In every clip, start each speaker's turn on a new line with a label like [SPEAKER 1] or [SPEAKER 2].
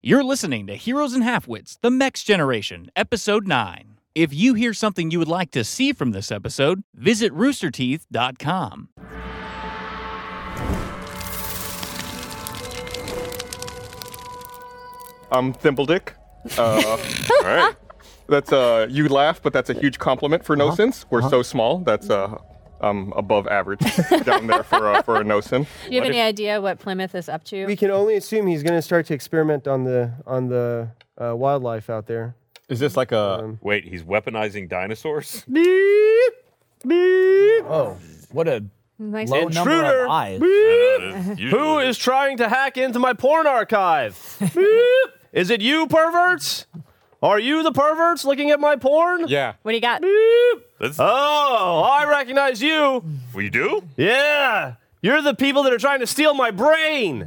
[SPEAKER 1] You're listening to Heroes and Halfwits, The Mex Generation, Episode 9. If you hear something you would like to see from this episode, visit roosterteeth.com.
[SPEAKER 2] I'm Thimbledick. Um, Uh,
[SPEAKER 3] All right.
[SPEAKER 2] that's uh, you laugh, but that's a huge compliment for no sense. We're so small. That's uh, um, above average down there for uh, for a no sin.
[SPEAKER 4] Do you have any idea what Plymouth is up to?
[SPEAKER 5] We can only assume he's going to start to experiment on the on the uh, wildlife out there.
[SPEAKER 2] Is this like a?
[SPEAKER 3] Wait, he's weaponizing dinosaurs?
[SPEAKER 6] Oh, what a
[SPEAKER 4] Nice.
[SPEAKER 6] low number
[SPEAKER 4] Intruder!
[SPEAKER 6] of eyes.
[SPEAKER 3] Who
[SPEAKER 7] Who is trying to hack into my porn archive? Beep. is it you, perverts? Are you the perverts looking at my porn?
[SPEAKER 2] Yeah.
[SPEAKER 4] What do you got?
[SPEAKER 7] Beep.
[SPEAKER 3] That's,
[SPEAKER 7] Oh, I recognize you.
[SPEAKER 3] we do?
[SPEAKER 7] Yeah, you're the people that are trying to steal my brain.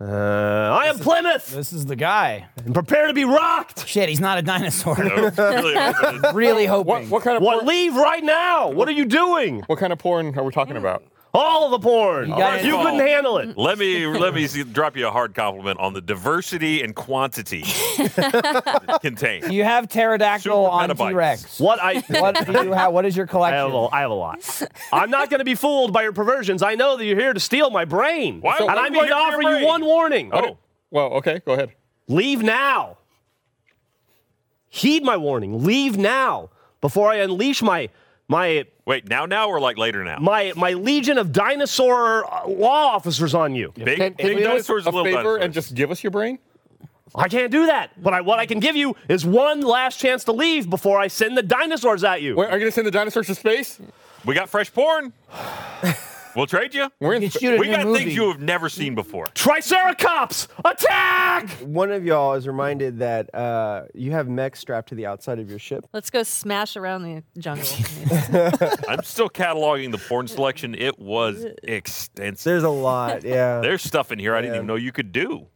[SPEAKER 7] Uh, I am Plymouth,
[SPEAKER 6] This is the guy.
[SPEAKER 7] and prepare to be rocked.
[SPEAKER 6] Shit, he's not a dinosaur.
[SPEAKER 3] No, really, uh,
[SPEAKER 6] really hoping.
[SPEAKER 2] What what kind of
[SPEAKER 7] What?
[SPEAKER 2] Porn,
[SPEAKER 7] Leave right now. What are you doing?
[SPEAKER 2] what kind of porn are we talking about?
[SPEAKER 7] All of the porn.
[SPEAKER 6] You got
[SPEAKER 7] You
[SPEAKER 3] it.
[SPEAKER 7] couldn't handle it.
[SPEAKER 3] let me let me see, drop you a hard compliment on the diversity and quantity that contained.
[SPEAKER 6] you have pterodactyl
[SPEAKER 3] Super
[SPEAKER 6] on
[SPEAKER 3] petabytes.
[SPEAKER 6] T Rex.
[SPEAKER 7] What I
[SPEAKER 6] What do you have? What is your
[SPEAKER 7] I
[SPEAKER 6] collection?
[SPEAKER 7] have, a, I have a lot. I'm not going to be fooled by your perversions. I know that you're here to steal my brain.
[SPEAKER 3] Why
[SPEAKER 7] and
[SPEAKER 3] would
[SPEAKER 7] I'm
[SPEAKER 3] you
[SPEAKER 7] going to
[SPEAKER 3] want
[SPEAKER 7] offer
[SPEAKER 3] your
[SPEAKER 7] you
[SPEAKER 3] brain?
[SPEAKER 7] one warning.
[SPEAKER 3] Oh,
[SPEAKER 2] Well, okay, go ahead.
[SPEAKER 7] Leave now. Heed my warning. Leave now before I unleash my my
[SPEAKER 3] wait, now now or like later now?
[SPEAKER 7] my my legion of dinosaur uh, law officers on you.
[SPEAKER 3] Big,
[SPEAKER 2] Can, can
[SPEAKER 3] big
[SPEAKER 2] you do us
[SPEAKER 3] dinosaurs,
[SPEAKER 2] a
[SPEAKER 3] little
[SPEAKER 2] favor
[SPEAKER 3] dinosaurs.
[SPEAKER 2] and just give us your brain?
[SPEAKER 7] I can't do that. But I, what I can give you is one last chance to leave before I send the dinosaurs at you.
[SPEAKER 2] Wait, are you gonna send the dinosaurs to space?
[SPEAKER 3] we got fresh porn. We'll trade you.
[SPEAKER 2] We're
[SPEAKER 6] You
[SPEAKER 2] in.
[SPEAKER 6] could shoot a
[SPEAKER 3] We
[SPEAKER 6] new
[SPEAKER 3] got
[SPEAKER 6] movie.
[SPEAKER 3] things you have never seen before.
[SPEAKER 7] Triceratops, attack!
[SPEAKER 5] One of y'all is reminded that uh, you have mechs strapped to the outside of your ship.
[SPEAKER 4] Let's go smash around the jungle.
[SPEAKER 3] I'm still cataloging the porn selection. It was extensive.
[SPEAKER 5] There's a lot, yeah.
[SPEAKER 3] There's stuff in here I didn't even know you could do.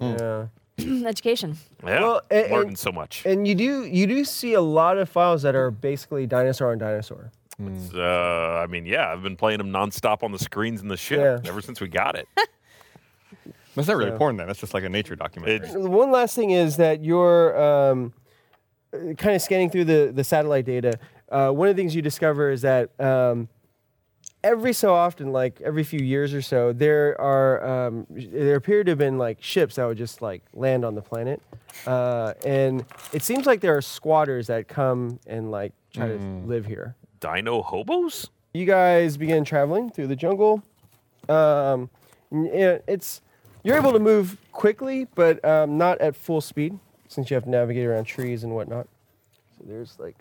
[SPEAKER 5] yeah.
[SPEAKER 4] Education.
[SPEAKER 3] Yeah,
[SPEAKER 5] Well, and-
[SPEAKER 3] learning
[SPEAKER 5] and-
[SPEAKER 3] so much.
[SPEAKER 5] And you do you do see a lot of files that are basically dinosaur on dinosaur.
[SPEAKER 3] uh, I mean, yeah, I've been playing them nonstop on the screens in the ship
[SPEAKER 5] Yeah.
[SPEAKER 3] ever since we got it.
[SPEAKER 2] That's not really porn then. That's just like a nature documentary.
[SPEAKER 3] It-
[SPEAKER 5] The One last thing is that you're um, kind of scanning through the, the satellite data. Uh, one of the things you discover is that um, every so often, like every few years or so, there are um, sh- there appear to have been like ships that would just like land on the planet, uh, and it seems like there are squatters that come and like try to live here.
[SPEAKER 3] Dino hobos?
[SPEAKER 5] You guys begin traveling through the jungle. Um, n- yeah, it's you're able to move quickly, but um, not at full speed since you have to navigate around trees and whatnot. So there's like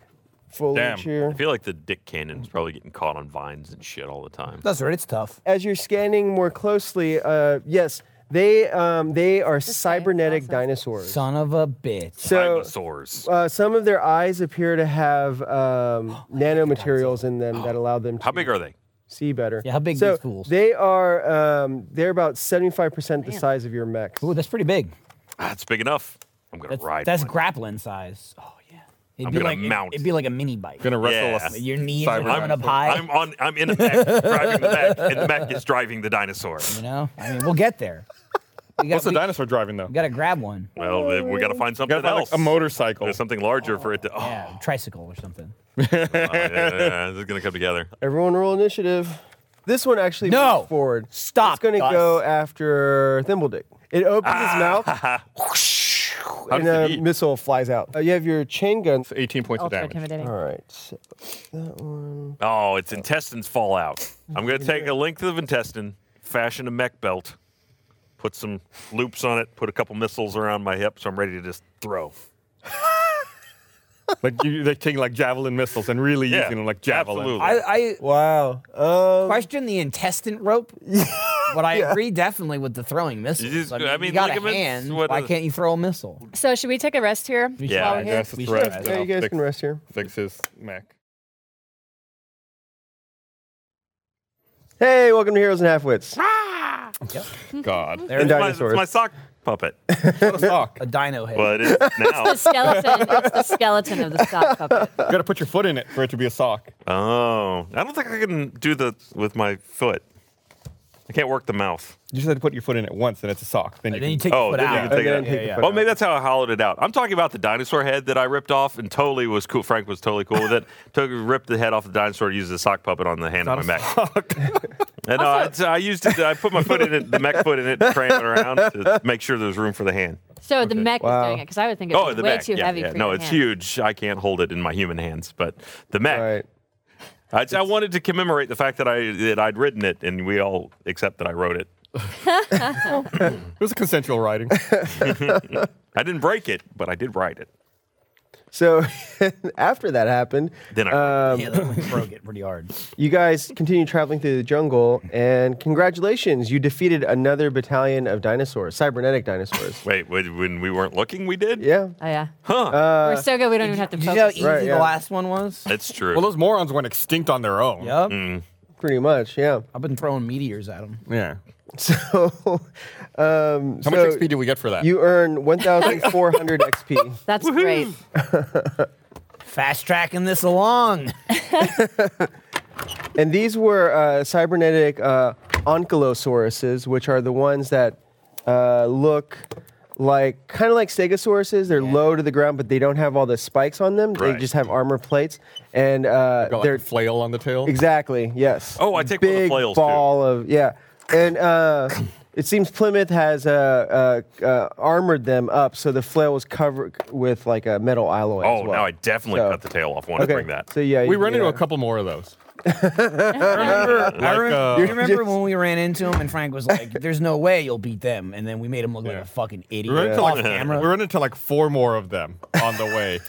[SPEAKER 5] foliage
[SPEAKER 2] Damn.
[SPEAKER 3] I
[SPEAKER 5] here.
[SPEAKER 3] feel like the Dick Cannon's probably getting caught on vines and shit all the time.
[SPEAKER 6] That's right. It's tough.
[SPEAKER 5] As you're scanning more closely, uh, yes, they um, they are
[SPEAKER 4] way,
[SPEAKER 5] cybernetic
[SPEAKER 4] awesome.
[SPEAKER 5] dinosaurs.
[SPEAKER 6] Son of a bitch.
[SPEAKER 5] so
[SPEAKER 3] Dinosaurs.
[SPEAKER 5] uh, some of their eyes appear to have um, nanomaterials in them that allow them to
[SPEAKER 3] How big are they?
[SPEAKER 5] see better.
[SPEAKER 6] Yeah, how big
[SPEAKER 5] so
[SPEAKER 6] these fools?
[SPEAKER 5] They are um, they're about seventy five percent the size of your mech.
[SPEAKER 6] Ooh, that's pretty big.
[SPEAKER 3] Ah, it's big enough. I'm gonna
[SPEAKER 6] That's,
[SPEAKER 3] ride.
[SPEAKER 6] that's
[SPEAKER 3] one.
[SPEAKER 6] grappling size. Oh yeah. It'd
[SPEAKER 3] I'm
[SPEAKER 6] be
[SPEAKER 3] gonna
[SPEAKER 6] like it'd-
[SPEAKER 3] mount.
[SPEAKER 6] It'd, be like a mini bike.
[SPEAKER 2] Gonna wrestle
[SPEAKER 3] Yeah.
[SPEAKER 2] us.
[SPEAKER 6] Your knees are
[SPEAKER 2] Cyber
[SPEAKER 6] going up
[SPEAKER 2] dinosaur.
[SPEAKER 6] high.
[SPEAKER 3] I'm on. I'm in a mech, driving the mech, and the mech is driving the dinosaur.
[SPEAKER 6] you know, I mean, we'll get there. We got,
[SPEAKER 2] What's the
[SPEAKER 6] we,
[SPEAKER 2] dinosaur driving though?
[SPEAKER 6] we gotta grab one.
[SPEAKER 3] Well, then we gotta find something
[SPEAKER 2] Gotta find,
[SPEAKER 3] else.
[SPEAKER 2] like, a motorcycle.
[SPEAKER 3] There's something larger for it to. Oh,
[SPEAKER 6] Yeah, tricycle or something.
[SPEAKER 3] yeah, yeah, yeah, this is gonna come together.
[SPEAKER 5] Everyone roll initiative. This one actually
[SPEAKER 6] No.
[SPEAKER 5] moves forward.
[SPEAKER 6] Stop,
[SPEAKER 5] It's going to
[SPEAKER 6] Gus.
[SPEAKER 5] go after Thimbledick. It opens
[SPEAKER 6] Ah.
[SPEAKER 5] its mouth and
[SPEAKER 2] does it
[SPEAKER 5] a
[SPEAKER 2] eat?
[SPEAKER 5] missile flies out. Uh, you have your chain gun.
[SPEAKER 2] It's 18 points of
[SPEAKER 4] Ultra
[SPEAKER 2] damage.
[SPEAKER 4] intimidating.
[SPEAKER 5] All right. So that one.
[SPEAKER 3] Oh, its intestines fall out. I'm gonna take a length of intestine, fashion a mech belt, put some loops on it, put a couple missiles around my hip, so I'm ready to just throw.
[SPEAKER 2] like you, they're taking like javelin missiles and really
[SPEAKER 3] Yeah,
[SPEAKER 2] using them like javelin.
[SPEAKER 3] absolutely.
[SPEAKER 6] I, I
[SPEAKER 5] Wow. Um,
[SPEAKER 6] question the intestine rope, but I agree definitely with the throwing missiles.
[SPEAKER 3] You just-
[SPEAKER 6] I, mean,
[SPEAKER 3] I
[SPEAKER 6] you
[SPEAKER 3] mean,
[SPEAKER 6] got a
[SPEAKER 3] ligaments,
[SPEAKER 6] hand.
[SPEAKER 3] what
[SPEAKER 6] Why
[SPEAKER 3] is-
[SPEAKER 6] can't you throw a missile?
[SPEAKER 4] So should we take a rest here?
[SPEAKER 3] Yeah,
[SPEAKER 4] While we're
[SPEAKER 3] I
[SPEAKER 4] here?
[SPEAKER 2] That's the
[SPEAKER 6] We
[SPEAKER 2] threat.
[SPEAKER 6] should-
[SPEAKER 2] and
[SPEAKER 5] yeah,
[SPEAKER 2] I'll
[SPEAKER 5] you guys
[SPEAKER 2] fix-
[SPEAKER 5] can rest here.
[SPEAKER 2] Fix his Mac.
[SPEAKER 5] Hey, welcome to Heroes and Halfwits.
[SPEAKER 2] God.
[SPEAKER 6] There's
[SPEAKER 5] And
[SPEAKER 3] my, it's
[SPEAKER 5] dinosaurs.
[SPEAKER 3] my sock puppet,
[SPEAKER 6] a dino head.
[SPEAKER 3] but it's now.
[SPEAKER 4] The skeleton. It's the skeleton of the sock puppet.
[SPEAKER 2] You gotta put your foot in it for it to be a sock.
[SPEAKER 3] Oh, I don't think I can do the with my foot. I I can't work the mouth.
[SPEAKER 8] You just have to put your foot in it once, and it's a sock. Then you
[SPEAKER 6] Then you
[SPEAKER 8] can-
[SPEAKER 6] take your
[SPEAKER 3] Oh,
[SPEAKER 6] foot
[SPEAKER 3] then you
[SPEAKER 6] out.
[SPEAKER 3] can take it
[SPEAKER 5] And
[SPEAKER 3] out.
[SPEAKER 5] then take the
[SPEAKER 3] Yeah,
[SPEAKER 5] foot
[SPEAKER 3] Well,
[SPEAKER 5] out.
[SPEAKER 3] maybe that's how I hollowed it out. I'm talking about the dinosaur head that I ripped off and totally was cool. Frank was totally cool with it. Took ripped the head off the dinosaur, used the sock puppet on the hand of my mech. and uh, it's- I used it. I put my foot in it, the mech foot in it, and cram it around to make sure there's room for the hand.
[SPEAKER 4] So the mech is doing it because I would think it
[SPEAKER 3] Oh,
[SPEAKER 4] was
[SPEAKER 3] the
[SPEAKER 4] way
[SPEAKER 3] mech.
[SPEAKER 4] too
[SPEAKER 3] yeah,
[SPEAKER 4] heavy
[SPEAKER 3] yeah.
[SPEAKER 4] for
[SPEAKER 3] No,
[SPEAKER 4] your
[SPEAKER 3] it's
[SPEAKER 4] hand.
[SPEAKER 3] huge. I can't hold it in my human hands, but the mech.
[SPEAKER 5] Right.
[SPEAKER 3] I, I wanted to commemorate the fact that I that I'd ridden it, and we all accept that I rode it.
[SPEAKER 8] it was a consensual riding.
[SPEAKER 3] I didn't break it, but I did ride it.
[SPEAKER 5] So after that happened,
[SPEAKER 3] Then I
[SPEAKER 6] Yeah, that one broke it pretty hard.
[SPEAKER 5] you guys continue traveling through the jungle, and congratulations, you defeated another battalion of dinosaurs, cybernetic dinosaurs.
[SPEAKER 3] wait. When when we weren't looking, we did.
[SPEAKER 5] yeah.
[SPEAKER 4] Oh yeah,
[SPEAKER 3] Huh.
[SPEAKER 4] we're so good we don't even have to
[SPEAKER 6] Did you know how
[SPEAKER 4] focus.
[SPEAKER 6] easy
[SPEAKER 5] Uh, Right,
[SPEAKER 6] the
[SPEAKER 5] yeah.
[SPEAKER 6] last one was?
[SPEAKER 3] That's true.
[SPEAKER 9] Well, those morons went extinct on their own.
[SPEAKER 6] Yep.
[SPEAKER 5] Pretty much, yeah.
[SPEAKER 6] I've been throwing meteors at them.
[SPEAKER 9] Yeah.
[SPEAKER 5] So, um,
[SPEAKER 9] How
[SPEAKER 5] so
[SPEAKER 9] much XP do we get for that?
[SPEAKER 5] you earn 1,400 XP.
[SPEAKER 4] That's great.
[SPEAKER 6] Fast tracking this along.
[SPEAKER 5] And these were uh, cybernetic uh, onkylosauruses, which are the ones that uh, look like kind of like stegosauruses. They're low to the ground, but they don't have all the spikes on them. They
[SPEAKER 3] Right.
[SPEAKER 5] just have armor plates, and uh,
[SPEAKER 9] got like
[SPEAKER 5] they're
[SPEAKER 9] a flail on the tail.
[SPEAKER 5] exactly yes.
[SPEAKER 3] Oh, I take one
[SPEAKER 5] big
[SPEAKER 3] of the flails, too.
[SPEAKER 5] ball of yeah, and. Uh, It seems Plymouth has uh, uh, uh, armored them up, so the flail was covered with like a metal alloy.
[SPEAKER 3] oh,
[SPEAKER 5] as well.
[SPEAKER 3] now I definitely
[SPEAKER 5] So-
[SPEAKER 3] cut the tail off. Want
[SPEAKER 5] okay.
[SPEAKER 3] to bring that?
[SPEAKER 5] So yeah,
[SPEAKER 9] We run into
[SPEAKER 5] yeah.
[SPEAKER 9] a couple more of those.
[SPEAKER 6] I remember,
[SPEAKER 9] uh,
[SPEAKER 6] you remember when we ran into him and Frank was like, "There's no way you'll beat them," and then we made him look like
[SPEAKER 9] Yeah.
[SPEAKER 6] a fucking idiot
[SPEAKER 9] We run, into
[SPEAKER 6] off
[SPEAKER 9] like,
[SPEAKER 6] camera. Oh,
[SPEAKER 9] we run into like four more of them on the way,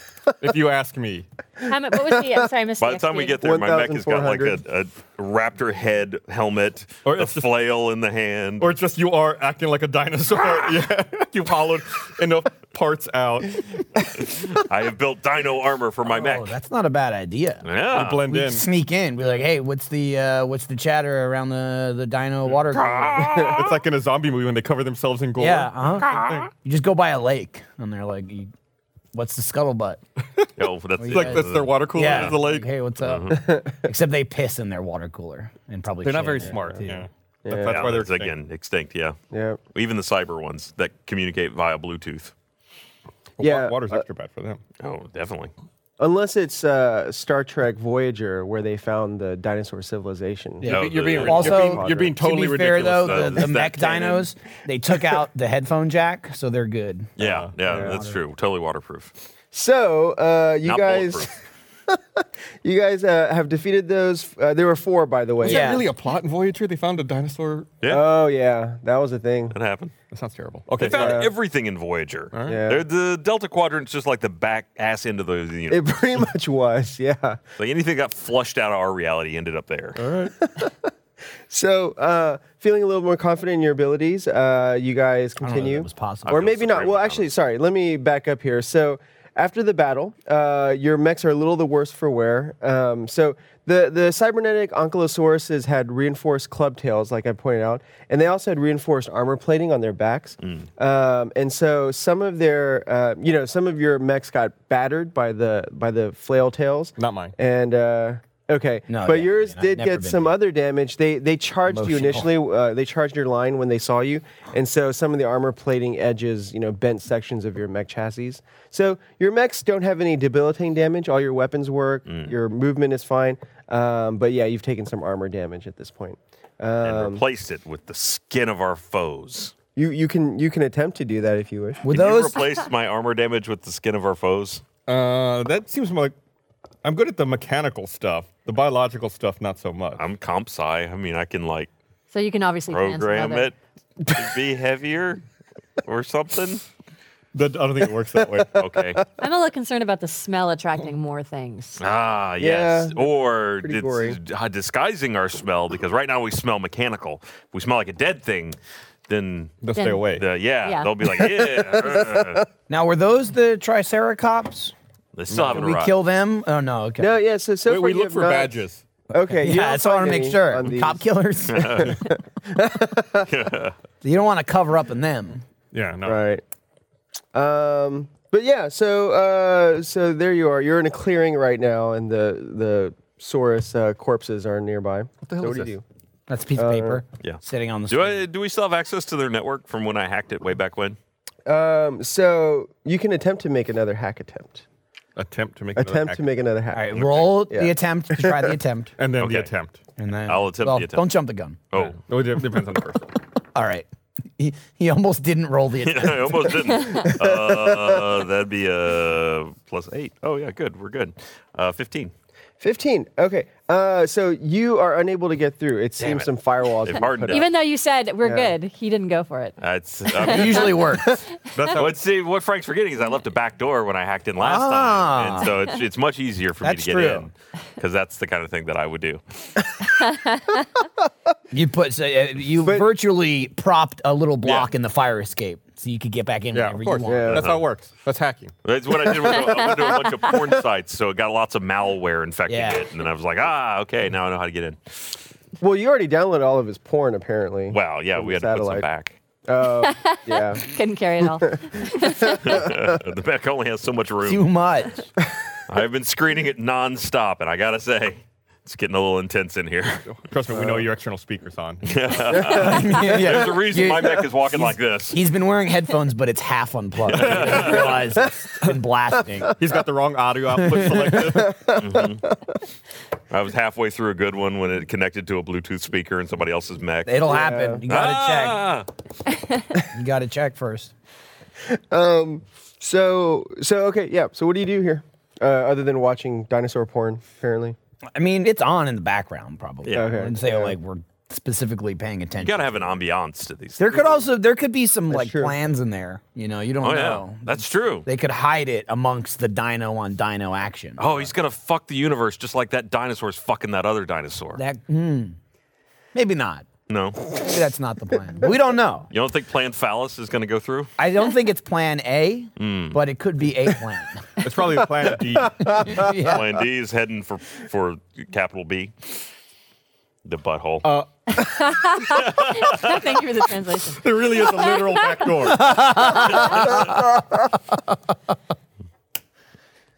[SPEAKER 9] if you ask me.
[SPEAKER 4] How mu- what was the? uh, Sorry, I missed
[SPEAKER 3] By the
[SPEAKER 4] the
[SPEAKER 3] time we
[SPEAKER 4] XP.
[SPEAKER 3] get there, my mech has got like a,
[SPEAKER 5] 1,400.
[SPEAKER 3] a raptor head helmet,
[SPEAKER 9] Or
[SPEAKER 3] a
[SPEAKER 9] it's just-
[SPEAKER 3] flail in the hand.
[SPEAKER 9] Or just you are acting like a dinosaur. yeah. You've hollowed enough parts out. You
[SPEAKER 3] I have built dino armor for my
[SPEAKER 6] Oh,
[SPEAKER 3] mech.
[SPEAKER 6] that's not a bad idea.
[SPEAKER 3] yeah.
[SPEAKER 9] blend
[SPEAKER 6] We
[SPEAKER 9] in.
[SPEAKER 6] sneak in, be like, "Hey, what's the uh, what's the chatter around the the Dino water?" cooler?"
[SPEAKER 9] It's like in a zombie movie when they cover themselves in gore.
[SPEAKER 6] yeah, uh huh. You just go by a lake, and they're like, you- "What's the scuttlebutt?"
[SPEAKER 3] Oh, that's,
[SPEAKER 9] It's like that's their water cooler
[SPEAKER 6] yeah,
[SPEAKER 9] yeah. the lake.
[SPEAKER 6] like, hey, what's up? Except they piss in their water cooler and probably
[SPEAKER 9] They're not
[SPEAKER 6] shit.
[SPEAKER 9] very smart. Yeah. That's,
[SPEAKER 3] Yeah,
[SPEAKER 9] that's why they're
[SPEAKER 3] it's, again extinct. Yeah.
[SPEAKER 5] Yeah.
[SPEAKER 3] Even the cyber ones that communicate via Bluetooth.
[SPEAKER 9] Yeah.
[SPEAKER 5] Yeah,
[SPEAKER 9] Water's
[SPEAKER 5] uh,
[SPEAKER 9] extra bad for them.
[SPEAKER 3] Oh, definitely.
[SPEAKER 5] Unless it's uh, Star Trek Voyager, where they found the dinosaur civilization.
[SPEAKER 6] Yeah.
[SPEAKER 3] No,
[SPEAKER 9] You're
[SPEAKER 3] Oh, the- the-
[SPEAKER 9] being ridiculous.
[SPEAKER 6] Also-
[SPEAKER 9] you're being, you're being totally
[SPEAKER 6] to be fair, though,
[SPEAKER 9] ridiculous.
[SPEAKER 3] though.
[SPEAKER 6] the, the
[SPEAKER 3] Is that
[SPEAKER 6] mech
[SPEAKER 3] canon?
[SPEAKER 6] dinos they took out the headphone jack, so they're good.
[SPEAKER 3] yeah, yeah, that's true. Totally waterproof.
[SPEAKER 5] So uh, you
[SPEAKER 3] Not
[SPEAKER 5] guys,
[SPEAKER 3] bulletproof.
[SPEAKER 5] you guys uh, have defeated those. Uh, there were four, by the way.
[SPEAKER 9] Is
[SPEAKER 6] Yeah.
[SPEAKER 9] that really a plot in Voyager? They found a dinosaur.
[SPEAKER 3] Yeah.
[SPEAKER 5] Oh yeah, that was a thing.
[SPEAKER 3] that happened.
[SPEAKER 9] That sounds terrible.
[SPEAKER 3] They
[SPEAKER 9] Okay.
[SPEAKER 3] found everything in Voyager.
[SPEAKER 5] Yeah.
[SPEAKER 3] They're- The Delta Quadrant's just like the back ass end of the universe.
[SPEAKER 5] It pretty much was. Yeah.
[SPEAKER 3] Like anything got flushed out of our reality ended up there.
[SPEAKER 5] So uh, feeling a little more confident in your abilities, uh, you guys
[SPEAKER 6] know that
[SPEAKER 5] continue.
[SPEAKER 6] that was possible.
[SPEAKER 5] Or
[SPEAKER 3] feel
[SPEAKER 5] maybe not.
[SPEAKER 3] supreme
[SPEAKER 5] Well,
[SPEAKER 3] about
[SPEAKER 5] actually, sorry. Let me back up here. So after the battle, uh, your mechs are a little the worse for wear. Um, so the, the cybernetic ankylosauruses had reinforced club tails, like I pointed out, and they also had reinforced armor plating on their backs.
[SPEAKER 6] Mm.
[SPEAKER 5] Um, and so some of their, uh, you know, some of your mechs got battered by the by the flail tails.
[SPEAKER 9] Not mine.
[SPEAKER 5] And uh, okay,
[SPEAKER 6] No,
[SPEAKER 5] but
[SPEAKER 6] yeah,
[SPEAKER 5] yours
[SPEAKER 6] yeah, I've
[SPEAKER 5] did
[SPEAKER 6] never
[SPEAKER 5] get
[SPEAKER 6] been
[SPEAKER 5] some
[SPEAKER 6] hit.
[SPEAKER 5] other damage. They they charged you initially. Uh, they charged your line when they saw you, and so some of the armor plating edges, you know, bent sections of your mech chassis. So your mechs don't have any debilitating damage. All your weapons work.
[SPEAKER 9] Mm.
[SPEAKER 5] Your movement is fine. Um, but yeah, you've taken some armor damage at this point. Uh,
[SPEAKER 3] and
[SPEAKER 5] Um,
[SPEAKER 3] replaced it with the skin of our foes.
[SPEAKER 5] You you can you can attempt to do that if you wish.
[SPEAKER 6] With
[SPEAKER 3] Can you
[SPEAKER 6] those,
[SPEAKER 3] replace my armor damage with the skin of our foes?
[SPEAKER 9] Uh, that seems more like I'm good at the mechanical stuff. The biological stuff, not so much.
[SPEAKER 3] I'm comp sci. I mean, I can like
[SPEAKER 4] So you can obviously plan some
[SPEAKER 3] program
[SPEAKER 4] other-
[SPEAKER 3] it to be heavier or something.
[SPEAKER 9] That- I don't think it works that way.
[SPEAKER 3] Okay.
[SPEAKER 4] I'm a little concerned about the smell attracting more things.
[SPEAKER 3] Ah, yes.
[SPEAKER 5] Yeah,
[SPEAKER 3] or
[SPEAKER 5] pretty
[SPEAKER 3] it's
[SPEAKER 5] gory.
[SPEAKER 3] uh, disguising our smell because right now we smell mechanical. If we smell like a dead thing, then
[SPEAKER 9] They'll
[SPEAKER 4] Then-
[SPEAKER 9] stay away.
[SPEAKER 3] the, yeah,
[SPEAKER 4] Yeah.
[SPEAKER 3] they'll be like, yeah. uh."
[SPEAKER 6] now were those the Triceratops?
[SPEAKER 3] they still haven't
[SPEAKER 6] Did we
[SPEAKER 3] arrived.
[SPEAKER 6] kill them? Oh no, okay.
[SPEAKER 5] No, yeah. So so
[SPEAKER 9] we,
[SPEAKER 5] far
[SPEAKER 9] we
[SPEAKER 5] you
[SPEAKER 9] look
[SPEAKER 5] have
[SPEAKER 9] for
[SPEAKER 5] not-
[SPEAKER 9] badges.
[SPEAKER 5] Okay, you
[SPEAKER 6] yeah,
[SPEAKER 5] don't
[SPEAKER 6] that's all I
[SPEAKER 5] find
[SPEAKER 6] want to
[SPEAKER 5] any
[SPEAKER 6] make sure.
[SPEAKER 5] on
[SPEAKER 6] Cop
[SPEAKER 5] these.
[SPEAKER 6] killers. you don't want to cover up in them.
[SPEAKER 9] Yeah, no.
[SPEAKER 5] Right. Um, but yeah, so uh, so there you are. You're in a clearing right now, and the the Saurus uh, corpses are nearby. What
[SPEAKER 9] the hell
[SPEAKER 5] so
[SPEAKER 9] is
[SPEAKER 5] what do
[SPEAKER 9] this?
[SPEAKER 5] you do?
[SPEAKER 6] That's a piece
[SPEAKER 9] Uh,
[SPEAKER 6] of paper.
[SPEAKER 3] yeah.
[SPEAKER 6] Sitting on the
[SPEAKER 3] Do
[SPEAKER 6] screen.
[SPEAKER 3] I, do we still have access to their network from when I hacked it way back when?
[SPEAKER 5] Um, so you can attempt to make another hack attempt.
[SPEAKER 9] Attempt to make another
[SPEAKER 5] Attempt
[SPEAKER 9] hack.
[SPEAKER 5] to make another hack.
[SPEAKER 6] All right, roll
[SPEAKER 5] Yeah.
[SPEAKER 6] the attempt to try the attempt.
[SPEAKER 9] and then
[SPEAKER 3] Okay.
[SPEAKER 9] the attempt.
[SPEAKER 6] And then
[SPEAKER 3] I'll attempt
[SPEAKER 6] well,
[SPEAKER 3] the attempt.
[SPEAKER 6] Don't jump the gun.
[SPEAKER 3] Oh,
[SPEAKER 9] Well, it depends on the person.
[SPEAKER 6] All right. He, he almost didn't roll the attempt.
[SPEAKER 3] Oh. I almost didn't. Uh, that'd be a plus eight. Oh yeah, good. We're good. Uh, Fifteen.
[SPEAKER 5] 15. Okay. Uh, so you are unable to get through. It seems
[SPEAKER 3] it.
[SPEAKER 5] some firewalls.
[SPEAKER 3] If Martin did.
[SPEAKER 4] Even though you said we're good, he didn't go for it.
[SPEAKER 3] That's
[SPEAKER 6] It usually works.
[SPEAKER 3] That's how Let's see. What Frank's forgetting is I left a back door when I hacked in last time,
[SPEAKER 6] Ah.
[SPEAKER 3] and so it's, it's much easier for
[SPEAKER 6] That's
[SPEAKER 3] me to get
[SPEAKER 6] true.
[SPEAKER 3] in because that's the kind of thing that I would do.
[SPEAKER 6] You put so, uh, you virtually propped a little block
[SPEAKER 3] Yeah.
[SPEAKER 6] in the fire escape so you could get back in
[SPEAKER 9] Yeah,
[SPEAKER 6] whenever
[SPEAKER 9] of
[SPEAKER 6] you
[SPEAKER 9] course.
[SPEAKER 6] want.
[SPEAKER 9] That's how it works. That's hacking.
[SPEAKER 3] That's what I did. Went to, I went to a bunch of porn sites, so it got lots of malware infecting
[SPEAKER 6] Yeah.
[SPEAKER 3] it, and then I was like, ah, okay, now I know how to get in.
[SPEAKER 5] Well, you already downloaded all of his porn, apparently.
[SPEAKER 3] Well, yeah, we had to put some
[SPEAKER 5] Satellite.
[SPEAKER 3] back.
[SPEAKER 5] Oh, yeah.
[SPEAKER 4] Couldn't carry it all.
[SPEAKER 3] the back only has so much room.
[SPEAKER 6] Too much.
[SPEAKER 3] I've been screening it nonstop, and I gotta say, it's getting a little intense in here.
[SPEAKER 9] Trust me, we know your external speakers on.
[SPEAKER 6] Yeah.
[SPEAKER 3] There's a reason
[SPEAKER 6] You-
[SPEAKER 3] my mech is walking like this.
[SPEAKER 6] He's been wearing headphones, but it's half unplugged. He doesn't realize it's been blasting.
[SPEAKER 9] He's got the wrong audio output selected.
[SPEAKER 3] I was halfway through a good one when it connected to a Bluetooth speaker in somebody else's mech.
[SPEAKER 6] It'll happen. You gotta
[SPEAKER 3] Ah!
[SPEAKER 6] check. You gotta check first.
[SPEAKER 5] So, so okay, yeah. So, what do you do here, uh, other than watching dinosaur porn? Apparently,
[SPEAKER 6] I mean, it's on in the background probably.
[SPEAKER 3] Yeah.
[SPEAKER 5] Okay,
[SPEAKER 6] I wouldn't say
[SPEAKER 5] yeah.
[SPEAKER 6] like we're specifically paying attention.
[SPEAKER 3] You gotta have an ambiance to these.
[SPEAKER 6] there
[SPEAKER 3] things.
[SPEAKER 6] could also there could be some like
[SPEAKER 5] true.
[SPEAKER 6] plans in there. You know, you don't
[SPEAKER 3] Oh yeah,
[SPEAKER 6] know.
[SPEAKER 3] that's true.
[SPEAKER 6] They could hide it amongst the dino on dino action.
[SPEAKER 3] Oh, he's gonna fuck the universe just like that dinosaur's fucking that other dinosaur.
[SPEAKER 6] That hmm. Maybe not.
[SPEAKER 3] no,
[SPEAKER 6] Maybe that's not the plan. we don't know.
[SPEAKER 3] you don't think planned phallus is gonna go through?
[SPEAKER 6] I don't think it's plan A,
[SPEAKER 3] Hmm.
[SPEAKER 6] but it could be a plan.
[SPEAKER 9] it's probably a planet D.
[SPEAKER 6] yeah.
[SPEAKER 3] Plan D is heading for for capital B, the butthole.
[SPEAKER 6] Uh,
[SPEAKER 4] Thank you for the translation.
[SPEAKER 9] There really is a literal back door.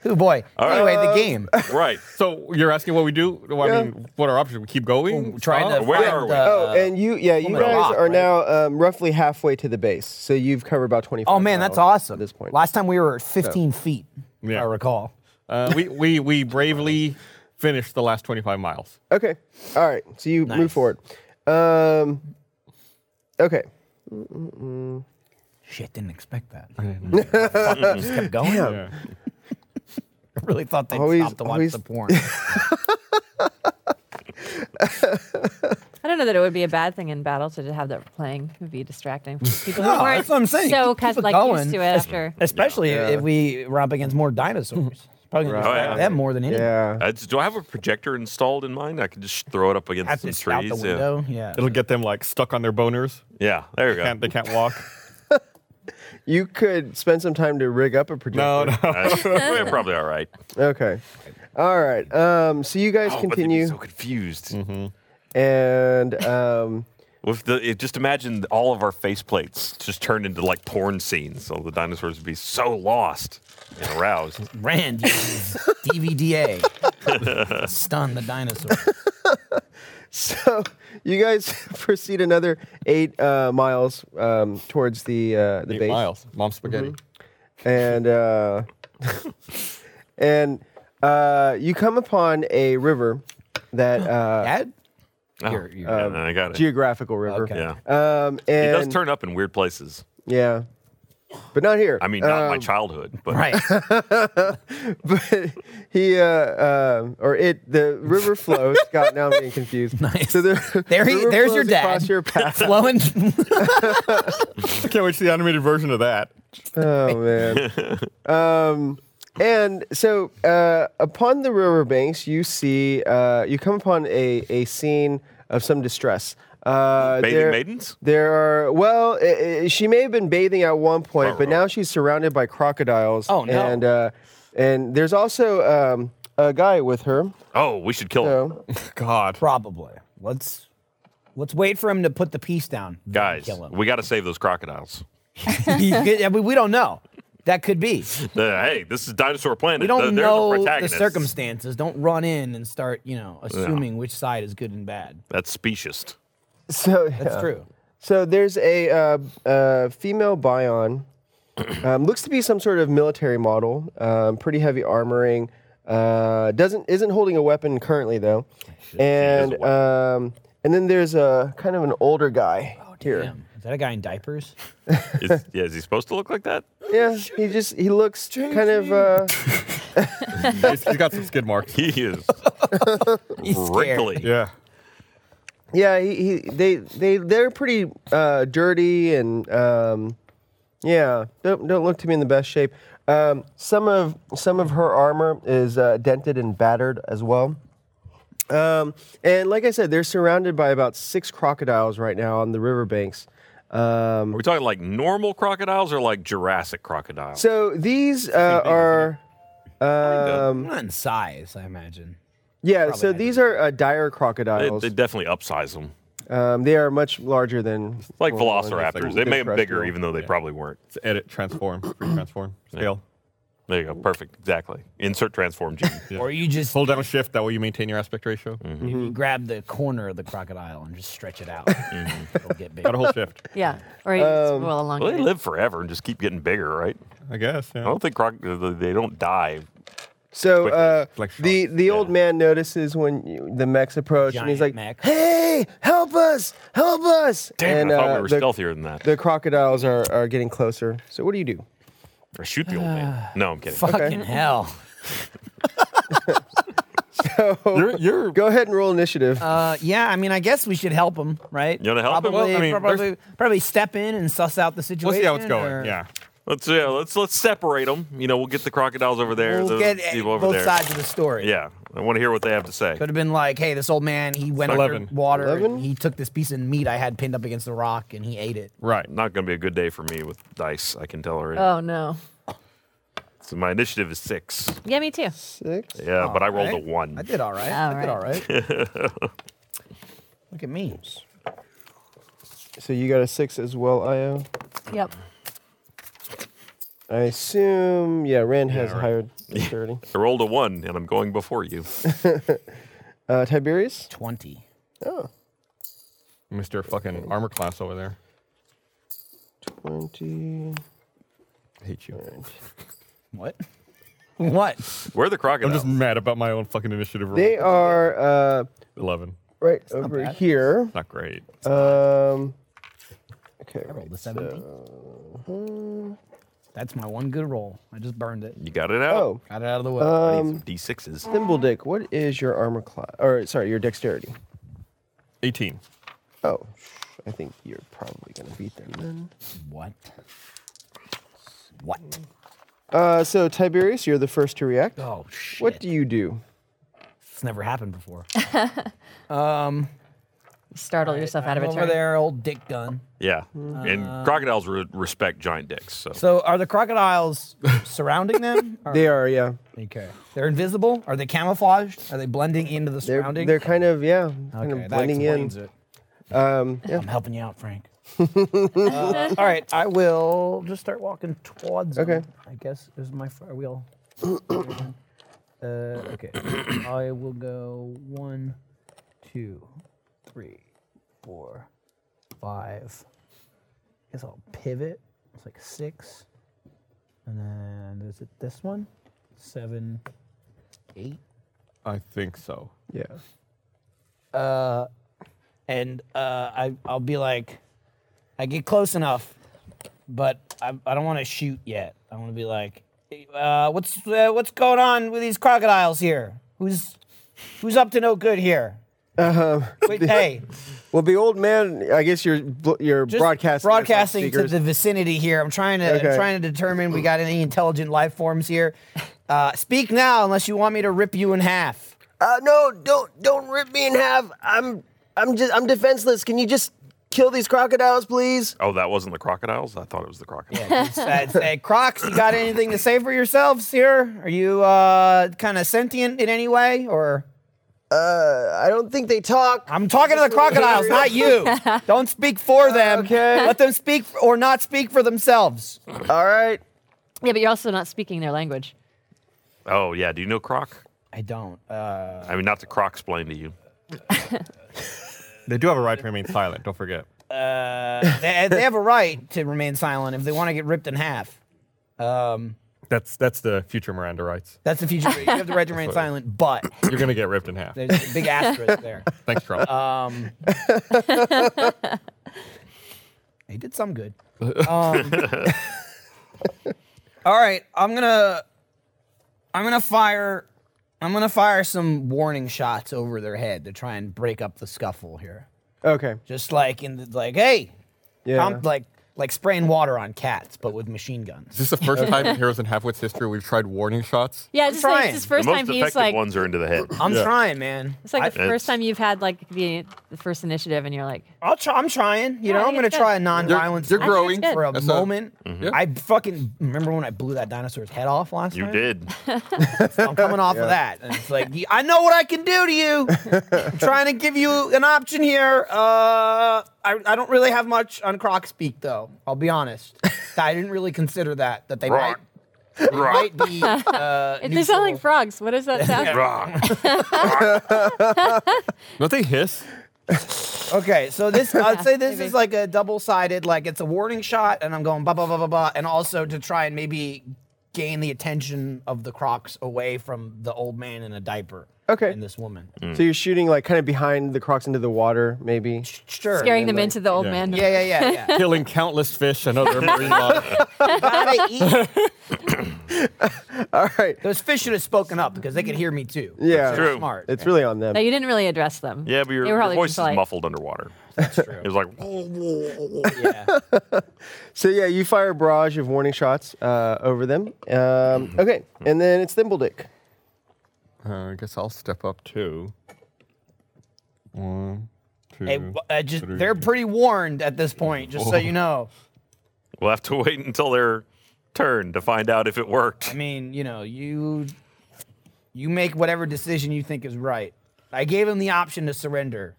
[SPEAKER 6] Oh boy. Anyway, the game.
[SPEAKER 5] Uh,
[SPEAKER 3] right.
[SPEAKER 9] So you're asking what we do? Well, I mean, what are options? We keep going?
[SPEAKER 6] Trying to
[SPEAKER 9] Stop?
[SPEAKER 3] where
[SPEAKER 6] find,
[SPEAKER 3] are we?
[SPEAKER 6] uh,
[SPEAKER 5] oh, and you, yeah, you
[SPEAKER 6] woman
[SPEAKER 5] guys
[SPEAKER 6] rock,
[SPEAKER 5] are
[SPEAKER 6] right?
[SPEAKER 5] now um, roughly halfway to the base. So you've covered about twenty.
[SPEAKER 6] oh man, that's awesome.
[SPEAKER 5] At this point,
[SPEAKER 6] last time we were at 15 feet.
[SPEAKER 9] Yeah.
[SPEAKER 6] I recall.
[SPEAKER 9] Uh, we, we, we bravely finished the last 25 miles.
[SPEAKER 5] okay, all right. So you move forward. Um, okay,
[SPEAKER 6] Shit, didn't expect that. just kept going. I really thought they'd
[SPEAKER 5] Always-
[SPEAKER 6] stop to watch
[SPEAKER 5] always-
[SPEAKER 6] the porn.
[SPEAKER 4] I don't know that it would be a bad thing in battle to just have that playing. It would be distracting. for People who
[SPEAKER 6] No,
[SPEAKER 4] weren't
[SPEAKER 6] that's what I'm saying.
[SPEAKER 4] so
[SPEAKER 6] Keep
[SPEAKER 4] cus-
[SPEAKER 6] it
[SPEAKER 4] like
[SPEAKER 6] going.
[SPEAKER 4] used to it after.
[SPEAKER 6] Especially if we romp against more dinosaurs. It's Probably gonna
[SPEAKER 5] Right.
[SPEAKER 6] distract
[SPEAKER 3] Oh, yeah.
[SPEAKER 6] them more than anything.
[SPEAKER 5] yeah.
[SPEAKER 3] I just- do I have a projector installed in mine? I can just throw it up against
[SPEAKER 6] Have
[SPEAKER 3] some
[SPEAKER 6] to scout
[SPEAKER 3] trees.
[SPEAKER 6] the
[SPEAKER 3] yeah.
[SPEAKER 6] window. Yeah.
[SPEAKER 9] It'll get them like stuck on their boners.
[SPEAKER 3] Yeah, there you go.
[SPEAKER 9] Can't, they can't walk.
[SPEAKER 5] You could spend some time to rig up a projector.
[SPEAKER 9] No, no.
[SPEAKER 3] Uh, we're probably all right.
[SPEAKER 5] Okay. All right. Um, so you guys
[SPEAKER 3] Oh, but they'd be
[SPEAKER 5] continue,
[SPEAKER 3] so confused.
[SPEAKER 6] Mm-hmm.
[SPEAKER 5] and um,
[SPEAKER 3] With the, it, just imagine all of our faceplates just turned into like porn scenes. All the dinosaurs would be so lost and aroused.
[SPEAKER 6] Rand uses DVDA. Stun the dinosaur.
[SPEAKER 5] so you guys proceed another eight uh, miles um, towards the uh, the
[SPEAKER 9] Eight
[SPEAKER 5] base,
[SPEAKER 9] miles. Mom spaghetti.
[SPEAKER 5] and uh, and uh, you come upon a river that uh,
[SPEAKER 6] Dad?
[SPEAKER 3] Oh,
[SPEAKER 6] You're- you're-
[SPEAKER 3] yeah, I got it.
[SPEAKER 5] geographical river.
[SPEAKER 6] Okay.
[SPEAKER 3] yeah.
[SPEAKER 5] Um, and
[SPEAKER 3] It does turn up in weird places.
[SPEAKER 5] yeah, but not here.
[SPEAKER 3] I mean, not my
[SPEAKER 5] Um,
[SPEAKER 3] childhood, but
[SPEAKER 6] Right.
[SPEAKER 5] but he uh, uh, or it the river flows. God, now I'm getting confused.
[SPEAKER 6] Nice.
[SPEAKER 5] So the,
[SPEAKER 6] There he-
[SPEAKER 5] river
[SPEAKER 6] there's your
[SPEAKER 5] flows across
[SPEAKER 6] dad.
[SPEAKER 5] Your path.
[SPEAKER 6] Flowing.
[SPEAKER 9] I can't wait to see the animated version of that.
[SPEAKER 5] Oh man. um, and so uh, upon the riverbanks, you see uh, you come upon a, a scene of some distress. Uh,
[SPEAKER 3] bathing
[SPEAKER 5] there,
[SPEAKER 3] maidens?
[SPEAKER 5] There are well, i i she may have been bathing at one point, but now she's surrounded by crocodiles.
[SPEAKER 6] Oh, no.
[SPEAKER 5] And uh, and there's also um, a guy with her.
[SPEAKER 3] Oh, we should kill him.
[SPEAKER 5] So
[SPEAKER 9] God.
[SPEAKER 6] Probably. Let's let's wait for him to put the piece down. then
[SPEAKER 3] Guys,
[SPEAKER 6] kill him.
[SPEAKER 3] we got to save those crocodiles.
[SPEAKER 6] You get- I mean, we don't know. That could be.
[SPEAKER 3] Uh, hey, this is Dinosaur Planet.
[SPEAKER 6] We don't
[SPEAKER 3] They're
[SPEAKER 6] know the
[SPEAKER 3] protagonists.
[SPEAKER 6] circumstances. Don't run in and start, you know, assuming which side is good and bad.
[SPEAKER 3] That's specious.
[SPEAKER 5] So
[SPEAKER 6] That's
[SPEAKER 5] yeah.
[SPEAKER 6] true.
[SPEAKER 5] So there's a uh, uh, female Bion. Um, looks to be some sort of military model. Um, pretty heavy armoring. Uh, doesn't isn't holding a weapon currently though.
[SPEAKER 3] has a
[SPEAKER 5] And um, and then there's a kind of an older guy here.
[SPEAKER 6] Damn. Is that a guy in diapers?
[SPEAKER 3] Is, yeah, is he supposed to look like that?
[SPEAKER 5] Yeah, he just he looks kind of uh,
[SPEAKER 9] He's- he's got some skid marks.
[SPEAKER 3] He is
[SPEAKER 6] He's scared.
[SPEAKER 3] wrinkly.
[SPEAKER 9] Yeah.
[SPEAKER 5] yeah he, he they they they're pretty uh, dirty and um, yeah don't don't look to be in the best shape. Um, some of some of her armor is uh, dented and battered as well. Um, and like I said, they're surrounded by about six crocodiles right now on the riverbanks. Um,
[SPEAKER 3] Are we talking like normal crocodiles or like Jurassic crocodiles?
[SPEAKER 5] so these uh, are. Um,
[SPEAKER 6] Not in size, I imagine.
[SPEAKER 5] Yeah, so these are uh, dire
[SPEAKER 3] they,
[SPEAKER 5] crocodiles.
[SPEAKER 3] they definitely upsize them.
[SPEAKER 5] um, they are much larger than
[SPEAKER 3] Like
[SPEAKER 5] well, well,
[SPEAKER 3] velociraptors.
[SPEAKER 5] like
[SPEAKER 3] They made them bigger
[SPEAKER 5] terrestrial.
[SPEAKER 3] even though they probably weren't.
[SPEAKER 9] It's edit, transform, free transform, scale.
[SPEAKER 3] There you go. Perfect. Exactly. Insert transform gene.
[SPEAKER 6] Or you just
[SPEAKER 9] Hold down shift, that way you maintain your aspect ratio. Mm-hmm.
[SPEAKER 6] you grab the corner of the crocodile and just stretch it out. It'll
[SPEAKER 3] Mm-hmm.
[SPEAKER 6] get big.
[SPEAKER 9] Got a whole shift,
[SPEAKER 4] Yeah. Or you just
[SPEAKER 6] Um,
[SPEAKER 4] roll along.
[SPEAKER 3] well, they live forever and just keep getting bigger, right?
[SPEAKER 9] I guess. Yeah.
[SPEAKER 3] I don't think croc- they don't die.
[SPEAKER 5] So uh,
[SPEAKER 9] Like sharks.
[SPEAKER 5] the the old man notices when you, the mechs approach, and he's like,
[SPEAKER 6] Giant mech.
[SPEAKER 5] "Hey, help us! Help us!"
[SPEAKER 3] Damn,
[SPEAKER 5] and uh,
[SPEAKER 3] I thought we were
[SPEAKER 5] the,
[SPEAKER 3] stealthier than that.
[SPEAKER 5] the crocodiles are, are getting closer. So what do you do?
[SPEAKER 3] Or shoot the old man. No, I'm kidding.
[SPEAKER 6] Fucking hell.
[SPEAKER 9] You're, you're
[SPEAKER 5] Go ahead and roll initiative.
[SPEAKER 6] Uh, yeah, I mean, I guess we should help him, right?
[SPEAKER 3] You wanna help him?
[SPEAKER 6] probably,
[SPEAKER 3] Well, I
[SPEAKER 9] mean,
[SPEAKER 6] probably, probably step in and suss out the situation.
[SPEAKER 9] We'll see how it's
[SPEAKER 6] or-
[SPEAKER 9] going. Yeah.
[SPEAKER 3] Let's yeah, let's let's separate them. You know, we'll get the crocodiles over there. the
[SPEAKER 6] We'll get uh,
[SPEAKER 3] people over
[SPEAKER 6] both
[SPEAKER 3] there.
[SPEAKER 6] sides of the story.
[SPEAKER 3] Yeah, I want to hear what they have to say.
[SPEAKER 6] Could have been like, hey, this old man, he went under
[SPEAKER 9] 11.
[SPEAKER 6] water. and
[SPEAKER 5] 11?
[SPEAKER 6] He took this piece of meat I had pinned up against the rock and he ate it.
[SPEAKER 9] Right.
[SPEAKER 3] Not going to be a good day for me with dice. I can tell already.
[SPEAKER 4] Oh, no.
[SPEAKER 3] So my initiative is six.
[SPEAKER 4] Yeah, me too.
[SPEAKER 5] Six.
[SPEAKER 3] Yeah, but I rolled
[SPEAKER 6] Right?
[SPEAKER 3] a one.
[SPEAKER 6] I did all right. I did all right. Look at me.
[SPEAKER 5] So you got a six as well, Io.
[SPEAKER 4] Yep.
[SPEAKER 5] I assume. Yeah, Rand has higher dexterity.
[SPEAKER 3] I rolled a one, and I'm going before you.
[SPEAKER 5] Uh, Tiberius.
[SPEAKER 6] 20.
[SPEAKER 9] Mr. fucking armor class over there.
[SPEAKER 5] Twenty.
[SPEAKER 9] I hate you.
[SPEAKER 6] What? What?
[SPEAKER 3] Where are the
[SPEAKER 9] I'm
[SPEAKER 3] crocodiles?
[SPEAKER 9] just mad about my own fucking initiative roll.
[SPEAKER 5] They are uh,
[SPEAKER 9] 11.
[SPEAKER 5] right over
[SPEAKER 6] bad.
[SPEAKER 5] here.
[SPEAKER 9] Not great.
[SPEAKER 5] Um, okay.
[SPEAKER 6] I rolled a 17. That's my one good roll. I just burned it.
[SPEAKER 3] you got it out.
[SPEAKER 5] Oh,
[SPEAKER 6] Got it out of the way.
[SPEAKER 3] I
[SPEAKER 6] um,
[SPEAKER 3] need some
[SPEAKER 6] uh,
[SPEAKER 3] d6s.
[SPEAKER 5] Thimbledick, what is your armor class? Or sorry, your dexterity.
[SPEAKER 9] 18.
[SPEAKER 5] Oh, sh- I think you're probably gonna beat them then.
[SPEAKER 6] what? What?
[SPEAKER 5] Uh, so Tiberius, you're the first to react.
[SPEAKER 6] Oh, shit.
[SPEAKER 5] what do you do?
[SPEAKER 6] It's never happened before.
[SPEAKER 4] Startle yourself out of a
[SPEAKER 6] Over
[SPEAKER 4] turn.
[SPEAKER 6] there, old dick gun.
[SPEAKER 3] Yeah,
[SPEAKER 4] uh,
[SPEAKER 3] and crocodiles re- respect giant dicks. So,
[SPEAKER 6] So, are the crocodiles surrounding them? Or-
[SPEAKER 5] They are, yeah.
[SPEAKER 6] okay. They're invisible. Are they camouflaged? Are they blending into the
[SPEAKER 5] They're
[SPEAKER 6] surrounding?
[SPEAKER 5] they're kind of yeah,
[SPEAKER 6] okay,
[SPEAKER 5] kind of
[SPEAKER 6] that
[SPEAKER 5] blending
[SPEAKER 6] explains
[SPEAKER 5] in.
[SPEAKER 6] It.
[SPEAKER 5] Um, yeah.
[SPEAKER 6] I'm helping you out, Frank. Uh, all right, I will just start walking towards. 'em,
[SPEAKER 5] Okay.
[SPEAKER 6] I guess is my fire wheel. uh, okay, I will go one, two, three, four, five. I guess I'll pivot. It's like six, and then is it this one? Seven, eight.
[SPEAKER 9] I think so.
[SPEAKER 5] yeah.
[SPEAKER 6] Uh, and uh, I, I'll be like, I get close enough, but I, I don't want to shoot yet. I want to be like, "Hey, uh, what's uh, what's going on with these crocodiles here? Who's who's up to no good here?
[SPEAKER 5] Uh-huh.
[SPEAKER 6] Uh, Wait, hey,
[SPEAKER 5] Well, the old man. I guess you're bl- you're
[SPEAKER 6] just
[SPEAKER 5] broadcasting. this on
[SPEAKER 6] broadcasting to
[SPEAKER 5] speakers.
[SPEAKER 6] the vicinity here. I'm trying to I'm
[SPEAKER 5] Okay.
[SPEAKER 6] trying to determine we got any intelligent life forms here. Uh, speak now, unless you want me to rip you in half.
[SPEAKER 5] Uh, no, don't don't rip me in half. I'm I'm just I'm defenseless. Can you just kill these crocodiles, please?
[SPEAKER 3] oh, that wasn't the crocodiles. I thought it was the crocodiles.
[SPEAKER 6] I'd say, Crocs, you got anything to say for yourselves here? Are you uh, kind of sentient in any way? Or
[SPEAKER 5] I don't think they talk.
[SPEAKER 6] I'm talking to the crocodiles, not you. Don't speak for them.
[SPEAKER 5] Okay.
[SPEAKER 6] Let them speak or not speak for themselves.
[SPEAKER 5] All right.
[SPEAKER 4] Yeah, but you're also not speaking their language.
[SPEAKER 3] Oh yeah, do you know Croc?
[SPEAKER 6] I don't. Uh,
[SPEAKER 3] I mean, not to Croc explain to you.
[SPEAKER 9] They do have a right to remain silent. Don't forget.
[SPEAKER 6] they, they have a right to remain silent if they want to get ripped in half. Um,
[SPEAKER 9] That's that's the future Miranda rights.
[SPEAKER 6] that's the future. You have the right to remain silent, but
[SPEAKER 9] You're gonna get ripped in half.
[SPEAKER 6] there's a big asterisk there.
[SPEAKER 9] Thanks, Trump.
[SPEAKER 5] Uh,
[SPEAKER 6] Um, he did some good. Um, all right, I'm gonna, I'm gonna fire, I'm gonna fire some warning shots over their head to try and break up the scuffle here.
[SPEAKER 5] Okay.
[SPEAKER 6] Just like in the like, hey,
[SPEAKER 5] Yeah.
[SPEAKER 6] I'm like like spraying water on cats, but with machine guns.
[SPEAKER 9] Is this the first time in Heroes and Halfwits history we've tried warning shots?
[SPEAKER 4] Yeah, just like
[SPEAKER 6] trying.
[SPEAKER 4] it's his
[SPEAKER 3] The
[SPEAKER 4] first
[SPEAKER 3] most
[SPEAKER 4] time
[SPEAKER 3] effective
[SPEAKER 4] he's like
[SPEAKER 3] ones are into the head.
[SPEAKER 6] I'm trying, man.
[SPEAKER 4] it's like the
[SPEAKER 3] I-
[SPEAKER 4] first time you've had like the the first initiative and you're like
[SPEAKER 6] I'll try, I'm trying. You
[SPEAKER 4] Yeah,
[SPEAKER 6] know,
[SPEAKER 4] I
[SPEAKER 6] I'm
[SPEAKER 4] think
[SPEAKER 6] gonna
[SPEAKER 4] it's
[SPEAKER 6] try a
[SPEAKER 4] good.
[SPEAKER 6] non-violence
[SPEAKER 9] You're
[SPEAKER 4] I think it's
[SPEAKER 9] growing.
[SPEAKER 4] good.
[SPEAKER 6] for a
[SPEAKER 9] That's a- Mm-hmm.
[SPEAKER 6] moment.
[SPEAKER 9] Yeah.
[SPEAKER 6] I fucking remember when I blew that dinosaur's head off last
[SPEAKER 3] You
[SPEAKER 6] time.
[SPEAKER 3] did.
[SPEAKER 6] I'm coming off of that, and it's like y- I know what I can do to you. I'm trying to give you an option here. Uh, I, I don't really have much on Croc speak though. I'll be honest. I didn't really consider that that they might.
[SPEAKER 3] Rock.
[SPEAKER 6] They might be. Uh,
[SPEAKER 4] If they sound like
[SPEAKER 6] neutral.
[SPEAKER 4] frogs, what does that sound?
[SPEAKER 3] Rock.
[SPEAKER 9] Don't they hiss?
[SPEAKER 6] Okay, so this I'd say this
[SPEAKER 4] Maybe.
[SPEAKER 6] is like a double-sided, like it's a warning shot, and I'm going blah blah blah blah blah, and also to try and maybe gain the attention of the Crocs away from the old man in a diaper.
[SPEAKER 5] Okay.
[SPEAKER 6] And this woman.
[SPEAKER 5] So you're shooting like kind of behind the crocs into the water, maybe.
[SPEAKER 6] Sure.
[SPEAKER 4] Scaring them
[SPEAKER 5] then, like-
[SPEAKER 4] into the old
[SPEAKER 9] Yeah.
[SPEAKER 4] man.
[SPEAKER 6] Yeah, yeah, yeah, yeah.
[SPEAKER 9] Killing countless fish and other marine life.
[SPEAKER 6] Gotta eat.
[SPEAKER 5] All right.
[SPEAKER 6] Those fish should have spoken up because they could hear me too.
[SPEAKER 5] Yeah.
[SPEAKER 6] They're
[SPEAKER 3] True.
[SPEAKER 6] Smart.
[SPEAKER 5] It's really on
[SPEAKER 4] No,
[SPEAKER 5] them.
[SPEAKER 4] you didn't really address them.
[SPEAKER 3] Yeah, but your,
[SPEAKER 4] They were
[SPEAKER 3] your
[SPEAKER 4] probably
[SPEAKER 3] voice
[SPEAKER 4] just
[SPEAKER 3] is
[SPEAKER 4] like-
[SPEAKER 3] muffled underwater.
[SPEAKER 6] That's true.
[SPEAKER 3] It was like,
[SPEAKER 5] So yeah, you fire a barrage of warning shots uh, over them. Um,
[SPEAKER 9] Mm-hmm.
[SPEAKER 5] okay, and then it's Thimbledick.
[SPEAKER 9] Uh, I guess I'll step up too. One, two.
[SPEAKER 6] Hey, w- uh, just, they're pretty warned at this point, just so you know.
[SPEAKER 3] we'll have to wait until their turn to find out if it worked.
[SPEAKER 6] I mean, you know, you you make whatever decision you think is right. I gave them the option to surrender,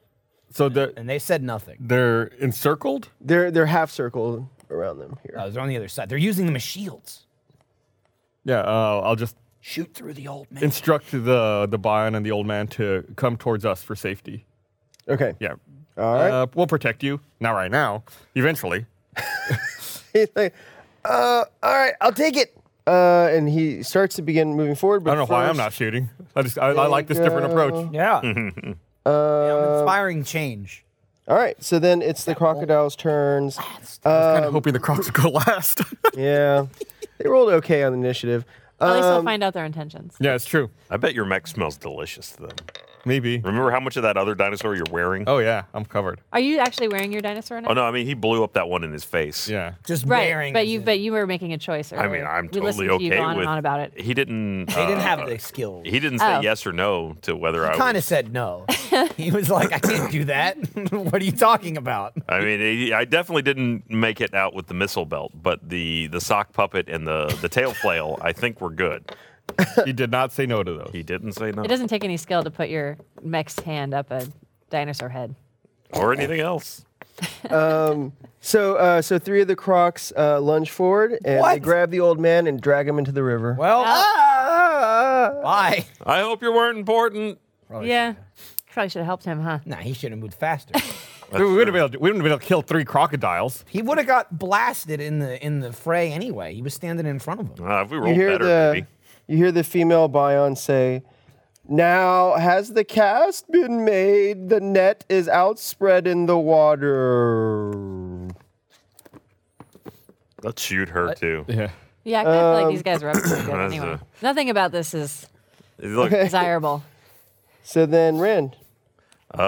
[SPEAKER 9] so they're
[SPEAKER 6] and they said nothing.
[SPEAKER 9] they're encircled.
[SPEAKER 5] They're they're half circled around them here.
[SPEAKER 6] Uh, they're on the other side. They're using them as shields.
[SPEAKER 9] Yeah, uh, I'll just
[SPEAKER 6] Shoot through the old man.
[SPEAKER 9] instruct the the Bion and the old man to come towards us for safety.
[SPEAKER 5] Okay.
[SPEAKER 9] Yeah.
[SPEAKER 5] All right.
[SPEAKER 9] Uh, we'll protect you. Not right now. Eventually.
[SPEAKER 5] He's like, uh, all right, I'll take it. Uh, and he starts to begin moving forward. But
[SPEAKER 9] I don't know why I'm not
[SPEAKER 5] first-
[SPEAKER 9] shooting. I just I, I like this different approach.
[SPEAKER 5] Uh,
[SPEAKER 6] yeah. Yeah, I'm inspiring change.
[SPEAKER 5] All right, so then it's the crocodile's turns.
[SPEAKER 9] Ah,
[SPEAKER 5] Uh,
[SPEAKER 9] kind of hoping the crocs would go last.
[SPEAKER 5] Yeah, they rolled okay on the initiative.
[SPEAKER 4] At least they'll
[SPEAKER 5] Um,
[SPEAKER 4] find out their intentions.
[SPEAKER 9] yeah, it's true.
[SPEAKER 3] I bet your mech smells delicious to them.
[SPEAKER 9] Maybe.
[SPEAKER 3] Remember how much of that other dinosaur you're wearing? Oh,
[SPEAKER 9] Oh yeah, I'm covered.
[SPEAKER 4] Are you actually wearing your dinosaur now?
[SPEAKER 3] no, I mean, he blew up that one in his face.
[SPEAKER 9] Yeah.
[SPEAKER 6] Just
[SPEAKER 4] Right,
[SPEAKER 6] bearing.
[SPEAKER 4] but
[SPEAKER 6] is
[SPEAKER 4] you
[SPEAKER 6] in-
[SPEAKER 4] but you were making a choice earlier.
[SPEAKER 3] I mean, I'm
[SPEAKER 4] we
[SPEAKER 3] totally
[SPEAKER 4] listened
[SPEAKER 3] okay
[SPEAKER 4] to you go on
[SPEAKER 3] with
[SPEAKER 4] and on about it.
[SPEAKER 3] He didn't.
[SPEAKER 6] They didn't
[SPEAKER 3] uh,
[SPEAKER 6] have the skills.
[SPEAKER 3] He didn't say
[SPEAKER 4] Oh.
[SPEAKER 3] yes or no to whether I
[SPEAKER 6] kind of
[SPEAKER 3] was.
[SPEAKER 6] said no. he was like, I can't do that. what are you talking about?
[SPEAKER 3] I mean, he, I definitely didn't make it out with the missile belt, but the the sock puppet and the the tail flail, I think, were good.
[SPEAKER 9] he did not say no to those.
[SPEAKER 3] He didn't say no
[SPEAKER 4] It doesn't take any skill to put your mech's hand up a dinosaur head.
[SPEAKER 3] or anything else.
[SPEAKER 5] so uh, so three of the crocs uh, lunge forward and they
[SPEAKER 6] What?
[SPEAKER 5] grab the old man and drag him into the river.
[SPEAKER 6] Well, ah! bye.
[SPEAKER 3] I hope you weren't important.
[SPEAKER 4] yeah. Probably should have helped him, huh?
[SPEAKER 6] Nah, he should have moved faster.
[SPEAKER 9] we wouldn't have been able to, we wouldn't have been able to kill three crocodiles.
[SPEAKER 6] he would have got blasted in the in the fray anyway. He was standing in front of him.
[SPEAKER 3] Uh, if we
[SPEAKER 5] you
[SPEAKER 3] rolled
[SPEAKER 5] hear
[SPEAKER 3] better,
[SPEAKER 5] the
[SPEAKER 3] maybe.
[SPEAKER 5] you hear the female Bion say, "Now has the cast been made? The net is outspread in the water."
[SPEAKER 3] Let's shoot her too.
[SPEAKER 9] Yeah.
[SPEAKER 4] Yeah, I kind of feel
[SPEAKER 5] Um,
[SPEAKER 4] like these guys were up to no good
[SPEAKER 3] that's
[SPEAKER 4] anyway.
[SPEAKER 3] a-
[SPEAKER 4] Nothing about this is
[SPEAKER 3] Look,
[SPEAKER 4] desirable.
[SPEAKER 5] So then Ren,
[SPEAKER 3] uh,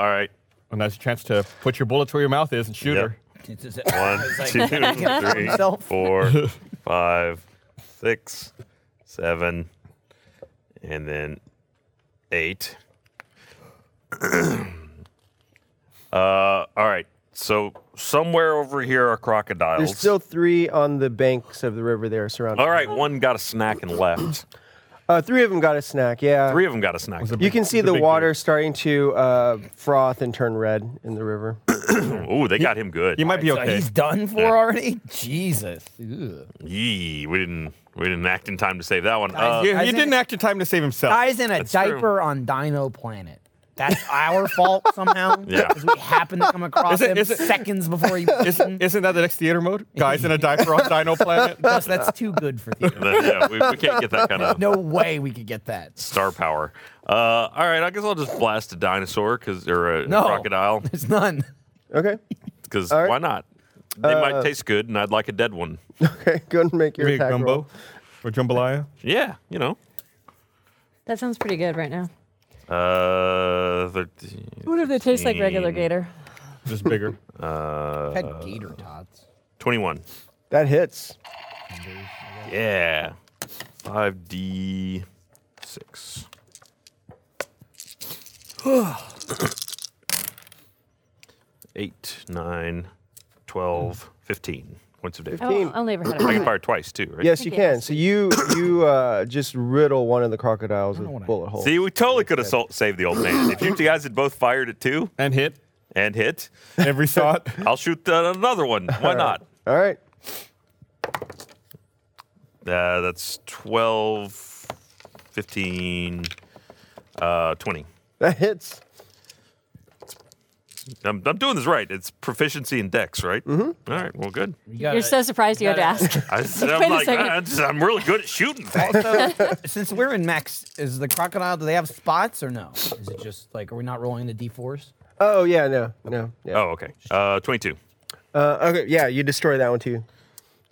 [SPEAKER 3] all right.
[SPEAKER 9] And that's your chance to put your bullets where your mouth is and shoot
[SPEAKER 3] Yep.
[SPEAKER 9] her.
[SPEAKER 6] It's just- uh,
[SPEAKER 3] One,
[SPEAKER 6] it's like-
[SPEAKER 3] two, three,
[SPEAKER 6] himself.
[SPEAKER 3] four, five, six, seven, and then eight. uh, all right. So somewhere over here are crocodiles.
[SPEAKER 5] there's still three on the banks of the river there surrounding.
[SPEAKER 3] all right, one got a snack and left.
[SPEAKER 5] Uh, three of them got a snack. Yeah.
[SPEAKER 3] Three of them got a snack.
[SPEAKER 5] You can see
[SPEAKER 9] It's a
[SPEAKER 5] the
[SPEAKER 9] big
[SPEAKER 5] water starting to uh, froth and turn red in the river.
[SPEAKER 3] Ooh, they got him good.
[SPEAKER 9] You might be
[SPEAKER 6] So
[SPEAKER 9] okay.
[SPEAKER 6] he's done for already. Jesus. Ugh.
[SPEAKER 3] Yee, we didn't we didn't act in time to save that one. Uh,
[SPEAKER 9] You-
[SPEAKER 6] I
[SPEAKER 9] he
[SPEAKER 6] think-
[SPEAKER 9] didn't act in time to save himself.
[SPEAKER 6] Guys in a diaper
[SPEAKER 3] true.
[SPEAKER 6] on Dino Planet. That's our fault somehow.
[SPEAKER 3] Yeah.
[SPEAKER 6] Because we happened to come across
[SPEAKER 9] Is it-
[SPEAKER 6] him
[SPEAKER 9] is it-
[SPEAKER 6] seconds before he.
[SPEAKER 9] Isn't, isn't that the next theater mode? Guys in a diaper on Dino Planet.
[SPEAKER 6] Gus, that's too good for theater.
[SPEAKER 3] that- yeah, we, we can't get that kind of
[SPEAKER 6] No way we could get that.
[SPEAKER 3] star power. Uh, all right, I guess I'll just blast a dinosaur because or a
[SPEAKER 6] No.
[SPEAKER 3] crocodile
[SPEAKER 6] There's none.
[SPEAKER 5] Okay.
[SPEAKER 3] because
[SPEAKER 5] All right.
[SPEAKER 3] why not? They might taste good, and I'd like a dead one.
[SPEAKER 5] Okay. Go ahead and make your
[SPEAKER 9] Maybe a
[SPEAKER 5] attack
[SPEAKER 9] gumbo
[SPEAKER 5] roll.
[SPEAKER 9] or jambalaya.
[SPEAKER 3] Yeah, you know.
[SPEAKER 4] That sounds pretty good right now.
[SPEAKER 3] Uh, 13,
[SPEAKER 4] What if they taste like regular
[SPEAKER 3] Mm.
[SPEAKER 4] gator?
[SPEAKER 9] Just bigger.
[SPEAKER 3] uh,
[SPEAKER 6] Had gator tots.
[SPEAKER 3] twenty-one.
[SPEAKER 5] That hits.
[SPEAKER 3] Yeah, five D six. Eight, nine, 12, 15 points of damage.
[SPEAKER 4] Oh,
[SPEAKER 5] Fifteen.
[SPEAKER 4] I'll never had
[SPEAKER 3] I can
[SPEAKER 4] it.
[SPEAKER 3] fire twice too, right?
[SPEAKER 5] Yes, you
[SPEAKER 4] Okay.
[SPEAKER 5] can. So you you uh, just riddle one of the crocodiles
[SPEAKER 6] know what
[SPEAKER 5] with
[SPEAKER 6] I-
[SPEAKER 5] bullet holes.
[SPEAKER 3] See, we totally could have sol- saved the old man. If you two guys had both fired at two
[SPEAKER 9] And hit
[SPEAKER 3] and hit,
[SPEAKER 9] every shot.
[SPEAKER 3] I'll shoot uh, another one. Why not?
[SPEAKER 5] All right.
[SPEAKER 3] Uh, that's 12, 15, uh, 20.
[SPEAKER 5] That hits.
[SPEAKER 3] I'm, I'm doing this right. It's proficiency in dex, right? Mm-hmm. right, well, good.
[SPEAKER 4] You're so surprised you had to ask.
[SPEAKER 3] I,
[SPEAKER 4] Wait
[SPEAKER 3] am
[SPEAKER 4] a
[SPEAKER 3] like,
[SPEAKER 4] second.
[SPEAKER 3] I, I just- I'm really good at shooting things.
[SPEAKER 6] Also, since we're in max, is the crocodile? Do they have spots or no? Is it just like are we not rolling the d4s?
[SPEAKER 5] Oh yeah, no, no. Yeah.
[SPEAKER 3] Oh, okay. Uh, 22. Oh.
[SPEAKER 5] Uh, okay. Yeah, you destroy that one too.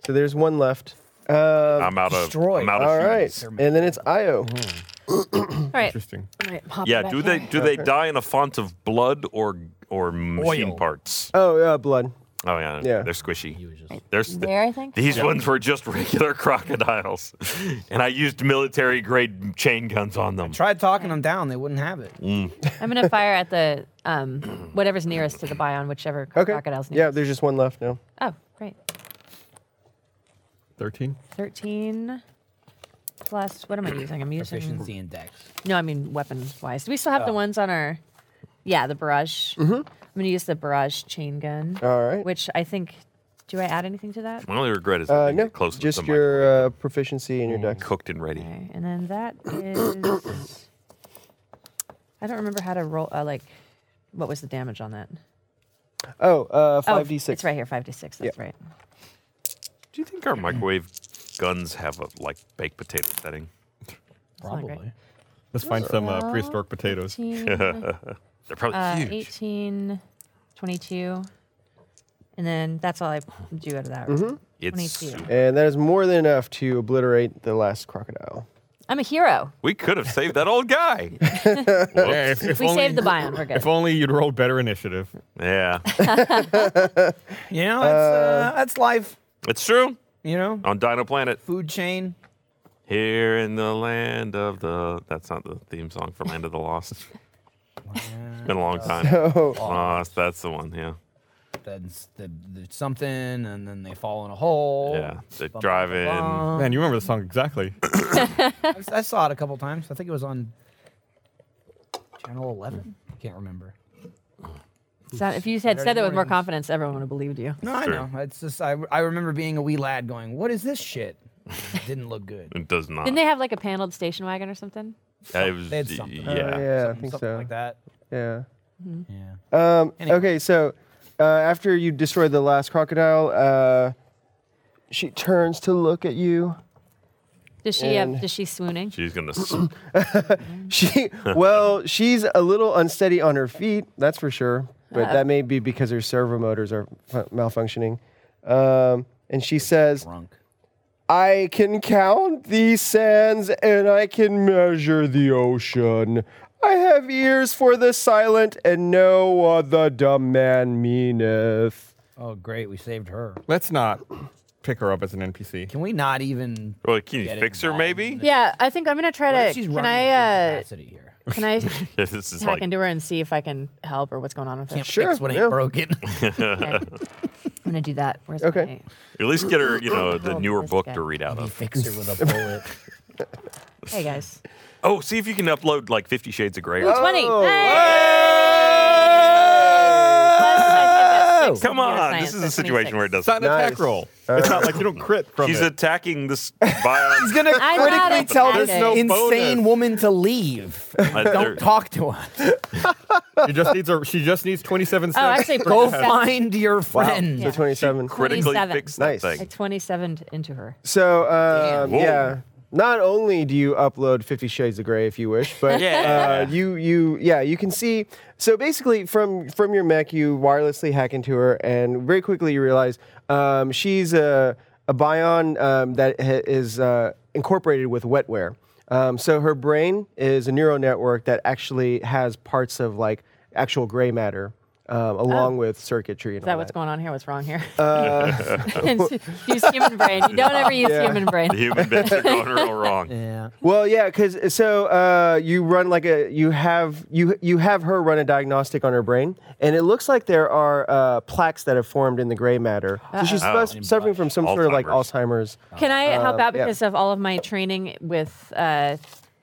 [SPEAKER 5] So there's one left. Uh,
[SPEAKER 3] I'm out of.
[SPEAKER 6] destroyed.
[SPEAKER 3] I'm out of
[SPEAKER 5] all
[SPEAKER 3] shooting.
[SPEAKER 5] right. And then it's Io.
[SPEAKER 4] All right.
[SPEAKER 9] Interesting.
[SPEAKER 4] All right, pop
[SPEAKER 3] Yeah.
[SPEAKER 4] it
[SPEAKER 3] Do
[SPEAKER 4] back
[SPEAKER 3] they
[SPEAKER 4] in.
[SPEAKER 3] do they die in a font of blood or or machine
[SPEAKER 6] Oil.
[SPEAKER 3] parts?
[SPEAKER 5] Oh, uh, blood.
[SPEAKER 3] Oh yeah.
[SPEAKER 5] Yeah.
[SPEAKER 3] They're squishy. They're s-
[SPEAKER 4] There, I think.
[SPEAKER 3] These ones were just regular crocodiles, and I used military grade chain guns on them.
[SPEAKER 6] Tried talking them down, they wouldn't have it.
[SPEAKER 4] I'm gonna fire at the um, whatever's nearest to the bion, whichever cro-
[SPEAKER 5] Okay.
[SPEAKER 4] crocodile's
[SPEAKER 5] yeah,
[SPEAKER 4] nearest.
[SPEAKER 5] there's just one left now.
[SPEAKER 4] Yeah. Oh, great.
[SPEAKER 9] 13.
[SPEAKER 4] Thirteen plus. What am I using? I'm using.
[SPEAKER 6] Proficiency index.
[SPEAKER 4] No, I mean weapon wise. Do we still have the ones on our? Yeah, the barrage. I'm gonna use the barrage chain gun.
[SPEAKER 5] All right.
[SPEAKER 4] Which I think. Do I add anything to that?
[SPEAKER 3] My only regret is that
[SPEAKER 5] Uh,
[SPEAKER 3] they
[SPEAKER 5] no,
[SPEAKER 3] get close to
[SPEAKER 5] just
[SPEAKER 3] the Mm.
[SPEAKER 5] your uh, proficiency and your dex.
[SPEAKER 3] cooked and ready.
[SPEAKER 4] Okay, and then that is. I don't remember how to roll. Uh, like, what was the damage on that?
[SPEAKER 5] Oh, uh,
[SPEAKER 4] Oh,
[SPEAKER 5] 5d6.
[SPEAKER 4] It's right here, five d six. That's
[SPEAKER 5] Yeah.
[SPEAKER 4] right.
[SPEAKER 3] Do you think our microwave guns have a like baked potato setting?
[SPEAKER 4] not great.
[SPEAKER 6] Probably.
[SPEAKER 9] Let's find some uh, prehistoric potatoes.
[SPEAKER 4] 18,
[SPEAKER 3] They're probably
[SPEAKER 4] uh,
[SPEAKER 3] huge.
[SPEAKER 4] 18, 22. And then that's all I do out of that.
[SPEAKER 3] It's
[SPEAKER 4] 22.
[SPEAKER 5] And that is more than enough to obliterate the last crocodile.
[SPEAKER 4] I'm a hero.
[SPEAKER 3] We could have saved that old guy.
[SPEAKER 9] Yeah, if, if
[SPEAKER 4] we
[SPEAKER 9] only,
[SPEAKER 4] saved the biome. We're good.
[SPEAKER 9] if only you'd rolled better initiative.
[SPEAKER 3] yeah,
[SPEAKER 6] You know, that's, uh, that's life.
[SPEAKER 3] it's true.
[SPEAKER 6] You know,
[SPEAKER 3] On Dino Planet,
[SPEAKER 6] food chain.
[SPEAKER 3] here in the land of the. That's not the theme song for Land of the Lost. It's been a long time.
[SPEAKER 5] Oh,
[SPEAKER 3] Lost. That's the one. Yeah.
[SPEAKER 6] Then s- the, the something, and then they fall in a hole.
[SPEAKER 3] Yeah. They
[SPEAKER 6] Bum,
[SPEAKER 3] drive
[SPEAKER 6] bum,
[SPEAKER 3] in.
[SPEAKER 6] bum.
[SPEAKER 9] Man, you remember the song exactly.
[SPEAKER 6] I- I saw it a couple times. I think it was on Channel 11. Can't remember.
[SPEAKER 4] It's not- if you had said that with more
[SPEAKER 6] mornings.
[SPEAKER 4] confidence, everyone would have believed you.
[SPEAKER 6] No, I
[SPEAKER 3] Sure.
[SPEAKER 6] know. It's just I, I remember being a wee lad going, "What is this shit?" It didn't look good.
[SPEAKER 3] It does not.
[SPEAKER 4] Didn't they have like a paneled station wagon or something?
[SPEAKER 3] I was,
[SPEAKER 6] They had something.
[SPEAKER 3] Yeah.
[SPEAKER 5] Oh, yeah, I think
[SPEAKER 6] Something
[SPEAKER 5] so.
[SPEAKER 6] like that.
[SPEAKER 5] Yeah.
[SPEAKER 6] Yeah.
[SPEAKER 5] Um,
[SPEAKER 6] Anyway.
[SPEAKER 5] Okay, so uh, after you destroy the last crocodile, uh, she turns to look at you.
[SPEAKER 4] Does she
[SPEAKER 5] And-
[SPEAKER 4] have, does she swooning?
[SPEAKER 3] She's gonna. s-
[SPEAKER 5] She, well, she's a little unsteady on her feet, that's for sure. But that may be because her servo motors are fu- malfunctioning. Um, and she says,
[SPEAKER 6] Drunk.
[SPEAKER 5] I can count these sands and I can measure the ocean. I have ears for the silent and know what the dumb man meaneth.
[SPEAKER 6] Oh, great. We saved her.
[SPEAKER 9] Let's not pick her up as an NPC.
[SPEAKER 6] Can we not even?
[SPEAKER 3] Well, Oh, can you
[SPEAKER 6] Get
[SPEAKER 3] fix her?
[SPEAKER 6] involved.
[SPEAKER 3] Maybe.
[SPEAKER 4] Yeah, I think I'm gonna
[SPEAKER 6] What
[SPEAKER 4] try to.
[SPEAKER 6] if she's
[SPEAKER 4] Can
[SPEAKER 6] running
[SPEAKER 4] I?
[SPEAKER 6] full
[SPEAKER 4] Uh,
[SPEAKER 6] capacity here.
[SPEAKER 4] can I
[SPEAKER 3] this is
[SPEAKER 4] hack
[SPEAKER 3] like.
[SPEAKER 4] into her and see if I can help or what's going on with her?
[SPEAKER 6] Can't
[SPEAKER 5] Sure,
[SPEAKER 6] fix what ain't
[SPEAKER 5] yeah.
[SPEAKER 6] broken.
[SPEAKER 4] Okay. I'm gonna do that. Where's
[SPEAKER 5] Okay.
[SPEAKER 4] my-
[SPEAKER 3] At least get her, you know, the
[SPEAKER 4] Oh,
[SPEAKER 3] newer
[SPEAKER 4] this
[SPEAKER 3] book
[SPEAKER 4] guy.
[SPEAKER 3] to read out
[SPEAKER 6] you
[SPEAKER 3] of.
[SPEAKER 6] fix her with a bullet.
[SPEAKER 10] Hey guys.
[SPEAKER 3] Oh, see if you can upload like Fifty Shades of Grey.
[SPEAKER 10] Ooh,
[SPEAKER 4] Oh,
[SPEAKER 10] 20. Hey!
[SPEAKER 3] Come on, this is a situation where it
[SPEAKER 9] It's not
[SPEAKER 3] doesn't.
[SPEAKER 9] an attack roll. It's not like you don't crit from
[SPEAKER 3] She's
[SPEAKER 9] it.
[SPEAKER 3] attacking this bion.
[SPEAKER 6] He's gonna
[SPEAKER 10] I thought
[SPEAKER 6] critically
[SPEAKER 10] it's
[SPEAKER 6] tell
[SPEAKER 10] happening.
[SPEAKER 6] this
[SPEAKER 10] There's no
[SPEAKER 6] insane
[SPEAKER 9] bonus.
[SPEAKER 6] woman to leave.
[SPEAKER 3] Uh, there-
[SPEAKER 6] Don't talk to us.
[SPEAKER 9] she just needs her. She just needs twenty-seven.
[SPEAKER 10] Oh,
[SPEAKER 9] cents.
[SPEAKER 10] actually,
[SPEAKER 6] Go
[SPEAKER 10] 27.
[SPEAKER 6] find your friend.
[SPEAKER 5] So
[SPEAKER 10] Yeah.
[SPEAKER 5] 27.
[SPEAKER 3] critically
[SPEAKER 10] 27.
[SPEAKER 3] fix
[SPEAKER 5] Nice.
[SPEAKER 3] that
[SPEAKER 10] I
[SPEAKER 3] thing.
[SPEAKER 10] 27 into her.
[SPEAKER 5] So, uh,
[SPEAKER 3] Whoa.
[SPEAKER 5] yeah. Not only do you upload Fifty Shades of Grey if you wish, but
[SPEAKER 3] Yeah.
[SPEAKER 5] uh, you you yeah you can see. So basically, from from your mech, you wirelessly hack into her, and very quickly you realize um, she's a a bion um, that ha- is uh, incorporated with wetware. Um, so her brain is a neural network that actually has parts of like actual gray matter um, along with circuitry. And
[SPEAKER 10] Oh. Is that
[SPEAKER 5] all
[SPEAKER 10] what's
[SPEAKER 5] that.
[SPEAKER 10] going on here? What's wrong here?
[SPEAKER 5] Uh,
[SPEAKER 10] use human brain. You don't ever use human brain.
[SPEAKER 3] The human bits are going real wrong.
[SPEAKER 6] Yeah.
[SPEAKER 5] Well, yeah, because so uh, you run like a you have you you have her run a diagnostic on her brain, and it looks like there are uh, plaques that have formed in the gray matter. So she's sus-
[SPEAKER 3] Oh,
[SPEAKER 5] suffering from some sort of like Alzheimer's.
[SPEAKER 10] Can I help out
[SPEAKER 5] Uh, yeah.
[SPEAKER 10] because of all of my training with uh,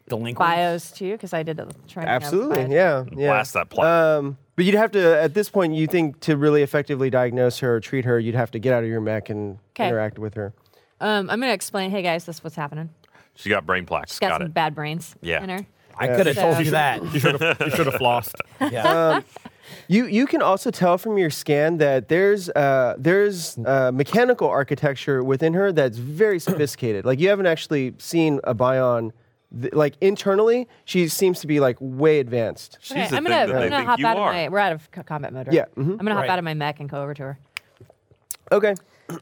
[SPEAKER 6] Delinquent.
[SPEAKER 10] bios too? Because I did a training. on
[SPEAKER 5] Absolutely,
[SPEAKER 10] bios.
[SPEAKER 5] yeah, yeah.
[SPEAKER 3] Blast that plot.
[SPEAKER 5] Um, but you'd have to at this point, you think to really effectively diagnose her or treat her, you'd have to get out of your mech and
[SPEAKER 10] 'Kay.
[SPEAKER 5] interact with her.
[SPEAKER 10] Um, I'm gonna explain. Hey guys, this is what's happening.
[SPEAKER 3] she got brain plaques.
[SPEAKER 10] She's got,
[SPEAKER 3] got
[SPEAKER 10] some
[SPEAKER 3] it.
[SPEAKER 10] bad brains
[SPEAKER 3] Yeah.
[SPEAKER 10] in her.
[SPEAKER 6] I could have
[SPEAKER 10] So-
[SPEAKER 6] told you that.
[SPEAKER 9] You should have. You should have flossed.
[SPEAKER 6] Yeah.
[SPEAKER 5] You you can also tell from your scan that there's uh, there's uh, mechanical architecture within her that's very sophisticated. like you haven't actually seen a Bion. Th- like internally, she seems to be like way advanced.
[SPEAKER 3] She's the
[SPEAKER 10] I'm
[SPEAKER 3] thing
[SPEAKER 10] gonna,
[SPEAKER 3] that
[SPEAKER 10] I'm
[SPEAKER 3] they
[SPEAKER 10] gonna
[SPEAKER 3] think
[SPEAKER 10] hop
[SPEAKER 3] you
[SPEAKER 10] out
[SPEAKER 3] are.
[SPEAKER 10] of my. We're out of co- combat mode. right?
[SPEAKER 5] Yeah, mhm.
[SPEAKER 10] I'm gonna hop
[SPEAKER 6] Right.
[SPEAKER 10] out of my mech and go over to her.
[SPEAKER 5] Okay,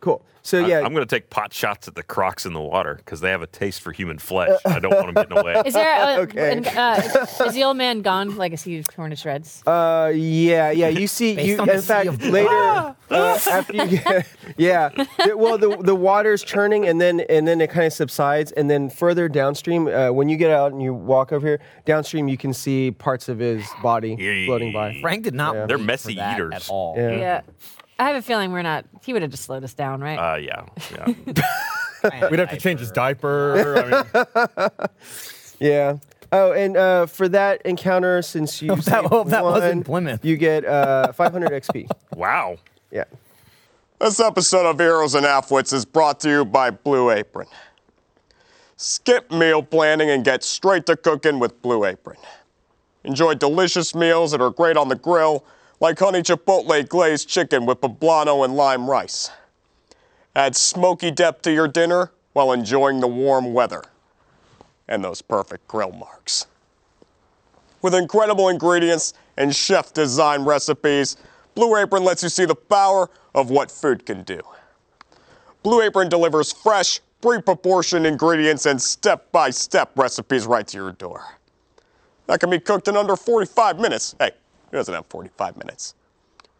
[SPEAKER 5] cool. So
[SPEAKER 3] I-
[SPEAKER 5] yeah,
[SPEAKER 3] I'm going to take pot shots at the crocs in the water because they have a taste for human flesh. I don't want them getting away.
[SPEAKER 10] Is there? A,
[SPEAKER 5] Okay.
[SPEAKER 10] and, uh, is- is the old man gone? Like, is he torn to shreds?
[SPEAKER 5] Uh, yeah, yeah. You see,
[SPEAKER 6] Based
[SPEAKER 5] you
[SPEAKER 6] on the
[SPEAKER 5] in
[SPEAKER 6] sea
[SPEAKER 5] fact
[SPEAKER 6] of-
[SPEAKER 5] later uh, after you get, yeah. The- well, the the water's churning, and then and then it kind of subsides, and then further downstream, uh, when you get out and you walk over here downstream, you can see parts of his body floating by.
[SPEAKER 6] Frank did not.
[SPEAKER 3] They're
[SPEAKER 6] leave
[SPEAKER 3] messy
[SPEAKER 6] for that
[SPEAKER 3] eaters.
[SPEAKER 6] at all.
[SPEAKER 5] Yeah.
[SPEAKER 10] yeah. I have a feeling we're not. He would have just slowed us down, right?
[SPEAKER 3] Uh, yeah. yeah.
[SPEAKER 9] We'd have to change his diaper. I mean,
[SPEAKER 5] Yeah. Oh, and uh, for that encounter, since you
[SPEAKER 6] Hope that-
[SPEAKER 5] saved
[SPEAKER 6] hope that wasn't
[SPEAKER 5] one,
[SPEAKER 6] Plymouth.
[SPEAKER 5] you get uh, 500 XP.
[SPEAKER 3] Wow.
[SPEAKER 5] Yeah.
[SPEAKER 7] This episode of Heroes and Halfwits is brought to you by Blue Apron. Skip meal planning and get straight to cooking with Blue Apron. Enjoy delicious meals that are great on the grill, like honey chipotle glazed chicken with poblano and lime rice. Add smoky depth to your dinner while enjoying the warm weather and those perfect grill marks. With incredible ingredients and chef design recipes, Blue Apron lets you see the power of what food can do. Blue Apron delivers fresh, pre proportioned ingredients and step by step recipes right to your door. That can be cooked in under 45 minutes. Hey, who doesn't have 45 minutes?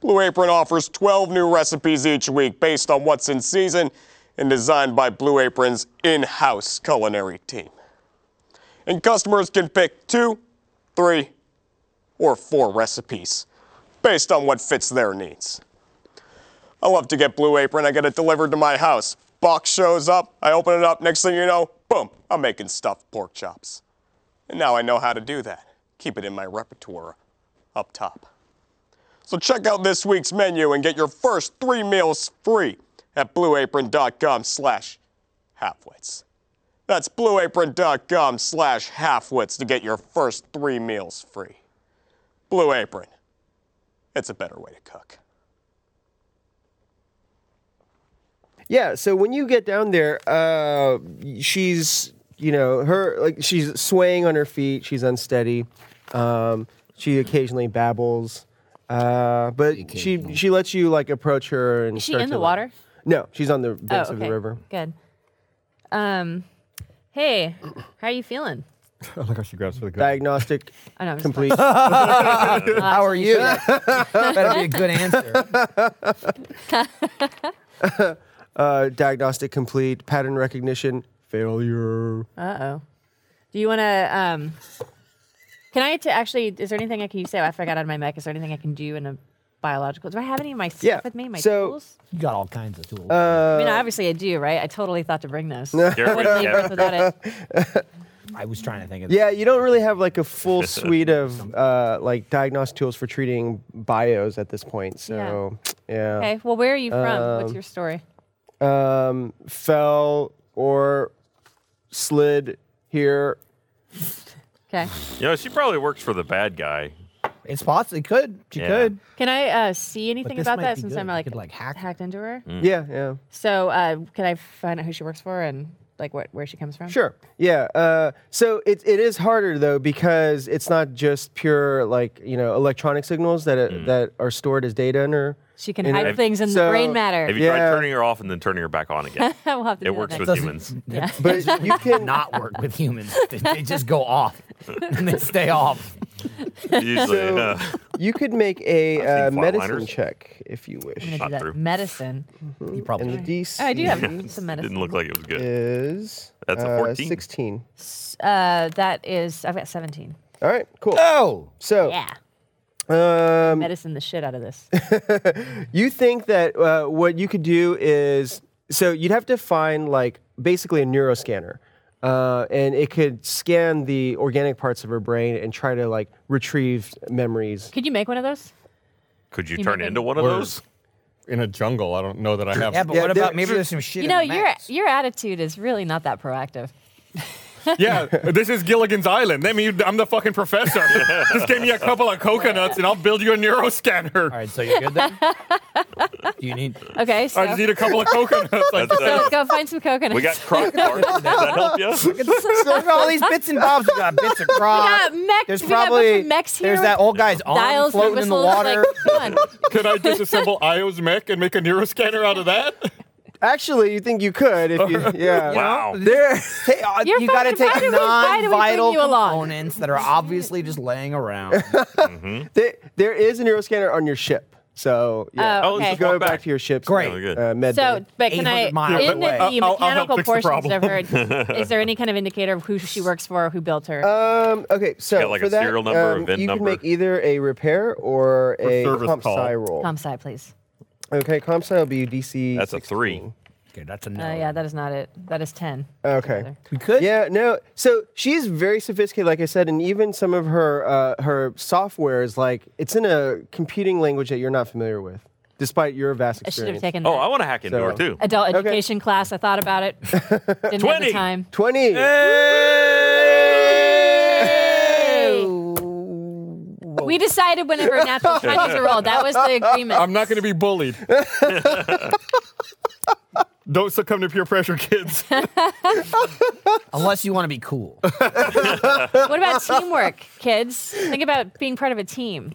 [SPEAKER 7] Blue Apron offers 12 new recipes each week based on what's in season and designed by Blue Apron's in house culinary team. And customers can pick two, three, or four recipes based on what fits their needs. I love to get Blue Apron. I get it delivered to my house. Box shows up. I open it up. Next thing you know, boom, I'm making stuffed pork chops. And now I know how to do that. Keep it in my repertoire up top. So check out this week's menu and get your first three meals free at blueapron.com slash halfwits. That's blueapron.com slash halfwits to get your first three meals free. Blue Apron. It's a better way to cook.
[SPEAKER 5] Yeah. So when you get down there, uh, she's you know her like she's swaying on her feet. She's unsteady. Um, she occasionally babbles, uh, but she she lets you like approach her and.
[SPEAKER 10] Is she
[SPEAKER 5] start
[SPEAKER 10] in
[SPEAKER 5] to,
[SPEAKER 10] the
[SPEAKER 5] like-
[SPEAKER 10] water?
[SPEAKER 5] no, she's on the
[SPEAKER 10] Oh,
[SPEAKER 5] banks of the river.
[SPEAKER 10] Good. Um, hey, how are you feeling?
[SPEAKER 9] oh my gosh, she grabs for the gun.
[SPEAKER 5] Diagnostic
[SPEAKER 4] Oh,
[SPEAKER 10] I know. I'm just
[SPEAKER 5] complete.
[SPEAKER 6] How are you? Better be a good answer.
[SPEAKER 5] uh, diagnostic complete. Pattern recognition failure.
[SPEAKER 10] Uh oh. Do you want to?
[SPEAKER 4] oh,
[SPEAKER 10] Um, can I t- actually? Is there anything I can you say? I forgot out of my mech. Is there anything I can do in a
[SPEAKER 4] biological. Do I have any of my stuff
[SPEAKER 5] Yeah,
[SPEAKER 4] with me? My
[SPEAKER 5] so-
[SPEAKER 4] tools?
[SPEAKER 6] You got all kinds of tools.
[SPEAKER 4] I mean,
[SPEAKER 5] Uh,
[SPEAKER 4] obviously I do, right? I totally thought to bring those.
[SPEAKER 5] There
[SPEAKER 4] I wouldn't
[SPEAKER 3] we
[SPEAKER 4] leave
[SPEAKER 3] go.
[SPEAKER 4] Earth without it.
[SPEAKER 6] I was trying to think of.
[SPEAKER 5] yeah, you don't really have like a full suite of uh, like diagnostic tools for treating bios at this point. So yeah,
[SPEAKER 4] Okay. Well, where are you from? What's
[SPEAKER 5] Um,
[SPEAKER 4] your story?
[SPEAKER 5] um, fell or slid here.
[SPEAKER 4] Okay.
[SPEAKER 3] You know, she probably works for the bad guy.
[SPEAKER 6] It's possible. It could. She
[SPEAKER 3] Yeah.
[SPEAKER 6] could.
[SPEAKER 4] Can I uh, see anything
[SPEAKER 6] this
[SPEAKER 4] about
[SPEAKER 6] might
[SPEAKER 4] that
[SPEAKER 6] be
[SPEAKER 4] since
[SPEAKER 6] good.
[SPEAKER 4] I'm
[SPEAKER 6] You
[SPEAKER 4] like,
[SPEAKER 6] could, like, hack-
[SPEAKER 4] hacked into her?
[SPEAKER 3] Mm.
[SPEAKER 5] Yeah, yeah.
[SPEAKER 4] So uh, can I find out who she works for and like what where she comes from?
[SPEAKER 5] Sure. Yeah. Uh, so it, it is harder though because it's not just pure like you know electronic signals that
[SPEAKER 3] Mm.
[SPEAKER 5] uh that are stored as data in her.
[SPEAKER 4] She can
[SPEAKER 5] in her-
[SPEAKER 4] hide things in the
[SPEAKER 5] So-
[SPEAKER 4] brain matter.
[SPEAKER 3] Have you tried
[SPEAKER 5] Yeah.
[SPEAKER 3] turning her off and then turning her back on again?
[SPEAKER 4] we'll have to
[SPEAKER 3] it
[SPEAKER 4] do
[SPEAKER 3] works
[SPEAKER 4] that
[SPEAKER 3] with
[SPEAKER 4] next.
[SPEAKER 3] humans.
[SPEAKER 5] But you can
[SPEAKER 6] Not work with humans. They, they just go off and they stay off.
[SPEAKER 3] Usually,
[SPEAKER 5] So-
[SPEAKER 3] uh,
[SPEAKER 5] you could make a
[SPEAKER 3] I've
[SPEAKER 5] uh,
[SPEAKER 3] seen
[SPEAKER 5] medicine
[SPEAKER 3] flatliners.
[SPEAKER 5] check if you
[SPEAKER 4] I'm
[SPEAKER 5] wish.
[SPEAKER 4] gonna do
[SPEAKER 3] Shot
[SPEAKER 4] that
[SPEAKER 3] through.
[SPEAKER 4] medicine.
[SPEAKER 6] You probably.
[SPEAKER 5] And the DC
[SPEAKER 4] Oh, I do have some medicine.
[SPEAKER 3] didn't look like it was good.
[SPEAKER 5] is
[SPEAKER 3] That's a
[SPEAKER 5] uh,
[SPEAKER 3] 14.
[SPEAKER 5] sixteen.
[SPEAKER 4] Uh, that is, I've got 17.
[SPEAKER 5] All right. Cool.
[SPEAKER 6] Oh,
[SPEAKER 5] So
[SPEAKER 4] Yeah.
[SPEAKER 5] um,
[SPEAKER 4] Medicine the shit out of this.
[SPEAKER 5] You think that uh, what you could do is so you'd have to find like basically a neuroscanner, uh, and it could scan the organic parts of her brain and try to like retrieve memories.
[SPEAKER 4] Could you make one of those?
[SPEAKER 3] Could you,
[SPEAKER 4] You
[SPEAKER 3] turn
[SPEAKER 4] make a-
[SPEAKER 3] into one of
[SPEAKER 9] Or-
[SPEAKER 3] those?
[SPEAKER 9] in a jungle. I don't know that I have.
[SPEAKER 6] yeah, but
[SPEAKER 5] Yeah,
[SPEAKER 6] what
[SPEAKER 5] there-
[SPEAKER 6] about maybe there's some shit.
[SPEAKER 4] You
[SPEAKER 6] in
[SPEAKER 4] know,
[SPEAKER 6] the
[SPEAKER 4] your
[SPEAKER 6] maps.
[SPEAKER 4] your attitude is really not that proactive.
[SPEAKER 9] Yeah, this is Gilligan's Island. I mean, I'm the fucking professor. Just give me a couple of coconuts and I'll build you a neuroscanner.
[SPEAKER 6] All right, so you're good then. Do you need?
[SPEAKER 4] Okay, so,
[SPEAKER 9] I just need a couple of coconuts. Like,
[SPEAKER 3] That's, uh,
[SPEAKER 4] so go find some coconuts.
[SPEAKER 3] we got croc parts. Does that help you?
[SPEAKER 6] Look at all these bits and bobs. We got bits of crop.
[SPEAKER 4] got mech-
[SPEAKER 6] There's
[SPEAKER 4] Uh, we got a bunch
[SPEAKER 6] probably
[SPEAKER 4] of mechs
[SPEAKER 6] there's
[SPEAKER 4] here.
[SPEAKER 6] that old guy's arm
[SPEAKER 4] dials and
[SPEAKER 6] floating in the
[SPEAKER 4] whistles. like,
[SPEAKER 6] water.
[SPEAKER 4] come on.
[SPEAKER 9] could I disassemble Io's mech and make a neuroscanner out of that?
[SPEAKER 5] Actually, you think you could if you yeah.
[SPEAKER 3] Wow.
[SPEAKER 5] There,
[SPEAKER 6] Hey, uh,
[SPEAKER 4] You're
[SPEAKER 6] you got to
[SPEAKER 4] fucking-
[SPEAKER 6] take
[SPEAKER 4] why do we- why do we bring
[SPEAKER 6] non-vital
[SPEAKER 4] you along?
[SPEAKER 6] components that are obviously just laying around.
[SPEAKER 5] there, there is a neuroscanner on your ship. So yeah,
[SPEAKER 4] Oh,
[SPEAKER 3] Oh,
[SPEAKER 5] you
[SPEAKER 4] okay.
[SPEAKER 5] should go
[SPEAKER 3] walk
[SPEAKER 5] back.
[SPEAKER 3] back.
[SPEAKER 5] to your ship.
[SPEAKER 6] Great.
[SPEAKER 3] Really good.
[SPEAKER 5] Uh, med
[SPEAKER 4] So,
[SPEAKER 5] bay.
[SPEAKER 4] but can
[SPEAKER 6] 800
[SPEAKER 4] I,
[SPEAKER 6] miles
[SPEAKER 4] in the,
[SPEAKER 6] away.
[SPEAKER 4] the
[SPEAKER 9] I'll- I'll help
[SPEAKER 4] mechanical
[SPEAKER 9] fix the
[SPEAKER 4] portions
[SPEAKER 9] problem.
[SPEAKER 4] of her, is there any kind of indicator of who she works for, who built her?
[SPEAKER 6] Uh,
[SPEAKER 5] Um, okay, so
[SPEAKER 3] got, like,
[SPEAKER 5] for
[SPEAKER 3] a
[SPEAKER 5] that,
[SPEAKER 3] serial number, a
[SPEAKER 5] um,
[SPEAKER 3] VIN
[SPEAKER 5] you
[SPEAKER 3] number.
[SPEAKER 5] can make either a repair or, a
[SPEAKER 9] service
[SPEAKER 5] comp
[SPEAKER 9] call.
[SPEAKER 5] sci roll.
[SPEAKER 4] Calm side, please.
[SPEAKER 5] Okay, comp sci will be DC.
[SPEAKER 3] That's a three.
[SPEAKER 5] 16.
[SPEAKER 6] okay, that's a
[SPEAKER 4] Uh,
[SPEAKER 6] no. Oh,
[SPEAKER 4] yeah, that is not it. That is 10.
[SPEAKER 5] Okay.
[SPEAKER 6] we could.
[SPEAKER 5] Yeah, no. So she's very sophisticated, like I said, and even some of her uh, her software is like it's in a computing language that you're not familiar with, despite your vast
[SPEAKER 4] I should have
[SPEAKER 5] experience.
[SPEAKER 4] taken
[SPEAKER 3] Oh,
[SPEAKER 4] that
[SPEAKER 3] I want to hack into her
[SPEAKER 5] So-
[SPEAKER 3] too.
[SPEAKER 4] adult
[SPEAKER 5] Okay.
[SPEAKER 4] education class. I thought about it. Didn't have
[SPEAKER 3] 20.
[SPEAKER 4] the time.
[SPEAKER 5] twenty.
[SPEAKER 4] We decided whenever a natural 20s are rolled. That was the agreement.
[SPEAKER 9] I'm not going to be bullied. Don't succumb to peer pressure, kids.
[SPEAKER 6] Unless you want to be cool.
[SPEAKER 4] What about teamwork, kids? Think about being part of a team.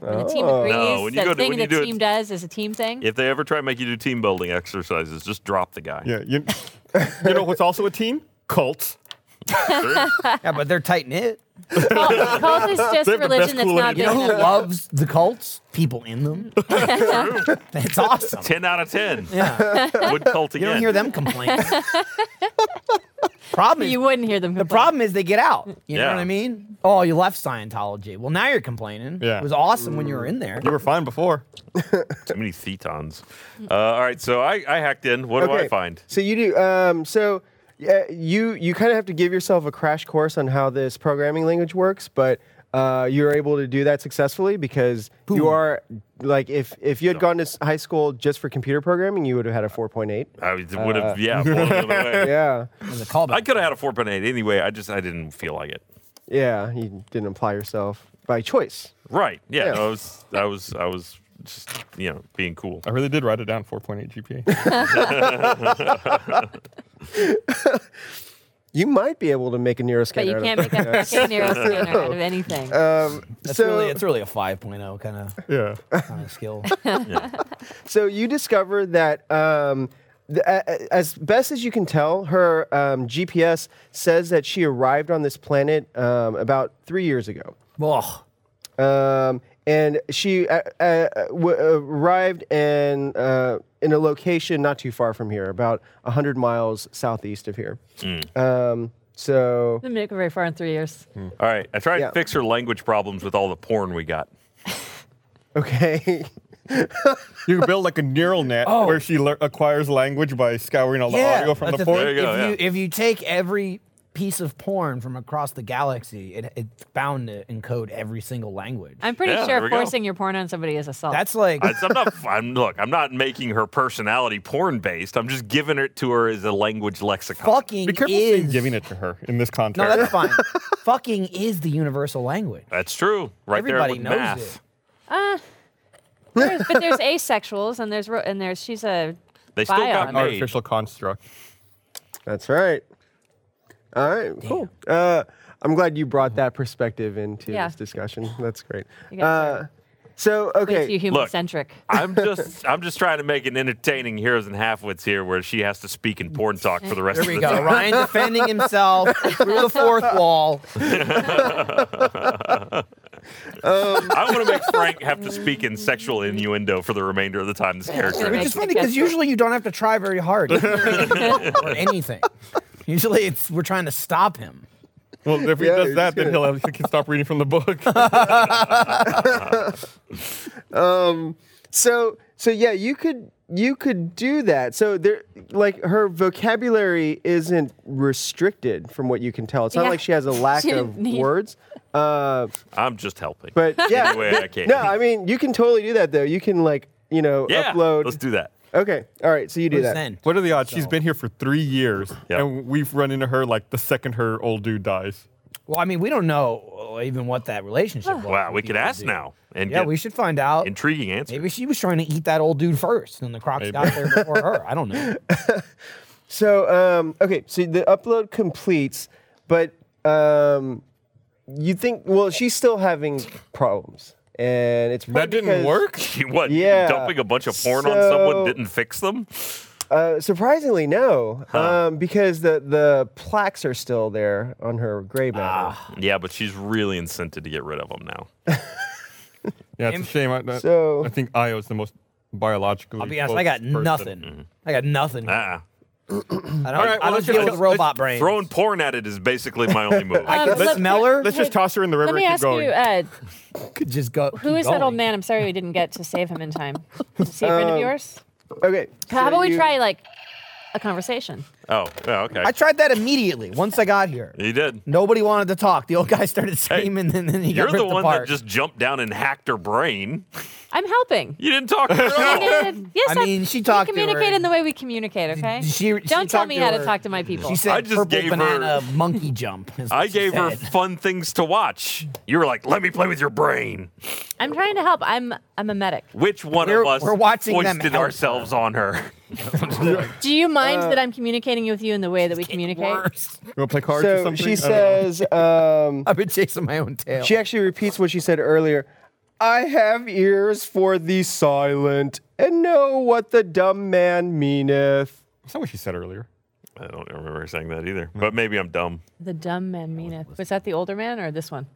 [SPEAKER 4] When the
[SPEAKER 6] Oh.
[SPEAKER 4] team agrees,
[SPEAKER 3] No, when you
[SPEAKER 4] that
[SPEAKER 3] go to-
[SPEAKER 4] thing
[SPEAKER 3] when you
[SPEAKER 4] the
[SPEAKER 3] do it-
[SPEAKER 4] team does is a team thing.
[SPEAKER 3] If they ever try and make you do team building exercises, just drop the guy.
[SPEAKER 9] Yeah, you, you know what's also a team? Cults.
[SPEAKER 6] yeah, but they're tight knit.
[SPEAKER 4] Cult, cult is just
[SPEAKER 9] They have the
[SPEAKER 4] religion
[SPEAKER 9] best
[SPEAKER 4] that's
[SPEAKER 9] cooler
[SPEAKER 4] not
[SPEAKER 6] You
[SPEAKER 4] big
[SPEAKER 6] know who
[SPEAKER 4] enough.
[SPEAKER 6] loves the cults? People in them. That's awesome.
[SPEAKER 3] Ten out of ten.
[SPEAKER 6] Yeah.
[SPEAKER 3] Would cult
[SPEAKER 6] You
[SPEAKER 3] again.
[SPEAKER 6] don't hear them complain. problem is,
[SPEAKER 4] You wouldn't hear them.
[SPEAKER 6] the
[SPEAKER 4] complain.
[SPEAKER 6] problem is they get out. You know
[SPEAKER 3] Yeah.
[SPEAKER 6] what I mean? Oh, you left Scientology. Well, now you're complaining.
[SPEAKER 9] Yeah.
[SPEAKER 6] It was awesome when you were in there.
[SPEAKER 9] You were fine before.
[SPEAKER 3] Too many thetons. Uh, all right, so I, I hacked in. What do I find?
[SPEAKER 5] So you do. Um, so uh, you you kind of have to give yourself a crash course on how this programming language works, but uh, you're able to do that successfully because you are like if if you had gone to s- high school just for computer programming, you would have had a four point eight.
[SPEAKER 3] I would have, yeah, blown it away.
[SPEAKER 5] Yeah,
[SPEAKER 6] There's a callback.
[SPEAKER 3] I could have had a four point eight anyway. I just I didn't feel like it.
[SPEAKER 5] yeah. You didn't apply yourself by choice.
[SPEAKER 3] Right? Yeah,
[SPEAKER 5] Yeah.
[SPEAKER 3] I was I was I was just you know being cool.
[SPEAKER 9] I really did write it down 4.8 GPA.
[SPEAKER 5] You might be able to make a neuroscanner.
[SPEAKER 4] But you
[SPEAKER 5] out of
[SPEAKER 4] can't make a fucking neuroscanner out of anything.
[SPEAKER 6] Uh, That's
[SPEAKER 5] so-
[SPEAKER 6] really, it's really a 5.0 kind of
[SPEAKER 9] yeah.
[SPEAKER 6] kind of skill.
[SPEAKER 5] So you discover that um, th- a- a- as best as you can tell, her um, GPS says that she arrived on this planet um, about three years ago.
[SPEAKER 6] Well,
[SPEAKER 5] Um, and she uh, uh, w- arrived in, uh, in a location not too far from here, about 100 miles southeast of here. Um, so,
[SPEAKER 4] Didn't make it very far in three years.
[SPEAKER 3] All right, I tried
[SPEAKER 5] Yeah.
[SPEAKER 3] to fix her language problems with all the porn we got.
[SPEAKER 5] Okay.
[SPEAKER 9] You can build like a neural net
[SPEAKER 6] Oh.
[SPEAKER 9] where she lear- acquires language by scouring all the audio from
[SPEAKER 6] that's
[SPEAKER 9] the porn.
[SPEAKER 3] There you go,
[SPEAKER 6] if,
[SPEAKER 3] yeah.
[SPEAKER 6] you, if you take every piece of porn from across the galaxy, it, it's bound to encode every single language.
[SPEAKER 4] I'm pretty
[SPEAKER 3] Yeah, there we
[SPEAKER 4] sure
[SPEAKER 3] go.
[SPEAKER 4] forcing your porn on somebody is assault.
[SPEAKER 6] That's like
[SPEAKER 3] I, am not. I'm look. I'm not making her personality porn based. I'm just giving it to her as a language lexicon.
[SPEAKER 6] fucking
[SPEAKER 9] Be careful
[SPEAKER 6] is
[SPEAKER 9] saying giving it to her in this
[SPEAKER 6] No,
[SPEAKER 9] context.
[SPEAKER 6] that's fine. fucking is the universal language.
[SPEAKER 3] That's true. Right
[SPEAKER 6] Everybody
[SPEAKER 3] there with
[SPEAKER 6] knows
[SPEAKER 3] math.
[SPEAKER 6] it.
[SPEAKER 4] Uh, there's, but there's asexuals and there's ro- and there's she's a
[SPEAKER 3] They still got
[SPEAKER 4] Bionic.
[SPEAKER 3] made.
[SPEAKER 9] artificial construct.
[SPEAKER 5] That's right. All right, cool. Uh, I'm glad you brought that perspective into
[SPEAKER 4] Yeah.
[SPEAKER 5] this discussion. That's great.
[SPEAKER 4] You guys
[SPEAKER 5] Uh, so,
[SPEAKER 4] way too
[SPEAKER 5] okay.
[SPEAKER 4] human centric.
[SPEAKER 3] I'm just. I'm just trying to make an entertaining heroes and halfwits here, where she has to speak in porn talk for the rest
[SPEAKER 6] There
[SPEAKER 3] of
[SPEAKER 6] we
[SPEAKER 3] the
[SPEAKER 6] go.
[SPEAKER 3] time.
[SPEAKER 6] Ryan defending himself through the fourth wall.
[SPEAKER 3] I want to make Frank have to speak in sexual innuendo for the remainder of the time this character.
[SPEAKER 4] Which
[SPEAKER 6] Which
[SPEAKER 3] exists.
[SPEAKER 6] is funny because usually you don't have to try very hard or anything. Usually it's we're trying to stop him.
[SPEAKER 9] Well, if he
[SPEAKER 5] Yeah,
[SPEAKER 9] does
[SPEAKER 5] it's
[SPEAKER 9] that, then
[SPEAKER 5] good.
[SPEAKER 9] he'll have, he can stop reading from the book.
[SPEAKER 5] So, so yeah, you could you could do that. So there, like her vocabulary isn't restricted from what you can tell. It's not
[SPEAKER 4] Yeah.
[SPEAKER 5] like she has a lack
[SPEAKER 4] She didn't
[SPEAKER 5] of
[SPEAKER 4] need-
[SPEAKER 5] words. Uh,
[SPEAKER 3] I'm just helping.
[SPEAKER 5] but yeah,
[SPEAKER 3] Any way I can.
[SPEAKER 5] no, I mean you can totally do that though. You can like you know
[SPEAKER 3] yeah,
[SPEAKER 5] upload.
[SPEAKER 3] Let's do that.
[SPEAKER 5] Okay, all right. So you do
[SPEAKER 6] Who's
[SPEAKER 5] that.
[SPEAKER 6] then?
[SPEAKER 9] what are the odds? She's been here for three years,
[SPEAKER 3] Yep.
[SPEAKER 9] and we've run into her like the second her old dude dies.
[SPEAKER 6] Well, I mean, we don't know uh, even what that relationship was.
[SPEAKER 3] Wow, we
[SPEAKER 6] with
[SPEAKER 3] could
[SPEAKER 6] the old
[SPEAKER 3] ask
[SPEAKER 6] dude.
[SPEAKER 3] now and
[SPEAKER 6] Yeah,
[SPEAKER 3] get
[SPEAKER 6] we should find out.
[SPEAKER 3] intriguing answer.
[SPEAKER 6] Maybe she was trying to eat that old dude first, and the crocs got there before her. I don't know.
[SPEAKER 5] So um, okay, so the upload completes, but um, you think well she's still having problems, and it's
[SPEAKER 9] That
[SPEAKER 5] probably
[SPEAKER 9] didn't
[SPEAKER 5] because-
[SPEAKER 9] work.
[SPEAKER 3] what?
[SPEAKER 5] Yeah.
[SPEAKER 3] Dumping a bunch of porn on someone
[SPEAKER 5] So-
[SPEAKER 3] didn't fix them.
[SPEAKER 5] Uh, surprisingly, no, um, because the the plaques are still there on her gray matter.
[SPEAKER 9] Ah.
[SPEAKER 3] Yeah, but she's really incented to get rid of them now.
[SPEAKER 9] Yeah, it's a shame. I, I-
[SPEAKER 5] So-
[SPEAKER 9] I think Io's the most biologically.
[SPEAKER 6] I'll be honest, I got
[SPEAKER 9] focused person.
[SPEAKER 6] nothing. I got nothing. I
[SPEAKER 3] mm. Ah.
[SPEAKER 6] don't, I
[SPEAKER 9] right, well,
[SPEAKER 6] don't
[SPEAKER 9] let's
[SPEAKER 6] deal
[SPEAKER 9] just-
[SPEAKER 6] with robot brains.
[SPEAKER 3] Throwing porn at it is basically my only move.
[SPEAKER 6] I
[SPEAKER 4] Um,
[SPEAKER 6] could
[SPEAKER 4] let-
[SPEAKER 6] smell her.
[SPEAKER 9] Let's just toss her in the river
[SPEAKER 4] Let me
[SPEAKER 9] and
[SPEAKER 4] ask
[SPEAKER 9] keep going.
[SPEAKER 4] you, uh,
[SPEAKER 6] could just go.
[SPEAKER 4] who is that old man? I'm sorry we didn't get to save him in time. Is he a friend
[SPEAKER 6] Um,
[SPEAKER 4] of yours?
[SPEAKER 5] Okay,
[SPEAKER 4] How
[SPEAKER 5] so
[SPEAKER 4] about we
[SPEAKER 5] you-
[SPEAKER 4] try like a conversation?
[SPEAKER 3] oh, yeah, okay.
[SPEAKER 6] I tried that immediately once I got here.
[SPEAKER 3] you did.
[SPEAKER 6] Nobody wanted to talk. The old guy started screaming, and then he
[SPEAKER 3] You're
[SPEAKER 6] got ripped
[SPEAKER 3] the one
[SPEAKER 6] apart.
[SPEAKER 3] that just jumped down and hacked her brain.
[SPEAKER 4] I'm helping.
[SPEAKER 3] You didn't talk to her at all.
[SPEAKER 4] Communicated- yes,
[SPEAKER 6] I mean, she talked to
[SPEAKER 4] We
[SPEAKER 6] her
[SPEAKER 4] communicate in
[SPEAKER 6] and-
[SPEAKER 4] the way we communicate. Okay.
[SPEAKER 6] she- she
[SPEAKER 4] Don't tell
[SPEAKER 6] talked
[SPEAKER 4] me
[SPEAKER 6] to
[SPEAKER 4] how
[SPEAKER 6] her.
[SPEAKER 4] to talk to my people.
[SPEAKER 6] She said,
[SPEAKER 3] I just
[SPEAKER 6] "Purple
[SPEAKER 3] gave her-
[SPEAKER 6] banana monkey jump." is what
[SPEAKER 3] I
[SPEAKER 6] she
[SPEAKER 3] gave her
[SPEAKER 6] said.
[SPEAKER 3] fun things to watch. You were like, let me play with your brain.
[SPEAKER 4] I'm trying to help. I'm I'm a medic.
[SPEAKER 3] Which one
[SPEAKER 6] We're-
[SPEAKER 3] of us
[SPEAKER 6] we're watching them
[SPEAKER 3] foisted
[SPEAKER 6] help
[SPEAKER 3] ourselves on her?
[SPEAKER 4] Do you mind that I'm communicating with you in the way that we communicate?
[SPEAKER 6] Uh, Worse.
[SPEAKER 9] You want to play cards or
[SPEAKER 5] So
[SPEAKER 9] something?
[SPEAKER 5] she
[SPEAKER 9] I don't know.
[SPEAKER 5] says, um,
[SPEAKER 6] I've been chasing my own tail.
[SPEAKER 5] she actually repeats what she said earlier. I have ears for the silent and know what the dumb man meaneth.
[SPEAKER 9] That's not what she said earlier.
[SPEAKER 3] I don't remember her saying that either, but maybe I'm dumb.
[SPEAKER 4] The dumb man meaneth. Was that the older man or this one?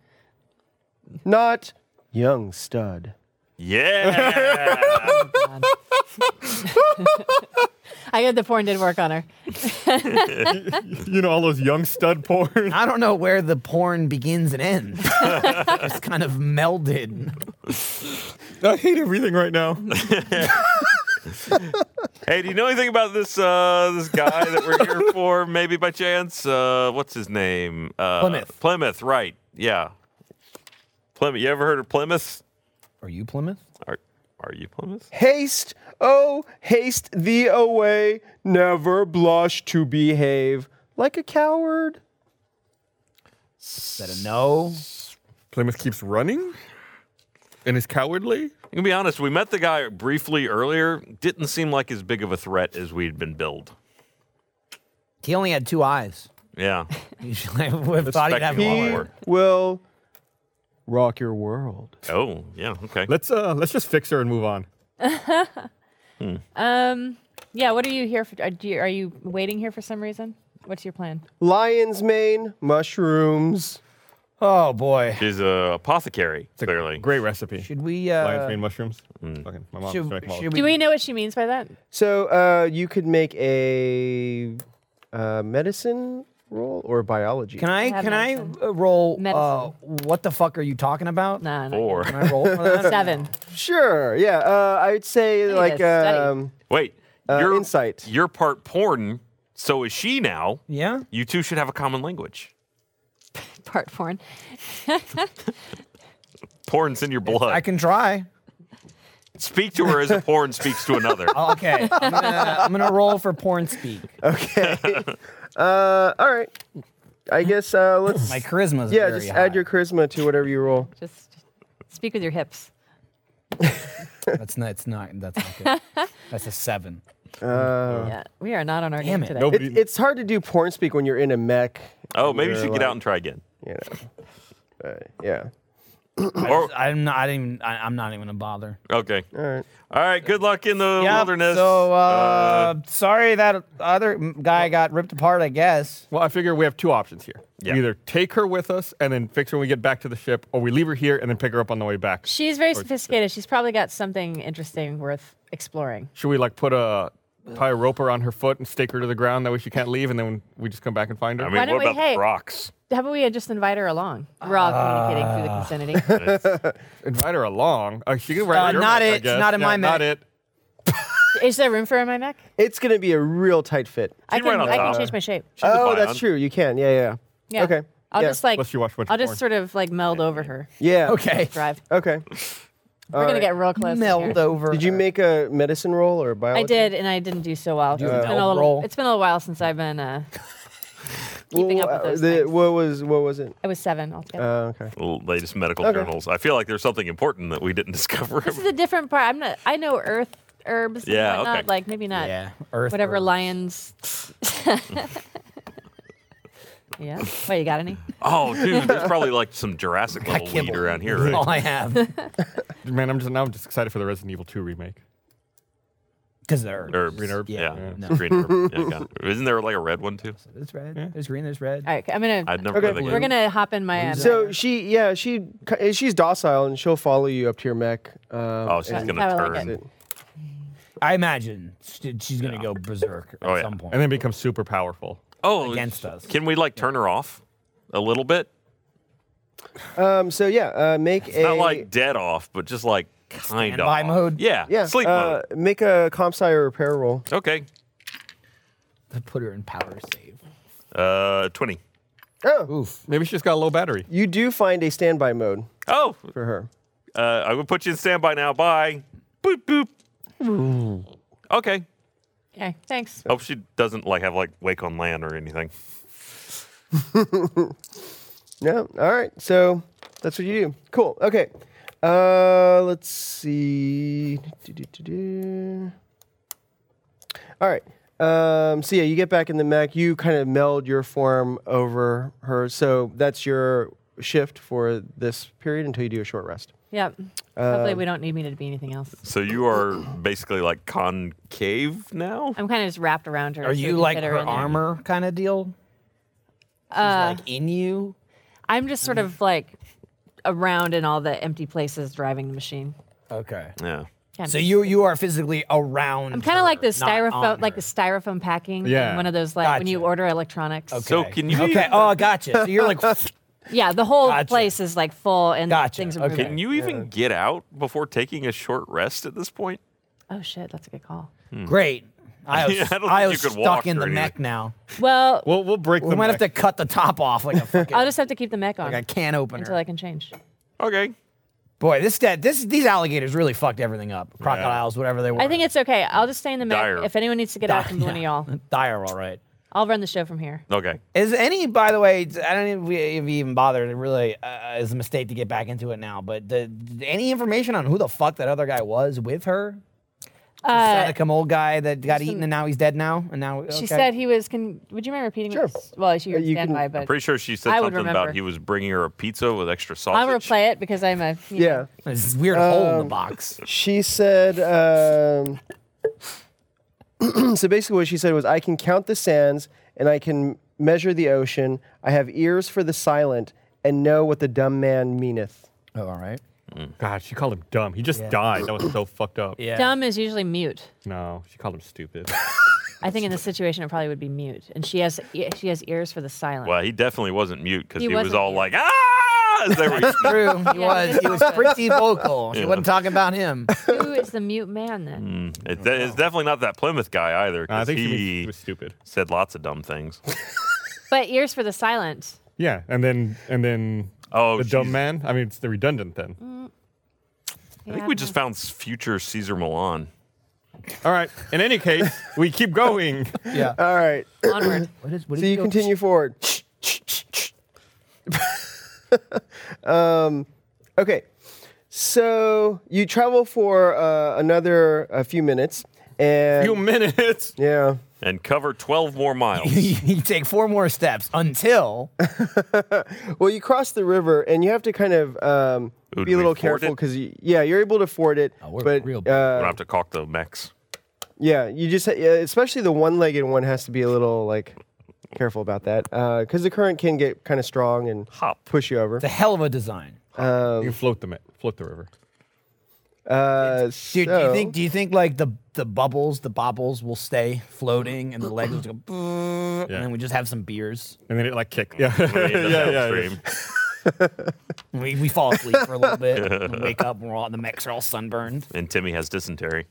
[SPEAKER 5] Not young stud.
[SPEAKER 3] Yeah.
[SPEAKER 4] I got the porn did work on her.
[SPEAKER 9] You know all those young stud porn.
[SPEAKER 6] I don't know where the porn begins and ends. it's kind of melded.
[SPEAKER 9] I hate everything right now.
[SPEAKER 3] hey, do you know anything about this uh, this guy that we're here for? Maybe by chance, uh, what's his name? Uh,
[SPEAKER 6] Plymouth.
[SPEAKER 3] Plymouth, right? Yeah. Plymouth. You ever heard of Plymouth?
[SPEAKER 6] Are you Plymouth?
[SPEAKER 3] Are Are you Plymouth?
[SPEAKER 5] Haste, oh, haste thee away. Never blush to behave like a coward.
[SPEAKER 6] Is that a no?
[SPEAKER 9] Plymouth keeps running and is cowardly.
[SPEAKER 3] I'm gonna be honest. We met the guy briefly earlier. Didn't seem like as big of a threat as we'd been billed.
[SPEAKER 6] He only had two eyes.
[SPEAKER 3] Yeah.
[SPEAKER 6] Usually, I would have thought he'd have
[SPEAKER 3] Expecting a lot
[SPEAKER 6] more.
[SPEAKER 3] more.
[SPEAKER 5] Will rock your world.
[SPEAKER 3] Oh, yeah. Okay.
[SPEAKER 9] Let's uh let's just fix her and move on.
[SPEAKER 4] Um. Yeah. What are you here for? Are you, are you waiting here for some reason? What's your plan?
[SPEAKER 5] Lion's mane, mushrooms.
[SPEAKER 6] Oh boy.
[SPEAKER 3] She's a apothecary. Clearly.
[SPEAKER 9] Great recipe.
[SPEAKER 6] Should we? Uh,
[SPEAKER 9] Lion's mane mushrooms.
[SPEAKER 3] Mm.
[SPEAKER 9] Fucking my mom's
[SPEAKER 6] should,
[SPEAKER 9] gonna come
[SPEAKER 6] should
[SPEAKER 9] up.
[SPEAKER 4] Do we know what she means by that?
[SPEAKER 5] So uh, you could make a uh, medicine roll or biology?
[SPEAKER 6] Can I, can I uh, roll? Uh, what the fuck are you talking about?
[SPEAKER 4] Nah,
[SPEAKER 3] Four.
[SPEAKER 6] Can I roll for that?
[SPEAKER 4] Seven.
[SPEAKER 5] Sure. Yeah. Uh, I would say like
[SPEAKER 4] study.
[SPEAKER 5] um,
[SPEAKER 3] Wait,
[SPEAKER 5] uh,
[SPEAKER 3] you're
[SPEAKER 5] insight.
[SPEAKER 3] you're part porn, so is she now.
[SPEAKER 6] Yeah.
[SPEAKER 3] You two should have a common language.
[SPEAKER 4] Part porn.
[SPEAKER 3] Porn's in your blood.
[SPEAKER 6] I can try.
[SPEAKER 3] Speak to her as a porn speaks to another.
[SPEAKER 6] Okay. I'm gonna, I'm gonna roll for porn speak.
[SPEAKER 5] Okay. uh, all right. I guess uh, let's.
[SPEAKER 6] My charisma's
[SPEAKER 5] Yeah,
[SPEAKER 6] very
[SPEAKER 5] just
[SPEAKER 6] high.
[SPEAKER 5] add your charisma to whatever you roll.
[SPEAKER 4] Just speak with your hips.
[SPEAKER 6] That's not. It's not. That's not good. That's a seven.
[SPEAKER 4] yeah, we are not on our
[SPEAKER 6] Damn
[SPEAKER 4] game
[SPEAKER 6] it.
[SPEAKER 4] today.
[SPEAKER 5] It, it's hard to do porn speak when you're in a mech.
[SPEAKER 3] Oh, maybe you
[SPEAKER 5] You're
[SPEAKER 3] should
[SPEAKER 5] like-
[SPEAKER 3] get out and try again.
[SPEAKER 5] You know. Uh, yeah.
[SPEAKER 3] Or
[SPEAKER 6] I'm not. I didn't even, I, I'm not even gonna bother.
[SPEAKER 3] Oh, okay.
[SPEAKER 5] All right.
[SPEAKER 3] All right. Good luck in the wilderness.
[SPEAKER 6] So uh, sorry that other m- guy got ripped apart. I guess.
[SPEAKER 9] Well, I figure we have two options here.
[SPEAKER 3] Yeah.
[SPEAKER 9] We either take her with us and then fix her when we get back to the ship, or we leave her here and then pick her up on the way back.
[SPEAKER 4] She's very sophisticated. She's probably got something interesting worth exploring.
[SPEAKER 9] Should we like put a tie a rope around her foot and stake her to the ground? That way she can't leave, and then we just come back and find her.
[SPEAKER 3] I
[SPEAKER 4] Why
[SPEAKER 3] mean,
[SPEAKER 4] don't
[SPEAKER 3] what
[SPEAKER 4] we-
[SPEAKER 3] about
[SPEAKER 4] hey.
[SPEAKER 3] rocks?
[SPEAKER 4] How about we uh, just invite her along? We're all communicating through the vicinity.
[SPEAKER 9] invite her along. Uh, she can ride
[SPEAKER 6] Uh,
[SPEAKER 9] on your
[SPEAKER 6] not
[SPEAKER 9] back, I
[SPEAKER 6] it,
[SPEAKER 9] guess.
[SPEAKER 6] not in
[SPEAKER 9] Yeah,
[SPEAKER 6] my
[SPEAKER 9] Not
[SPEAKER 6] mech.
[SPEAKER 9] it.
[SPEAKER 4] Is there room for a MIMEC?
[SPEAKER 5] It's gonna be a real tight fit.
[SPEAKER 4] I
[SPEAKER 3] She's right
[SPEAKER 4] can,
[SPEAKER 3] on
[SPEAKER 4] I can
[SPEAKER 3] top.
[SPEAKER 4] change my shape.
[SPEAKER 3] a
[SPEAKER 5] oh, that's
[SPEAKER 3] bion.
[SPEAKER 5] true. You can. Yeah, yeah.
[SPEAKER 4] Yeah.
[SPEAKER 5] Okay.
[SPEAKER 4] I'll
[SPEAKER 5] yeah.
[SPEAKER 4] just like
[SPEAKER 9] Unless you watch a bunch
[SPEAKER 4] I'll
[SPEAKER 9] of
[SPEAKER 4] just
[SPEAKER 9] porn.
[SPEAKER 4] sort of like meld over her.
[SPEAKER 5] Yeah.
[SPEAKER 6] Okay.
[SPEAKER 4] Drive.
[SPEAKER 5] Okay.
[SPEAKER 4] We're gonna get real close. in here.
[SPEAKER 6] Meld over.
[SPEAKER 5] Did you make a medicine roll or a biology?
[SPEAKER 4] I did, and I didn't do so well. It's
[SPEAKER 6] Do a
[SPEAKER 4] been
[SPEAKER 6] meld
[SPEAKER 4] a little,
[SPEAKER 6] roll.
[SPEAKER 4] it's been a little while since I've been uh,
[SPEAKER 5] Well,
[SPEAKER 4] keeping up with
[SPEAKER 5] uh,
[SPEAKER 4] those
[SPEAKER 5] the-
[SPEAKER 4] things.
[SPEAKER 5] what was what was it?
[SPEAKER 4] I was seven altogether.
[SPEAKER 5] Uh, okay.
[SPEAKER 3] Well, Latest medical
[SPEAKER 5] Okay.
[SPEAKER 3] journals. I feel like there's something important that we didn't discover.
[SPEAKER 4] this is a different part. I'm not. I know earth herbs. and
[SPEAKER 3] Yeah,
[SPEAKER 4] whatnot,
[SPEAKER 3] okay.
[SPEAKER 4] Like maybe not.
[SPEAKER 6] Yeah. Earth.
[SPEAKER 4] whatever
[SPEAKER 6] Earth.
[SPEAKER 4] lions. yeah. Wait, you got any?
[SPEAKER 3] oh, dude, there's probably like some Jurassic level weed
[SPEAKER 6] Kibble.
[SPEAKER 3] around here.
[SPEAKER 6] That's
[SPEAKER 3] Right?
[SPEAKER 6] All I have.
[SPEAKER 9] Man, I'm just now I'm just excited for the Resident Evil 2 remake.
[SPEAKER 6] Because they're earth.
[SPEAKER 3] Herb.
[SPEAKER 9] Green herb.
[SPEAKER 3] Yeah.
[SPEAKER 6] Yeah, no.
[SPEAKER 3] Green herb. Yeah, got it. Isn't there like a red one too?
[SPEAKER 6] There's red. There's green. There's red.
[SPEAKER 4] All right, I'm gonna.
[SPEAKER 3] I'd never
[SPEAKER 5] Okay.
[SPEAKER 3] heard of that
[SPEAKER 4] we're
[SPEAKER 3] game.
[SPEAKER 4] gonna hop in my. Uh,
[SPEAKER 5] So
[SPEAKER 4] my-
[SPEAKER 5] she, yeah, she, ki- eh, she's docile and she'll follow you up to your mech. Um,
[SPEAKER 3] Oh, she's
[SPEAKER 5] and-
[SPEAKER 3] gonna
[SPEAKER 4] I like
[SPEAKER 3] turn.
[SPEAKER 4] it.
[SPEAKER 6] I imagine she- she's gonna go berserk at
[SPEAKER 3] Oh, yeah.
[SPEAKER 6] some point.
[SPEAKER 9] And then become super powerful.
[SPEAKER 3] oh,
[SPEAKER 6] against us.
[SPEAKER 3] Can we like turn her off a little bit?
[SPEAKER 5] Um, so yeah, uh, make a
[SPEAKER 3] Not like dead off, but just like kind of.
[SPEAKER 6] Standby
[SPEAKER 3] off.
[SPEAKER 6] mode?
[SPEAKER 3] Yeah.
[SPEAKER 5] yeah,
[SPEAKER 3] Sleep
[SPEAKER 5] uh, make a comp sci or repair roll.
[SPEAKER 3] mode. Okay.
[SPEAKER 6] Put her in power save.
[SPEAKER 3] Uh, 20.
[SPEAKER 6] Oof.
[SPEAKER 9] Maybe she just got a low battery.
[SPEAKER 5] Oh, You do find a standby mode
[SPEAKER 3] Oh,
[SPEAKER 5] for her.
[SPEAKER 3] uh, I will put you in standby now. Bye. Boop, boop. Okay.
[SPEAKER 4] okay, thanks.
[SPEAKER 3] Hope she doesn't like have like wake on land or anything.
[SPEAKER 5] Yeah. All right. So that's what you do. Cool. Okay. Uh, let's see. Do-do-do-do. All right. Um, so yeah, you get back in the mech. You kind of meld your form over her. So that's your shift for this period until you do a short rest.
[SPEAKER 4] Yep.
[SPEAKER 6] Uh,
[SPEAKER 4] Hopefully, we don't need me to be anything else.
[SPEAKER 3] So you are basically like concave now?
[SPEAKER 4] I'm kind of just wrapped around her.
[SPEAKER 6] Are
[SPEAKER 4] so we
[SPEAKER 6] you
[SPEAKER 4] can
[SPEAKER 6] like
[SPEAKER 4] fit her,
[SPEAKER 6] her
[SPEAKER 4] in Uh, there.
[SPEAKER 6] armor kind of deal? She's like in you.
[SPEAKER 4] I'm just sort of like around in all the empty places driving the machine.
[SPEAKER 6] Okay.
[SPEAKER 3] Yeah.
[SPEAKER 4] Kinda.
[SPEAKER 6] So you you are physically around.
[SPEAKER 4] I'm kind of like the styrofoam, like the
[SPEAKER 6] the.
[SPEAKER 4] styrofoam packing. in
[SPEAKER 9] Yeah.
[SPEAKER 4] One of those like when you
[SPEAKER 6] Gotcha.
[SPEAKER 4] order electronics.
[SPEAKER 3] So can you
[SPEAKER 6] Okay. Oh, gotcha. So you're like.
[SPEAKER 4] Yeah, the whole
[SPEAKER 6] Gotcha.
[SPEAKER 4] place is like full and
[SPEAKER 6] Gotcha.
[SPEAKER 4] things are
[SPEAKER 6] Okay.
[SPEAKER 4] moving.
[SPEAKER 3] Can you even get out before taking a short rest at this point?
[SPEAKER 4] Oh shit, that's a good call.
[SPEAKER 6] Great. I was,
[SPEAKER 3] Yeah, I
[SPEAKER 6] I
[SPEAKER 3] don't think you
[SPEAKER 6] was
[SPEAKER 3] could walk
[SPEAKER 6] stuck in
[SPEAKER 3] or
[SPEAKER 6] the
[SPEAKER 3] anything.
[SPEAKER 6] mech now.
[SPEAKER 4] Well,
[SPEAKER 9] We'll, we'll break
[SPEAKER 6] We
[SPEAKER 9] the
[SPEAKER 6] might have
[SPEAKER 9] mech.
[SPEAKER 6] to cut the top off like a fucking
[SPEAKER 4] I'll just have to keep the mech on
[SPEAKER 6] like a can opener.
[SPEAKER 4] until I can change.
[SPEAKER 3] Okay.
[SPEAKER 6] Boy, this that this these alligators really fucked everything up. Crocodiles, whatever they were.
[SPEAKER 4] I think it's okay. I'll just stay in the mech.
[SPEAKER 3] Dire.
[SPEAKER 4] If anyone needs to get out,
[SPEAKER 6] Di-
[SPEAKER 4] can be one of y'all.
[SPEAKER 6] dire. All right.
[SPEAKER 4] I'll run the show from here.
[SPEAKER 3] Okay.
[SPEAKER 6] Is any, by the way, I don't even, if we even bother to really, uh, is a mistake to get back into it now, but the, any information on who the fuck that other guy was with her?
[SPEAKER 4] Uh,
[SPEAKER 6] Some old guy that got eaten and now he's dead now? And now,
[SPEAKER 4] She
[SPEAKER 6] okay.
[SPEAKER 4] said he was. Can would you mind repeating?
[SPEAKER 5] Sure.
[SPEAKER 4] what s- Well, she
[SPEAKER 5] Uh,
[SPEAKER 4] heard
[SPEAKER 5] you can-
[SPEAKER 4] standby,
[SPEAKER 3] I'm
[SPEAKER 4] but
[SPEAKER 3] pretty sure she said
[SPEAKER 4] I would
[SPEAKER 3] something
[SPEAKER 4] remember.
[SPEAKER 3] about he was bringing her a pizza with extra sausage.
[SPEAKER 4] I'll replay it because I'm a you know.
[SPEAKER 5] Yeah.
[SPEAKER 6] There's this weird hole in the box.
[SPEAKER 5] She said, um, so basically what she said was, I can count the sands and I can measure the ocean. I have ears for the silent and know what the dumb man meaneth.
[SPEAKER 6] Oh, all right.
[SPEAKER 9] God, she called him dumb. He just died. That was so fucked up.
[SPEAKER 6] Yeah.
[SPEAKER 4] Dumb is usually mute.
[SPEAKER 9] No, she called him stupid.
[SPEAKER 4] I think in this situation it probably would be mute, and she has e- she has ears for the silence.
[SPEAKER 3] Well, he definitely wasn't mute because
[SPEAKER 4] He
[SPEAKER 3] he, was
[SPEAKER 4] wasn't
[SPEAKER 3] all
[SPEAKER 4] mute.
[SPEAKER 3] like, ah! as they were-
[SPEAKER 6] True,
[SPEAKER 4] Yeah,
[SPEAKER 6] he was.
[SPEAKER 4] it
[SPEAKER 6] He was
[SPEAKER 4] was.
[SPEAKER 6] pretty vocal. She
[SPEAKER 3] Yeah.
[SPEAKER 6] wasn't talking about him.
[SPEAKER 4] Who is the mute man then?
[SPEAKER 3] Mm, it- it's definitely not that Plymouth guy either.
[SPEAKER 9] I
[SPEAKER 3] 'cause
[SPEAKER 9] think he was-
[SPEAKER 3] he
[SPEAKER 9] was stupid.
[SPEAKER 3] Said lots of dumb things.
[SPEAKER 4] But ears for the silence.
[SPEAKER 9] Yeah, and then and then
[SPEAKER 3] Oh,
[SPEAKER 9] the
[SPEAKER 3] she's-
[SPEAKER 9] dumb man. I mean, it's the redundant then.
[SPEAKER 6] Mm.
[SPEAKER 3] I think we just found s- future Caesar Milan.
[SPEAKER 9] All right. In any case, we keep going.
[SPEAKER 5] Yeah. All right.
[SPEAKER 4] Onward.
[SPEAKER 11] What is? What
[SPEAKER 5] so
[SPEAKER 11] is
[SPEAKER 5] you
[SPEAKER 11] your-
[SPEAKER 5] continue forward. um, okay. So you travel for uh, another a few minutes, and
[SPEAKER 9] Few minutes.
[SPEAKER 5] yeah,
[SPEAKER 3] And cover 12 more miles.
[SPEAKER 6] you take four more steps until
[SPEAKER 5] well, you cross the river, and you have to kind of um,
[SPEAKER 3] Would
[SPEAKER 5] be
[SPEAKER 3] we
[SPEAKER 5] a little
[SPEAKER 3] ford
[SPEAKER 5] careful
[SPEAKER 3] it?
[SPEAKER 5] because yeah, you're able to ford it,
[SPEAKER 11] Oh, we're
[SPEAKER 5] but
[SPEAKER 11] real-
[SPEAKER 3] we don't
[SPEAKER 5] uh,
[SPEAKER 3] have to caulk the mechs.
[SPEAKER 5] yeah, you just ha- yeah, especially the one-legged one has to be a little like careful about that because the current can get kind of strong and
[SPEAKER 3] Hop.
[SPEAKER 5] push you over.
[SPEAKER 6] the hell of a design.
[SPEAKER 9] You can float the ma- float the river.
[SPEAKER 5] Uh,
[SPEAKER 6] Dude, do
[SPEAKER 5] so-
[SPEAKER 6] you think? Do you think like the the bubbles, the bobbles will stay floating, and the legs will just go, "Boo," and
[SPEAKER 9] Yeah.
[SPEAKER 6] then we just have some beers.
[SPEAKER 9] And then it like kicked. Yeah. yeah,
[SPEAKER 3] Right
[SPEAKER 9] yeah, yeah.
[SPEAKER 3] downstream.
[SPEAKER 6] And We, we fall asleep for a little bit, and we wake up, and we're all the mechs are all sunburned.
[SPEAKER 3] And Timmy has dysentery.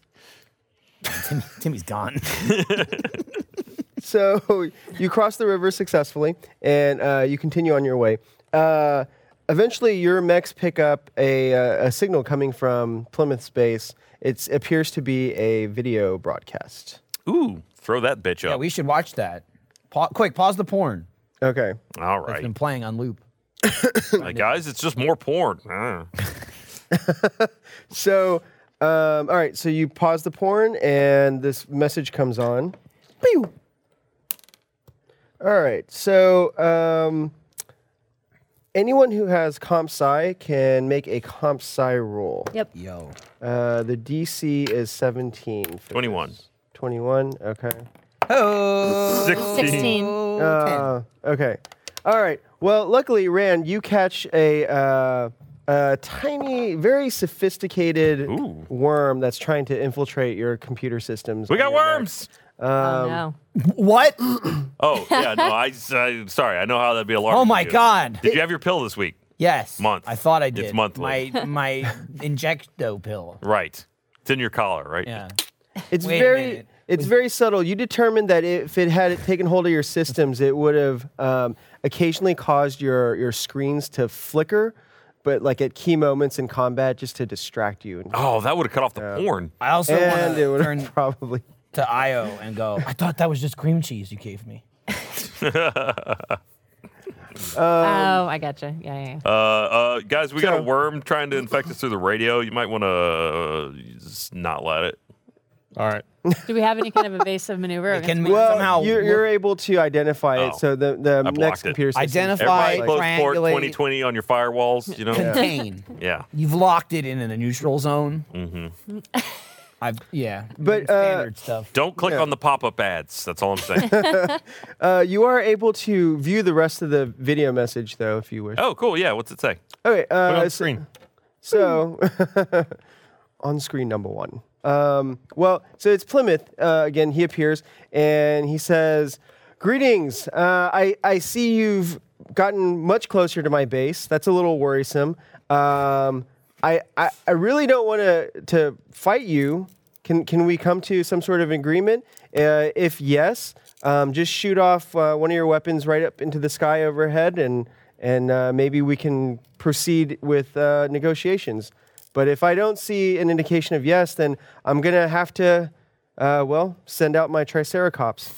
[SPEAKER 6] Tim, Timmy's gone.
[SPEAKER 5] So you cross the river successfully, and uh, you continue on your way. Uh, eventually, your mechs pick up a, uh, a signal coming from Plymouth's base. It appears to be a video broadcast.
[SPEAKER 3] Ooh, throw that bitch up.
[SPEAKER 6] yeah, we should watch that. Pa- quick, pause the porn.
[SPEAKER 5] Okay.
[SPEAKER 3] all
[SPEAKER 6] It's
[SPEAKER 3] right.
[SPEAKER 6] been playing on loop.
[SPEAKER 3] Uh, guys, it's just more porn. Ah.
[SPEAKER 5] So, um, all right. So you pause the porn, and this message comes on. Pew. All right. So, um, anyone who has comp sci can make a comp sci roll.
[SPEAKER 4] Yep.
[SPEAKER 6] Yo,
[SPEAKER 5] Uh, the DC is 17. for
[SPEAKER 3] 21.
[SPEAKER 5] this. 21, okay.
[SPEAKER 6] oh,
[SPEAKER 4] 16.
[SPEAKER 5] Uh, okay. All right. Well, luckily, Rand, you catch a, uh, a tiny, very sophisticated
[SPEAKER 3] Ooh.
[SPEAKER 5] worm that's trying to infiltrate your computer systems.
[SPEAKER 3] We
[SPEAKER 5] on
[SPEAKER 3] got
[SPEAKER 5] your Mac.
[SPEAKER 3] worms.
[SPEAKER 6] um,
[SPEAKER 4] oh no.
[SPEAKER 6] what?
[SPEAKER 3] Oh, yeah, no, I, I, sorry. I know how that'd be alarming.
[SPEAKER 6] Oh my
[SPEAKER 3] to you.
[SPEAKER 6] god.
[SPEAKER 3] Did you have your pill this week?
[SPEAKER 6] Yes.
[SPEAKER 3] Month.
[SPEAKER 6] I thought I
[SPEAKER 3] It's
[SPEAKER 6] did.
[SPEAKER 3] monthly.
[SPEAKER 6] My my injecto pill.
[SPEAKER 3] Right. It's in your collar, right?
[SPEAKER 6] Yeah.
[SPEAKER 5] It's
[SPEAKER 6] Wait a
[SPEAKER 5] very.
[SPEAKER 6] minute.
[SPEAKER 5] It's very subtle. You determined that if it had taken hold of your systems, it would have um, occasionally caused your, your screens to flicker, but like at key moments in combat, just to distract you. And,
[SPEAKER 3] Oh, that would have cut off the porn.
[SPEAKER 6] I also want
[SPEAKER 5] and it
[SPEAKER 6] to
[SPEAKER 5] would
[SPEAKER 6] turn
[SPEAKER 5] have probably.
[SPEAKER 6] to Io and go. I thought that was just cream cheese you gave me.
[SPEAKER 4] oh, I gotcha. Yeah, yeah. yeah.
[SPEAKER 3] Uh, uh, guys, we got
[SPEAKER 5] So-
[SPEAKER 3] a worm trying to infect us through the radio. You might want to uh, just not let it.
[SPEAKER 9] All right.
[SPEAKER 4] Do we have any kind of evasive maneuver?
[SPEAKER 6] It
[SPEAKER 4] against
[SPEAKER 6] can
[SPEAKER 4] it?
[SPEAKER 6] we
[SPEAKER 5] Well,
[SPEAKER 6] somehow
[SPEAKER 5] you're,
[SPEAKER 6] look-
[SPEAKER 5] you're able to identify it.
[SPEAKER 3] Oh.
[SPEAKER 5] So the the
[SPEAKER 3] blocked
[SPEAKER 5] next
[SPEAKER 3] it.
[SPEAKER 5] computer system.
[SPEAKER 6] Identify-
[SPEAKER 3] Everybody
[SPEAKER 6] Like
[SPEAKER 3] close port
[SPEAKER 6] triangulate-
[SPEAKER 3] 2020 on your firewalls, you know? yeah.
[SPEAKER 6] contain? You've locked it in in a neutral zone. Mm-hmm. I've yeah.
[SPEAKER 5] But, uh,
[SPEAKER 6] standard stuff.
[SPEAKER 3] Don't click
[SPEAKER 5] Yeah.
[SPEAKER 3] on the pop-up ads. That's all I'm saying.
[SPEAKER 5] Uh, you are able to view the rest of the video message though, if you wish.
[SPEAKER 3] oh, cool. Yeah, what's it say?
[SPEAKER 5] Okay.
[SPEAKER 9] Put it
[SPEAKER 5] Uh, so-
[SPEAKER 9] on screen.
[SPEAKER 5] So, on screen number one. Um, well, so it's Plymouth. Uh, again, he appears and he says, Greetings. Uh, I, I see you've gotten much closer to my base. That's a little worrisome. Um, I, I, I really don't want to to fight you. Can, can we come to some sort of agreement? Uh, if yes, um, just shoot off uh, one of your weapons right up into the sky overhead and and uh, maybe we can proceed with uh, negotiations. But if I don't see an indication of yes, then I'm gonna have to, uh, well, send out my Triceratops.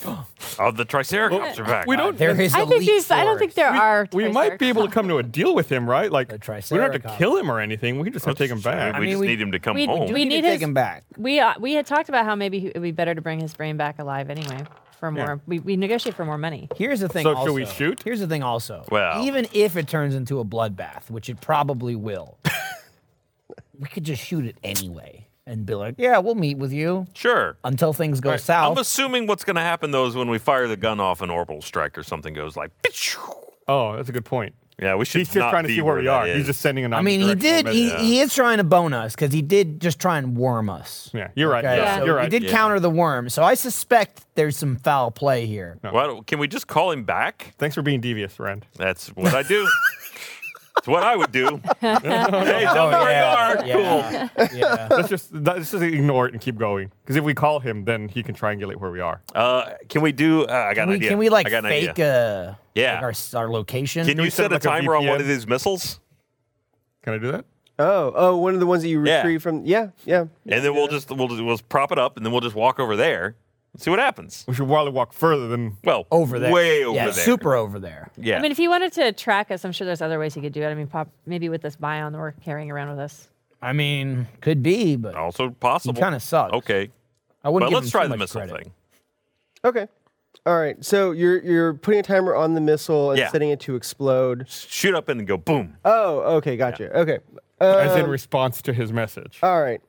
[SPEAKER 3] Oh, the Triceratops are back.
[SPEAKER 9] We don't.
[SPEAKER 6] There is.
[SPEAKER 4] I
[SPEAKER 6] a
[SPEAKER 4] think
[SPEAKER 6] leap
[SPEAKER 4] these. I don't
[SPEAKER 6] forward.
[SPEAKER 4] think there are.
[SPEAKER 9] we might be able to come to a deal with him, right? Like, we don't have to
[SPEAKER 6] Triceratops.
[SPEAKER 9] kill him or anything. We can just have to take him
[SPEAKER 3] We,
[SPEAKER 9] back.
[SPEAKER 3] we
[SPEAKER 6] mean,
[SPEAKER 3] just
[SPEAKER 6] we-
[SPEAKER 3] need him to come
[SPEAKER 4] we-
[SPEAKER 3] home.
[SPEAKER 4] we-
[SPEAKER 6] You
[SPEAKER 4] need
[SPEAKER 6] take
[SPEAKER 4] his-
[SPEAKER 6] him back.
[SPEAKER 4] We uh, we had talked about how maybe he- it'd be better to bring his brain back alive anyway for more. We, we negotiate for more money.
[SPEAKER 6] Here's the thing.
[SPEAKER 9] So
[SPEAKER 6] also,
[SPEAKER 9] should we shoot?
[SPEAKER 6] Here's the thing. Also,
[SPEAKER 3] Well.
[SPEAKER 6] even if it turns into a bloodbath, which it probably will, we could just shoot it anyway and be like, "Yeah, we'll meet with you
[SPEAKER 3] sure.
[SPEAKER 6] until things go
[SPEAKER 3] I'm
[SPEAKER 6] south."
[SPEAKER 3] assuming what's going to happen, though, is when we fire the gun off an orbital strike or something goes like, "Pitch!"
[SPEAKER 9] Oh, that's a good point.
[SPEAKER 3] Yeah, we should.
[SPEAKER 9] He's just
[SPEAKER 3] not
[SPEAKER 9] trying to
[SPEAKER 3] be
[SPEAKER 9] see where we are.
[SPEAKER 3] that
[SPEAKER 9] He's
[SPEAKER 3] is.
[SPEAKER 9] just sending an.
[SPEAKER 6] I mean, he did.
[SPEAKER 9] omnidirectional
[SPEAKER 6] He,
[SPEAKER 9] message.
[SPEAKER 6] he is trying to bone us because he did just try and worm us.
[SPEAKER 9] Yeah, you're right. Yeah,
[SPEAKER 6] so
[SPEAKER 9] you're
[SPEAKER 6] He
[SPEAKER 9] right.
[SPEAKER 6] did
[SPEAKER 3] Yeah.
[SPEAKER 6] counter the worm, so I suspect there's some foul play here.
[SPEAKER 3] Why don't- can we just call him back?
[SPEAKER 9] Thanks for being devious, Rand.
[SPEAKER 3] That's what I do. It's what I would do. hey, tell me where you are. Cool.
[SPEAKER 6] Yeah.
[SPEAKER 9] let's just let's just ignore it and keep going. Because if we call him, then he can triangulate where we are.
[SPEAKER 3] Uh, can we do? Uh, I got
[SPEAKER 6] Can
[SPEAKER 3] an
[SPEAKER 6] we,
[SPEAKER 3] idea.
[SPEAKER 6] can we like
[SPEAKER 3] I got an
[SPEAKER 6] fake
[SPEAKER 3] idea.
[SPEAKER 6] uh
[SPEAKER 3] Yeah.
[SPEAKER 6] like our, s- our location?
[SPEAKER 3] Can you
[SPEAKER 9] we
[SPEAKER 3] set
[SPEAKER 9] set
[SPEAKER 3] a
[SPEAKER 9] like a
[SPEAKER 3] timer on one
[SPEAKER 9] VPN?
[SPEAKER 3] of these missiles,
[SPEAKER 9] Can I do that?
[SPEAKER 5] Oh, oh, one of the ones that you
[SPEAKER 3] Yeah.
[SPEAKER 5] retrieve from. Yeah, yeah.
[SPEAKER 3] and then we'll just we'll just, we'll just prop it up, and then we'll just walk over there and see what happens.
[SPEAKER 9] We should probably walk further than.
[SPEAKER 3] Well,
[SPEAKER 6] over there?
[SPEAKER 3] way over
[SPEAKER 6] yeah,
[SPEAKER 3] there,
[SPEAKER 6] super over there.
[SPEAKER 3] Yeah,
[SPEAKER 4] I mean, if he wanted to track us, I'm sure there's other ways he could do it. I mean, pop maybe with this bion that we're carrying around with us.
[SPEAKER 6] I mean, could be, but
[SPEAKER 3] also possible.
[SPEAKER 6] kinda sucks.
[SPEAKER 3] Oh. Okay,
[SPEAKER 6] I wouldn't.
[SPEAKER 3] but
[SPEAKER 6] give
[SPEAKER 3] let's
[SPEAKER 6] him
[SPEAKER 3] try
[SPEAKER 6] too
[SPEAKER 3] the
[SPEAKER 6] much
[SPEAKER 3] missile
[SPEAKER 6] credit.
[SPEAKER 3] thing.
[SPEAKER 5] Okay. All right. So you're you're putting a timer on the missile and
[SPEAKER 3] Yeah.
[SPEAKER 5] setting it to explode.
[SPEAKER 3] Shoot up and go boom.
[SPEAKER 5] Oh, okay, gotcha. Okay. Uh,
[SPEAKER 9] As in response to his message.
[SPEAKER 5] all right.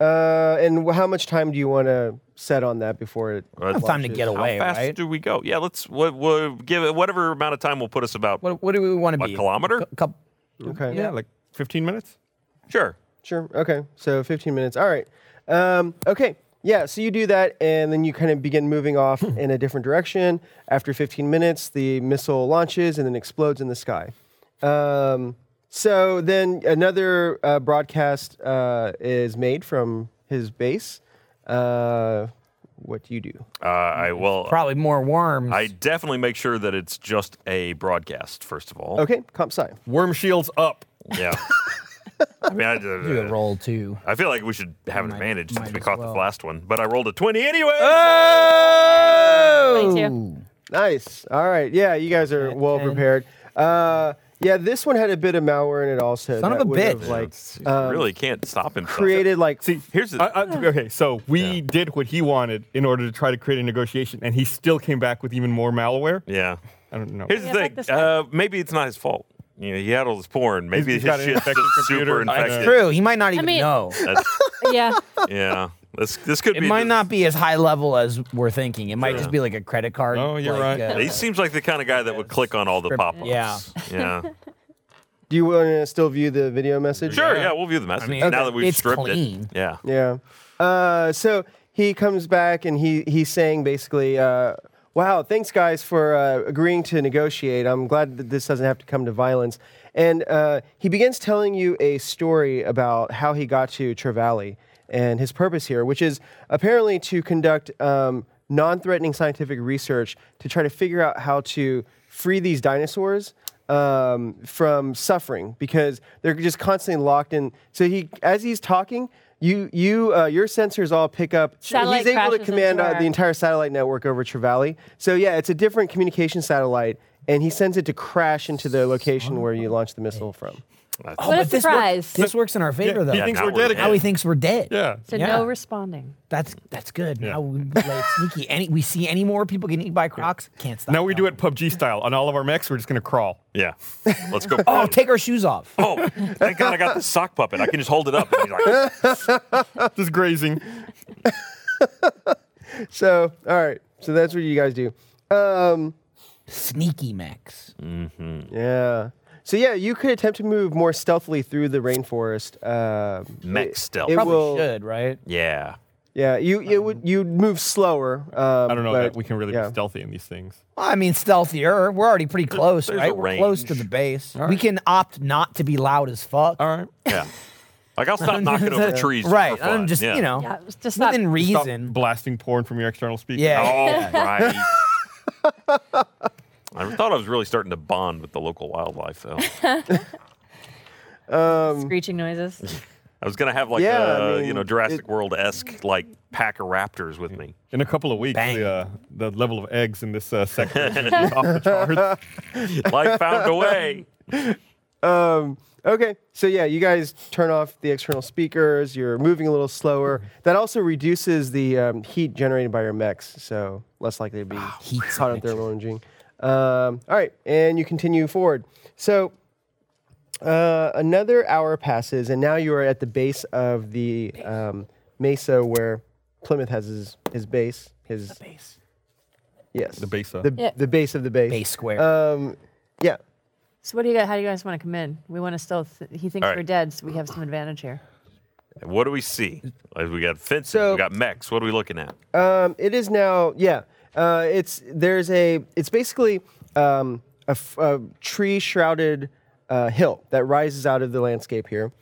[SPEAKER 5] Uh, and wh- how much time do you want to set on that before it?
[SPEAKER 3] Well,
[SPEAKER 6] It's time to get
[SPEAKER 3] How
[SPEAKER 6] away,
[SPEAKER 3] fast
[SPEAKER 6] right?
[SPEAKER 3] do we go? Yeah, let's we'll, we'll give it whatever amount of time will put us about
[SPEAKER 6] What, what do we want to
[SPEAKER 3] a
[SPEAKER 6] be?
[SPEAKER 3] kilometer.
[SPEAKER 6] A couple.
[SPEAKER 5] Okay.
[SPEAKER 9] yeah, like 15 minutes.
[SPEAKER 3] Sure.
[SPEAKER 5] Sure. Okay. So 15 minutes. All right. Um, okay. Yeah. So you do that, and then you kind of begin moving off
[SPEAKER 6] Hmm.
[SPEAKER 5] in a different direction. After 15 minutes, the missile launches and then explodes in the sky. Um, so then another uh, broadcast uh, is made from his base. Uh, what do you do?
[SPEAKER 3] Uh, I
[SPEAKER 6] Mm,
[SPEAKER 3] well,
[SPEAKER 6] Probably more worms.
[SPEAKER 3] I definitely make sure that it's just a broadcast first of all.
[SPEAKER 5] Okay. Comp sci.
[SPEAKER 9] Worm shields up.
[SPEAKER 3] Yeah. I mean, I,
[SPEAKER 6] do a roll too.
[SPEAKER 3] I feel like we should have an advantage since
[SPEAKER 6] might
[SPEAKER 3] we
[SPEAKER 6] as
[SPEAKER 3] caught
[SPEAKER 6] well.
[SPEAKER 3] the last one, but I rolled a twenty anyway.
[SPEAKER 6] Oh.
[SPEAKER 4] Me too.
[SPEAKER 5] Nice. All right. Yeah, you guys are well prepared. Uh, yeah, this one had a bit of malware in it also.
[SPEAKER 6] Son of
[SPEAKER 5] that
[SPEAKER 6] a
[SPEAKER 5] would have,
[SPEAKER 6] bitch. Yeah,
[SPEAKER 5] Like
[SPEAKER 3] It's- really can't stop him.
[SPEAKER 5] created like
[SPEAKER 9] See,
[SPEAKER 3] Here's the-
[SPEAKER 9] I, I, Uh, okay. So we did what he wanted in order to try to create a negotiation, and he still came back with even more malware.
[SPEAKER 3] Yeah.
[SPEAKER 9] I don't know.
[SPEAKER 3] Here's the
[SPEAKER 4] Yeah,
[SPEAKER 3] thing.
[SPEAKER 4] but this
[SPEAKER 3] uh, maybe it's not his fault. You know, he had all this porn. Maybe
[SPEAKER 9] he's
[SPEAKER 3] his
[SPEAKER 9] got an
[SPEAKER 3] shit's
[SPEAKER 9] infected
[SPEAKER 3] just super
[SPEAKER 9] computer. That's
[SPEAKER 3] infected.
[SPEAKER 6] True. He might not even
[SPEAKER 4] mean-
[SPEAKER 6] know.
[SPEAKER 3] That's-
[SPEAKER 4] yeah.
[SPEAKER 6] Oh,
[SPEAKER 3] yeah. This this could
[SPEAKER 6] It
[SPEAKER 3] be.
[SPEAKER 6] might
[SPEAKER 3] the-
[SPEAKER 6] not be as high level as we're thinking. It might just be like a credit card.
[SPEAKER 9] Oh, you're
[SPEAKER 6] like,
[SPEAKER 9] right.
[SPEAKER 6] uh,
[SPEAKER 3] He seems like the kind of guy that would click on all the pop-ups.
[SPEAKER 6] Yeah.
[SPEAKER 3] Yeah.
[SPEAKER 5] Do you want to still view the video message?
[SPEAKER 3] Sure. Yeah, we'll view the message
[SPEAKER 6] mean,
[SPEAKER 3] now
[SPEAKER 6] okay.
[SPEAKER 3] that we've
[SPEAKER 6] it's
[SPEAKER 3] stripped
[SPEAKER 6] clean.
[SPEAKER 3] it. Yeah.
[SPEAKER 5] Yeah. Uh, so he comes back and he he's saying basically, uh, "Wow, thanks guys for uh, agreeing to negotiate. I'm glad that this doesn't have to come to violence." And uh, he begins telling you a story about how he got to Trevally and his purpose here, which is apparently to conduct um, non-threatening scientific research to try to figure out how to free these dinosaurs um, from suffering because they're just constantly locked in. So he, as he's talking, you, you, uh, your sensors all pick up.
[SPEAKER 4] Satellite
[SPEAKER 5] he's able to
[SPEAKER 4] crashes
[SPEAKER 5] command
[SPEAKER 4] into
[SPEAKER 5] uh,
[SPEAKER 4] our-
[SPEAKER 5] the entire satellite network over Trevally. So yeah, it's a different communication satellite, and he sends it to crash into the location where you launched the missile from.
[SPEAKER 4] What
[SPEAKER 6] Oh,
[SPEAKER 4] a
[SPEAKER 6] but this
[SPEAKER 4] surprise.
[SPEAKER 6] Works, this works in our favor, though.
[SPEAKER 9] he thinks
[SPEAKER 3] now
[SPEAKER 9] we're
[SPEAKER 3] we're
[SPEAKER 9] dead.
[SPEAKER 3] dead.
[SPEAKER 6] now he thinks we're dead.
[SPEAKER 9] Yeah.
[SPEAKER 4] So
[SPEAKER 6] Yeah.
[SPEAKER 4] no responding.
[SPEAKER 6] That's that's good. Now we play sneaky. Any we see any more people getting eaten by crocs? Can't stop.
[SPEAKER 9] Now we
[SPEAKER 6] now.
[SPEAKER 9] do it PUBG style. On all of our mechs, we're just gonna crawl.
[SPEAKER 3] Yeah. Let's go.
[SPEAKER 6] Oh, take our shoes off.
[SPEAKER 3] Oh, thank God I got the sock puppet. I can just hold it up. And he's like,
[SPEAKER 9] Just grazing.
[SPEAKER 5] So all right, so that's what you guys do. Um,
[SPEAKER 6] Sneaky Max.
[SPEAKER 5] yeah. So yeah, you could attempt to move more stealthily through the rainforest. Uh,
[SPEAKER 3] mech
[SPEAKER 5] it-
[SPEAKER 3] stealth.
[SPEAKER 5] it
[SPEAKER 6] Probably
[SPEAKER 5] will-
[SPEAKER 6] should, right?
[SPEAKER 3] yeah.
[SPEAKER 5] Yeah, you it would you move slower. Um,
[SPEAKER 9] I don't know
[SPEAKER 5] but,
[SPEAKER 9] that we can really
[SPEAKER 5] yeah.
[SPEAKER 9] be stealthy in these things.
[SPEAKER 6] Well, I mean, stealthier. We're already pretty close,
[SPEAKER 3] there's
[SPEAKER 6] right?
[SPEAKER 3] a
[SPEAKER 6] We're close to
[SPEAKER 3] range.
[SPEAKER 6] the base. We can opt not to be loud as fuck.
[SPEAKER 9] All right.
[SPEAKER 3] Yeah. Like I'll stop knocking over trees. just
[SPEAKER 6] Right.
[SPEAKER 3] For fun.
[SPEAKER 6] I'm just
[SPEAKER 3] yeah.
[SPEAKER 6] you know
[SPEAKER 4] Yeah, it's just not.
[SPEAKER 6] within
[SPEAKER 9] Stop
[SPEAKER 6] reason.
[SPEAKER 9] blasting porn from your external speaker.
[SPEAKER 6] Yeah.
[SPEAKER 3] Oh, right. I thought I was really starting to bond with the local wildlife, though.
[SPEAKER 6] Um,
[SPEAKER 4] screeching noises.
[SPEAKER 3] I was gonna have like
[SPEAKER 5] Yeah,
[SPEAKER 3] uh,
[SPEAKER 5] I
[SPEAKER 3] you know
[SPEAKER 5] mean,
[SPEAKER 3] Jurassic World esque like pack of raptors with me.
[SPEAKER 9] In a couple of weeks,
[SPEAKER 6] Bang.
[SPEAKER 9] the, uh, the level of eggs in this uh, sector is gonna be off the charts.
[SPEAKER 3] Life found a way.
[SPEAKER 5] Um, okay, so yeah, you guys turn off the external speakers. You're moving a little slower. That also reduces the um, heat generated by your mechs, so less likely to be
[SPEAKER 6] heat's
[SPEAKER 5] caught
[SPEAKER 6] an
[SPEAKER 5] in thermal imaging. Um, all right, and you continue forward. So uh, another hour passes, and now you are at the base of the um, mesa where Plymouth has his his base. His
[SPEAKER 6] Base.
[SPEAKER 5] yes,
[SPEAKER 9] The base. uh,
[SPEAKER 5] the,
[SPEAKER 4] Yeah.
[SPEAKER 5] the base of the base.
[SPEAKER 6] Base square.
[SPEAKER 5] Um, yeah.
[SPEAKER 4] So what do you guys? How do you guys want to come in? We want to still. Th- he thinks
[SPEAKER 3] All right.
[SPEAKER 4] we're dead, so we have some advantage here.
[SPEAKER 3] What do we see? Like, we got fences, we got mechs. What are we looking at?
[SPEAKER 5] Um, it is now. Yeah. Uh, it's there's a. It's basically um, a, f- a tree shrouded uh, hill that rises out of the landscape here,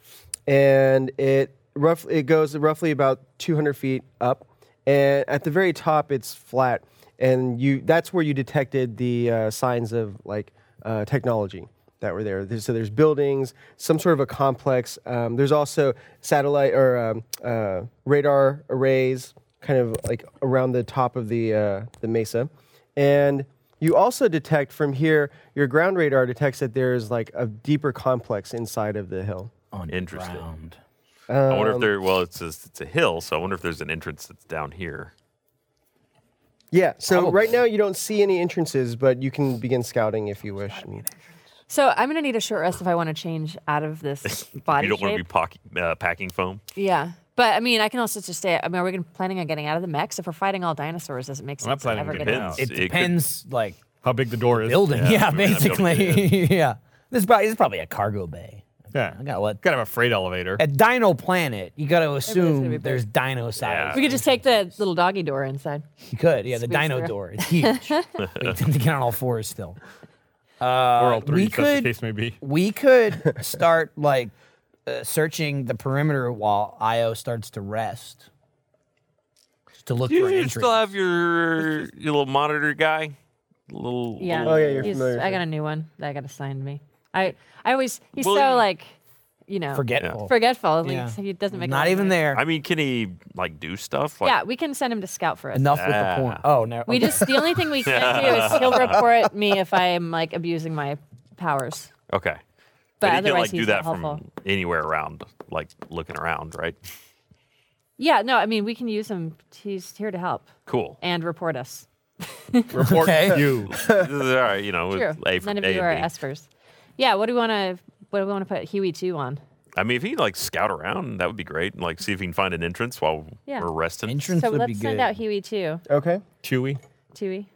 [SPEAKER 5] and it rough it goes roughly about 200 feet up, and at the very top it's flat, and you that's where you detected the uh, signs of like uh, technology that were there. There's, so there's buildings, some sort of a complex. Um, there's also satellite or um, uh, radar arrays, kind of like around the top of the uh, the mesa, and you also detect from here your ground radar detects that there is like a deeper complex inside of the hill.
[SPEAKER 3] Interesting. I wonder if
[SPEAKER 5] Um,
[SPEAKER 3] there. Well, it's a, it's a hill, so I wonder if there's an entrance that's down here.
[SPEAKER 5] Yeah. So right now you don't see any entrances, but you can begin scouting if you wish.
[SPEAKER 4] So I'm gonna need a short rest if I want to change out of this body
[SPEAKER 3] you don't
[SPEAKER 4] shape.
[SPEAKER 3] want to be pock- uh, packing foam.
[SPEAKER 4] yeah, but I mean, I can also just stay. I mean, are we gonna, planning on getting out of the mechs? If we're fighting all dinosaurs, does it make sense?
[SPEAKER 6] I'm not planning
[SPEAKER 4] to
[SPEAKER 6] on
[SPEAKER 4] ever
[SPEAKER 6] getting
[SPEAKER 4] get
[SPEAKER 6] out.
[SPEAKER 4] out?
[SPEAKER 6] It depends, like
[SPEAKER 9] how big the door is.
[SPEAKER 6] Building, yeah,
[SPEAKER 9] Yeah, I mean, that'd be up to
[SPEAKER 6] basically, yeah. This is probably, this is probably a cargo bay.
[SPEAKER 9] Yeah,
[SPEAKER 6] I gotta let.
[SPEAKER 9] Gotta have a freight elevator.
[SPEAKER 6] At Dino Planet, you gotta
[SPEAKER 4] be
[SPEAKER 6] assume
[SPEAKER 4] big.
[SPEAKER 6] there's dino size.
[SPEAKER 4] We could just take the little doggy door inside.
[SPEAKER 6] You could, yeah. The
[SPEAKER 4] Squeeze
[SPEAKER 6] dino
[SPEAKER 4] through.
[SPEAKER 6] door. It's huge. but you have to get on all fours still. Uh,
[SPEAKER 9] or all three,
[SPEAKER 6] we
[SPEAKER 9] if that's the
[SPEAKER 6] could,
[SPEAKER 9] case may be.
[SPEAKER 6] we could start like uh, searching the perimeter while Io starts to rest, just to look
[SPEAKER 3] Do
[SPEAKER 6] for an
[SPEAKER 3] you
[SPEAKER 6] entry.
[SPEAKER 3] still have your, your little monitor guy? Little
[SPEAKER 4] Yeah.
[SPEAKER 6] Oh,
[SPEAKER 3] little-
[SPEAKER 4] He's- I got a new one that I got assigned me. I I always he's
[SPEAKER 3] Well,
[SPEAKER 4] so
[SPEAKER 3] you-
[SPEAKER 4] like, you know,
[SPEAKER 6] Forgetful.
[SPEAKER 4] forgetful. Like,
[SPEAKER 6] Yeah.
[SPEAKER 4] He doesn't make. a lot
[SPEAKER 6] Not
[SPEAKER 4] of
[SPEAKER 6] even
[SPEAKER 4] noise.
[SPEAKER 6] there.
[SPEAKER 3] I mean, can he like do stuff? Like,
[SPEAKER 4] Yeah, we can send him to scout for us.
[SPEAKER 6] Enough
[SPEAKER 3] Ah.
[SPEAKER 6] with the porn. Oh no.
[SPEAKER 4] We
[SPEAKER 6] okay.
[SPEAKER 4] just the only thing we can do is he'll report me if I am like abusing my powers.
[SPEAKER 3] Okay.
[SPEAKER 4] But
[SPEAKER 3] he can
[SPEAKER 4] otherwise
[SPEAKER 3] like do
[SPEAKER 4] he's
[SPEAKER 3] that
[SPEAKER 4] not
[SPEAKER 3] from
[SPEAKER 4] helpful.
[SPEAKER 3] anywhere around, like looking around, right?
[SPEAKER 4] Yeah, no, I mean we can use him. He's here to help
[SPEAKER 3] Cool.
[SPEAKER 4] and report us.
[SPEAKER 9] Report
[SPEAKER 6] Okay.
[SPEAKER 9] you.
[SPEAKER 3] This is all right, you know, with
[SPEAKER 4] True.
[SPEAKER 3] A from
[SPEAKER 4] None of
[SPEAKER 3] A
[SPEAKER 4] you are
[SPEAKER 3] and B.
[SPEAKER 4] espers. Yeah, what do we want to? What do we want to put Huey two on?
[SPEAKER 3] I mean, if he like scout around, that would be great. and, Like, see if he can find an entrance while
[SPEAKER 4] Yeah.
[SPEAKER 3] we're resting.
[SPEAKER 6] entrance
[SPEAKER 4] so
[SPEAKER 6] would
[SPEAKER 4] let's
[SPEAKER 6] be
[SPEAKER 4] send
[SPEAKER 6] good.
[SPEAKER 4] out Huey two.
[SPEAKER 5] Okay.
[SPEAKER 9] Chewy.
[SPEAKER 4] Tui.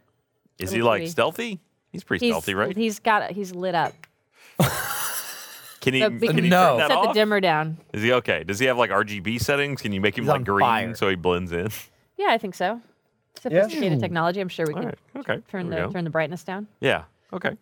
[SPEAKER 3] Is
[SPEAKER 4] Little
[SPEAKER 3] he like
[SPEAKER 4] Chewy.
[SPEAKER 3] stealthy? He's pretty
[SPEAKER 4] He's,
[SPEAKER 3] stealthy, right?
[SPEAKER 4] He's got. He's lit up.
[SPEAKER 3] Can he?
[SPEAKER 4] So we
[SPEAKER 3] can
[SPEAKER 4] can
[SPEAKER 3] he
[SPEAKER 6] No.
[SPEAKER 3] turn that
[SPEAKER 4] Set
[SPEAKER 3] off?
[SPEAKER 4] the dimmer down.
[SPEAKER 3] Is he okay? Does he have like RGB settings? Can you make him
[SPEAKER 6] He's
[SPEAKER 3] like
[SPEAKER 6] on
[SPEAKER 3] green
[SPEAKER 6] fire.
[SPEAKER 3] so he blends in?
[SPEAKER 4] Yeah, I think so. Sophisticated technology. I'm sure we
[SPEAKER 3] All
[SPEAKER 4] can
[SPEAKER 3] right. Okay.
[SPEAKER 4] turn
[SPEAKER 3] there we
[SPEAKER 4] the
[SPEAKER 3] go.
[SPEAKER 4] turn the brightness down.
[SPEAKER 3] Yeah. Okay.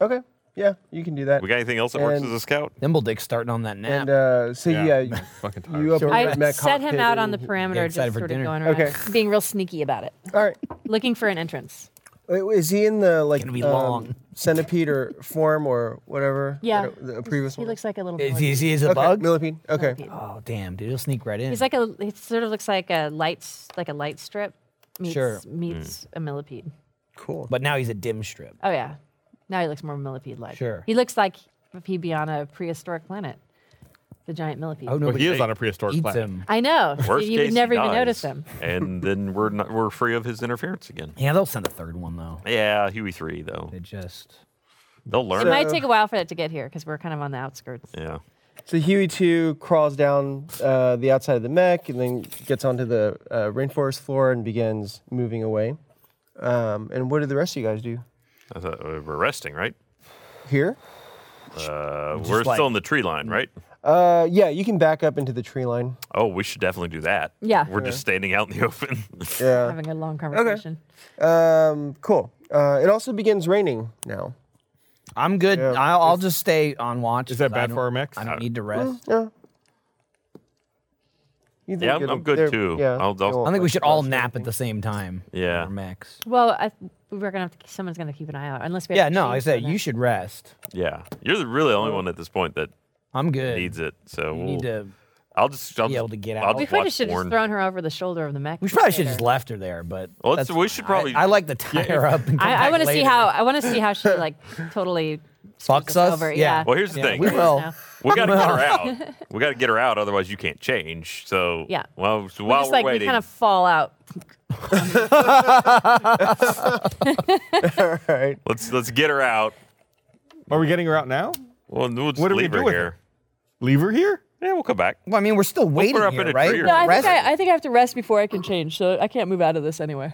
[SPEAKER 5] Okay. Yeah, you can do that.
[SPEAKER 3] We got anything else that works
[SPEAKER 5] And-
[SPEAKER 3] as a scout?
[SPEAKER 6] Nimble Dick starting on that nap.
[SPEAKER 5] And uh, so yeah,
[SPEAKER 9] I'm
[SPEAKER 5] you-
[SPEAKER 9] fucking tired.
[SPEAKER 5] you open
[SPEAKER 4] I
[SPEAKER 5] up that
[SPEAKER 4] set him
[SPEAKER 5] cockpit
[SPEAKER 4] out on
[SPEAKER 5] and
[SPEAKER 4] the
[SPEAKER 5] he-
[SPEAKER 4] perimeter,
[SPEAKER 6] Get excited
[SPEAKER 4] just
[SPEAKER 6] for
[SPEAKER 4] sort
[SPEAKER 6] dinner.
[SPEAKER 4] of going around,
[SPEAKER 5] Okay.
[SPEAKER 4] being real sneaky about it,
[SPEAKER 5] All right.
[SPEAKER 4] looking for an entrance.
[SPEAKER 5] Wait, Is he in the like
[SPEAKER 6] gonna be
[SPEAKER 5] um,
[SPEAKER 6] long.
[SPEAKER 5] centipede or form or whatever?
[SPEAKER 4] Yeah,
[SPEAKER 5] That- The, previous
[SPEAKER 4] He
[SPEAKER 5] one.
[SPEAKER 4] looks like a little.
[SPEAKER 6] Is
[SPEAKER 4] bug.
[SPEAKER 6] he, is he is a
[SPEAKER 5] okay.
[SPEAKER 6] bug?
[SPEAKER 5] Millipede. Okay.
[SPEAKER 6] Oh damn, dude, he'll sneak right in.
[SPEAKER 4] He's like a. He sort of looks like a lights, like a light strip meets
[SPEAKER 6] Sure. Mm.
[SPEAKER 4] meets a millipede.
[SPEAKER 5] Cool.
[SPEAKER 6] but now he's a dim strip.
[SPEAKER 4] Oh yeah, now he looks more millipede-like.
[SPEAKER 6] Sure.
[SPEAKER 4] He looks like if he'd be on a prehistoric planet, the giant millipede.
[SPEAKER 6] Oh no,
[SPEAKER 9] But he is on a prehistoric
[SPEAKER 6] eats
[SPEAKER 9] planet.
[SPEAKER 6] him.
[SPEAKER 4] I know. so
[SPEAKER 3] Worst
[SPEAKER 4] you
[SPEAKER 3] case,
[SPEAKER 4] would
[SPEAKER 3] he
[SPEAKER 4] never even notice
[SPEAKER 3] dies,
[SPEAKER 4] him.
[SPEAKER 3] and then we're not, we're free of his interference again.
[SPEAKER 6] Yeah, they'll send a third one though.
[SPEAKER 3] Yeah, Huey three though.
[SPEAKER 6] They just
[SPEAKER 3] They'll learn.
[SPEAKER 4] It might take a while for that to get here because we're kind of on the outskirts.
[SPEAKER 3] yeah.
[SPEAKER 5] So Huey two crawls down uh, the outside of the mech and then gets onto the uh, rainforest floor and begins moving away. Um, and what do the rest of you guys do?
[SPEAKER 3] I thought we we're resting, right?
[SPEAKER 5] Here?
[SPEAKER 3] Uh, we're
[SPEAKER 6] like-
[SPEAKER 3] still in the tree line, right?
[SPEAKER 5] Uh, yeah, you can back up into the tree line.
[SPEAKER 3] Oh, we should definitely do that.
[SPEAKER 4] Yeah.
[SPEAKER 3] We're just standing out in the open.
[SPEAKER 5] Yeah.
[SPEAKER 4] Having a long conversation.
[SPEAKER 5] Um, cool. Uh, it also begins raining now.
[SPEAKER 6] I'm good.
[SPEAKER 5] Yeah.
[SPEAKER 6] I'll, I'll just stay on watch.
[SPEAKER 9] Is
[SPEAKER 6] 'cause
[SPEAKER 9] that
[SPEAKER 6] I
[SPEAKER 9] bad for
[SPEAKER 6] don't-
[SPEAKER 9] our Uh, mechs?
[SPEAKER 6] I don't need to rest.
[SPEAKER 5] Yeah. You think
[SPEAKER 3] yeah, I'm,
[SPEAKER 5] it'll-
[SPEAKER 3] I'm good
[SPEAKER 5] they're-
[SPEAKER 3] too.
[SPEAKER 5] yeah,
[SPEAKER 3] I'll,
[SPEAKER 5] they
[SPEAKER 3] I'll,
[SPEAKER 5] won't
[SPEAKER 6] I think we
[SPEAKER 5] let
[SPEAKER 6] should
[SPEAKER 5] you
[SPEAKER 6] all
[SPEAKER 5] rest or
[SPEAKER 6] nap at
[SPEAKER 5] anything.
[SPEAKER 6] the same time.
[SPEAKER 3] Yeah.
[SPEAKER 6] Or Max.
[SPEAKER 4] Well, I, we're gonna have to. Someone's gonna keep an eye out, unless we.
[SPEAKER 6] Yeah,
[SPEAKER 4] have to
[SPEAKER 6] no, I
[SPEAKER 4] change
[SPEAKER 6] said
[SPEAKER 4] something.
[SPEAKER 6] you should rest.
[SPEAKER 3] yeah. You're the, really the only one at this point that
[SPEAKER 6] I'm good.
[SPEAKER 3] needs it. So
[SPEAKER 6] You
[SPEAKER 3] we'll,
[SPEAKER 6] need to.
[SPEAKER 3] I'll just I'll
[SPEAKER 6] be
[SPEAKER 3] just-
[SPEAKER 6] able to get
[SPEAKER 3] I'll
[SPEAKER 6] out.
[SPEAKER 4] We
[SPEAKER 3] just
[SPEAKER 4] probably
[SPEAKER 3] watch
[SPEAKER 4] should have
[SPEAKER 3] porn.
[SPEAKER 4] just thrown her over the shoulder of the mech.
[SPEAKER 6] We probably should have just left her there, but
[SPEAKER 3] Well, let's-
[SPEAKER 6] that's
[SPEAKER 3] we should
[SPEAKER 6] fine.
[SPEAKER 3] probably-
[SPEAKER 6] I, I like to tie her up. And come
[SPEAKER 4] I, I
[SPEAKER 6] back
[SPEAKER 4] want to see
[SPEAKER 6] later.
[SPEAKER 4] how. I want to see how she like totally screws
[SPEAKER 6] Fucks us?
[SPEAKER 4] over.
[SPEAKER 6] Yeah.
[SPEAKER 4] Yeah.
[SPEAKER 3] Well, here's the
[SPEAKER 6] Yeah,
[SPEAKER 3] thing.
[SPEAKER 6] we
[SPEAKER 3] right?
[SPEAKER 6] will.
[SPEAKER 4] now.
[SPEAKER 3] We got to get her out. We got to get her out. Otherwise, you can't change. So
[SPEAKER 4] Yeah.
[SPEAKER 3] Well, so
[SPEAKER 4] We're
[SPEAKER 3] while
[SPEAKER 4] just
[SPEAKER 3] we're
[SPEAKER 4] like we
[SPEAKER 3] waiting,
[SPEAKER 4] kind of fall out.
[SPEAKER 5] All right.
[SPEAKER 3] let's let's get her out.
[SPEAKER 9] Are we getting her out now?
[SPEAKER 3] Well, we'll just
[SPEAKER 9] What do we
[SPEAKER 3] leave
[SPEAKER 9] do
[SPEAKER 3] her
[SPEAKER 9] with
[SPEAKER 3] here.
[SPEAKER 9] Leave her here?
[SPEAKER 3] Yeah, we'll come back.
[SPEAKER 6] Well, I mean, we're still waiting
[SPEAKER 3] up in
[SPEAKER 6] here,
[SPEAKER 3] a
[SPEAKER 6] right?
[SPEAKER 3] tree or
[SPEAKER 6] We're
[SPEAKER 4] No, I think
[SPEAKER 6] resting.
[SPEAKER 4] I, I think I have to rest before I can change, so I can't move out of this anyway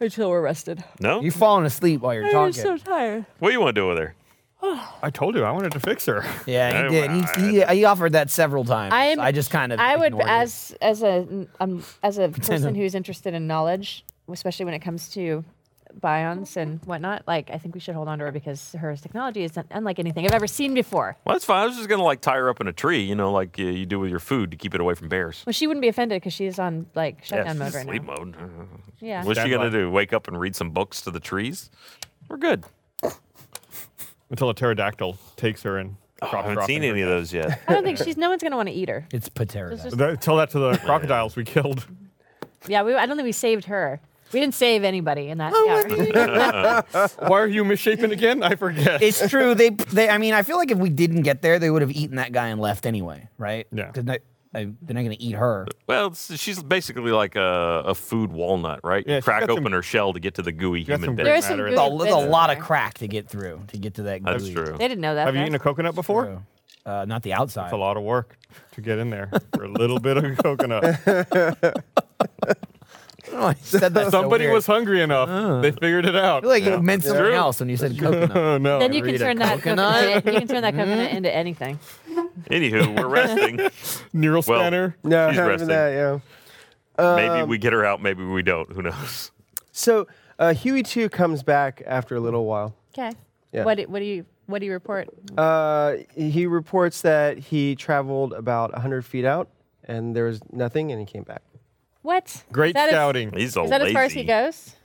[SPEAKER 4] until we're rested.
[SPEAKER 3] No.
[SPEAKER 6] You're falling asleep while you're
[SPEAKER 4] I'm
[SPEAKER 6] talking.
[SPEAKER 4] so tired.
[SPEAKER 3] What do you want to do with her?
[SPEAKER 9] I told you I wanted to fix her.
[SPEAKER 6] Yeah, he did. He, he, he offered that several times. I,
[SPEAKER 4] I'm-
[SPEAKER 6] just kind of.
[SPEAKER 4] I would
[SPEAKER 6] ignored it.
[SPEAKER 4] as as a um, as a person
[SPEAKER 6] to-
[SPEAKER 4] who's interested in knowledge, especially when it comes to bions and whatnot. Like I think we should hold on to her because her technology is un- unlike anything I've ever seen before.
[SPEAKER 3] Well, that's fine. I was just gonna like tie her up in a tree, you know, like uh, you do with your food to keep it away from bears.
[SPEAKER 4] Well, she wouldn't be offended because she's on like shutdown
[SPEAKER 3] she's
[SPEAKER 4] mode
[SPEAKER 3] in
[SPEAKER 4] right
[SPEAKER 3] sleep
[SPEAKER 4] now.
[SPEAKER 3] mode. Uh,
[SPEAKER 4] Yeah.
[SPEAKER 3] What's she
[SPEAKER 9] Stand
[SPEAKER 3] gonna
[SPEAKER 9] by.
[SPEAKER 3] do? Wake up and read some books to the trees? We're good.
[SPEAKER 9] Until a pterodactyl takes her and
[SPEAKER 3] Oh, I haven't seen any of those yet.
[SPEAKER 4] I don't think she's. No one's gonna want to eat her.
[SPEAKER 6] It's pterodactyl.
[SPEAKER 4] Just-
[SPEAKER 9] That, tell that to the crocodiles we killed.
[SPEAKER 4] Yeah, we, I don't think we saved her. We didn't save anybody in that. hour.
[SPEAKER 9] Why are you misshapen again? I forget.
[SPEAKER 6] It's true. They, they. I mean, I feel like if we didn't get there, they would have eaten that guy and left anyway, right?
[SPEAKER 9] Yeah.
[SPEAKER 6] 'Cause they- I- they're not going to eat her.
[SPEAKER 3] Well, it's- she's basically like a, a food walnut, right?
[SPEAKER 9] Yeah,
[SPEAKER 3] you
[SPEAKER 9] she's
[SPEAKER 3] crack
[SPEAKER 9] got
[SPEAKER 3] open
[SPEAKER 9] some-
[SPEAKER 3] her shell to get to the gooey
[SPEAKER 9] got
[SPEAKER 3] human
[SPEAKER 9] some
[SPEAKER 3] bit.
[SPEAKER 4] There's some
[SPEAKER 9] Matter
[SPEAKER 4] good.
[SPEAKER 9] at
[SPEAKER 6] There's a, there's a
[SPEAKER 4] bits in
[SPEAKER 6] lot of
[SPEAKER 4] there.
[SPEAKER 6] crack to get through to get to that.
[SPEAKER 3] That's
[SPEAKER 6] gooey.
[SPEAKER 3] true.
[SPEAKER 4] They didn't know that.
[SPEAKER 9] Have you
[SPEAKER 4] guys.
[SPEAKER 9] eaten a coconut before?
[SPEAKER 6] True. Uh, not the outside.
[SPEAKER 9] It's a lot of work to get in there for a little bit of coconut.
[SPEAKER 6] Oh, I said that so
[SPEAKER 9] Somebody
[SPEAKER 6] weird.
[SPEAKER 9] was hungry enough.
[SPEAKER 3] Oh.
[SPEAKER 9] They figured it
[SPEAKER 6] I
[SPEAKER 9] out.
[SPEAKER 6] feel like you meant something
[SPEAKER 9] True.
[SPEAKER 6] else when you said coconut.
[SPEAKER 9] oh no.
[SPEAKER 4] then you can turn that
[SPEAKER 6] coconut.
[SPEAKER 4] coconut. you can turn that coconut into anything.
[SPEAKER 3] Anywho, we're resting.
[SPEAKER 9] Neural
[SPEAKER 3] Well,
[SPEAKER 9] spanner.
[SPEAKER 5] No,
[SPEAKER 3] She's
[SPEAKER 5] not
[SPEAKER 3] resting.
[SPEAKER 5] even that. Um, Yeah.
[SPEAKER 3] maybe we get her out. Maybe we don't. Who knows?
[SPEAKER 5] So uh, Huey two comes back after a little while.
[SPEAKER 4] Okay.
[SPEAKER 5] Yeah.
[SPEAKER 4] What do- what do you what do you report?
[SPEAKER 5] Uh, he reports that he traveled about 100 feet out and there was nothing and he came back.
[SPEAKER 4] What?
[SPEAKER 9] Great
[SPEAKER 4] Is that as-
[SPEAKER 9] scouting.
[SPEAKER 3] He's a
[SPEAKER 4] Is that
[SPEAKER 3] lazy.
[SPEAKER 4] as far as he goes?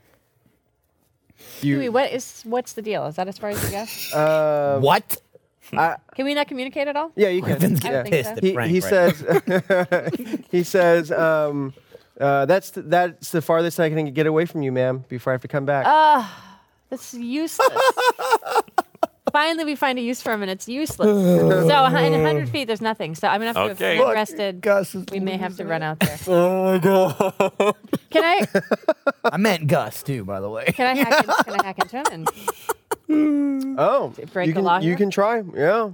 [SPEAKER 5] You-
[SPEAKER 4] Huey, what is what's the deal? Is that as far as you go?
[SPEAKER 5] Uh,
[SPEAKER 9] Um,
[SPEAKER 6] What?
[SPEAKER 4] Can we not communicate at all?
[SPEAKER 5] yeah, you can.
[SPEAKER 6] Griffin's
[SPEAKER 4] I
[SPEAKER 5] Yeah.
[SPEAKER 4] don't
[SPEAKER 6] pissed
[SPEAKER 4] so.
[SPEAKER 6] at
[SPEAKER 5] He,
[SPEAKER 6] Frank.
[SPEAKER 5] he
[SPEAKER 6] right
[SPEAKER 5] says, he says, um, uh, that's th- that's the farthest I can get away from you, ma'am. Before I have to come back.
[SPEAKER 4] Uh, That's useless. Finally, we find a use for him, and it's useless. so a hun- in 100 feet, there's nothing. So I'm gonna have to
[SPEAKER 3] Okay.
[SPEAKER 4] get
[SPEAKER 3] Look,
[SPEAKER 4] rested.
[SPEAKER 6] Gus is
[SPEAKER 4] We may have to run out there.
[SPEAKER 5] oh my god.
[SPEAKER 4] Can I?
[SPEAKER 6] now. I meant Gus too, by the way.
[SPEAKER 4] Can I hack? In, can I hack into him? And
[SPEAKER 5] Oh,
[SPEAKER 4] break
[SPEAKER 5] you
[SPEAKER 4] the
[SPEAKER 5] can
[SPEAKER 4] law
[SPEAKER 5] you
[SPEAKER 4] here?
[SPEAKER 5] can try. Yeah.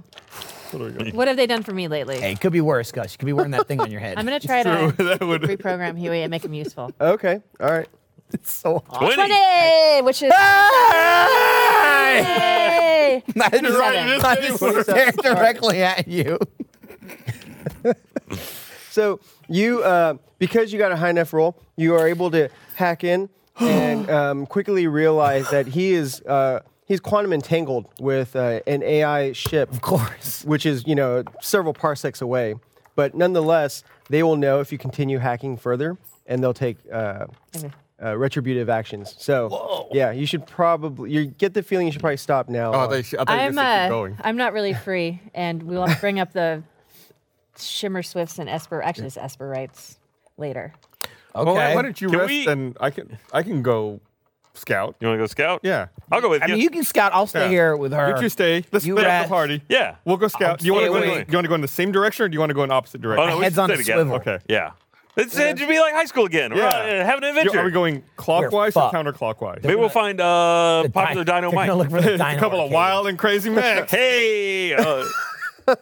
[SPEAKER 4] what have they done for me lately?
[SPEAKER 6] Hey, it could be worse, Gus. You could be wearing that thing on your head.
[SPEAKER 4] I'm gonna try to reprogram Huey and make him useful.
[SPEAKER 5] Okay. All right.
[SPEAKER 6] It's so hot.
[SPEAKER 3] 20.
[SPEAKER 4] Twenty, which is Yay!
[SPEAKER 6] I just,
[SPEAKER 4] Right,
[SPEAKER 6] I just stared directly at you.
[SPEAKER 5] So you, uh, because you got a high enough roll, you are able to hack in and um, quickly realize that he is uh, he's quantum entangled with uh, an AI ship, of
[SPEAKER 6] course.
[SPEAKER 5] which is you know several parsecs away. But nonetheless, they will know if you continue hacking further, and they'll take uh, uh, retributive actions. So yeah, you should probably you get the feeling you should probably stop now.
[SPEAKER 9] Oh, they, sh- I thought you
[SPEAKER 4] I'm
[SPEAKER 9] just said keep
[SPEAKER 4] uh,
[SPEAKER 9] going.
[SPEAKER 4] I'm not really free, and we'll have to bring up the Shimmer Swifts and Esper. Actually, it's Esperites later.
[SPEAKER 6] Okay.
[SPEAKER 9] Well, why, why don't you
[SPEAKER 3] Can
[SPEAKER 9] rest
[SPEAKER 3] we-
[SPEAKER 9] and I can I can go scout.
[SPEAKER 3] You want to go scout?
[SPEAKER 9] Yeah.
[SPEAKER 3] I'll go with
[SPEAKER 6] I
[SPEAKER 3] you.
[SPEAKER 6] mean, you can scout. I'll stay
[SPEAKER 9] Yeah.
[SPEAKER 6] here with her.
[SPEAKER 9] You two stay. Let's
[SPEAKER 6] You
[SPEAKER 9] split up
[SPEAKER 6] rest.
[SPEAKER 9] the party.
[SPEAKER 3] Yeah.
[SPEAKER 9] We'll go scout. Do you want to
[SPEAKER 6] stay
[SPEAKER 9] go?
[SPEAKER 6] away.
[SPEAKER 9] In, do you want to go in the same direction or do you want to go in opposite
[SPEAKER 3] Oh,
[SPEAKER 9] direction?
[SPEAKER 3] no, we
[SPEAKER 6] Head's
[SPEAKER 3] should
[SPEAKER 6] on
[SPEAKER 3] stay
[SPEAKER 6] a
[SPEAKER 3] together.
[SPEAKER 6] swivel.
[SPEAKER 9] Okay.
[SPEAKER 3] Yeah. It's, It should be like high school again. We're
[SPEAKER 9] Yeah.
[SPEAKER 3] out, uh, having an
[SPEAKER 9] You-
[SPEAKER 3] adventure.
[SPEAKER 9] Are we going clockwise or
[SPEAKER 6] fucked.
[SPEAKER 9] counterclockwise?
[SPEAKER 3] Maybe we'll find uh, popular
[SPEAKER 6] Di-
[SPEAKER 3] Dino
[SPEAKER 6] they're gonna
[SPEAKER 3] Mike.
[SPEAKER 6] look for the
[SPEAKER 9] It's a
[SPEAKER 6] dino
[SPEAKER 9] couple of
[SPEAKER 6] arcade.
[SPEAKER 9] wild and crazy men.
[SPEAKER 3] Hey. Uh,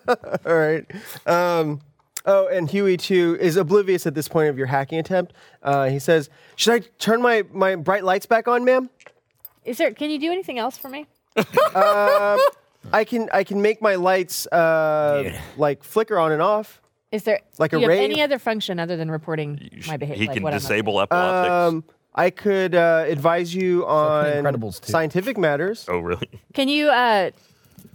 [SPEAKER 5] All right. Um, oh, and Huey too is oblivious at this point of your hacking attempt. Uh, he says, "Should I turn my, my bright lights back on, ma'am?
[SPEAKER 4] Is there? Can you do anything else for me?
[SPEAKER 5] I can I can make my lights uh,
[SPEAKER 6] Dude.
[SPEAKER 5] like flicker on and off."
[SPEAKER 4] Is there
[SPEAKER 5] Like
[SPEAKER 4] do
[SPEAKER 5] a
[SPEAKER 4] you have
[SPEAKER 5] rave?
[SPEAKER 4] any other function other than reporting my behavior?
[SPEAKER 3] he
[SPEAKER 4] like
[SPEAKER 3] can
[SPEAKER 4] what I'm up to?
[SPEAKER 3] disable epileptics.
[SPEAKER 5] Um, I could uh, advise you on
[SPEAKER 6] Incredibles too.
[SPEAKER 5] scientific matters.
[SPEAKER 3] oh, really?
[SPEAKER 4] Can you? Uh,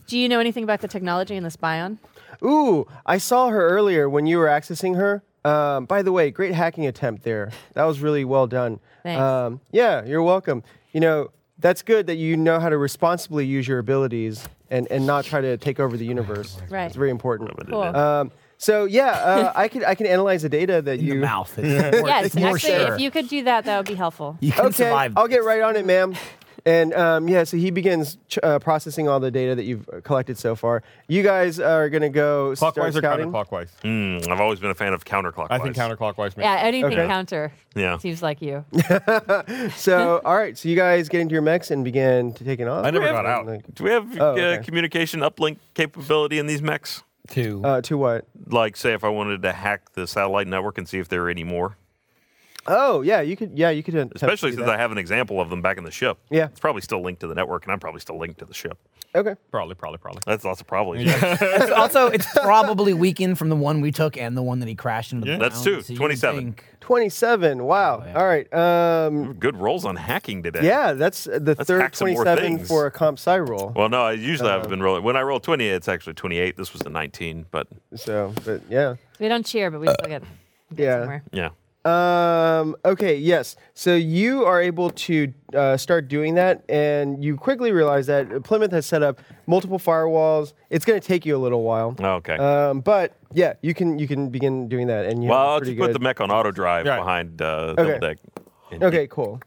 [SPEAKER 4] do you know anything about the technology in this bion?
[SPEAKER 5] Ooh, I saw her earlier when you were accessing her. Um, by the way, great hacking attempt there. That was really well done.
[SPEAKER 4] Thanks.
[SPEAKER 5] Um, yeah, you're welcome. You know, that's good that you know how to responsibly use your abilities and, and not try to take over the universe.
[SPEAKER 4] Right.
[SPEAKER 5] It's very important.
[SPEAKER 4] Cool.
[SPEAKER 5] Um, so yeah, uh, I can I can analyze the data that
[SPEAKER 6] in
[SPEAKER 5] you.
[SPEAKER 6] the mouth. It's more,
[SPEAKER 4] yes,
[SPEAKER 6] it's
[SPEAKER 4] actually,
[SPEAKER 6] more sure.
[SPEAKER 4] if you could do that, that would be helpful.
[SPEAKER 6] You can
[SPEAKER 5] Okay,
[SPEAKER 6] survive.
[SPEAKER 5] I'll get right on it, ma'am. And um, yeah, so he begins ch- uh, processing all the data that you've uh, collected so far. You guys are gonna go
[SPEAKER 9] Clockwise or
[SPEAKER 5] start scouting.
[SPEAKER 9] counterclockwise?
[SPEAKER 3] Mm, I've always been a fan of counterclockwise.
[SPEAKER 9] I think counterclockwise. Makes
[SPEAKER 4] Yeah, anything
[SPEAKER 5] Okay.
[SPEAKER 4] counter
[SPEAKER 3] Yeah.
[SPEAKER 4] seems like you.
[SPEAKER 5] So, all right. So you guys get into your mechs and begin to taking off.
[SPEAKER 9] I never
[SPEAKER 3] We
[SPEAKER 9] got
[SPEAKER 3] have-
[SPEAKER 9] out.
[SPEAKER 5] Like,
[SPEAKER 3] Do we have
[SPEAKER 5] Oh, okay.
[SPEAKER 3] uh, communication uplink capability in these mechs?
[SPEAKER 6] Two.
[SPEAKER 5] uh, to what?
[SPEAKER 3] Like, say, if I wanted to hack the satellite network and see if there are any more,
[SPEAKER 5] Oh, yeah. You could. Yeah, you could. attempt to
[SPEAKER 3] especially
[SPEAKER 5] do
[SPEAKER 3] since
[SPEAKER 5] that.
[SPEAKER 3] I have an example of them back in the ship.
[SPEAKER 5] Yeah.
[SPEAKER 3] it's probably still linked to the network, and I'm probably still linked to the ship.
[SPEAKER 5] Okay.
[SPEAKER 9] Probably, probably, probably.
[SPEAKER 3] That's lots of probably. Yeah.
[SPEAKER 6] It's also, it's probably weakened from the one we took and the one that he crashed into. The
[SPEAKER 3] That's
[SPEAKER 6] ground,
[SPEAKER 3] two.
[SPEAKER 6] so you would
[SPEAKER 3] 27.
[SPEAKER 6] think-
[SPEAKER 5] 27. Wow. All right. Um,
[SPEAKER 3] Good rolls on hacking today.
[SPEAKER 5] yeah, that's uh, the
[SPEAKER 3] Let's
[SPEAKER 5] third
[SPEAKER 3] hack some more
[SPEAKER 5] 27
[SPEAKER 3] things.
[SPEAKER 5] for a comp psi roll.
[SPEAKER 3] Well, no, I usually
[SPEAKER 5] Uh,
[SPEAKER 3] I've been rolling. When I roll 20, it's actually 28. This was a 19, but
[SPEAKER 5] So, but yeah.
[SPEAKER 4] We don't cheer, but we still get, get
[SPEAKER 5] Yeah.
[SPEAKER 4] somewhere.
[SPEAKER 3] yeah.
[SPEAKER 5] Um, okay, yes. So you are able to uh, start doing that, and you quickly realize that Plymouth has set up multiple firewalls. It's going to take you a little while.
[SPEAKER 3] Oh, Okay.
[SPEAKER 5] Um, but yeah, you can you can begin doing that, and you
[SPEAKER 3] well,
[SPEAKER 5] have a
[SPEAKER 3] I'll
[SPEAKER 5] pretty
[SPEAKER 3] just put the
[SPEAKER 5] good-
[SPEAKER 3] mech on auto drive
[SPEAKER 9] Right.
[SPEAKER 3] behind uh, double
[SPEAKER 5] Okay.
[SPEAKER 3] deck. and
[SPEAKER 5] okay, cool.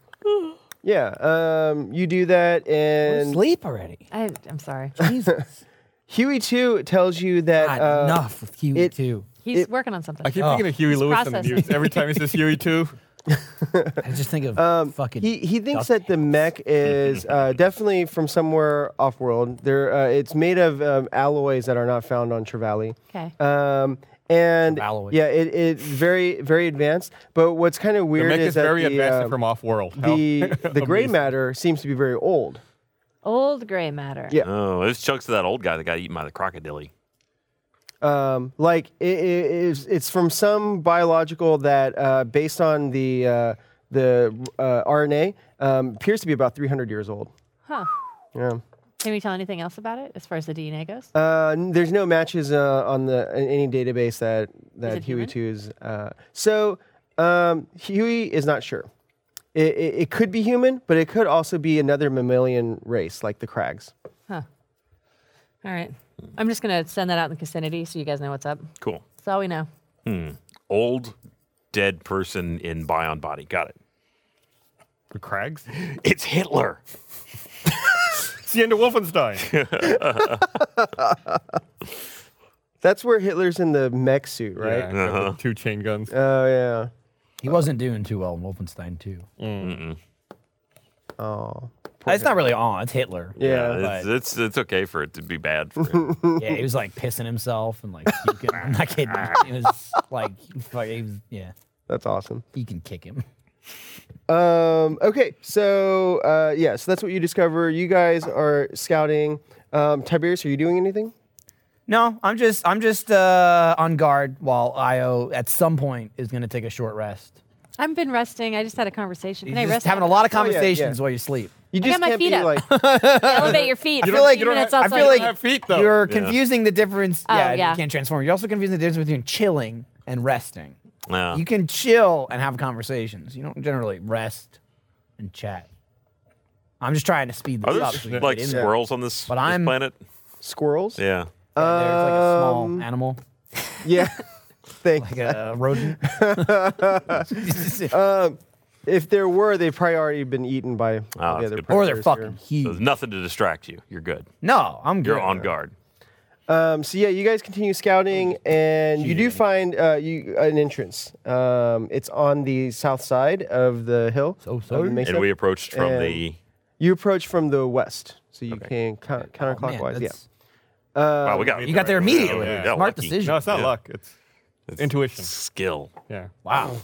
[SPEAKER 5] Yeah, um, you do that, and
[SPEAKER 6] Sleep already.
[SPEAKER 4] I, I'm sorry.
[SPEAKER 6] Jesus.
[SPEAKER 5] Huey two tells you that
[SPEAKER 6] God,
[SPEAKER 5] uh,
[SPEAKER 6] enough with Huey
[SPEAKER 5] it-
[SPEAKER 6] too.
[SPEAKER 4] He's
[SPEAKER 5] It-
[SPEAKER 4] working on something.
[SPEAKER 9] I keep
[SPEAKER 6] Oh.
[SPEAKER 9] thinking of Huey
[SPEAKER 4] He's
[SPEAKER 9] Lewis in the
[SPEAKER 4] processing.
[SPEAKER 9] news. Every time he says Huey too.
[SPEAKER 6] I just think of fucking.
[SPEAKER 5] Um, He, he thinks
[SPEAKER 6] duck-
[SPEAKER 5] that the mech is uh, definitely from somewhere off world. There, uh, it's made of um, alloys that are not found on Trevally.
[SPEAKER 4] Okay.
[SPEAKER 5] Um, and
[SPEAKER 6] Alloys.
[SPEAKER 5] yeah, it, it's very very advanced. But what's kind of
[SPEAKER 9] The
[SPEAKER 5] weird
[SPEAKER 9] mech
[SPEAKER 5] is,
[SPEAKER 9] is
[SPEAKER 5] that
[SPEAKER 9] very
[SPEAKER 5] the,
[SPEAKER 9] advanced
[SPEAKER 5] um,
[SPEAKER 9] and from off world.
[SPEAKER 5] the the gray matter seems to be very old.
[SPEAKER 4] Old gray matter.
[SPEAKER 5] Yeah.
[SPEAKER 3] Oh, there's chunks of that old guy that got eaten by the crocodile.
[SPEAKER 5] Um, like it, it, it's, it's from some biological that, uh, based on the uh, the uh, RNA, um, appears to be about 300 years old.
[SPEAKER 4] Huh.
[SPEAKER 5] Yeah.
[SPEAKER 4] Can we tell anything else about it as far as the DNA goes?
[SPEAKER 5] Uh, n- there's no matches uh, on the in any database that that
[SPEAKER 4] it
[SPEAKER 5] Huey
[SPEAKER 4] human?
[SPEAKER 5] twos. Uh, so um, Huey is not sure. It, it, it could be human, but it could also be another mammalian race like the Krags.
[SPEAKER 4] Huh. All right. I'm just gonna send that out in the vicinity so you guys know what's up.
[SPEAKER 3] Cool.
[SPEAKER 4] That's all we know.
[SPEAKER 3] Old dead person in Bion body. Got it.
[SPEAKER 9] The Krags?
[SPEAKER 3] It's Hitler.
[SPEAKER 9] It's the end of Wolfenstein.
[SPEAKER 5] That's where Hitler's in the mech suit, right?
[SPEAKER 9] Yeah, uh-huh. got the Two chain guns.
[SPEAKER 5] Oh yeah.
[SPEAKER 6] he wasn't doing too well in Wolfenstein too.
[SPEAKER 5] Oh.
[SPEAKER 6] It's not really on. It's Hitler.
[SPEAKER 5] Yeah.
[SPEAKER 3] It's, it's it's okay for it to be bad for him.
[SPEAKER 6] Yeah, he was like pissing himself and like puking. I'm not kidding. It was like, fuck, he was, yeah,
[SPEAKER 5] That's awesome.
[SPEAKER 6] you can kick him.
[SPEAKER 5] Um, okay, so uh, yeah, so that's what you discover. You guys are scouting. Um, Tiberius, are you doing anything?
[SPEAKER 6] No, I'm just I'm just uh, on guard while Io at some point is going to take a short rest.
[SPEAKER 4] I've been resting. I just had a conversation. Can
[SPEAKER 6] You're
[SPEAKER 4] I
[SPEAKER 6] just
[SPEAKER 4] rest?
[SPEAKER 6] having a lot of
[SPEAKER 5] Oh, yeah, yeah.
[SPEAKER 6] conversations while you sleep.
[SPEAKER 5] You
[SPEAKER 4] got my feet up.
[SPEAKER 5] like
[SPEAKER 4] Elevate your feet.
[SPEAKER 9] You
[SPEAKER 4] for
[SPEAKER 9] don't-
[SPEAKER 4] a
[SPEAKER 9] like-
[SPEAKER 4] few
[SPEAKER 9] you don't
[SPEAKER 4] minutes
[SPEAKER 9] have- I
[SPEAKER 6] I
[SPEAKER 4] outside
[SPEAKER 6] feel
[SPEAKER 4] of-
[SPEAKER 6] like
[SPEAKER 9] don't have feet, though.
[SPEAKER 6] you're
[SPEAKER 3] Yeah.
[SPEAKER 6] confusing the difference.
[SPEAKER 4] Oh,
[SPEAKER 6] yeah,
[SPEAKER 4] yeah.
[SPEAKER 6] you can't transform. You're also confusing the difference between chilling and resting.
[SPEAKER 3] Yeah.
[SPEAKER 6] You can chill and have conversations. You don't generally rest and chat. I'm just trying to speed
[SPEAKER 3] Are
[SPEAKER 6] this
[SPEAKER 3] there
[SPEAKER 6] up.
[SPEAKER 3] s-
[SPEAKER 6] we can
[SPEAKER 3] like
[SPEAKER 6] get in there.
[SPEAKER 3] squirrels on this,
[SPEAKER 6] But
[SPEAKER 3] this
[SPEAKER 6] I'm- Uh,
[SPEAKER 3] planet?
[SPEAKER 5] squirrels.
[SPEAKER 3] Yeah.
[SPEAKER 6] Yeah, there's like a
[SPEAKER 5] Um,
[SPEAKER 6] small animal,
[SPEAKER 5] Yeah. Thanks.
[SPEAKER 6] like a rodent.
[SPEAKER 5] If there were, they've probably already been eaten by
[SPEAKER 3] that's
[SPEAKER 5] all the other
[SPEAKER 3] good.
[SPEAKER 6] or they're
[SPEAKER 5] predators here.
[SPEAKER 6] fucking
[SPEAKER 3] So there's
[SPEAKER 6] huge.
[SPEAKER 3] nothing to distract you. You're good.
[SPEAKER 6] No, I'm good.
[SPEAKER 3] You're on guard.
[SPEAKER 5] Um, so yeah, you guys continue scouting, and you do find uh, you an entrance. Um, it's on the south side of the hill. So
[SPEAKER 6] sorry.
[SPEAKER 3] And we approached from
[SPEAKER 5] And-
[SPEAKER 3] the.
[SPEAKER 5] you approach from the west, so you can coun-
[SPEAKER 6] Oh, man,
[SPEAKER 5] counterclockwise. yeah.
[SPEAKER 6] that's-
[SPEAKER 3] wow, we got Oh,
[SPEAKER 6] Oh, You got there immediately.
[SPEAKER 9] Yeah.
[SPEAKER 6] Smart
[SPEAKER 3] Lucky.
[SPEAKER 6] decision.
[SPEAKER 9] No, it's not
[SPEAKER 3] Yeah.
[SPEAKER 9] luck. It's, intuition.
[SPEAKER 3] skill.
[SPEAKER 9] Yeah.
[SPEAKER 6] Wow.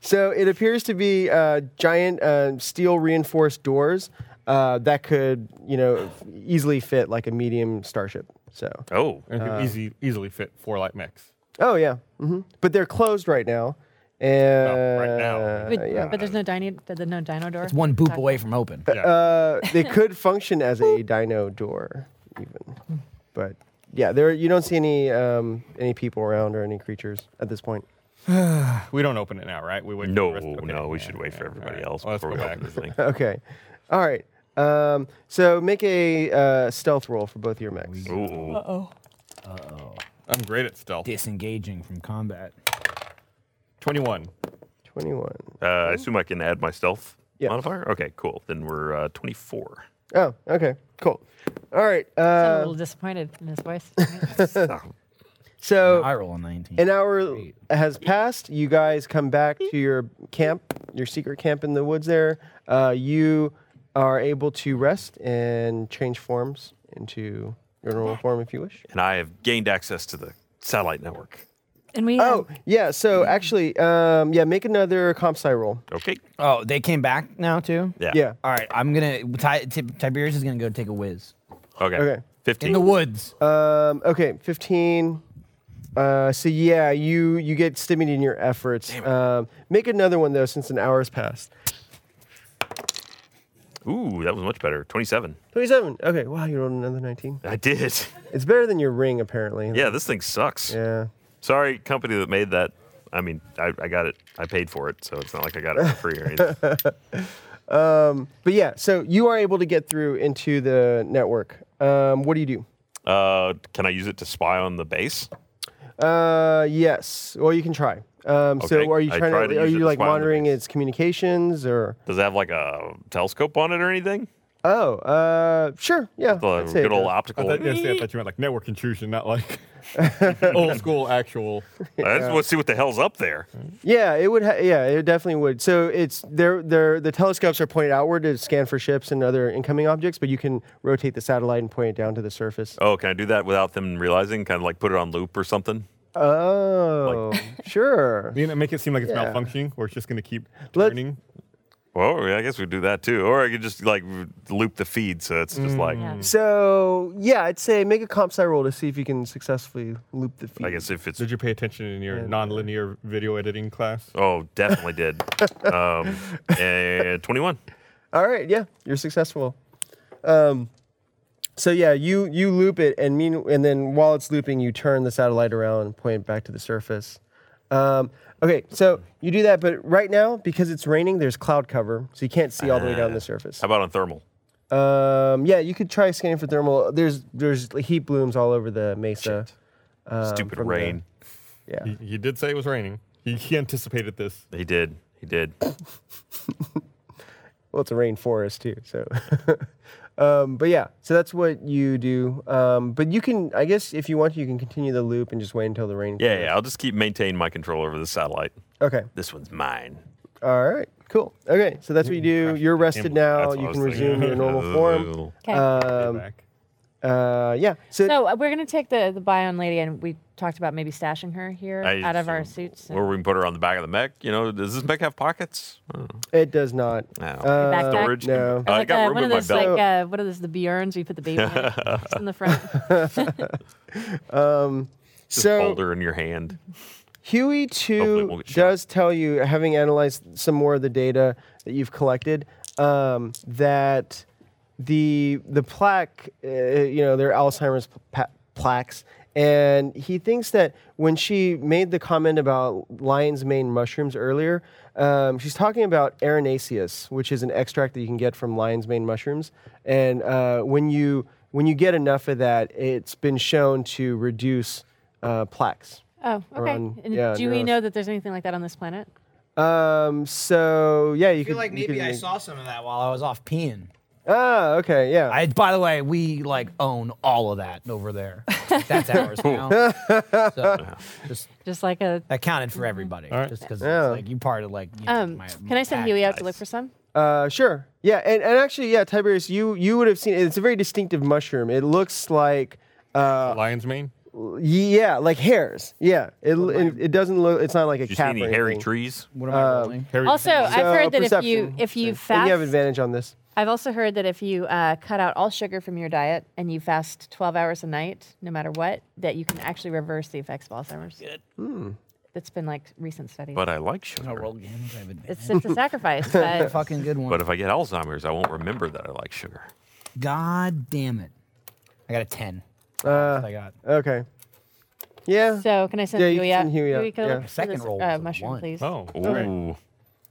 [SPEAKER 5] So it appears to be uh, giant uh, steel reinforced doors uh, that could, you know, easily fit like a medium starship. So,
[SPEAKER 3] Oh,
[SPEAKER 9] And it
[SPEAKER 5] Uh,
[SPEAKER 9] could easy, easily fit four light mechs.
[SPEAKER 5] oh yeah, hmm but they're closed right now. And
[SPEAKER 9] right now.
[SPEAKER 4] But,
[SPEAKER 5] Uh, yeah.
[SPEAKER 4] but there's no dino. There's no dino door.
[SPEAKER 6] It's one boop away from open.
[SPEAKER 9] Yeah.
[SPEAKER 5] Uh, they could function as a dino door, even. But yeah, there you don't see any um, any people around or any creatures at this point.
[SPEAKER 9] We don't open it now, right? We wait. for the
[SPEAKER 3] no,
[SPEAKER 9] rest- okay.
[SPEAKER 3] no, we
[SPEAKER 9] Yeah,
[SPEAKER 3] should wait for
[SPEAKER 9] yeah,
[SPEAKER 3] everybody
[SPEAKER 9] alright.
[SPEAKER 3] else
[SPEAKER 9] Well, let's
[SPEAKER 3] before we
[SPEAKER 9] go
[SPEAKER 3] open
[SPEAKER 9] back.
[SPEAKER 3] this thing.
[SPEAKER 5] Okay, all right. Um, so make a uh, stealth roll for both your mechs.
[SPEAKER 3] Ooh.
[SPEAKER 9] I'm great at stealth.
[SPEAKER 6] Disengaging from combat.
[SPEAKER 9] 21.
[SPEAKER 5] Twenty-one.
[SPEAKER 3] Uh, I assume I can add my stealth
[SPEAKER 5] Yeah.
[SPEAKER 3] modifier. Okay, cool. Then we're uh, 24.
[SPEAKER 5] Oh, okay, cool. All right.
[SPEAKER 4] I'm a
[SPEAKER 5] Uh,
[SPEAKER 4] little disappointed in his voice.
[SPEAKER 5] so
[SPEAKER 6] I roll a 19.
[SPEAKER 5] an hour has passed. You guys come back to your camp, your secret camp in the woods. There, uh, you are able to rest and change forms into your normal form if you wish.
[SPEAKER 3] And I have gained access to the satellite network.
[SPEAKER 4] and we. um,
[SPEAKER 5] Oh, yeah. So actually, um, yeah, make another comp sci roll.
[SPEAKER 3] Okay.
[SPEAKER 6] Oh, they came back now too?
[SPEAKER 3] Yeah.
[SPEAKER 5] Yeah.
[SPEAKER 6] All right, I'm going to. Ti- Ti- Tiberius is going to go take a whiz.
[SPEAKER 3] Okay.
[SPEAKER 5] Okay.
[SPEAKER 3] 15. In the woods.
[SPEAKER 5] Um, okay, 15. Uh, so yeah, you you get stimulated in your efforts. Um, make another one though, since an hour's passed.
[SPEAKER 3] Ooh, that was much better. 27.
[SPEAKER 5] Twenty-seven. Okay, wow, you rolled another nineteen.
[SPEAKER 3] I did.
[SPEAKER 5] It's better than your ring, apparently.
[SPEAKER 3] Yeah, this thing sucks.
[SPEAKER 5] Yeah.
[SPEAKER 3] Sorry, company that made that. I mean, I, I got it. I paid for it, so it's not like I got it for free or anything.
[SPEAKER 5] um, but yeah, so you are able to get through into the network. Um, what do you do?
[SPEAKER 3] Uh, can I use it to spy on the base?
[SPEAKER 5] Uh, yes. Well, you can try. Um,
[SPEAKER 3] Okay,
[SPEAKER 5] so are you
[SPEAKER 3] I
[SPEAKER 5] trying
[SPEAKER 3] try
[SPEAKER 5] to,
[SPEAKER 3] to
[SPEAKER 5] are
[SPEAKER 3] use it
[SPEAKER 5] you
[SPEAKER 3] to
[SPEAKER 5] like
[SPEAKER 3] spy on the
[SPEAKER 5] monitoring its communications or?
[SPEAKER 3] Does it have like a telescope on it or anything?
[SPEAKER 5] Oh, uh, sure. Yeah.
[SPEAKER 3] The
[SPEAKER 5] I'd say it
[SPEAKER 3] good old
[SPEAKER 5] does.
[SPEAKER 3] optical.
[SPEAKER 9] I thought, yes, I thought you meant like network intrusion, not like old school actual.
[SPEAKER 3] I just want to see what the hell's up there.
[SPEAKER 5] Mm-hmm. Yeah, it would. Ha- yeah, it definitely would. So it's there. There, the telescopes are pointed outward to scan for ships and other incoming objects, but you can rotate the satellite and point it down to the surface.
[SPEAKER 3] Oh, can I do that without them realizing? Kind of like put it on loop or something?
[SPEAKER 5] Oh, sure.
[SPEAKER 9] You know, make it seem like it's
[SPEAKER 5] Yeah.
[SPEAKER 9] malfunctioning, or it's just going to keep
[SPEAKER 5] Let-
[SPEAKER 9] turning.
[SPEAKER 3] Well, I guess we do that too. Or I could just like r- loop the feed so it's just like.
[SPEAKER 5] Mm. So yeah, I'd say make a comp sci roll to see if you can successfully loop the feed.
[SPEAKER 3] I guess if it's.
[SPEAKER 9] Did you pay attention in your nonlinear video editing class?
[SPEAKER 3] Oh, definitely did. um, and 21.
[SPEAKER 5] All right, yeah, you're successful. Um, so yeah, you you loop it, and mean, and then while it's looping, you turn the satellite around and point it back to the surface. Um, okay, so you do that, but right now because it's raining, there's cloud cover, so you can't see all the way down
[SPEAKER 3] Uh,
[SPEAKER 5] the surface.
[SPEAKER 3] How about on thermal?
[SPEAKER 5] Um, yeah, you could try scanning for thermal. There's there's heat blooms all over the mesa. um,
[SPEAKER 3] Stupid
[SPEAKER 5] from the-
[SPEAKER 3] rain.
[SPEAKER 5] yeah.
[SPEAKER 9] He, he did say it was raining. He, he anticipated this.
[SPEAKER 3] He did. He did.
[SPEAKER 5] Well, it's a rainforest too, so. um, but yeah, so that's what you do. Um, but you can, I guess, if you want, you can continue the loop and just wait until the rain.
[SPEAKER 3] Yeah, yeah. I'll just keep maintaining my control over the satellite.
[SPEAKER 5] Okay.
[SPEAKER 3] This one's mine.
[SPEAKER 5] All right. Cool. Okay, so that's what you do. You're rested now.
[SPEAKER 3] That's what
[SPEAKER 5] You
[SPEAKER 3] I
[SPEAKER 5] can
[SPEAKER 3] was thinking.
[SPEAKER 5] resume your normal form.
[SPEAKER 4] Okay.
[SPEAKER 5] Um, uh, yeah. So,
[SPEAKER 4] So uh, we're gonna take the the Bion lady, and we talked about maybe stashing her here
[SPEAKER 3] I-
[SPEAKER 4] out of our
[SPEAKER 3] um,
[SPEAKER 4] suits.
[SPEAKER 3] Or we can put her on the back of the mech. You know, does this mech have pockets? I don't know.
[SPEAKER 5] it does not.
[SPEAKER 3] I don't know.
[SPEAKER 5] Uh,
[SPEAKER 3] Storage?
[SPEAKER 5] No.
[SPEAKER 3] I
[SPEAKER 4] Like,
[SPEAKER 3] got
[SPEAKER 4] uh,
[SPEAKER 3] room
[SPEAKER 4] one of
[SPEAKER 3] in my
[SPEAKER 4] those,
[SPEAKER 3] belt.
[SPEAKER 4] like, uh, what are those? The Bjorns we put the baby in, It's in the front.
[SPEAKER 5] um,
[SPEAKER 3] Just
[SPEAKER 5] so
[SPEAKER 3] folder in your hand.
[SPEAKER 5] Huey 2 does tell you, having analyzed some more of the data that you've collected, um, that the the plaque, uh, you know, they're Alzheimer's pa- plaques, and he thinks that when she made the comment about lion's mane mushrooms earlier, um, she's talking about Aranaceus, which is an extract that you can get from lion's mane mushrooms, and uh, when you when you get enough of that, it's been shown to reduce uh, plaques.
[SPEAKER 4] Oh, okay.
[SPEAKER 5] Around-
[SPEAKER 4] And
[SPEAKER 5] yeah,
[SPEAKER 4] do we
[SPEAKER 5] neurons.
[SPEAKER 4] know that there's anything like that on this planet?
[SPEAKER 5] Um. So yeah, you
[SPEAKER 6] I
[SPEAKER 5] could
[SPEAKER 6] feel like
[SPEAKER 5] you
[SPEAKER 6] maybe
[SPEAKER 5] could
[SPEAKER 6] I
[SPEAKER 5] make-
[SPEAKER 6] saw some of that while I was off peeing.
[SPEAKER 5] Oh, okay. Yeah.
[SPEAKER 6] I, by the way, we like own all of that over there. That's ours now. So, just
[SPEAKER 4] Just like a.
[SPEAKER 6] that counted for everybody. Just because
[SPEAKER 5] Yeah.
[SPEAKER 6] like you part of like. You know,
[SPEAKER 4] Um,
[SPEAKER 6] my-
[SPEAKER 4] can I send
[SPEAKER 6] pack
[SPEAKER 4] Huey out to
[SPEAKER 6] guys.
[SPEAKER 4] look for some?
[SPEAKER 5] Uh, sure. Yeah, and, and actually, yeah, Tiberius, you you would have seen. It's a very distinctive mushroom. It looks like. Uh,
[SPEAKER 9] Lion's mane.
[SPEAKER 5] yeah, like hairs. Yeah, it l- it, it doesn't look. It's not like a
[SPEAKER 3] Did you see
[SPEAKER 5] cap.
[SPEAKER 3] any
[SPEAKER 5] or
[SPEAKER 3] hairy
[SPEAKER 5] anything.
[SPEAKER 3] trees?
[SPEAKER 6] What am I rolling?
[SPEAKER 5] Uh,
[SPEAKER 9] Hairy
[SPEAKER 4] Also, I've
[SPEAKER 5] So,
[SPEAKER 4] heard that if you
[SPEAKER 5] perception.
[SPEAKER 4] if you
[SPEAKER 5] And
[SPEAKER 4] fast,
[SPEAKER 5] you have advantage on this.
[SPEAKER 4] I've also heard that if you uh, cut out all sugar from your diet and you fast 12 hours a night, no matter what, that you can actually reverse the effects of Alzheimer's.
[SPEAKER 5] Hmm.
[SPEAKER 4] That's been like recent studies.
[SPEAKER 3] But I like sugar.
[SPEAKER 6] I'll roll again. 'cause I have advantage.
[SPEAKER 4] it's it's a sacrifice,
[SPEAKER 6] That's a
[SPEAKER 4] but
[SPEAKER 6] fucking good one.
[SPEAKER 3] But if I get Alzheimer's, I won't remember that I like sugar.
[SPEAKER 6] God damn it! I got a ten.
[SPEAKER 5] Uh,
[SPEAKER 6] I got
[SPEAKER 5] okay. Yeah.
[SPEAKER 4] so can I send
[SPEAKER 5] Yeah, you
[SPEAKER 4] Huey
[SPEAKER 5] can
[SPEAKER 4] out?
[SPEAKER 5] send Huey out,
[SPEAKER 4] could
[SPEAKER 5] yeah.
[SPEAKER 4] look for
[SPEAKER 6] Second
[SPEAKER 4] this,
[SPEAKER 6] roll
[SPEAKER 4] uh,
[SPEAKER 6] was a
[SPEAKER 4] mushroom,
[SPEAKER 6] one.
[SPEAKER 4] please.
[SPEAKER 9] Oh.
[SPEAKER 3] Ooh.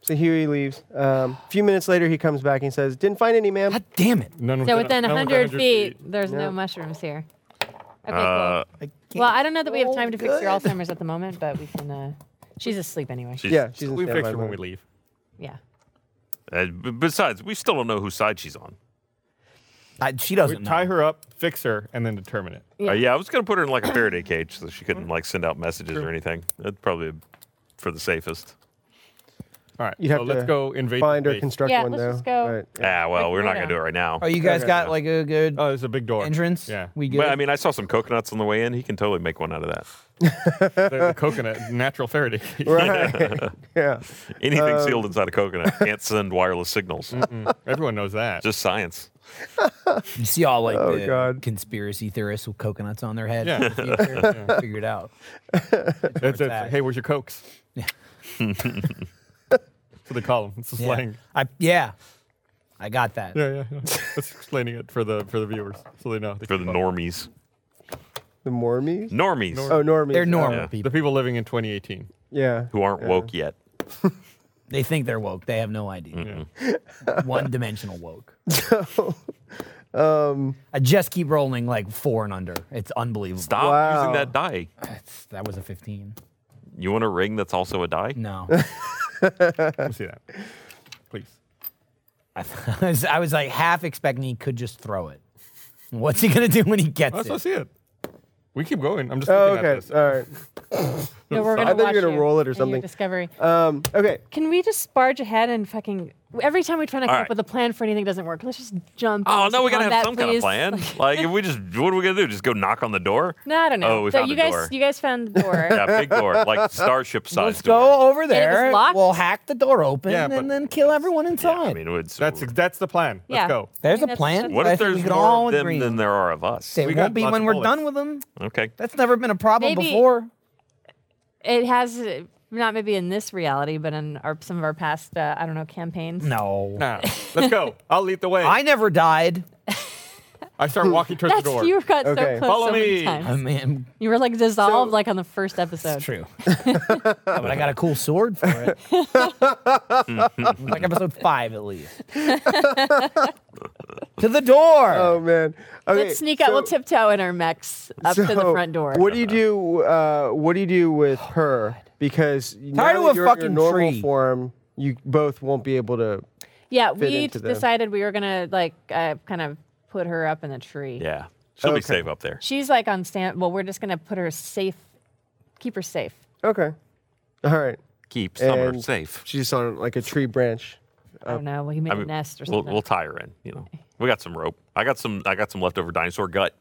[SPEAKER 5] So Huey leaves. Um, a few minutes later, he comes back and he says, "Didn't find any, ma'am."
[SPEAKER 6] God damn it!
[SPEAKER 9] None
[SPEAKER 4] So within
[SPEAKER 9] none
[SPEAKER 4] 100 feet, there's
[SPEAKER 5] Yeah.
[SPEAKER 4] no mushrooms here. Okay,
[SPEAKER 3] Uh,
[SPEAKER 4] cool.
[SPEAKER 6] I can't.
[SPEAKER 4] Well, I don't know that we have
[SPEAKER 6] roll
[SPEAKER 4] time to fix your
[SPEAKER 6] good.
[SPEAKER 4] Alzheimer's at the moment, but we can. Uh, she's asleep anyway.
[SPEAKER 3] she's,
[SPEAKER 5] Oh, Yeah, she's in
[SPEAKER 9] We fix
[SPEAKER 5] standby
[SPEAKER 9] her when
[SPEAKER 5] mode.
[SPEAKER 9] we leave.
[SPEAKER 4] yeah.
[SPEAKER 3] uh, b- besides, we still don't know whose side she's on.
[SPEAKER 6] I, she
[SPEAKER 9] We
[SPEAKER 6] doesn't
[SPEAKER 9] tie
[SPEAKER 6] know.
[SPEAKER 9] her up, fix her, and then determine it.
[SPEAKER 3] Yeah, uh, yeah I was going to put her in like a Faraday cage so she couldn't like send out messages or anything. That's probably for the safest.
[SPEAKER 9] All right.
[SPEAKER 5] You'd have
[SPEAKER 9] so let's
[SPEAKER 5] to
[SPEAKER 9] go invade.
[SPEAKER 5] find
[SPEAKER 9] the
[SPEAKER 5] or
[SPEAKER 9] base.
[SPEAKER 5] construct
[SPEAKER 4] Yeah,
[SPEAKER 5] one
[SPEAKER 4] let's
[SPEAKER 5] though.
[SPEAKER 4] just go.
[SPEAKER 5] Right.
[SPEAKER 3] Ah, well,
[SPEAKER 4] Like,
[SPEAKER 3] we're
[SPEAKER 4] go
[SPEAKER 3] not going
[SPEAKER 4] down.
[SPEAKER 3] to do it right now.
[SPEAKER 6] Oh, you guys
[SPEAKER 5] Okay.
[SPEAKER 6] got like a good
[SPEAKER 9] Oh, there's a big door.
[SPEAKER 6] entrance.
[SPEAKER 9] Yeah.
[SPEAKER 6] we good.
[SPEAKER 3] But I mean, I saw some coconuts on the way in. He can totally make one out of that.
[SPEAKER 9] the, the coconut, natural Faraday. cage.
[SPEAKER 5] Right. yeah.
[SPEAKER 6] Uh,
[SPEAKER 3] Anything sealed inside a coconut can't send wireless signals.
[SPEAKER 9] Hmm, Everyone knows that.
[SPEAKER 3] Just science.
[SPEAKER 6] You see all like
[SPEAKER 5] Oh,
[SPEAKER 6] the
[SPEAKER 5] God.
[SPEAKER 6] conspiracy theorists with coconuts on their head.
[SPEAKER 9] Yeah.
[SPEAKER 6] in the future. Figure it out.
[SPEAKER 9] It's, it's,
[SPEAKER 6] that.
[SPEAKER 9] hey, where's your cokes? Yeah. so they call them. It's a
[SPEAKER 6] Yeah.
[SPEAKER 9] slang.
[SPEAKER 6] I yeah. I got that.
[SPEAKER 9] Yeah, yeah, yeah. That's explaining it for the for the viewers, so they know. They
[SPEAKER 3] For the normies.
[SPEAKER 5] The Mormies?
[SPEAKER 3] Normies.
[SPEAKER 5] Oh, normies.
[SPEAKER 6] They're normal
[SPEAKER 5] Yeah.
[SPEAKER 6] people
[SPEAKER 9] The people living in 2018.
[SPEAKER 5] Yeah.
[SPEAKER 3] Who aren't woke yet.
[SPEAKER 6] They think they're woke. They have no idea. One dimensional woke.
[SPEAKER 5] Um,
[SPEAKER 6] I just keep rolling like four and under. It's unbelievable.
[SPEAKER 3] Stop using that die.
[SPEAKER 6] That's- that was a 15.
[SPEAKER 3] You want a ring that's also a die?
[SPEAKER 6] No.
[SPEAKER 9] Let me see that, please.
[SPEAKER 6] I, was, I was like half expecting he could just throw it. What's he going to do when he gets
[SPEAKER 9] Let's
[SPEAKER 6] it?
[SPEAKER 9] see it. We keep going. I'm just
[SPEAKER 5] oh,
[SPEAKER 9] looking
[SPEAKER 5] okay.
[SPEAKER 9] at this.
[SPEAKER 5] All right.
[SPEAKER 4] No, we're
[SPEAKER 5] I
[SPEAKER 4] gonna
[SPEAKER 5] thought you were
[SPEAKER 4] watch
[SPEAKER 5] gonna roll it or
[SPEAKER 4] and your
[SPEAKER 5] something.
[SPEAKER 4] Discovery.
[SPEAKER 5] Um, okay.
[SPEAKER 4] Can we just sparge ahead and fucking? Every time we try to come
[SPEAKER 3] All
[SPEAKER 4] up with a plan for anything, it doesn't work. Let's just jump.
[SPEAKER 3] Oh
[SPEAKER 4] into
[SPEAKER 3] no, we gotta
[SPEAKER 4] combat,
[SPEAKER 3] have some
[SPEAKER 4] please.
[SPEAKER 3] kind of plan. Like if we just, what are we gonna do? Just go knock on the door?
[SPEAKER 4] No, I don't know.
[SPEAKER 3] Oh, we
[SPEAKER 4] so
[SPEAKER 3] found
[SPEAKER 4] you
[SPEAKER 3] a
[SPEAKER 4] guys,
[SPEAKER 3] door.
[SPEAKER 4] you guys found the door.
[SPEAKER 3] yeah, big door, like starship size
[SPEAKER 6] Let's
[SPEAKER 3] door.
[SPEAKER 6] go over
[SPEAKER 4] it was
[SPEAKER 6] there.
[SPEAKER 4] locked?
[SPEAKER 6] We'll hack the door open
[SPEAKER 9] Yeah, but-
[SPEAKER 6] and then kill everyone inside.
[SPEAKER 3] I mean, it's,
[SPEAKER 9] That's that's the plan. Let's
[SPEAKER 4] Yeah.
[SPEAKER 9] go.
[SPEAKER 4] I
[SPEAKER 6] There's a
[SPEAKER 4] mean, that's-
[SPEAKER 6] plan.
[SPEAKER 4] that's-
[SPEAKER 3] what
[SPEAKER 6] I
[SPEAKER 3] if
[SPEAKER 6] think
[SPEAKER 3] there's
[SPEAKER 6] we could
[SPEAKER 3] more
[SPEAKER 6] all
[SPEAKER 3] of them
[SPEAKER 6] agree.
[SPEAKER 3] than there are of us?
[SPEAKER 6] It
[SPEAKER 9] We got
[SPEAKER 6] won't be
[SPEAKER 9] lots
[SPEAKER 6] when
[SPEAKER 9] of
[SPEAKER 6] we're
[SPEAKER 9] bullets.
[SPEAKER 6] done with them.
[SPEAKER 3] Okay.
[SPEAKER 6] That's never been a problem
[SPEAKER 4] Maybe-
[SPEAKER 6] before.
[SPEAKER 4] It has uh, not maybe in this reality, but in our some of our past, uh, I don't know, campaigns.
[SPEAKER 6] No.
[SPEAKER 9] Nah, let's go. I'll lead the way. I,
[SPEAKER 6] I never died.
[SPEAKER 9] start walking towards the
[SPEAKER 4] That's
[SPEAKER 9] door.
[SPEAKER 4] you got so
[SPEAKER 5] Okay.
[SPEAKER 4] close
[SPEAKER 9] Follow
[SPEAKER 4] so many
[SPEAKER 9] me.
[SPEAKER 4] times.
[SPEAKER 6] I mean,
[SPEAKER 4] you were like dissolved like on the first episode.
[SPEAKER 6] true. Yeah, but I got a cool sword for it. like episode five, at least. to the door.
[SPEAKER 5] Oh man. Okay,
[SPEAKER 4] Let's sneak out. We'll
[SPEAKER 5] so-
[SPEAKER 4] tiptoe in our mechs up to the
[SPEAKER 5] so
[SPEAKER 4] front door. Oh,
[SPEAKER 5] What do you do? Uh, what do you do with her? Because
[SPEAKER 6] Tie her
[SPEAKER 5] now
[SPEAKER 6] to
[SPEAKER 5] that
[SPEAKER 6] a
[SPEAKER 5] you're in your
[SPEAKER 6] fucking
[SPEAKER 5] normal
[SPEAKER 6] tree.
[SPEAKER 5] form, you both won't be able to.
[SPEAKER 4] yeah,
[SPEAKER 5] fit
[SPEAKER 4] we
[SPEAKER 5] into the-
[SPEAKER 4] decided we were gonna like uh, kind of put her up in a tree.
[SPEAKER 3] Yeah, she'll be safe up there.
[SPEAKER 4] She's like on stand. Well, we're just gonna put her safe, keep her safe.
[SPEAKER 5] Okay. All right.
[SPEAKER 3] Keep summer
[SPEAKER 5] And
[SPEAKER 3] safe.
[SPEAKER 5] She's on like a tree branch.
[SPEAKER 4] I
[SPEAKER 5] Oh.
[SPEAKER 4] don't know. Well, he made
[SPEAKER 3] I mean,
[SPEAKER 4] a nest or
[SPEAKER 3] we'll,
[SPEAKER 4] something.
[SPEAKER 3] we'll tie her in. You know, we got some rope. I got some. I got some leftover dinosaur gut.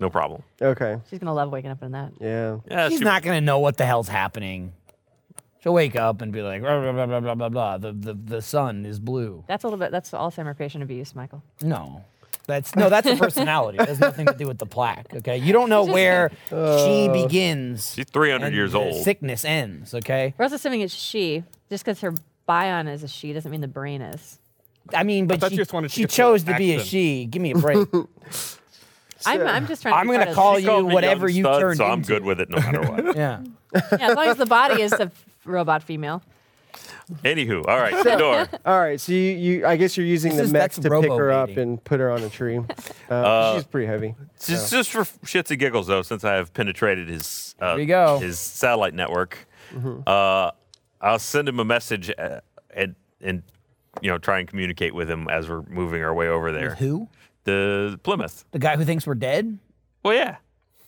[SPEAKER 3] No problem.
[SPEAKER 5] Okay.
[SPEAKER 4] She's gonna love waking up in that.
[SPEAKER 5] Yeah.
[SPEAKER 3] Yeah,
[SPEAKER 6] She's
[SPEAKER 3] she-
[SPEAKER 6] not gonna know what the hell's happening. She'll wake up and be like, blah blah blah blah blah blah. blah. The, the the sun is blue.
[SPEAKER 4] That's a little bit. That's Alzheimer patient abuse, Michael.
[SPEAKER 6] No, that's no, that's her personality. It has nothing to do with the plaque. Okay, you don't know where she begins.
[SPEAKER 3] She's 300
[SPEAKER 6] and
[SPEAKER 3] years
[SPEAKER 6] the
[SPEAKER 3] old.
[SPEAKER 6] Sickness ends. Okay,
[SPEAKER 4] We're also assuming it's she, just because her bion is a she doesn't mean the brain is.
[SPEAKER 6] I mean, but
[SPEAKER 9] thought
[SPEAKER 6] she,
[SPEAKER 9] you just wanted to
[SPEAKER 6] she
[SPEAKER 9] get the
[SPEAKER 6] chose to be a
[SPEAKER 9] accent.
[SPEAKER 6] she. Give me a break.
[SPEAKER 4] I'm, I'm just trying.
[SPEAKER 6] I'm
[SPEAKER 4] to be
[SPEAKER 6] gonna
[SPEAKER 4] part
[SPEAKER 6] call
[SPEAKER 4] of
[SPEAKER 6] you
[SPEAKER 4] the-
[SPEAKER 3] Called me
[SPEAKER 6] whatever
[SPEAKER 3] young
[SPEAKER 6] you
[SPEAKER 3] stud,
[SPEAKER 6] turned
[SPEAKER 3] So I'm
[SPEAKER 6] into.
[SPEAKER 3] good with it no matter what.
[SPEAKER 6] yeah,
[SPEAKER 4] Yeah, as long as the body is the f- robot female.
[SPEAKER 3] Anywho, all right, the door.
[SPEAKER 5] All right. So you, you I guess you're using
[SPEAKER 6] This
[SPEAKER 5] the
[SPEAKER 6] is-
[SPEAKER 5] mechs
[SPEAKER 6] that's
[SPEAKER 5] to pick her up
[SPEAKER 6] robo-baiting.
[SPEAKER 5] and put her on a tree. Uh, she's pretty heavy.
[SPEAKER 3] Just, just for shits and giggles, though, since I have penetrated his uh,
[SPEAKER 6] we go. Mm-hmm.
[SPEAKER 3] his satellite network, uh, I'll send him a message uh, and and you know try and communicate with him as we're moving our way over there.
[SPEAKER 6] who?
[SPEAKER 3] The Plymouth.
[SPEAKER 6] The guy who thinks we're dead?
[SPEAKER 3] Well, yeah.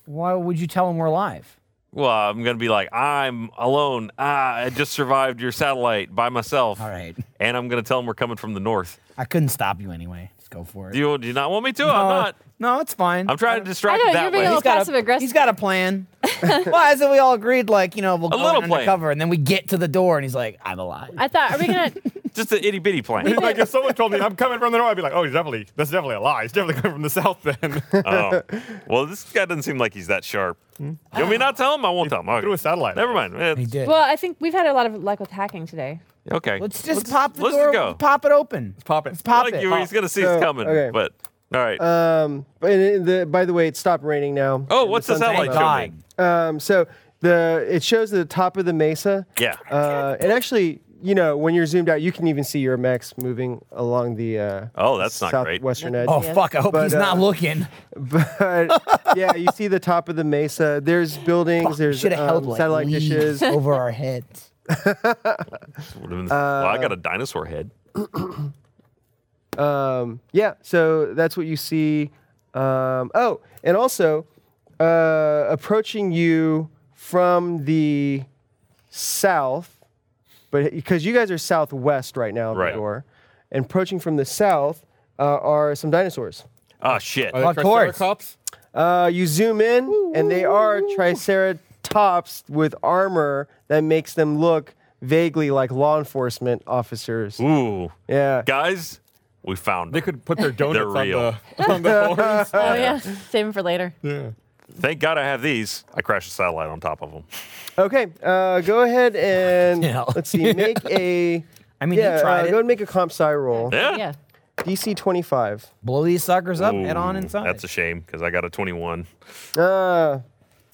[SPEAKER 6] Why would you tell him we're alive?
[SPEAKER 3] Well, I'm gonna be like, I'm alone. Ah, I just survived your satellite by myself.
[SPEAKER 6] All right,
[SPEAKER 3] And I'm gonna tell him we're coming from the north.
[SPEAKER 6] I couldn't stop you anyway. Let's go for it.
[SPEAKER 3] Do you, do you not want me to? I'm
[SPEAKER 6] Uh,
[SPEAKER 3] not.
[SPEAKER 6] No, it's fine.
[SPEAKER 3] I'm trying to distract
[SPEAKER 4] I know,
[SPEAKER 3] him that
[SPEAKER 4] you're being
[SPEAKER 3] way.
[SPEAKER 4] a little
[SPEAKER 6] got a-
[SPEAKER 4] passive aggressive.
[SPEAKER 6] He's got a plan. Why is it we all agreed like you know we'll
[SPEAKER 3] A
[SPEAKER 6] go
[SPEAKER 3] little
[SPEAKER 6] in
[SPEAKER 3] plan.
[SPEAKER 6] undercover and then we get to the door and he's like I'm alive.
[SPEAKER 4] I thought, are we gonna?
[SPEAKER 3] Just an itty bitty plan.
[SPEAKER 9] like if someone told me I'm coming from the north, I'd be like, oh, he's definitely that's definitely a lie. He's definitely coming from the south. Then Uh,
[SPEAKER 3] oh. Well, this guy doesn't seem like he's that sharp. You want me to not tell him? I won't tell him. Okay.
[SPEAKER 9] threw a satellite.
[SPEAKER 3] Never mind. Eh,
[SPEAKER 6] Hmm? he did.
[SPEAKER 4] well, I think we've had a lot of luck with hacking today.
[SPEAKER 3] Okay.
[SPEAKER 6] let's just pop the
[SPEAKER 3] let's
[SPEAKER 6] door.
[SPEAKER 3] go.
[SPEAKER 6] Pop it open.
[SPEAKER 9] pop it.
[SPEAKER 6] Let's pop
[SPEAKER 3] like
[SPEAKER 6] it. Uh,
[SPEAKER 3] you, he's gonna see
[SPEAKER 5] So,
[SPEAKER 3] it's coming.
[SPEAKER 5] okay.
[SPEAKER 3] But all right.
[SPEAKER 5] Um, but in the, by the way, it stopped raining now.
[SPEAKER 3] oh, what's the
[SPEAKER 5] sun's
[SPEAKER 3] satellite
[SPEAKER 6] Thank
[SPEAKER 5] coming up.
[SPEAKER 3] showing?
[SPEAKER 6] God.
[SPEAKER 3] me?
[SPEAKER 5] Um, so the it shows the top of the mesa.
[SPEAKER 3] Yeah.
[SPEAKER 5] Uh, and actually, you know, when you're zoomed out, you can even see your mechs moving along the uh,
[SPEAKER 3] Oh, that's not great.
[SPEAKER 5] southwestern edge.
[SPEAKER 6] Oh
[SPEAKER 4] Yes.
[SPEAKER 6] fuck! I hope
[SPEAKER 5] But,
[SPEAKER 6] he's not
[SPEAKER 5] uh,
[SPEAKER 6] looking.
[SPEAKER 5] But yeah, you see the top of the mesa. There's buildings. there's
[SPEAKER 6] Should have held
[SPEAKER 5] um,
[SPEAKER 6] like
[SPEAKER 5] satellite
[SPEAKER 6] leaves
[SPEAKER 5] dishes.
[SPEAKER 6] over our heads.
[SPEAKER 3] Well, I
[SPEAKER 6] uh,
[SPEAKER 3] got a dinosaur head.
[SPEAKER 5] Um, yeah, so that's what you see. Um, oh, and also uh, approaching you from the south, but because you guys are southwest right now of
[SPEAKER 3] Right.
[SPEAKER 5] the door, and approaching from the south uh, are some dinosaurs.
[SPEAKER 3] Oh shit.
[SPEAKER 9] Are they
[SPEAKER 6] Of course.
[SPEAKER 9] triceratops?
[SPEAKER 5] Uh, you zoom in, and they are triceratops with armor that makes them look vaguely like law enforcement officers.
[SPEAKER 6] Uh,
[SPEAKER 3] Ooh.
[SPEAKER 5] Yeah.
[SPEAKER 3] Guys, We found
[SPEAKER 9] They could put their donuts
[SPEAKER 3] They're
[SPEAKER 9] on
[SPEAKER 3] real.
[SPEAKER 9] the, on the horns.
[SPEAKER 4] Oh yeah, save them for later.
[SPEAKER 9] Yeah.
[SPEAKER 3] Thank God I have these. I crashed a satellite on top of them.
[SPEAKER 5] Okay, uh, go ahead and let's see. Make a.
[SPEAKER 6] I mean, he
[SPEAKER 5] yeah,
[SPEAKER 6] tried
[SPEAKER 5] uh,
[SPEAKER 6] it.
[SPEAKER 5] go and make a comp sci roll.
[SPEAKER 3] Yeah.
[SPEAKER 5] DC 25.
[SPEAKER 6] Blow these suckers up, head on
[SPEAKER 3] Ooh,
[SPEAKER 6] inside.
[SPEAKER 3] That's a shame because I got a 21.
[SPEAKER 5] Uh,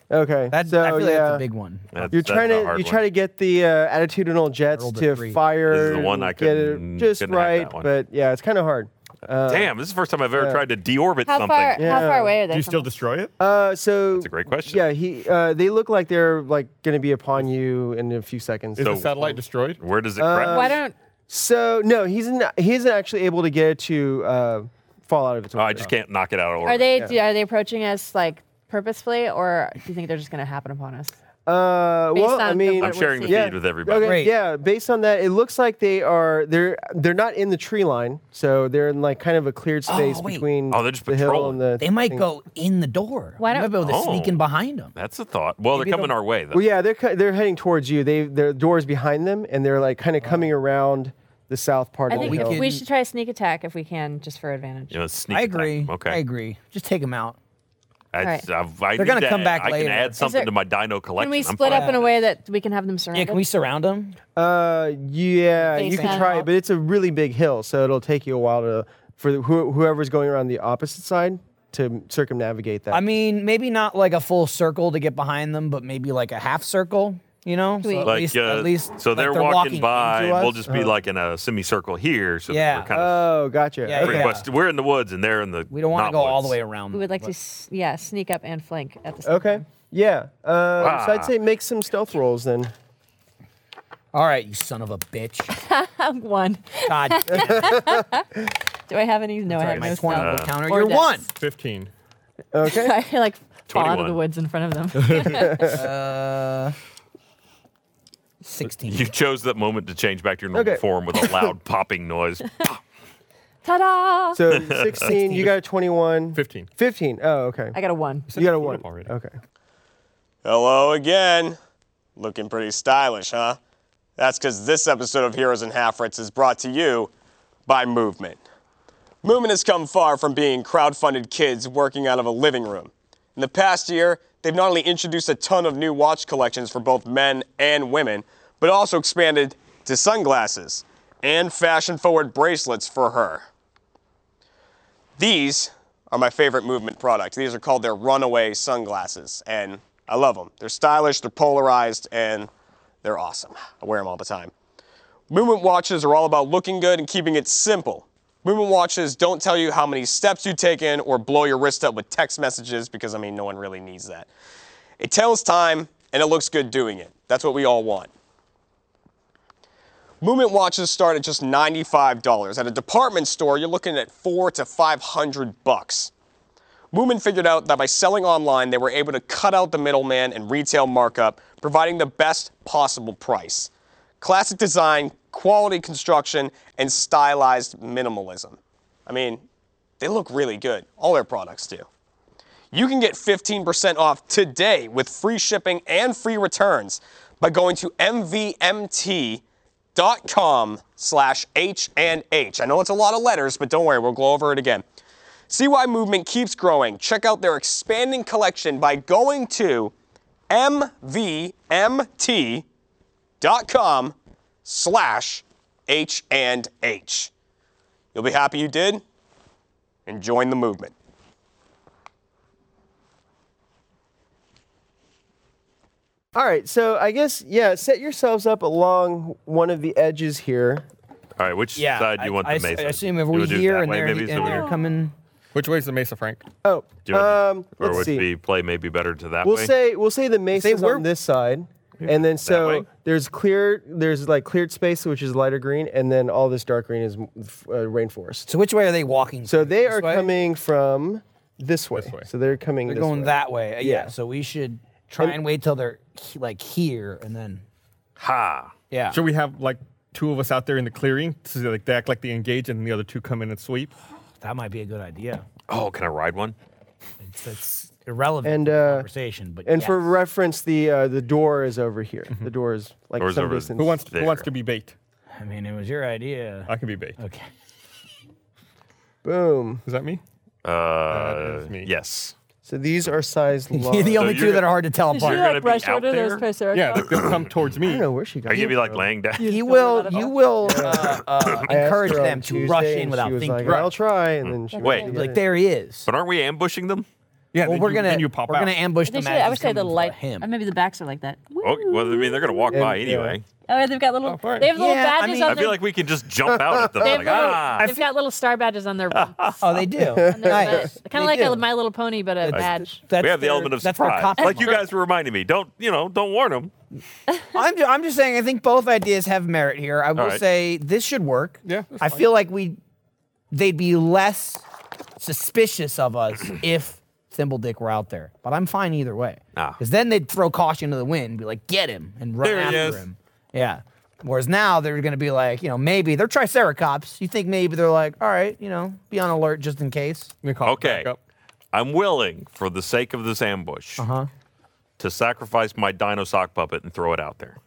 [SPEAKER 5] okay.
[SPEAKER 6] That,
[SPEAKER 5] so,
[SPEAKER 6] I feel like
[SPEAKER 5] yeah.
[SPEAKER 6] that's a big one.
[SPEAKER 3] That's-
[SPEAKER 5] You're
[SPEAKER 3] that's
[SPEAKER 5] trying
[SPEAKER 3] a
[SPEAKER 5] to
[SPEAKER 3] hard
[SPEAKER 5] you
[SPEAKER 3] one.
[SPEAKER 5] try to get the uh, attitudinal jets
[SPEAKER 6] rolled a
[SPEAKER 5] to
[SPEAKER 6] three.
[SPEAKER 5] fire
[SPEAKER 3] This is the one I
[SPEAKER 5] and get it
[SPEAKER 3] couldn't-
[SPEAKER 5] just
[SPEAKER 3] couldn't hack that
[SPEAKER 5] right,
[SPEAKER 3] one.
[SPEAKER 5] but yeah, it's kind of hard. Uh,
[SPEAKER 3] Damn, this is the first time I've ever
[SPEAKER 5] yeah.
[SPEAKER 3] tried to deorbit
[SPEAKER 4] How
[SPEAKER 3] something.
[SPEAKER 4] far? How
[SPEAKER 5] Yeah.
[SPEAKER 4] far away are they?
[SPEAKER 9] Do you
[SPEAKER 4] from
[SPEAKER 9] still
[SPEAKER 4] us?
[SPEAKER 9] destroy it?
[SPEAKER 5] Uh, so
[SPEAKER 3] That's a great question.
[SPEAKER 5] yeah, he uh, they look like they're like going to be upon you in a few seconds.
[SPEAKER 9] Is
[SPEAKER 3] So-
[SPEAKER 9] the satellite destroyed?
[SPEAKER 3] Where does it crash?
[SPEAKER 4] Why don't?
[SPEAKER 5] So no, he's not, he isn't actually able to get it to uh, fall out of its
[SPEAKER 3] oh, I
[SPEAKER 5] orbit.
[SPEAKER 3] just can't knock it out of orbit.
[SPEAKER 4] Are they? do- Are they approaching us like purposefully, or do you think they're just going to happen upon us?
[SPEAKER 5] uh,
[SPEAKER 4] Based
[SPEAKER 5] well,
[SPEAKER 4] on
[SPEAKER 5] I
[SPEAKER 4] the
[SPEAKER 5] mean,
[SPEAKER 4] word
[SPEAKER 3] I'm
[SPEAKER 4] we're
[SPEAKER 3] sharing the
[SPEAKER 4] seeing.
[SPEAKER 3] feed with everybody.
[SPEAKER 5] okay,
[SPEAKER 6] Wait.
[SPEAKER 5] yeah. Based on that, it looks like they are they're they're not in the tree line, so they're in like kind of a cleared space
[SPEAKER 6] wait.
[SPEAKER 5] between
[SPEAKER 3] Oh, they're just
[SPEAKER 5] the hill
[SPEAKER 3] patrolling.
[SPEAKER 5] and the.
[SPEAKER 6] They might
[SPEAKER 5] thing.
[SPEAKER 6] go in the door.
[SPEAKER 4] Why
[SPEAKER 6] You
[SPEAKER 4] don't-
[SPEAKER 6] might be able to
[SPEAKER 3] Oh.
[SPEAKER 6] sneak in behind them.
[SPEAKER 3] That's a thought. Well, they're coming our way though.
[SPEAKER 5] Well, yeah, they're cu- they're heading towards you. They their doors behind them, and they're like kind of coming around the south part
[SPEAKER 4] I
[SPEAKER 5] of the
[SPEAKER 4] think
[SPEAKER 6] we
[SPEAKER 5] hill.
[SPEAKER 6] can-
[SPEAKER 4] we should try a sneak attack if we can, just for advantage.
[SPEAKER 3] You know, sneak
[SPEAKER 6] I
[SPEAKER 3] attack.
[SPEAKER 6] agree.
[SPEAKER 3] Okay.
[SPEAKER 6] I agree. Just take them out.
[SPEAKER 3] That's- I've- I
[SPEAKER 6] They're
[SPEAKER 3] need
[SPEAKER 6] gonna
[SPEAKER 3] to
[SPEAKER 6] come
[SPEAKER 3] add-
[SPEAKER 6] back
[SPEAKER 3] I
[SPEAKER 6] later.
[SPEAKER 3] can add
[SPEAKER 6] Is
[SPEAKER 3] something
[SPEAKER 4] there-
[SPEAKER 3] to my dino collection.
[SPEAKER 4] Can we
[SPEAKER 3] I'm
[SPEAKER 4] split
[SPEAKER 3] fine
[SPEAKER 4] up
[SPEAKER 3] with
[SPEAKER 4] in a
[SPEAKER 3] it.
[SPEAKER 4] way that we can have them surrounded?
[SPEAKER 6] Yeah, can we surround them?
[SPEAKER 5] Uh, yeah,
[SPEAKER 4] Face
[SPEAKER 5] you can
[SPEAKER 4] down.
[SPEAKER 5] try it, but it's a really big hill, so it'll take you a while to for the, who, whoever's going around the opposite side to circumnavigate that.
[SPEAKER 6] I mean, maybe not like a full circle to get behind them, but maybe like a half circle. You know,
[SPEAKER 4] we-
[SPEAKER 6] so at
[SPEAKER 3] Like,
[SPEAKER 6] least,
[SPEAKER 3] uh,
[SPEAKER 6] at least
[SPEAKER 3] so
[SPEAKER 6] like,
[SPEAKER 3] they're, walking, by,
[SPEAKER 6] into
[SPEAKER 3] and we'll
[SPEAKER 6] us.
[SPEAKER 3] just be like in a semicircle here. So that
[SPEAKER 6] Yeah.
[SPEAKER 3] we're kind of
[SPEAKER 5] oh, gotcha.
[SPEAKER 6] Yeah,
[SPEAKER 5] okay.
[SPEAKER 6] yeah.
[SPEAKER 3] request. We're in the woods, and they're in the.
[SPEAKER 6] we don't want
[SPEAKER 3] not
[SPEAKER 6] to go all the
[SPEAKER 3] woods.
[SPEAKER 6] way around.
[SPEAKER 4] We would
[SPEAKER 6] them,
[SPEAKER 4] like
[SPEAKER 6] but-
[SPEAKER 4] to, s- yeah, sneak up and flank at the. same
[SPEAKER 5] Okay.
[SPEAKER 4] time.
[SPEAKER 5] Yeah. Um, So
[SPEAKER 3] Ah.
[SPEAKER 5] I'd say make some stealth rolls then.
[SPEAKER 6] All right, you son of a bitch.
[SPEAKER 4] one.
[SPEAKER 6] God, damn,
[SPEAKER 4] Do I have any? No, I have
[SPEAKER 6] my
[SPEAKER 4] no.
[SPEAKER 6] twenty
[SPEAKER 4] stealth.
[SPEAKER 3] Uh,
[SPEAKER 6] will counter.
[SPEAKER 4] Or
[SPEAKER 6] You're
[SPEAKER 4] dex.
[SPEAKER 6] one.
[SPEAKER 9] 15.
[SPEAKER 5] Okay.
[SPEAKER 4] I like fall out of the
[SPEAKER 3] 21.
[SPEAKER 4] woods in front of them.
[SPEAKER 6] Uh, Sixteen.
[SPEAKER 3] You chose that moment to change back to your normal
[SPEAKER 5] Okay.
[SPEAKER 3] form with a loud popping noise.
[SPEAKER 4] Ta-da!
[SPEAKER 5] So 16, you got a 21.
[SPEAKER 9] 15.
[SPEAKER 5] 15. Oh, okay.
[SPEAKER 4] I got a one.
[SPEAKER 5] You got a one.
[SPEAKER 9] already.
[SPEAKER 5] Okay.
[SPEAKER 7] Hello again. Looking pretty stylish, huh? That's because this episode of Heroes and Half Writs is brought to you by Movement. Movement has come far from being crowdfunded kids working out of a living room. In the past year, they've not only introduced a ton of new watch collections for both men and women, but also expanded to sunglasses and fashion forward bracelets for her. These are my favorite movement products. These are called their runaway sunglasses, and I love them. They're stylish, they're polarized, and they're awesome. I wear them all the time. Movement watches are all about looking good and keeping it simple. Movement watches don't tell you how many steps you take in or blow your wrist up with text messages because, I mean, no one really needs that. It tells time and it looks good doing it. That's what we all want. Movement watches start at just $95. At a department store, you're looking at four to 500 bucks. Movement figured out that by selling online, they were able to cut out the middleman and retail markup, providing the best possible price. Classic design, quality construction, and stylized minimalism. I mean, they look really good. All their products do. You can get 15% off today with free shipping and free returns by going to mvmt.com slash h and h. I know it's a lot of letters, but don't worry, we'll go over it again. See why movement keeps growing. Check out their expanding collection by going to mvmt.com slash h and h. You'll be happy you did and join the movement.
[SPEAKER 5] All right. So I guess, yeah, set yourselves up along one of the edges here.
[SPEAKER 3] All right, which
[SPEAKER 6] Yeah.
[SPEAKER 3] side do you want
[SPEAKER 6] I,
[SPEAKER 3] the
[SPEAKER 6] I,
[SPEAKER 3] mesa?
[SPEAKER 6] I assume if
[SPEAKER 3] You
[SPEAKER 6] we're
[SPEAKER 3] would do it
[SPEAKER 6] here
[SPEAKER 3] that
[SPEAKER 6] and
[SPEAKER 3] way,
[SPEAKER 6] they're,
[SPEAKER 3] maybe,
[SPEAKER 6] and
[SPEAKER 3] so we-
[SPEAKER 6] they're coming.
[SPEAKER 9] Which way is the Mesa, Frank?
[SPEAKER 5] Oh,
[SPEAKER 3] do you want-
[SPEAKER 5] um,
[SPEAKER 3] or
[SPEAKER 5] let's
[SPEAKER 3] would
[SPEAKER 5] see.
[SPEAKER 3] be play maybe better to that
[SPEAKER 5] we'll
[SPEAKER 3] way?
[SPEAKER 5] say we'll say the mesa's
[SPEAKER 6] we're-
[SPEAKER 5] on this side, and then
[SPEAKER 3] way?
[SPEAKER 5] so there's clear there's like cleared space which is lighter green, and then all this dark green is uh, rainforest.
[SPEAKER 6] So which way are they walking?
[SPEAKER 5] So
[SPEAKER 6] through?
[SPEAKER 5] they
[SPEAKER 6] This
[SPEAKER 5] are
[SPEAKER 6] way?
[SPEAKER 5] coming from this way.
[SPEAKER 9] way.
[SPEAKER 5] So they're coming.
[SPEAKER 6] They're
[SPEAKER 5] this
[SPEAKER 6] going
[SPEAKER 5] way.
[SPEAKER 6] that way. Uh, Yeah.
[SPEAKER 5] Yeah.
[SPEAKER 6] So we should try and, wait till they're he- like here and then.
[SPEAKER 3] ha.
[SPEAKER 6] Yeah.
[SPEAKER 9] Should we have like two of us out there in the clearing? So they, like they act like they engage and the other two come in and sweep?
[SPEAKER 6] That might be a good idea.
[SPEAKER 3] Oh, can I ride one?
[SPEAKER 6] It's, it's irrelevant
[SPEAKER 5] And,
[SPEAKER 6] to the
[SPEAKER 5] uh,
[SPEAKER 6] conversation, but
[SPEAKER 5] And for
[SPEAKER 6] yes.
[SPEAKER 5] reference, the uh, the door is over here. The door is like
[SPEAKER 3] Mm-hmm. Door's
[SPEAKER 5] some
[SPEAKER 3] over-
[SPEAKER 5] distance.
[SPEAKER 9] Who wants, who wants
[SPEAKER 3] There.
[SPEAKER 9] to be bait?
[SPEAKER 6] I mean, it was your idea.
[SPEAKER 9] I can be bait.
[SPEAKER 6] Okay.
[SPEAKER 5] Boom.
[SPEAKER 9] Is that me?
[SPEAKER 3] Uh, yes.
[SPEAKER 5] So these are size large.
[SPEAKER 6] You're the only two that are hard to tell apart.
[SPEAKER 9] Yeah, they'll come towards me. I don't
[SPEAKER 5] know where she
[SPEAKER 3] Are you gonna be like laying down?
[SPEAKER 6] You will. You will uh, uh,
[SPEAKER 5] I asked
[SPEAKER 6] encourage
[SPEAKER 5] her on
[SPEAKER 6] them to
[SPEAKER 5] Tuesday
[SPEAKER 6] rush
[SPEAKER 5] and
[SPEAKER 6] in without
[SPEAKER 5] she was
[SPEAKER 6] thinking.
[SPEAKER 5] Like, I'll try, and then she
[SPEAKER 3] Mm-hmm. Wait.
[SPEAKER 5] did
[SPEAKER 6] Like
[SPEAKER 5] it.
[SPEAKER 6] there he is.
[SPEAKER 3] But aren't we ambushing them?
[SPEAKER 9] Yeah,
[SPEAKER 6] Well,
[SPEAKER 9] then
[SPEAKER 6] we're
[SPEAKER 9] you-
[SPEAKER 6] gonna-
[SPEAKER 9] then you pop
[SPEAKER 6] we're
[SPEAKER 9] out.
[SPEAKER 6] gonna ambush
[SPEAKER 4] They
[SPEAKER 6] them.
[SPEAKER 4] should,
[SPEAKER 6] as
[SPEAKER 4] I would
[SPEAKER 6] he's
[SPEAKER 4] say the
[SPEAKER 6] coming
[SPEAKER 4] light.
[SPEAKER 6] for him.
[SPEAKER 4] uh, Maybe the backs are like that.
[SPEAKER 3] Oh, well, I mean, they're gonna walk by
[SPEAKER 5] And,
[SPEAKER 3] anyway.
[SPEAKER 4] Oh, they've got little. They have little
[SPEAKER 6] Yeah, I oh
[SPEAKER 4] badges
[SPEAKER 6] mean-
[SPEAKER 4] on
[SPEAKER 3] I
[SPEAKER 4] their.
[SPEAKER 3] feel like we can just jump out at them.
[SPEAKER 4] they have
[SPEAKER 3] Like,
[SPEAKER 4] little-
[SPEAKER 3] ah,
[SPEAKER 4] they've got little star badges on their. on
[SPEAKER 6] Oh, they do.
[SPEAKER 4] their Kind
[SPEAKER 6] nice. They
[SPEAKER 4] of like a
[SPEAKER 6] do.
[SPEAKER 4] My Little Pony, but a badge.
[SPEAKER 6] That's
[SPEAKER 3] we have the
[SPEAKER 6] their-
[SPEAKER 3] element of
[SPEAKER 6] that's their
[SPEAKER 3] surprise.
[SPEAKER 6] cop
[SPEAKER 3] Like you
[SPEAKER 6] mark.
[SPEAKER 3] guys were reminding me. Don't you know? Don't warn them.
[SPEAKER 6] I'm, ju- I'm just saying. I think both ideas have merit here. I will
[SPEAKER 3] right.
[SPEAKER 6] say this should work.
[SPEAKER 9] Yeah,
[SPEAKER 6] I feel like we, they'd be less suspicious of us if Thimble Dick were out there. But I'm fine either way.
[SPEAKER 3] Ah.
[SPEAKER 6] Because then they'd throw caution to the wind, be like, "Get him!" and run
[SPEAKER 3] There he
[SPEAKER 6] after
[SPEAKER 3] is.
[SPEAKER 6] him. Yeah. Whereas now they're going to be like, you know, maybe they're Triceratops. You think maybe they're like, all right, you know, be on alert just in case.
[SPEAKER 9] They call it
[SPEAKER 3] Okay.
[SPEAKER 9] back up.
[SPEAKER 3] I'm willing, for the sake of this ambush,
[SPEAKER 9] Uh-huh.
[SPEAKER 6] Huh?
[SPEAKER 3] to sacrifice my dino sock puppet and throw it out there.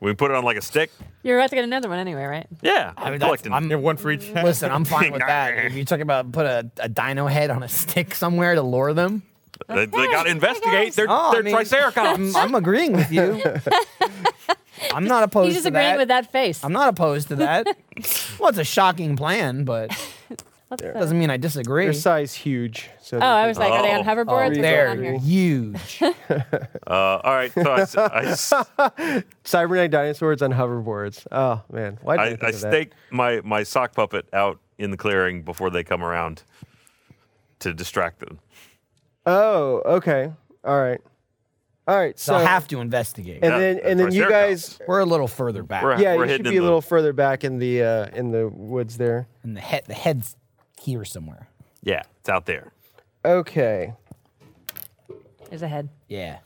[SPEAKER 3] We can put it on like a stick.
[SPEAKER 4] You're about to get another one anyway, right?
[SPEAKER 3] Yeah,
[SPEAKER 6] I mean,
[SPEAKER 3] I'm
[SPEAKER 6] that's,
[SPEAKER 3] collecting.
[SPEAKER 6] I'm,
[SPEAKER 9] Yeah, one for each.
[SPEAKER 6] Listen, I'm fine with that. If you're talking about put a, a dino head on a stick somewhere to lure them,
[SPEAKER 3] they got to investigate. They're,
[SPEAKER 6] Oh, I
[SPEAKER 3] they're
[SPEAKER 6] mean, I'm,
[SPEAKER 3] triceratops.
[SPEAKER 6] I'm agreeing with you. I'm not opposed
[SPEAKER 4] He's just
[SPEAKER 6] to
[SPEAKER 4] agreeing
[SPEAKER 6] Oh, that.
[SPEAKER 4] with that face.
[SPEAKER 6] I'm not opposed to that. well, it's a shocking plan, but
[SPEAKER 4] What's that?
[SPEAKER 6] doesn't mean I disagree.
[SPEAKER 5] Their size huge. So
[SPEAKER 4] Oh, I was like, are they on
[SPEAKER 3] Oh.
[SPEAKER 4] hoverboards? What's going
[SPEAKER 6] oh, they're
[SPEAKER 4] on here?
[SPEAKER 6] huge.
[SPEAKER 3] uh, all right. So I, s- I s-
[SPEAKER 5] cybernetic dinosaurs on hoverboards. Oh man, why did I,
[SPEAKER 3] I,
[SPEAKER 5] think
[SPEAKER 3] I
[SPEAKER 5] of that?
[SPEAKER 3] stake my, my sock puppet out in the clearing before they come around to distract them.
[SPEAKER 5] Oh, okay, all right, all right. So
[SPEAKER 6] They'll have to investigate.
[SPEAKER 5] and
[SPEAKER 3] Yeah,
[SPEAKER 5] then
[SPEAKER 3] that's
[SPEAKER 5] and then you
[SPEAKER 3] Triceratops.
[SPEAKER 5] guys,
[SPEAKER 6] We're a little further back,
[SPEAKER 3] We're-
[SPEAKER 5] yeah, you
[SPEAKER 3] hidden
[SPEAKER 5] should
[SPEAKER 3] in
[SPEAKER 5] be a
[SPEAKER 3] the-
[SPEAKER 5] little further back in the uh, in the woods there.
[SPEAKER 6] and the head the head's here somewhere.
[SPEAKER 3] Yeah, it's out there.
[SPEAKER 5] Okay,
[SPEAKER 4] There's a head.
[SPEAKER 6] Yeah.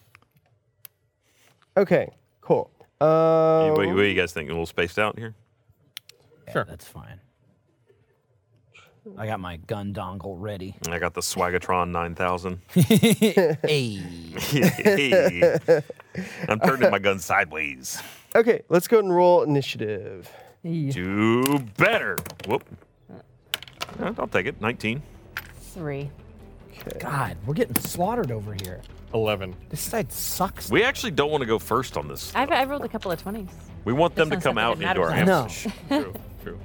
[SPEAKER 5] okay, cool. Uh,
[SPEAKER 3] what, what do you guys think? A little spaced out here?
[SPEAKER 6] yeah That's fine. I got my gun dongle ready.
[SPEAKER 3] I got the Swagatron 9000.
[SPEAKER 6] hey.
[SPEAKER 3] I'm turning my gun sideways.
[SPEAKER 5] okay, let's go ahead and roll initiative.
[SPEAKER 3] Do better. Whoop. Uh, I'll take it. 19.
[SPEAKER 4] Three.
[SPEAKER 6] God, we're getting slaughtered over here.
[SPEAKER 9] Eleven.
[SPEAKER 6] This side sucks.
[SPEAKER 3] We actually don't want to go first on this.
[SPEAKER 4] I've, I've rolled a couple of 20s.
[SPEAKER 3] We want them to
[SPEAKER 4] That's
[SPEAKER 3] come
[SPEAKER 4] not
[SPEAKER 3] out
[SPEAKER 4] something that
[SPEAKER 3] into our
[SPEAKER 4] matters.
[SPEAKER 6] no.
[SPEAKER 3] ambush.
[SPEAKER 9] True. True.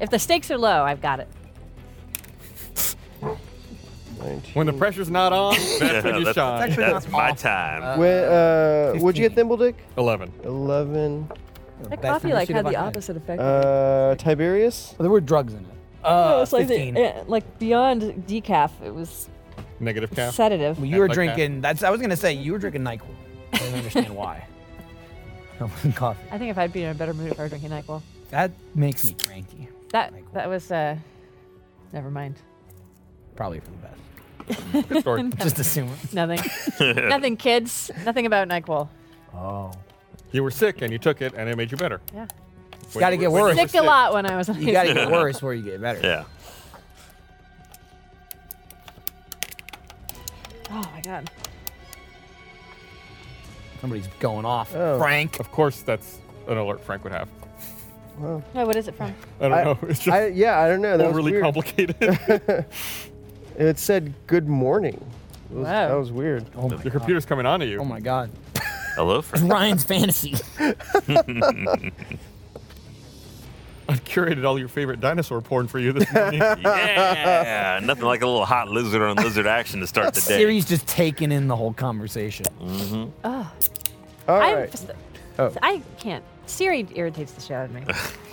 [SPEAKER 4] If the stakes are low, I've got it.
[SPEAKER 9] When the pressure's not on,
[SPEAKER 3] Yeah,
[SPEAKER 9] that's when you
[SPEAKER 3] that's-
[SPEAKER 9] shine.
[SPEAKER 3] That's my time.
[SPEAKER 5] When, uh, would you get Thimble Dick?
[SPEAKER 9] Eleven.
[SPEAKER 5] Eleven.
[SPEAKER 4] That
[SPEAKER 6] That's
[SPEAKER 4] coffee
[SPEAKER 6] the
[SPEAKER 4] like
[SPEAKER 6] shit
[SPEAKER 4] had the
[SPEAKER 6] about-
[SPEAKER 4] opposite effect.
[SPEAKER 5] Uh, Tiberius.
[SPEAKER 6] Oh, there were drugs in it.
[SPEAKER 4] no,
[SPEAKER 6] Uh,
[SPEAKER 4] it's like,
[SPEAKER 6] 15.
[SPEAKER 4] the, eh, like beyond decaf, it was
[SPEAKER 9] Negative cap.
[SPEAKER 4] sedative.
[SPEAKER 6] Well, you were
[SPEAKER 9] like that.
[SPEAKER 6] drinking. That's. I was gonna say you were drinking Nyquil. I don't understand why. I wasn't coffee.
[SPEAKER 4] I think if I'd been in a better mood if I were drinking NyQuil.
[SPEAKER 6] That makes me cranky.
[SPEAKER 4] That that was uh, never mind.
[SPEAKER 6] Probably for the best.
[SPEAKER 9] Good story.
[SPEAKER 6] Just assume.
[SPEAKER 4] Nothing, nothing, kids. Nothing about NyQuil.
[SPEAKER 6] Oh.
[SPEAKER 9] You were sick and you took it and it made you better.
[SPEAKER 4] Yeah,
[SPEAKER 9] When
[SPEAKER 6] Gotta
[SPEAKER 9] you
[SPEAKER 6] get
[SPEAKER 9] were- when you
[SPEAKER 4] sick
[SPEAKER 9] were
[SPEAKER 4] a lot when I was on.
[SPEAKER 6] You gotta get worse where you get better.
[SPEAKER 3] Yeah.
[SPEAKER 4] Oh my god.
[SPEAKER 6] Somebody's going off.
[SPEAKER 5] Oh.
[SPEAKER 6] Frank.
[SPEAKER 9] Of course, that's an alert Frank would have.
[SPEAKER 4] No, what is it from?
[SPEAKER 9] I don't
[SPEAKER 5] I-
[SPEAKER 9] know. It's just
[SPEAKER 5] I, yeah, I don't know. That was
[SPEAKER 9] overly
[SPEAKER 5] weird.
[SPEAKER 9] complicated.
[SPEAKER 5] It said good morning. It was-
[SPEAKER 4] Wow.
[SPEAKER 5] That was weird.
[SPEAKER 6] Oh my
[SPEAKER 9] Your
[SPEAKER 6] god.
[SPEAKER 9] computer's coming on to you.
[SPEAKER 6] Oh my god.
[SPEAKER 3] Hello, friend.
[SPEAKER 6] Ryan's fantasy.
[SPEAKER 9] I've curated all your favorite dinosaur porn for you this morning.
[SPEAKER 3] Yeah. Nothing like a little hot lizard on lizard action to start the day.
[SPEAKER 6] Siri's just taking in the whole conversation.
[SPEAKER 5] All
[SPEAKER 4] I'm
[SPEAKER 5] right.
[SPEAKER 4] just-
[SPEAKER 5] Oh.
[SPEAKER 4] I can't. Siri irritates the shit out of me.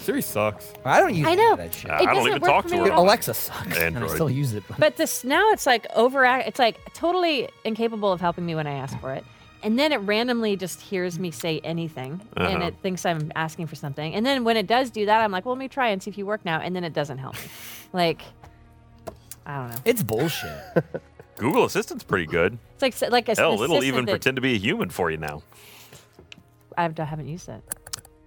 [SPEAKER 9] Siri sucks.
[SPEAKER 6] I don't use
[SPEAKER 4] I
[SPEAKER 6] any
[SPEAKER 4] know.
[SPEAKER 6] of that shit.
[SPEAKER 3] I
[SPEAKER 4] It
[SPEAKER 3] don't
[SPEAKER 4] doesn't
[SPEAKER 3] even
[SPEAKER 4] work
[SPEAKER 3] talk
[SPEAKER 4] for
[SPEAKER 3] to
[SPEAKER 4] me
[SPEAKER 3] her.
[SPEAKER 4] at all.
[SPEAKER 6] Alexa sucks, and I
[SPEAKER 3] Android.
[SPEAKER 6] still use it.
[SPEAKER 4] But this now it's like over. It's like totally incapable of helping me when I ask for it. And then it randomly just hears me say anything, and
[SPEAKER 3] Uh-huh.
[SPEAKER 4] it thinks I'm asking for something. And then when it does do that, I'm like, "Well, let me try and see if you work now." And then it doesn't help me. Like, I don't know.
[SPEAKER 6] It's bullshit.
[SPEAKER 3] Google Assistant's pretty good.
[SPEAKER 4] It's like s- like a, an
[SPEAKER 3] Hell, it'll
[SPEAKER 4] assistant
[SPEAKER 3] even
[SPEAKER 4] that
[SPEAKER 3] pretend to be a human for you now.
[SPEAKER 4] I've, I haven't used it.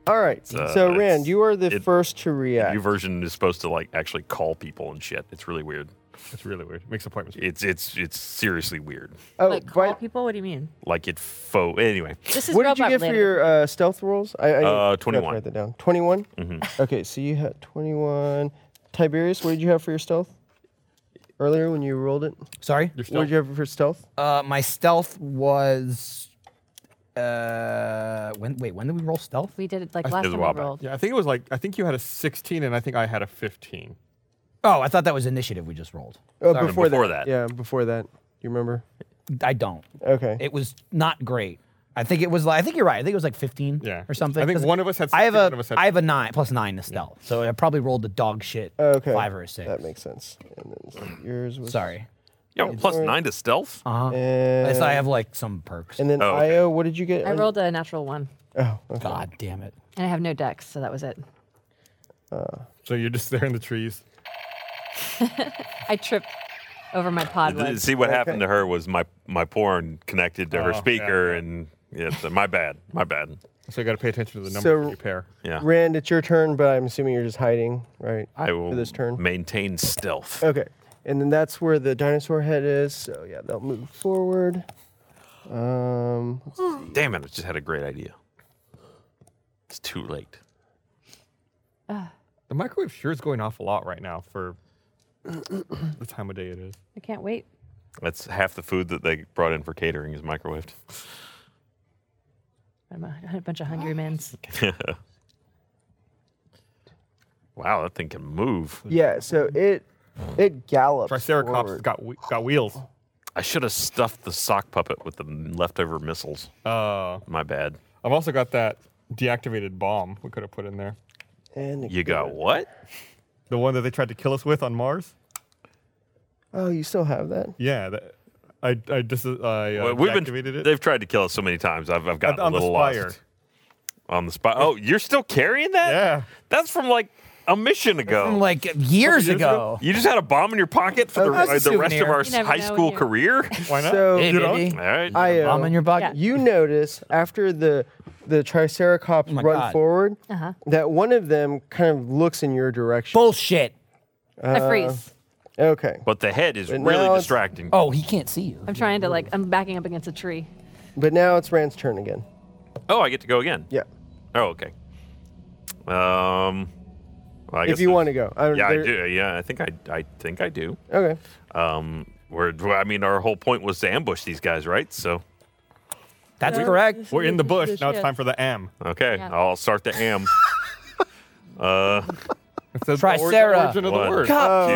[SPEAKER 5] All right.
[SPEAKER 3] uh,
[SPEAKER 5] so,
[SPEAKER 3] it's-
[SPEAKER 5] Rand, you are the
[SPEAKER 3] it-
[SPEAKER 5] first to react.
[SPEAKER 3] Your version is supposed to like actually call people and shit. It's really weird.
[SPEAKER 9] It's really weird. Makes appointments.
[SPEAKER 3] It's it's it's seriously weird.
[SPEAKER 5] oh,
[SPEAKER 4] like call
[SPEAKER 5] but
[SPEAKER 4] people. What do you mean?
[SPEAKER 3] Like it fo anyway.
[SPEAKER 4] This is
[SPEAKER 5] what did you
[SPEAKER 4] robot
[SPEAKER 5] get for
[SPEAKER 4] related.
[SPEAKER 5] your uh, stealth rolls? I, I
[SPEAKER 3] Uh, Mm-hmm.
[SPEAKER 5] forgot to
[SPEAKER 3] 21.
[SPEAKER 5] Write that down. Twenty-one. Okay, so you had twenty-one. Tiberius, what did you have for your stealth? Earlier when you rolled it?
[SPEAKER 6] Sorry?
[SPEAKER 5] What did you have for stealth?
[SPEAKER 6] Uh, my stealth was. Uh, when wait, when did we roll stealth?
[SPEAKER 4] We did it like
[SPEAKER 6] I-
[SPEAKER 4] last
[SPEAKER 6] It was a
[SPEAKER 4] time we
[SPEAKER 6] while back.
[SPEAKER 4] rolled.
[SPEAKER 9] Yeah, I think it was like I think you had a 16 and I think I had a 15.
[SPEAKER 6] Oh, I thought that was initiative we just rolled.
[SPEAKER 5] Uh,
[SPEAKER 6] Sorry.
[SPEAKER 5] before, that. Yeah, before that. You remember?
[SPEAKER 6] I don't.
[SPEAKER 5] Okay.
[SPEAKER 6] It was not great. I think it was. like I think you're right. I think it was like 15
[SPEAKER 9] Yeah.
[SPEAKER 6] or something.
[SPEAKER 9] I think
[SPEAKER 6] 'Cause
[SPEAKER 9] one of us had
[SPEAKER 6] I have
[SPEAKER 9] 16,
[SPEAKER 6] a.
[SPEAKER 9] one of us had
[SPEAKER 6] I have a nine plus nine to stealth, so I probably rolled the dog shit
[SPEAKER 5] Oh, Okay.
[SPEAKER 6] five or a six.
[SPEAKER 5] That makes sense. And then yours was.
[SPEAKER 6] Sorry.
[SPEAKER 3] Yeah, plus nine to stealth.
[SPEAKER 9] Uh-huh.
[SPEAKER 6] Uh huh.
[SPEAKER 5] And,
[SPEAKER 6] I have like some perks.
[SPEAKER 5] and then
[SPEAKER 3] Oh, okay.
[SPEAKER 5] Io, what did you get?
[SPEAKER 4] I
[SPEAKER 5] on-
[SPEAKER 4] rolled a natural one,
[SPEAKER 5] Oh, okay.
[SPEAKER 6] God damn it.
[SPEAKER 4] and I have no dex, so that was it.
[SPEAKER 9] So you're just there in the trees.
[SPEAKER 4] I tripped over my pod.
[SPEAKER 3] Th-
[SPEAKER 4] leg.
[SPEAKER 3] See what happened to her was my my porn connected to her
[SPEAKER 9] Oh,
[SPEAKER 3] speaker, and yeah, it's, uh, my bad, my bad.
[SPEAKER 9] So you got to pay attention to the
[SPEAKER 5] So-
[SPEAKER 9] number that you pair.
[SPEAKER 3] Yeah,
[SPEAKER 5] Rand, it's your turn, but I'm assuming you're just hiding, right?
[SPEAKER 3] I will
[SPEAKER 5] for this turn.
[SPEAKER 3] maintain stealth.
[SPEAKER 5] Okay. And then that's where the dinosaur head is. So yeah, they'll move forward. Um,
[SPEAKER 3] Damn it! I just had a great idea. It's too late.
[SPEAKER 9] The microwave sure is going off a lot right now for the time of day it is.
[SPEAKER 4] I can't wait.
[SPEAKER 3] That's half the food that they brought in for catering is microwaved.
[SPEAKER 4] I'm a, a bunch of hungry mans.
[SPEAKER 3] Wow, that thing can move.
[SPEAKER 5] yeah, so it it gallops.
[SPEAKER 9] Triceratops
[SPEAKER 5] forward.
[SPEAKER 9] got whe- got wheels.
[SPEAKER 3] I should have stuffed the sock puppet with the leftover missiles.
[SPEAKER 9] Uh,
[SPEAKER 3] My bad.
[SPEAKER 9] I've also got that deactivated bomb we could have put in there.
[SPEAKER 5] And it
[SPEAKER 3] You got what?
[SPEAKER 9] The one that they tried to kill us with on Mars.
[SPEAKER 5] Oh, you still have that?
[SPEAKER 9] Yeah, that, I I just I uh,
[SPEAKER 3] Well, We've been.
[SPEAKER 9] deactivated it
[SPEAKER 3] They've tried to kill us so many times. I've I've gotten
[SPEAKER 9] on
[SPEAKER 3] a
[SPEAKER 9] the
[SPEAKER 3] little
[SPEAKER 9] spire.
[SPEAKER 3] lost on the spot. Oh, you're still carrying that?
[SPEAKER 9] Yeah.
[SPEAKER 3] That's from like a mission ago.
[SPEAKER 6] From like years ago.
[SPEAKER 3] You just had a bomb in your pocket for the,
[SPEAKER 6] That's a
[SPEAKER 3] uh, the rest of
[SPEAKER 6] souvenir.
[SPEAKER 3] our
[SPEAKER 4] You never
[SPEAKER 3] high
[SPEAKER 4] know
[SPEAKER 3] school
[SPEAKER 4] you.
[SPEAKER 3] career?
[SPEAKER 9] Why not?
[SPEAKER 5] So- Hey,
[SPEAKER 9] You know?
[SPEAKER 6] baby.
[SPEAKER 3] All right.
[SPEAKER 5] Io,
[SPEAKER 6] Bomb in your pocket.
[SPEAKER 4] Yeah.
[SPEAKER 5] you notice after the the Triceratops
[SPEAKER 3] Oh
[SPEAKER 6] my
[SPEAKER 5] run
[SPEAKER 6] God.
[SPEAKER 5] forward
[SPEAKER 4] Uh-huh.
[SPEAKER 5] that one of them kind of looks in your direction.
[SPEAKER 6] Bullshit.
[SPEAKER 4] I freeze.
[SPEAKER 5] Okay,
[SPEAKER 3] But the head is
[SPEAKER 5] But now
[SPEAKER 3] really
[SPEAKER 5] it's-
[SPEAKER 3] distracting.
[SPEAKER 6] Oh, he can't see you.
[SPEAKER 4] I'm trying to like. I'm backing up against a tree.
[SPEAKER 5] but now it's Rand's turn again.
[SPEAKER 3] Oh, I get to go again.
[SPEAKER 5] Yeah,
[SPEAKER 3] Oh, okay. Um, well, I guess
[SPEAKER 5] if you
[SPEAKER 3] there's-
[SPEAKER 5] want to go. I,
[SPEAKER 3] Yeah, I
[SPEAKER 5] there-
[SPEAKER 3] do. Yeah, I think I, I think I do.
[SPEAKER 5] Okay,
[SPEAKER 3] Um, where I mean, our whole point was to ambush these guys, right? So,
[SPEAKER 6] That's correct.
[SPEAKER 9] We're in the bush now. It's time for the am.
[SPEAKER 3] okay,
[SPEAKER 4] Yeah.
[SPEAKER 3] I'll start the am. uh,
[SPEAKER 9] It's the
[SPEAKER 6] Try
[SPEAKER 9] ori-
[SPEAKER 6] Sarah.
[SPEAKER 9] origin of the
[SPEAKER 3] One,
[SPEAKER 9] word.
[SPEAKER 3] two,
[SPEAKER 9] So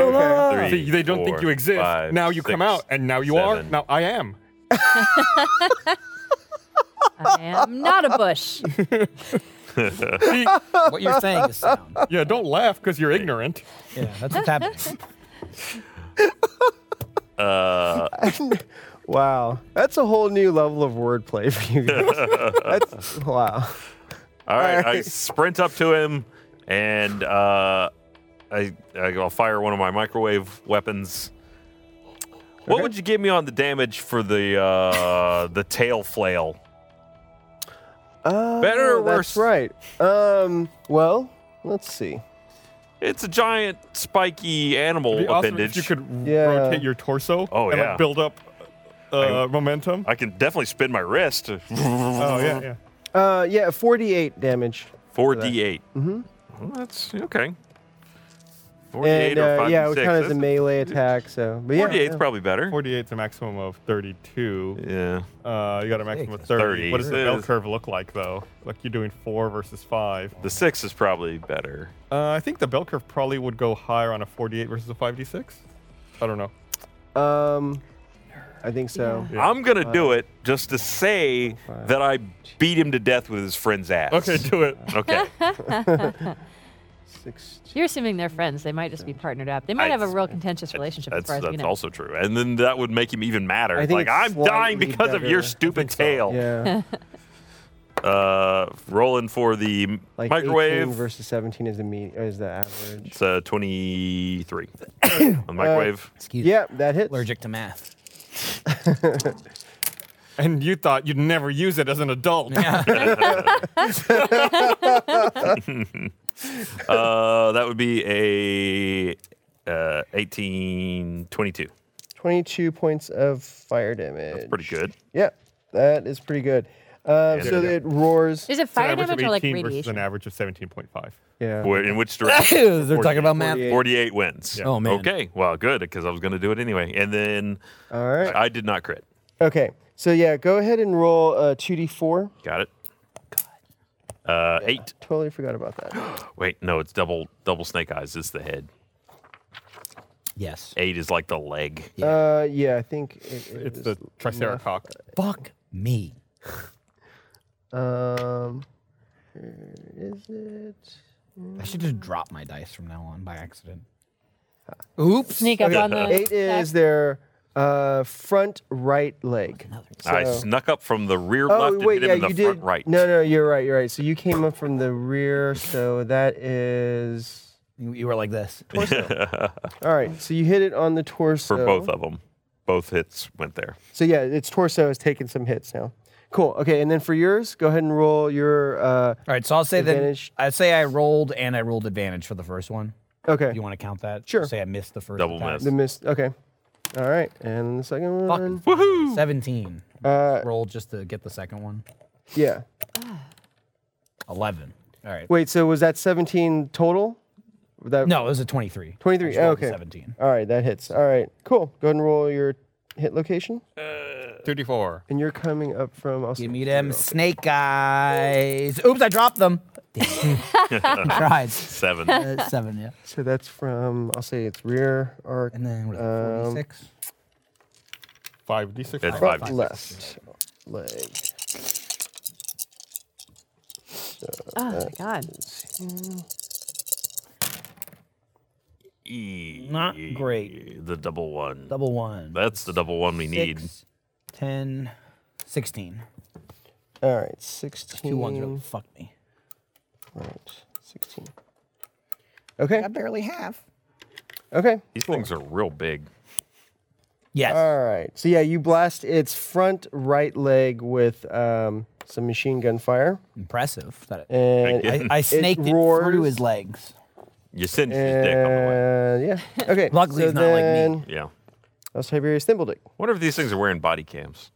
[SPEAKER 3] three,
[SPEAKER 9] they don't think
[SPEAKER 3] four,
[SPEAKER 9] you exist.
[SPEAKER 3] five,
[SPEAKER 9] now you come
[SPEAKER 3] six,
[SPEAKER 9] out, and now you are.
[SPEAKER 3] seven.
[SPEAKER 9] Now I am.
[SPEAKER 4] I am not a bush.
[SPEAKER 6] what you're saying is sound.
[SPEAKER 9] Yeah, don't laugh because you're ignorant.
[SPEAKER 6] Yeah, that's what's happening.
[SPEAKER 5] wow, that's a whole new level of wordplay for you guys. that's wow.
[SPEAKER 3] All right, I
[SPEAKER 5] right.
[SPEAKER 3] sprint up to him, and uh, I I'll fire one of my microwave weapons. What would you give me on the damage for the uh, the tail flail?
[SPEAKER 5] Oh,
[SPEAKER 3] Better or worse?
[SPEAKER 5] That's right. Um. Well, let's see.
[SPEAKER 3] It's a giant spiky animal
[SPEAKER 9] It'd be awesome
[SPEAKER 3] appendage.
[SPEAKER 9] if you could
[SPEAKER 5] Yeah.
[SPEAKER 9] rotate your torso
[SPEAKER 3] Oh,
[SPEAKER 9] and
[SPEAKER 3] yeah.
[SPEAKER 9] like build up uh, momentum.
[SPEAKER 3] I can definitely spin my wrist.
[SPEAKER 9] oh yeah, yeah.
[SPEAKER 5] Uh. Yeah. Forty-eight damage.
[SPEAKER 3] Four d eight. Mm-hmm. That's okay. Forty eight
[SPEAKER 5] And
[SPEAKER 3] or
[SPEAKER 5] uh,
[SPEAKER 3] five
[SPEAKER 5] yeah, it was
[SPEAKER 3] six.
[SPEAKER 5] kind of the
[SPEAKER 3] That's-
[SPEAKER 5] melee attack. So, but yeah,
[SPEAKER 3] 48 is
[SPEAKER 5] yeah.
[SPEAKER 3] probably better.
[SPEAKER 9] 48 is a maximum of 32.
[SPEAKER 3] Yeah.
[SPEAKER 9] Uh, you got a maximum of 30.
[SPEAKER 3] 30.
[SPEAKER 9] What does the bell
[SPEAKER 3] Yes.
[SPEAKER 9] curve look like, though? Like you're doing four versus five.
[SPEAKER 3] The six is probably better.
[SPEAKER 9] Uh, I think the bell curve probably would go higher on a 48 versus a 5d6. I don't know.
[SPEAKER 5] Um, I think so.
[SPEAKER 3] I'm gonna
[SPEAKER 5] Uh,
[SPEAKER 3] do it just to say that I beat him to death with his friend's ass.
[SPEAKER 9] Okay, do it.
[SPEAKER 3] Okay.
[SPEAKER 5] Six.
[SPEAKER 4] You're assuming they're friends. They might just be partnered up. They might
[SPEAKER 3] I-
[SPEAKER 4] have a real contentious relationship
[SPEAKER 3] That's,
[SPEAKER 4] as far as we
[SPEAKER 3] that's
[SPEAKER 4] know.
[SPEAKER 3] also true. And then that would make him even madder.
[SPEAKER 5] I think
[SPEAKER 3] Like
[SPEAKER 5] it's
[SPEAKER 3] I'm dying
[SPEAKER 5] slightly
[SPEAKER 3] because of your
[SPEAKER 5] better. I
[SPEAKER 3] stupid tail.
[SPEAKER 5] Yeah,
[SPEAKER 3] Uh, rolling for the
[SPEAKER 5] like
[SPEAKER 3] microwave.
[SPEAKER 5] 18 versus 17 is the me- is the average.
[SPEAKER 3] it's uh, 23 on the microwave.
[SPEAKER 6] Excuse me.
[SPEAKER 5] Yeah, that hits.
[SPEAKER 6] Allergic to math.
[SPEAKER 9] And you thought you'd never use it as an adult.
[SPEAKER 3] uh, that would be a uh, 18, 22.
[SPEAKER 5] 22 points of fire damage.
[SPEAKER 3] Pretty good.
[SPEAKER 5] Yeah, that is pretty good. Uh,
[SPEAKER 9] Yeah,
[SPEAKER 5] so
[SPEAKER 9] yeah.
[SPEAKER 5] it
[SPEAKER 4] Is
[SPEAKER 5] roars.
[SPEAKER 4] it
[SPEAKER 9] It's an
[SPEAKER 4] fire
[SPEAKER 9] average of
[SPEAKER 4] damage or like
[SPEAKER 9] 18 versus an
[SPEAKER 4] radiation?
[SPEAKER 9] average of 17.5.
[SPEAKER 5] Yeah.
[SPEAKER 3] Where- in which direction?
[SPEAKER 6] They're talking about math.
[SPEAKER 5] 48.
[SPEAKER 3] 48 wins.
[SPEAKER 6] Yeah. Oh, man.
[SPEAKER 3] Okay. Well, good because I was going to do it anyway. And then
[SPEAKER 5] All right.
[SPEAKER 3] I did not crit.
[SPEAKER 5] Okay. So yeah, go ahead and roll uh, 2d4.
[SPEAKER 3] Got it. Uh, Eight.
[SPEAKER 5] Totally forgot about that.
[SPEAKER 3] Wait, no, it's double double snake eyes. It's the head.
[SPEAKER 6] Yes.
[SPEAKER 3] Eight is like the leg.
[SPEAKER 5] Uh, yeah, I think it, it
[SPEAKER 9] It's
[SPEAKER 5] is
[SPEAKER 9] the
[SPEAKER 5] left.
[SPEAKER 9] Triceratops.
[SPEAKER 6] Fuck me.
[SPEAKER 5] Um, here is it?
[SPEAKER 6] I should just drop my dice from now on by accident. Oops.
[SPEAKER 4] Sneak up on the.
[SPEAKER 5] Eight is their uh, front right leg.
[SPEAKER 3] I
[SPEAKER 5] So-
[SPEAKER 3] snuck up from the rear
[SPEAKER 5] Oh
[SPEAKER 3] left and hit
[SPEAKER 5] wait,
[SPEAKER 3] him
[SPEAKER 5] yeah,
[SPEAKER 3] in the
[SPEAKER 5] you
[SPEAKER 3] front
[SPEAKER 5] did.
[SPEAKER 3] right.
[SPEAKER 5] No, no, you're right. You're right. So you came up from the rear. So that is
[SPEAKER 6] You, you were like this.
[SPEAKER 5] all right. So you hit it on the torso.
[SPEAKER 3] For both of them. Both hits went there.
[SPEAKER 5] So yeah, its torso is taking some hits now. Cool. Okay, and then for yours, go ahead and roll your. Uh,
[SPEAKER 6] All right, so I'll say that
[SPEAKER 5] Advantage.
[SPEAKER 6] I say I rolled and I rolled advantage for the first one.
[SPEAKER 5] okay,
[SPEAKER 6] You want to count that?
[SPEAKER 5] Sure.
[SPEAKER 6] Say I missed the first.
[SPEAKER 3] Double
[SPEAKER 6] attack.
[SPEAKER 5] the miss. Okay, all right, and the second
[SPEAKER 6] Fucking
[SPEAKER 5] one.
[SPEAKER 6] woohoo! Seventeen.
[SPEAKER 5] Uh,
[SPEAKER 6] Roll just to get the second one.
[SPEAKER 5] yeah.
[SPEAKER 6] Eleven. All right.
[SPEAKER 5] Wait. So was that 17 total? That
[SPEAKER 6] No, it was a twenty-three.
[SPEAKER 5] 23.
[SPEAKER 6] Just rolled a
[SPEAKER 5] okay.
[SPEAKER 6] Seventeen.
[SPEAKER 5] All right, that hits. All right, cool. Go ahead and roll your hit location,
[SPEAKER 9] 34.
[SPEAKER 5] and you're coming up from. I'll
[SPEAKER 6] Give me them snake eyes. Oops, I dropped them. Tried.
[SPEAKER 3] Seven.
[SPEAKER 6] Uh, seven, yeah.
[SPEAKER 5] So that's from. I'll say it's rear arc
[SPEAKER 6] And then what is it,
[SPEAKER 5] Um,
[SPEAKER 6] 46?
[SPEAKER 9] 5d6.
[SPEAKER 3] That's
[SPEAKER 9] fire.
[SPEAKER 3] five.
[SPEAKER 5] front left leg.
[SPEAKER 4] Oh my god.
[SPEAKER 6] Not great.
[SPEAKER 3] E, The double one.
[SPEAKER 6] Double one.
[SPEAKER 3] That's the double one we need.
[SPEAKER 6] Six, 10, 16.
[SPEAKER 5] All right,
[SPEAKER 6] Two ones really
[SPEAKER 5] 16.
[SPEAKER 6] fucked me.
[SPEAKER 5] Right, 16. Okay,
[SPEAKER 6] barely have.
[SPEAKER 5] okay.
[SPEAKER 3] These things are real big.
[SPEAKER 6] Yes.
[SPEAKER 5] All right. So yeah, you blast its front right leg with um, some machine gun fire,
[SPEAKER 6] Impressive. That it,
[SPEAKER 5] and
[SPEAKER 3] Yeah.
[SPEAKER 6] I, I snaked it, through
[SPEAKER 5] roars.
[SPEAKER 6] his legs.
[SPEAKER 3] You singed his dick on the way.
[SPEAKER 5] and yeah. Okay.
[SPEAKER 6] Luckily,
[SPEAKER 5] so
[SPEAKER 6] it's not like me.
[SPEAKER 5] then,
[SPEAKER 3] Yeah.
[SPEAKER 5] That's Tiberius Thimbledick.
[SPEAKER 3] Wonder if these things are wearing body cams.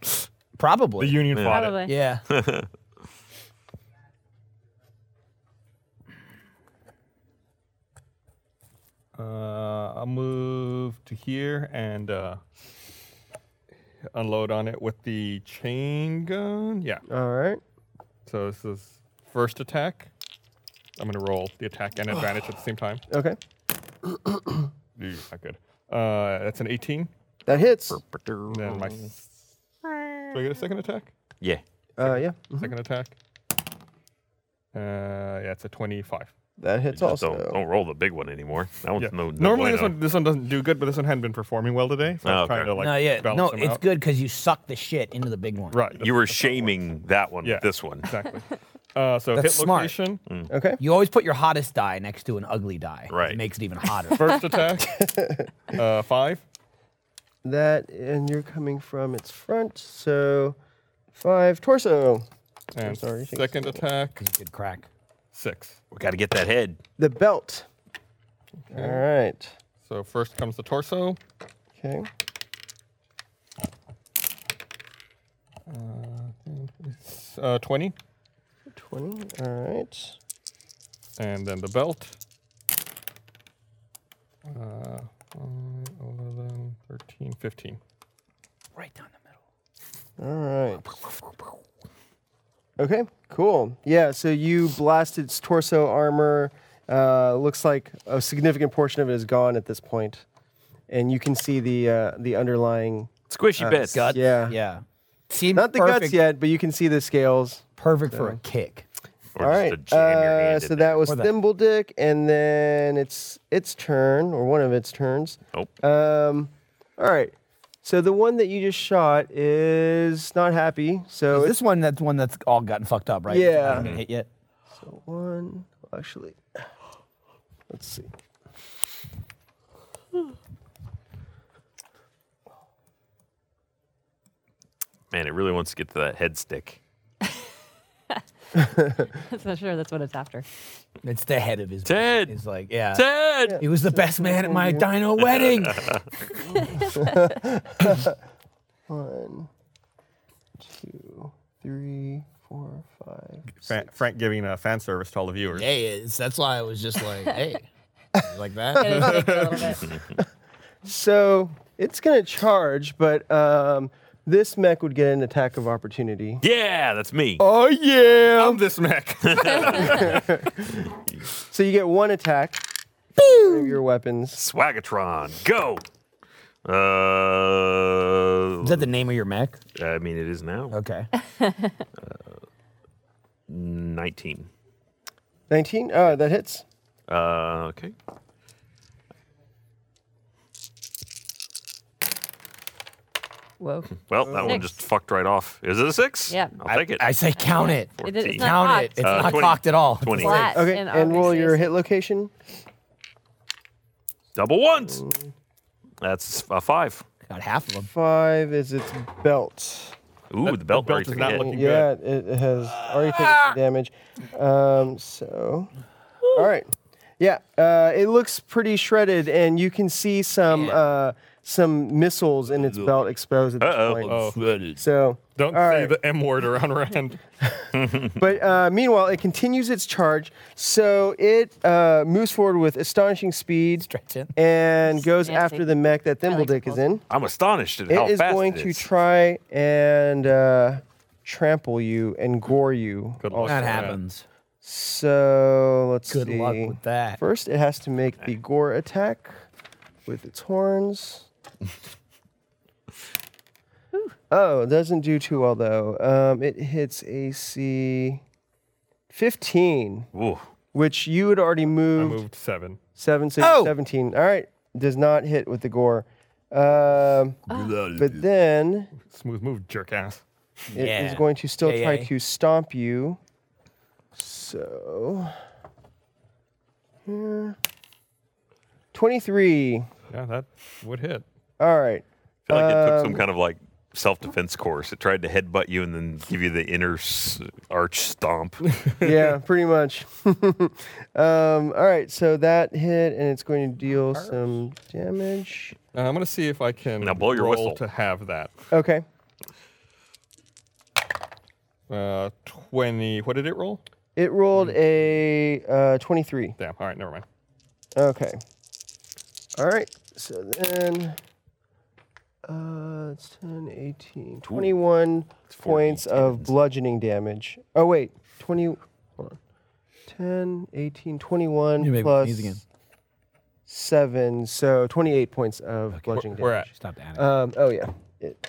[SPEAKER 9] The
[SPEAKER 6] Probably.
[SPEAKER 9] Union fought it.
[SPEAKER 4] Probably.
[SPEAKER 6] yeah.
[SPEAKER 9] Uh, I'll move to here and uh, unload on it with the chain gun. Yeah.
[SPEAKER 5] All right.
[SPEAKER 9] So this is first attack. I'm gonna roll the attack and advantage at the same time.
[SPEAKER 5] Okay.
[SPEAKER 9] Ooh, Not good. Uh, that's an 18.
[SPEAKER 5] That hits.
[SPEAKER 9] Then my. s- Do I get a second attack?
[SPEAKER 3] Yeah.
[SPEAKER 5] Uh, yeah.
[SPEAKER 9] Second attack. Uh, yeah, it's a 25.
[SPEAKER 5] That hits
[SPEAKER 3] Just
[SPEAKER 5] also.
[SPEAKER 3] don't, don't roll the big one anymore. That one's
[SPEAKER 9] Yeah.
[SPEAKER 3] no, no
[SPEAKER 9] Normally this
[SPEAKER 3] bueno.
[SPEAKER 9] one this one doesn't do good, but this one hadn't been performing well today. So I
[SPEAKER 3] Oh,
[SPEAKER 9] was trying
[SPEAKER 3] okay.
[SPEAKER 9] to like
[SPEAKER 6] no, yeah.
[SPEAKER 9] balance
[SPEAKER 6] No,
[SPEAKER 9] them
[SPEAKER 6] it's
[SPEAKER 9] out.
[SPEAKER 6] good because you suck the shit into the big one.
[SPEAKER 9] Right.
[SPEAKER 3] You were shaming that one
[SPEAKER 9] Yeah.
[SPEAKER 3] with this one.
[SPEAKER 9] exactly. Uh, so
[SPEAKER 6] That's
[SPEAKER 9] hit
[SPEAKER 6] smart.
[SPEAKER 9] location.
[SPEAKER 3] Mm.
[SPEAKER 5] Okay.
[SPEAKER 6] You always put your hottest die next to an ugly die.
[SPEAKER 3] Right.
[SPEAKER 6] It makes it even hotter.
[SPEAKER 9] First attack. uh, five.
[SPEAKER 5] That and you're coming from its front, so five torso.
[SPEAKER 9] And
[SPEAKER 5] sorry, six.
[SPEAKER 9] second attack.
[SPEAKER 6] Good crack.
[SPEAKER 9] Six.
[SPEAKER 3] We got to get that head.
[SPEAKER 5] The belt. All right.
[SPEAKER 9] So first comes the torso.
[SPEAKER 5] Okay.
[SPEAKER 9] s- Uh, 20.
[SPEAKER 5] Twenty. All right.
[SPEAKER 9] And then the belt. Uh, five, 11, 13, 15.
[SPEAKER 6] Right down the middle.
[SPEAKER 5] All right. Okay. Cool. Yeah. So you blast its torso armor. Uh, looks like a significant portion of it is gone at this point, and you can see the uh, the underlying. uh,
[SPEAKER 3] Squishy bits.
[SPEAKER 6] Guts.
[SPEAKER 5] Yeah.
[SPEAKER 6] Yeah. Seemed
[SPEAKER 5] Not the
[SPEAKER 6] perfect,
[SPEAKER 5] guts yet, but you can see the scales.
[SPEAKER 6] Perfect for a kick.
[SPEAKER 3] Or
[SPEAKER 5] All
[SPEAKER 3] just
[SPEAKER 5] right.
[SPEAKER 3] to jam your
[SPEAKER 5] uh,
[SPEAKER 3] hand
[SPEAKER 5] so
[SPEAKER 3] in
[SPEAKER 5] that
[SPEAKER 3] there.
[SPEAKER 5] was
[SPEAKER 6] Or that.
[SPEAKER 5] Thimble Dick, and then it's its turn or one of its turns.
[SPEAKER 3] Nope.
[SPEAKER 5] Um, all right. So the one that you just shot is not happy. So
[SPEAKER 6] Is
[SPEAKER 5] it's
[SPEAKER 6] this one that's one that's all gotten fucked up, right?
[SPEAKER 5] Yeah.
[SPEAKER 6] Hasn't been hit yet.
[SPEAKER 5] one. Actually, let's see.
[SPEAKER 3] Man, it really wants to get to that head stick.
[SPEAKER 4] That's not sure that's what it's after.
[SPEAKER 6] It's the head of his.
[SPEAKER 3] Ted!
[SPEAKER 6] It's like, yeah.
[SPEAKER 3] Ted!
[SPEAKER 6] He was the best man at my dino wedding.
[SPEAKER 5] One, two, three,
[SPEAKER 2] three, four, five.
[SPEAKER 12] Fra- Frank giving uh, fan service to all the viewers.
[SPEAKER 6] Yeah, it's, that's why I was just like, hey, you like that.
[SPEAKER 12] That
[SPEAKER 5] So it's gonna charge, but um, this mech would get an attack of opportunity.
[SPEAKER 3] Yeah, that's me.
[SPEAKER 5] Oh yeah!
[SPEAKER 9] I'm this mech.
[SPEAKER 5] so you get one attack. Boom! Your weapons.
[SPEAKER 3] Swagatron, go. Uh,
[SPEAKER 6] is that the name of your mech?
[SPEAKER 3] I mean, it is now.
[SPEAKER 6] Okay.
[SPEAKER 3] 19.
[SPEAKER 5] Nineteen. Oh, that hits.
[SPEAKER 3] Uh, okay.
[SPEAKER 4] Whoa.
[SPEAKER 3] Well, that one
[SPEAKER 4] Six.
[SPEAKER 3] just fucked right off. Is it a six?
[SPEAKER 4] Yeah.
[SPEAKER 3] I'll take it.
[SPEAKER 6] I say count it.
[SPEAKER 4] It is- it's
[SPEAKER 3] 14.
[SPEAKER 4] not Count it. cocked. It's
[SPEAKER 3] Uh,
[SPEAKER 6] not
[SPEAKER 3] 20.
[SPEAKER 6] cocked at all.
[SPEAKER 3] 20.
[SPEAKER 4] Flat
[SPEAKER 5] Okay,
[SPEAKER 4] and
[SPEAKER 5] and roll your hit location.
[SPEAKER 3] Double ones. That's a five.
[SPEAKER 6] Got half of them.
[SPEAKER 5] Five is its belt.
[SPEAKER 3] Ooh, the belt, belt is not looking
[SPEAKER 5] yeah, it it has already taken some damage. Um, so, all right, yeah, uh, it looks pretty shredded, and you can see some uh, some missiles in its belt exposed at this point.
[SPEAKER 9] Oh.
[SPEAKER 5] So,
[SPEAKER 9] Don't
[SPEAKER 5] all
[SPEAKER 9] say
[SPEAKER 5] right.
[SPEAKER 9] the M word around Rand.
[SPEAKER 5] but uh, meanwhile, it continues its charge. So it uh, moves forward with astonishing speed and goes after the mech that Thimbledick is in.
[SPEAKER 3] I'm astonished at
[SPEAKER 5] It
[SPEAKER 3] how
[SPEAKER 5] is
[SPEAKER 3] fast
[SPEAKER 5] going
[SPEAKER 3] it
[SPEAKER 5] to
[SPEAKER 3] is.
[SPEAKER 5] try and uh, trample you and gore you. Oh,
[SPEAKER 6] luck That with that. happens.
[SPEAKER 5] So let's
[SPEAKER 6] Good
[SPEAKER 5] see.
[SPEAKER 6] luck with that.
[SPEAKER 5] First, it has to make the gore attack with its horns. oh, it doesn't do too well though. Um, it hits AC 15, which you had already moved.
[SPEAKER 9] moved seven.
[SPEAKER 5] Seven, so you're 17. All right. Does not hit with the gore. Um, but then
[SPEAKER 9] Smooth move, jerk ass.
[SPEAKER 5] it is going to still try to stomp you. So. here. 23.
[SPEAKER 9] Yeah, that would hit.
[SPEAKER 5] All right.
[SPEAKER 3] I feel like it took
[SPEAKER 5] Um,
[SPEAKER 3] some kind of like self defense course. It tried to headbutt you and then give you the inner s- arch stomp.
[SPEAKER 5] yeah, pretty much. um, all right, so that hit, and it's going to deal some damage.
[SPEAKER 9] Uh, I'm gonna see if I can
[SPEAKER 3] Now blow your
[SPEAKER 9] roll
[SPEAKER 3] whistle.
[SPEAKER 9] to have that.
[SPEAKER 5] Okay.
[SPEAKER 9] Uh, twenty. What did it roll?
[SPEAKER 5] It rolled a uh, 23.
[SPEAKER 9] Damn. All right, never mind.
[SPEAKER 5] Okay. All right. So then uh, it's 10, 18, 21 points of bludgeoning damage. Oh, wait. 20. Hold on. 10, 18, 21
[SPEAKER 11] You make me
[SPEAKER 5] plus
[SPEAKER 11] sneeze again.
[SPEAKER 5] 7. So 28 points of bludgeoning
[SPEAKER 9] we're
[SPEAKER 5] damage.
[SPEAKER 9] at?
[SPEAKER 11] Stop that.
[SPEAKER 6] Uh,
[SPEAKER 5] Um, oh, yeah. It,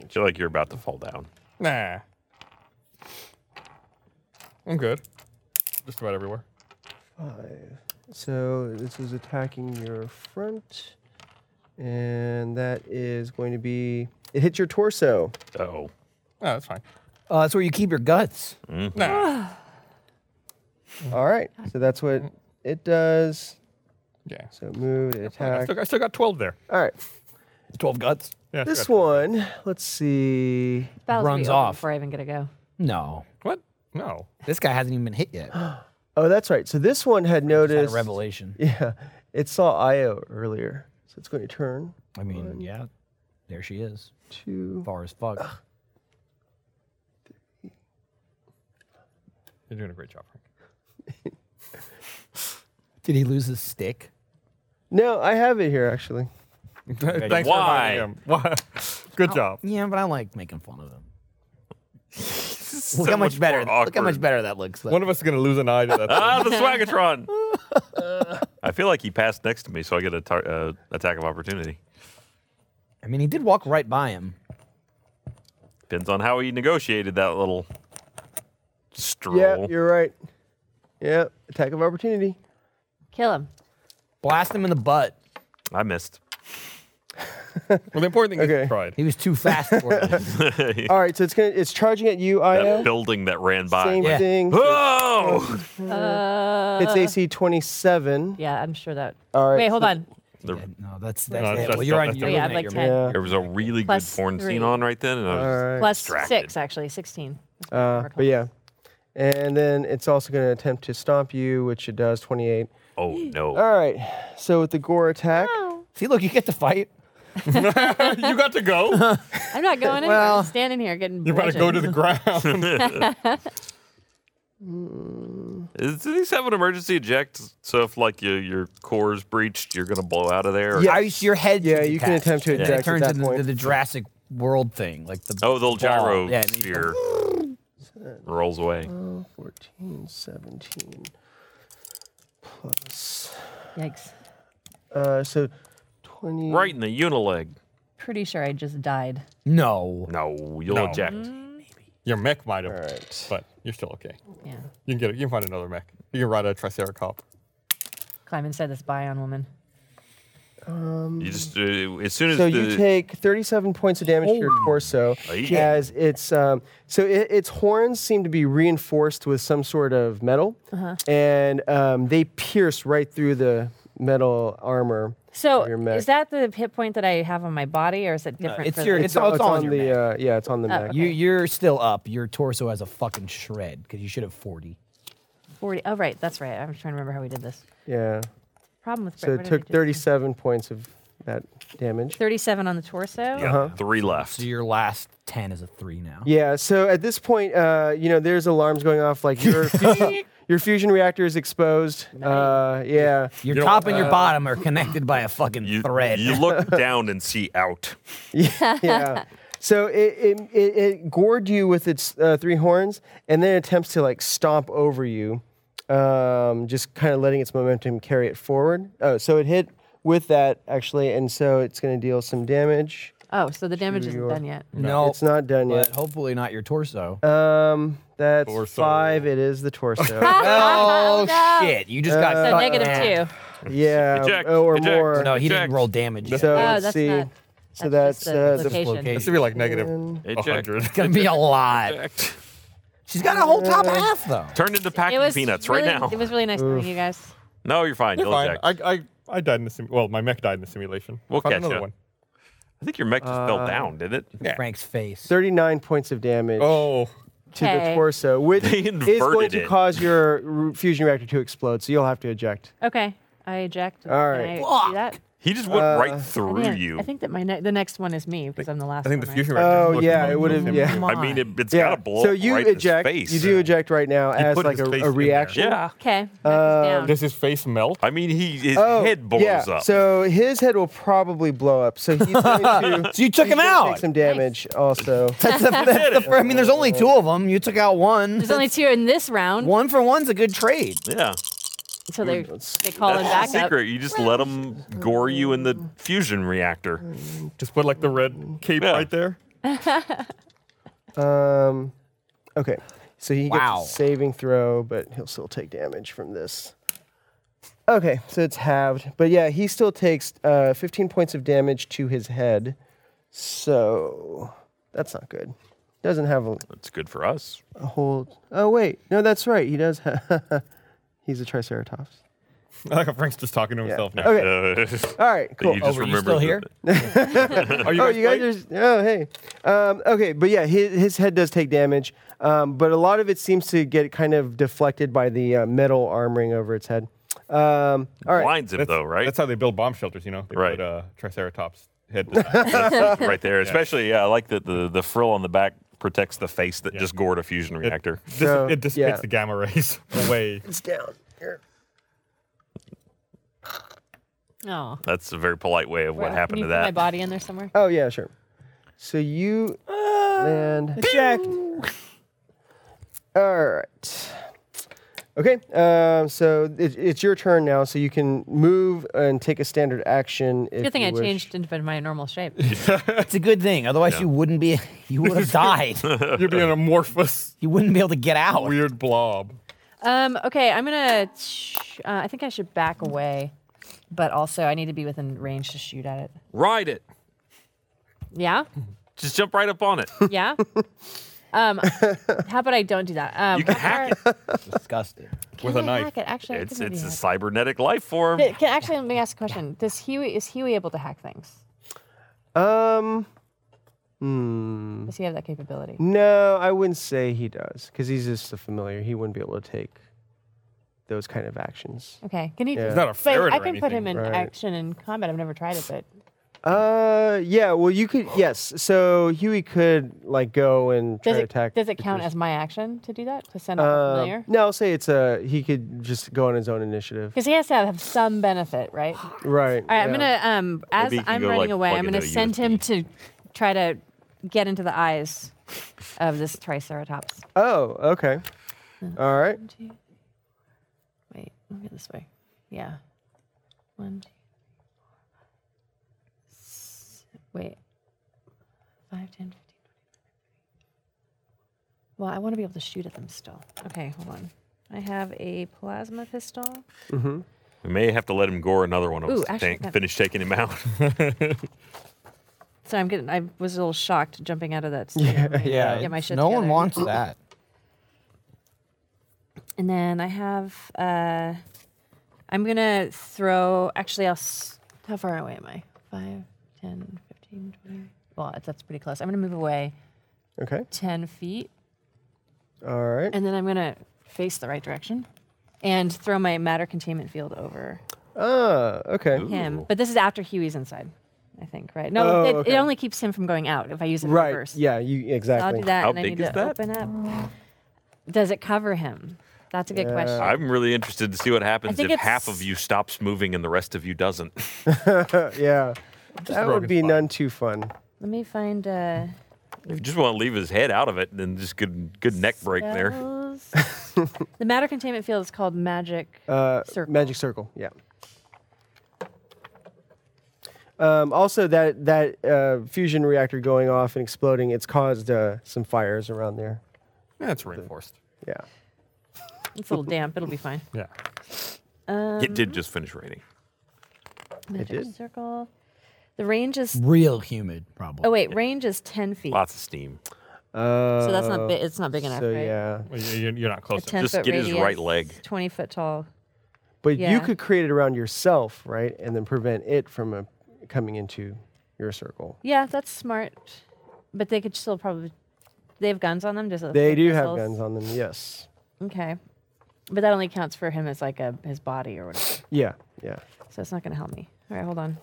[SPEAKER 3] I feel like you're about to fall down.
[SPEAKER 9] Nah. I'm good. Just about everywhere.
[SPEAKER 5] five. So this is attacking your front. And that is going to be. It hits your torso.
[SPEAKER 3] Oh.
[SPEAKER 9] Oh, that's fine.
[SPEAKER 6] Uh, that's where you keep your guts.
[SPEAKER 9] Nah.
[SPEAKER 5] All right. So that's what it does.
[SPEAKER 9] Yeah.
[SPEAKER 5] So move, it
[SPEAKER 9] I
[SPEAKER 5] attack.
[SPEAKER 9] still, got, I still got twelve there.
[SPEAKER 5] All right.
[SPEAKER 6] Twelve guts.
[SPEAKER 9] Yeah, I still
[SPEAKER 5] This
[SPEAKER 9] got 12.
[SPEAKER 5] one, let's see.
[SPEAKER 4] Battles
[SPEAKER 6] Runs
[SPEAKER 4] runs off
[SPEAKER 6] off.
[SPEAKER 4] before I even get a go.
[SPEAKER 6] No,
[SPEAKER 9] What? No.
[SPEAKER 6] this guy hasn't even been hit yet. Had
[SPEAKER 5] Oh, that's right. So this one had
[SPEAKER 6] a
[SPEAKER 5] noticed.
[SPEAKER 6] revelation.
[SPEAKER 5] Yeah. It saw Io earlier. So it's going to turn.
[SPEAKER 6] I mean, yeah, there she is.
[SPEAKER 5] Two.
[SPEAKER 6] Far as fuck.
[SPEAKER 9] You're doing a great job, Frank.
[SPEAKER 6] Did he lose his stick?
[SPEAKER 5] No, I have it here actually.
[SPEAKER 9] Thanks
[SPEAKER 3] for Why? reminding
[SPEAKER 9] Why? Good
[SPEAKER 5] Oh.
[SPEAKER 9] job.
[SPEAKER 6] Yeah, but I like making fun of him.
[SPEAKER 3] So
[SPEAKER 6] Look how much, better.
[SPEAKER 3] more
[SPEAKER 6] Look how much
[SPEAKER 3] awkward.
[SPEAKER 6] better that looks. Like.
[SPEAKER 9] One of us is gonna lose an eye to that.
[SPEAKER 3] Ah, the Swagatron. I feel like he passed next to me, so I get a tar- uh, attack of opportunity.
[SPEAKER 6] I mean, he did walk right by him.
[SPEAKER 3] Depends on how he negotiated that little stroll.
[SPEAKER 5] Yeah, you're right. Yep. Attack of opportunity.
[SPEAKER 4] Kill him.
[SPEAKER 6] Blast him in the butt.
[SPEAKER 3] I missed.
[SPEAKER 9] Well, the important thing is
[SPEAKER 5] Okay.
[SPEAKER 9] you tried.
[SPEAKER 6] He was too fast for it.
[SPEAKER 3] that
[SPEAKER 5] All right. So it's gonna. It's charging at you, Io.
[SPEAKER 3] building that ran by.
[SPEAKER 5] Same
[SPEAKER 6] Yeah.
[SPEAKER 5] thing.
[SPEAKER 3] Whoa!
[SPEAKER 4] Uh,
[SPEAKER 5] It's AC 27.
[SPEAKER 4] Yeah, I'm sure that.
[SPEAKER 5] All right.
[SPEAKER 4] Wait, hold
[SPEAKER 5] so-
[SPEAKER 4] on.
[SPEAKER 3] There,
[SPEAKER 6] No, that's that's
[SPEAKER 9] that's-
[SPEAKER 6] it.
[SPEAKER 9] that's
[SPEAKER 6] well, you're
[SPEAKER 9] not-
[SPEAKER 6] on.
[SPEAKER 9] that's
[SPEAKER 6] You're
[SPEAKER 4] not- Yeah, I'd
[SPEAKER 6] looking at
[SPEAKER 4] like
[SPEAKER 6] your
[SPEAKER 4] ten.
[SPEAKER 6] man.
[SPEAKER 5] Yeah.
[SPEAKER 3] there was a really
[SPEAKER 4] Plus
[SPEAKER 3] good porn
[SPEAKER 4] three.
[SPEAKER 3] scene on right then, and I was
[SPEAKER 5] All right.
[SPEAKER 4] Plus
[SPEAKER 3] distracted.
[SPEAKER 4] six, actually, 16. That's my
[SPEAKER 5] Uh,
[SPEAKER 4] overcome.
[SPEAKER 5] but yeah. And then it's also going to attempt to stomp you, which it does 28.
[SPEAKER 3] oh no.
[SPEAKER 5] All right. So with the gore attack,
[SPEAKER 4] Oh,
[SPEAKER 6] See, look, you get to fight.
[SPEAKER 9] you got to go.
[SPEAKER 4] I'm not going anywhere.
[SPEAKER 9] Well,
[SPEAKER 4] I'm standing here getting.
[SPEAKER 9] You better go to the
[SPEAKER 4] bludgeoned.
[SPEAKER 9] ground.
[SPEAKER 3] Is, do these have an emergency eject? So if like you, your core's breached, you're gonna blow out of there. or-
[SPEAKER 6] Yeah, ice your head.
[SPEAKER 5] Yeah,
[SPEAKER 6] should
[SPEAKER 5] you can
[SPEAKER 6] detach.
[SPEAKER 5] attempt to
[SPEAKER 6] Yeah.
[SPEAKER 5] eject
[SPEAKER 6] It turns
[SPEAKER 5] at that
[SPEAKER 6] into
[SPEAKER 5] point.
[SPEAKER 6] The, the Jurassic World thing, like the
[SPEAKER 3] Oh, the
[SPEAKER 6] ball.
[SPEAKER 3] little gyro
[SPEAKER 6] Yeah, and you-
[SPEAKER 3] sphere rolls away.
[SPEAKER 5] 14, 17 plus.
[SPEAKER 4] Yikes!
[SPEAKER 5] Uh, so 20.
[SPEAKER 3] Right in the unileg.
[SPEAKER 4] Pretty sure I just died.
[SPEAKER 6] No.
[SPEAKER 3] No, you'll
[SPEAKER 9] No.
[SPEAKER 3] eject.
[SPEAKER 9] Your mech might have, but you're still okay.
[SPEAKER 4] Yeah.
[SPEAKER 9] You can get it. You can find another mech. You can ride a Triceracop.
[SPEAKER 4] Climb inside this bion woman.
[SPEAKER 3] You just uh, as soon as
[SPEAKER 5] So
[SPEAKER 3] the,
[SPEAKER 5] you take 37 points of damage to your torso
[SPEAKER 3] Aye.
[SPEAKER 5] as its um, so it, its horns seem to be reinforced with some sort of metal,
[SPEAKER 4] Uh-huh.
[SPEAKER 5] and um, they pierce right through the metal armor.
[SPEAKER 4] So
[SPEAKER 5] of your mech.
[SPEAKER 4] is that the hit point that I have on my body, or is it different?
[SPEAKER 6] it's
[SPEAKER 4] for
[SPEAKER 6] your-
[SPEAKER 4] the-
[SPEAKER 6] it's all- it's all on
[SPEAKER 5] Oh, the
[SPEAKER 6] your
[SPEAKER 5] uh, yeah, it's on the
[SPEAKER 4] Oh,
[SPEAKER 5] mech.
[SPEAKER 4] okay.
[SPEAKER 6] You you're still up. Your torso has a fucking shred because you should have forty.
[SPEAKER 4] forty. Oh right, that's right. I'm trying to remember how we did this.
[SPEAKER 5] Yeah.
[SPEAKER 4] Problem with
[SPEAKER 5] So
[SPEAKER 4] Brit- what
[SPEAKER 5] it
[SPEAKER 4] did I
[SPEAKER 5] took
[SPEAKER 4] do?
[SPEAKER 5] 37 points of that damage.
[SPEAKER 4] Thirty-seven on the torso.
[SPEAKER 3] yeah,
[SPEAKER 5] uh-huh.
[SPEAKER 3] three left.
[SPEAKER 6] So your last ten is a three now.
[SPEAKER 5] Yeah. So at this point, uh, you know, there's alarms going off. Like your fusion, your fusion reactor is exposed. Uh, yeah.
[SPEAKER 6] Your
[SPEAKER 5] You know,
[SPEAKER 6] top and your
[SPEAKER 5] uh,
[SPEAKER 6] bottom are connected by a fucking thread.
[SPEAKER 3] You look down and see out.
[SPEAKER 5] Yeah. yeah. So it, it, it, it gored you with its uh, three horns and then attempts to like stomp over you, um, just kind of letting its momentum carry it forward. Oh, so it hit with that actually, and so it's going to deal some damage.
[SPEAKER 4] Oh, so the damage isn't
[SPEAKER 5] your-
[SPEAKER 4] done yet.
[SPEAKER 6] No,
[SPEAKER 5] It's not done
[SPEAKER 6] but
[SPEAKER 5] yet.
[SPEAKER 6] hopefully not your torso.
[SPEAKER 5] Um, that's
[SPEAKER 6] Torso.
[SPEAKER 5] five. It is the torso.
[SPEAKER 6] oh
[SPEAKER 4] no.
[SPEAKER 6] shit! Uh, You just got
[SPEAKER 4] So
[SPEAKER 6] fucked.
[SPEAKER 4] negative
[SPEAKER 6] Yeah.
[SPEAKER 4] two.
[SPEAKER 5] yeah, or more.
[SPEAKER 6] No, he didn't roll damage. yet.
[SPEAKER 5] So
[SPEAKER 4] Oh,
[SPEAKER 5] let's
[SPEAKER 4] that's
[SPEAKER 5] see.
[SPEAKER 4] not-
[SPEAKER 5] so
[SPEAKER 4] that's
[SPEAKER 5] that's,
[SPEAKER 4] just the
[SPEAKER 5] uh, the
[SPEAKER 4] location.
[SPEAKER 6] Location.
[SPEAKER 12] This would be like negative
[SPEAKER 3] Eject.
[SPEAKER 12] 100.
[SPEAKER 6] It's gonna be a lot. She's got a whole top half though.
[SPEAKER 3] Turned into
[SPEAKER 4] It
[SPEAKER 3] packing
[SPEAKER 4] was
[SPEAKER 3] peanuts
[SPEAKER 4] really,
[SPEAKER 3] right now.
[SPEAKER 4] It was really nice knowing you guys.
[SPEAKER 3] no, you're fine.
[SPEAKER 9] You're
[SPEAKER 3] you'll
[SPEAKER 9] fine.
[SPEAKER 3] eject.
[SPEAKER 9] I, I, I died in the sim- well, my mech died in the simulation.
[SPEAKER 3] We'll
[SPEAKER 9] Find
[SPEAKER 3] catch
[SPEAKER 9] another
[SPEAKER 3] ya.
[SPEAKER 9] one.
[SPEAKER 3] I think your mech just
[SPEAKER 5] Uh,
[SPEAKER 3] fell down, didn't it?
[SPEAKER 6] Frank's face.
[SPEAKER 5] Thirty-nine points of damage.
[SPEAKER 9] Oh,
[SPEAKER 5] to
[SPEAKER 4] Okay.
[SPEAKER 5] the torso, which
[SPEAKER 3] They
[SPEAKER 5] is going
[SPEAKER 3] inverted
[SPEAKER 5] to
[SPEAKER 3] it.
[SPEAKER 5] cause your r- fusion reactor to explode. So you'll have to eject.
[SPEAKER 4] Okay, I eject.
[SPEAKER 5] All
[SPEAKER 4] Can
[SPEAKER 5] right.
[SPEAKER 4] I do that?
[SPEAKER 3] He just went
[SPEAKER 5] Uh,
[SPEAKER 3] right through
[SPEAKER 4] I think,
[SPEAKER 3] you.
[SPEAKER 4] I think that my ne- the next one is me because I'm the last.
[SPEAKER 12] I think the
[SPEAKER 4] one,
[SPEAKER 12] fusion
[SPEAKER 4] Right?
[SPEAKER 12] reactor.
[SPEAKER 5] Oh,
[SPEAKER 12] looked
[SPEAKER 5] yeah,
[SPEAKER 12] like
[SPEAKER 5] it would've-
[SPEAKER 12] him.
[SPEAKER 5] yeah.
[SPEAKER 6] Come
[SPEAKER 3] I mean,
[SPEAKER 6] on.
[SPEAKER 3] it, it's
[SPEAKER 5] yeah.
[SPEAKER 3] got to blow
[SPEAKER 5] so
[SPEAKER 3] up
[SPEAKER 5] you
[SPEAKER 3] right
[SPEAKER 5] eject.
[SPEAKER 3] in his face.
[SPEAKER 5] You do eject right now as
[SPEAKER 12] put
[SPEAKER 5] like
[SPEAKER 12] his
[SPEAKER 5] a,
[SPEAKER 12] face
[SPEAKER 5] a
[SPEAKER 12] in there.
[SPEAKER 5] reaction.
[SPEAKER 3] Yeah.
[SPEAKER 4] Okay. Uh,
[SPEAKER 9] Does his face melt?
[SPEAKER 3] I mean, he his
[SPEAKER 5] Oh,
[SPEAKER 3] head blows
[SPEAKER 5] yeah.
[SPEAKER 3] up.
[SPEAKER 5] So his head will probably blow up. So he's going to
[SPEAKER 6] So you took him
[SPEAKER 5] he's gonna take
[SPEAKER 6] out.
[SPEAKER 5] some damage also.
[SPEAKER 6] That's the, that's the fir- I mean, there's only two of them. You took out one.
[SPEAKER 4] There's only two in this round,
[SPEAKER 6] one for one's a good trade.
[SPEAKER 3] yeah.
[SPEAKER 4] so they they call him
[SPEAKER 3] That's
[SPEAKER 4] back
[SPEAKER 3] the
[SPEAKER 4] up.
[SPEAKER 3] secret. You just let him gore you in the fusion reactor.
[SPEAKER 9] Just put like the red cape
[SPEAKER 3] Yeah.
[SPEAKER 9] right there.
[SPEAKER 5] Um, okay. So he
[SPEAKER 6] Wow.
[SPEAKER 5] gets a saving throw, but he'll still take damage from this. Okay, so it's halved. But yeah, he still takes uh, 15 points of damage to his head. So that's not good. Doesn't have a,
[SPEAKER 3] That's good for us.
[SPEAKER 5] a whole. Oh, wait. No, that's right. He does have. He's a Triceratops.
[SPEAKER 12] I like how Frank's just talking to himself now.
[SPEAKER 5] Okay. All right, cool.
[SPEAKER 3] You
[SPEAKER 6] Oh,
[SPEAKER 3] just
[SPEAKER 6] were you
[SPEAKER 3] remember
[SPEAKER 6] still here?
[SPEAKER 9] Are you
[SPEAKER 5] oh,
[SPEAKER 9] guys
[SPEAKER 5] you guys
[SPEAKER 9] right?
[SPEAKER 5] are. Oh, hey. Um, okay, but yeah, his, his head does take damage, um, but a lot of it seems to get kind of deflected by the uh, metal armoring over its head. Um, all right.
[SPEAKER 3] Blinds him though, right?
[SPEAKER 12] That's how they build bomb shelters, you know? They
[SPEAKER 3] Right.
[SPEAKER 12] put uh, Triceratops head. design.
[SPEAKER 3] That's right there. Especially, yeah, I like that the, the frill on the back protects the face that just gored a fusion reactor.
[SPEAKER 12] Dis-
[SPEAKER 5] So,
[SPEAKER 12] it dissipates
[SPEAKER 5] yeah.
[SPEAKER 12] the gamma rays away.
[SPEAKER 5] It's down. Here.
[SPEAKER 4] Oh.
[SPEAKER 3] That's a very polite way of what
[SPEAKER 4] Well,
[SPEAKER 3] happened
[SPEAKER 4] can
[SPEAKER 3] to
[SPEAKER 4] you Put my
[SPEAKER 3] that.
[SPEAKER 4] body in there somewhere.
[SPEAKER 5] Oh, yeah, sure. So you Ah. land.
[SPEAKER 6] Eject.
[SPEAKER 5] All right. Okay, um, so it, it's your turn now, so you can move and take a standard action. If
[SPEAKER 4] Good thing
[SPEAKER 5] you
[SPEAKER 4] I
[SPEAKER 5] wish.
[SPEAKER 4] changed into my normal shape.
[SPEAKER 6] It's a good thing. Otherwise, you wouldn't be. You would have died.
[SPEAKER 9] You'd be an amorphous,
[SPEAKER 6] You wouldn't be able to get out.
[SPEAKER 9] weird blob.
[SPEAKER 4] Um, okay, I'm gonna. Sh- uh, I think I should back away, but also I need to be within range to shoot at it.
[SPEAKER 3] Ride it.
[SPEAKER 4] Yeah,
[SPEAKER 3] Just jump right up on it.
[SPEAKER 4] yeah. um, how about I don't do that? Um,
[SPEAKER 3] You can
[SPEAKER 4] how
[SPEAKER 3] hack
[SPEAKER 4] far-
[SPEAKER 6] Disgusting.
[SPEAKER 4] can
[SPEAKER 12] with a
[SPEAKER 4] I
[SPEAKER 12] knife.
[SPEAKER 4] hack it? Actually, I
[SPEAKER 3] It's
[SPEAKER 4] could maybe
[SPEAKER 3] it's a
[SPEAKER 4] hack it.
[SPEAKER 3] cybernetic life form.
[SPEAKER 4] Th- Can, actually, let me ask a question. Does Huey is Huey able to hack things?
[SPEAKER 5] Um, hmm.
[SPEAKER 4] Does he have that capability?
[SPEAKER 5] No, I wouldn't say he does, because he's just a familiar. He wouldn't be able to take those kind of actions.
[SPEAKER 4] Okay, can he?
[SPEAKER 5] Yeah. He's
[SPEAKER 12] not a
[SPEAKER 4] but
[SPEAKER 12] ferret
[SPEAKER 4] I
[SPEAKER 12] or
[SPEAKER 4] can put him in
[SPEAKER 5] anything. Right.
[SPEAKER 4] action in combat. I've never tried it, but
[SPEAKER 5] Uh, yeah. Well, you could. Yes. So Huey could like go and try
[SPEAKER 4] Does
[SPEAKER 5] to
[SPEAKER 4] it,
[SPEAKER 5] attack.
[SPEAKER 4] does it count
[SPEAKER 5] creatures.
[SPEAKER 4] as my action to do that? To send off a
[SPEAKER 5] Um,
[SPEAKER 4] familiar?
[SPEAKER 5] No, I'll say it's a. He could just go on his own initiative.
[SPEAKER 4] Because he has to have some benefit, right? All right,
[SPEAKER 5] Right.
[SPEAKER 4] I'm
[SPEAKER 5] Ah, yeah.
[SPEAKER 4] gonna um as
[SPEAKER 5] Maybe you can
[SPEAKER 4] I'm
[SPEAKER 5] go,
[SPEAKER 4] running
[SPEAKER 5] like,
[SPEAKER 4] away,
[SPEAKER 5] plug
[SPEAKER 4] I'm
[SPEAKER 5] into
[SPEAKER 4] gonna
[SPEAKER 5] a
[SPEAKER 4] send him to try to get into the eyes of this triceratops.
[SPEAKER 5] Oh, okay. All right.
[SPEAKER 4] Wait, let me get this way. Yeah. One, two, s- wait. Five, ten, fifteen, twenty. Well, I want to be able to shoot at them still. Okay, hold on. I have a plasma pistol.
[SPEAKER 5] Mm-hmm.
[SPEAKER 3] We may have to let him gore another one of
[SPEAKER 4] Ooh,
[SPEAKER 3] us to
[SPEAKER 4] actually,
[SPEAKER 3] tank-
[SPEAKER 4] that-
[SPEAKER 3] finish taking him out.
[SPEAKER 4] So I'm getting. I was a little shocked jumping out of that.
[SPEAKER 6] Yeah,
[SPEAKER 4] studio.
[SPEAKER 6] yeah,
[SPEAKER 4] Get my
[SPEAKER 6] it's-
[SPEAKER 4] shit
[SPEAKER 6] no one
[SPEAKER 4] together.
[SPEAKER 6] wants that.
[SPEAKER 4] And then I have. uh I'm gonna throw. Actually, I'll. S- how far away am I? Five, ten, fifteen, twenty. Well, that's- that's pretty close. I'm gonna move away
[SPEAKER 5] Okay.
[SPEAKER 4] ten feet,
[SPEAKER 5] All right.
[SPEAKER 4] and then I'm gonna face the right direction, and throw my matter containment field over
[SPEAKER 5] Oh, okay.
[SPEAKER 4] him. But this is after Huey's inside, I think. Right? No,
[SPEAKER 5] Oh,
[SPEAKER 4] it,
[SPEAKER 5] okay.
[SPEAKER 4] it only keeps him from going out if I use it in
[SPEAKER 5] Right.
[SPEAKER 4] reverse.
[SPEAKER 5] Yeah. You
[SPEAKER 4] So
[SPEAKER 5] exactly.
[SPEAKER 4] I'll do that, and I need to open up. Does it cover him? That's a good question.
[SPEAKER 3] I'm really interested to see what happens
[SPEAKER 4] Uh, think
[SPEAKER 3] if half
[SPEAKER 4] it's-
[SPEAKER 3] of you stops moving and the rest of you doesn't.
[SPEAKER 5] yeah. that
[SPEAKER 3] broke
[SPEAKER 5] would
[SPEAKER 3] his
[SPEAKER 5] be none too fun.
[SPEAKER 4] Let me find. Uh,
[SPEAKER 3] If you just want to leave his head out of it, then just good good neck break there.
[SPEAKER 4] spells. the matter containment field is called magic.
[SPEAKER 5] Uh,
[SPEAKER 4] Circle.
[SPEAKER 5] Magic circle. Yeah. Um, also, that that uh, fusion reactor going off and exploding, it's caused uh, some fires around there.
[SPEAKER 12] Yeah, it's reinforced.
[SPEAKER 5] Yeah.
[SPEAKER 4] It's a little damp. It'll be fine.
[SPEAKER 12] Yeah.
[SPEAKER 4] Um,
[SPEAKER 3] it did just finish raining.
[SPEAKER 4] Magic
[SPEAKER 3] did?
[SPEAKER 4] circle. The range is.
[SPEAKER 6] Real humid, probably.
[SPEAKER 4] Oh wait, range is ten feet.
[SPEAKER 3] Lots of steam.
[SPEAKER 5] Uh,
[SPEAKER 4] so that's not. Bi- it's not big enough, right?
[SPEAKER 3] Well, you're, you're not
[SPEAKER 4] A ten foot radius, Twenty foot tall.
[SPEAKER 5] But
[SPEAKER 4] Yeah.
[SPEAKER 5] you could create it around yourself, right, and then prevent it from uh coming into your circle.
[SPEAKER 4] Yeah, that's smart. But they could still probably. They have guns on them. Just
[SPEAKER 5] They do have guns on them. Yes.
[SPEAKER 4] Okay, but that only counts for him as like a his body or whatever.
[SPEAKER 5] Yeah. Yeah.
[SPEAKER 4] So it's not going to help me. All right, hold on.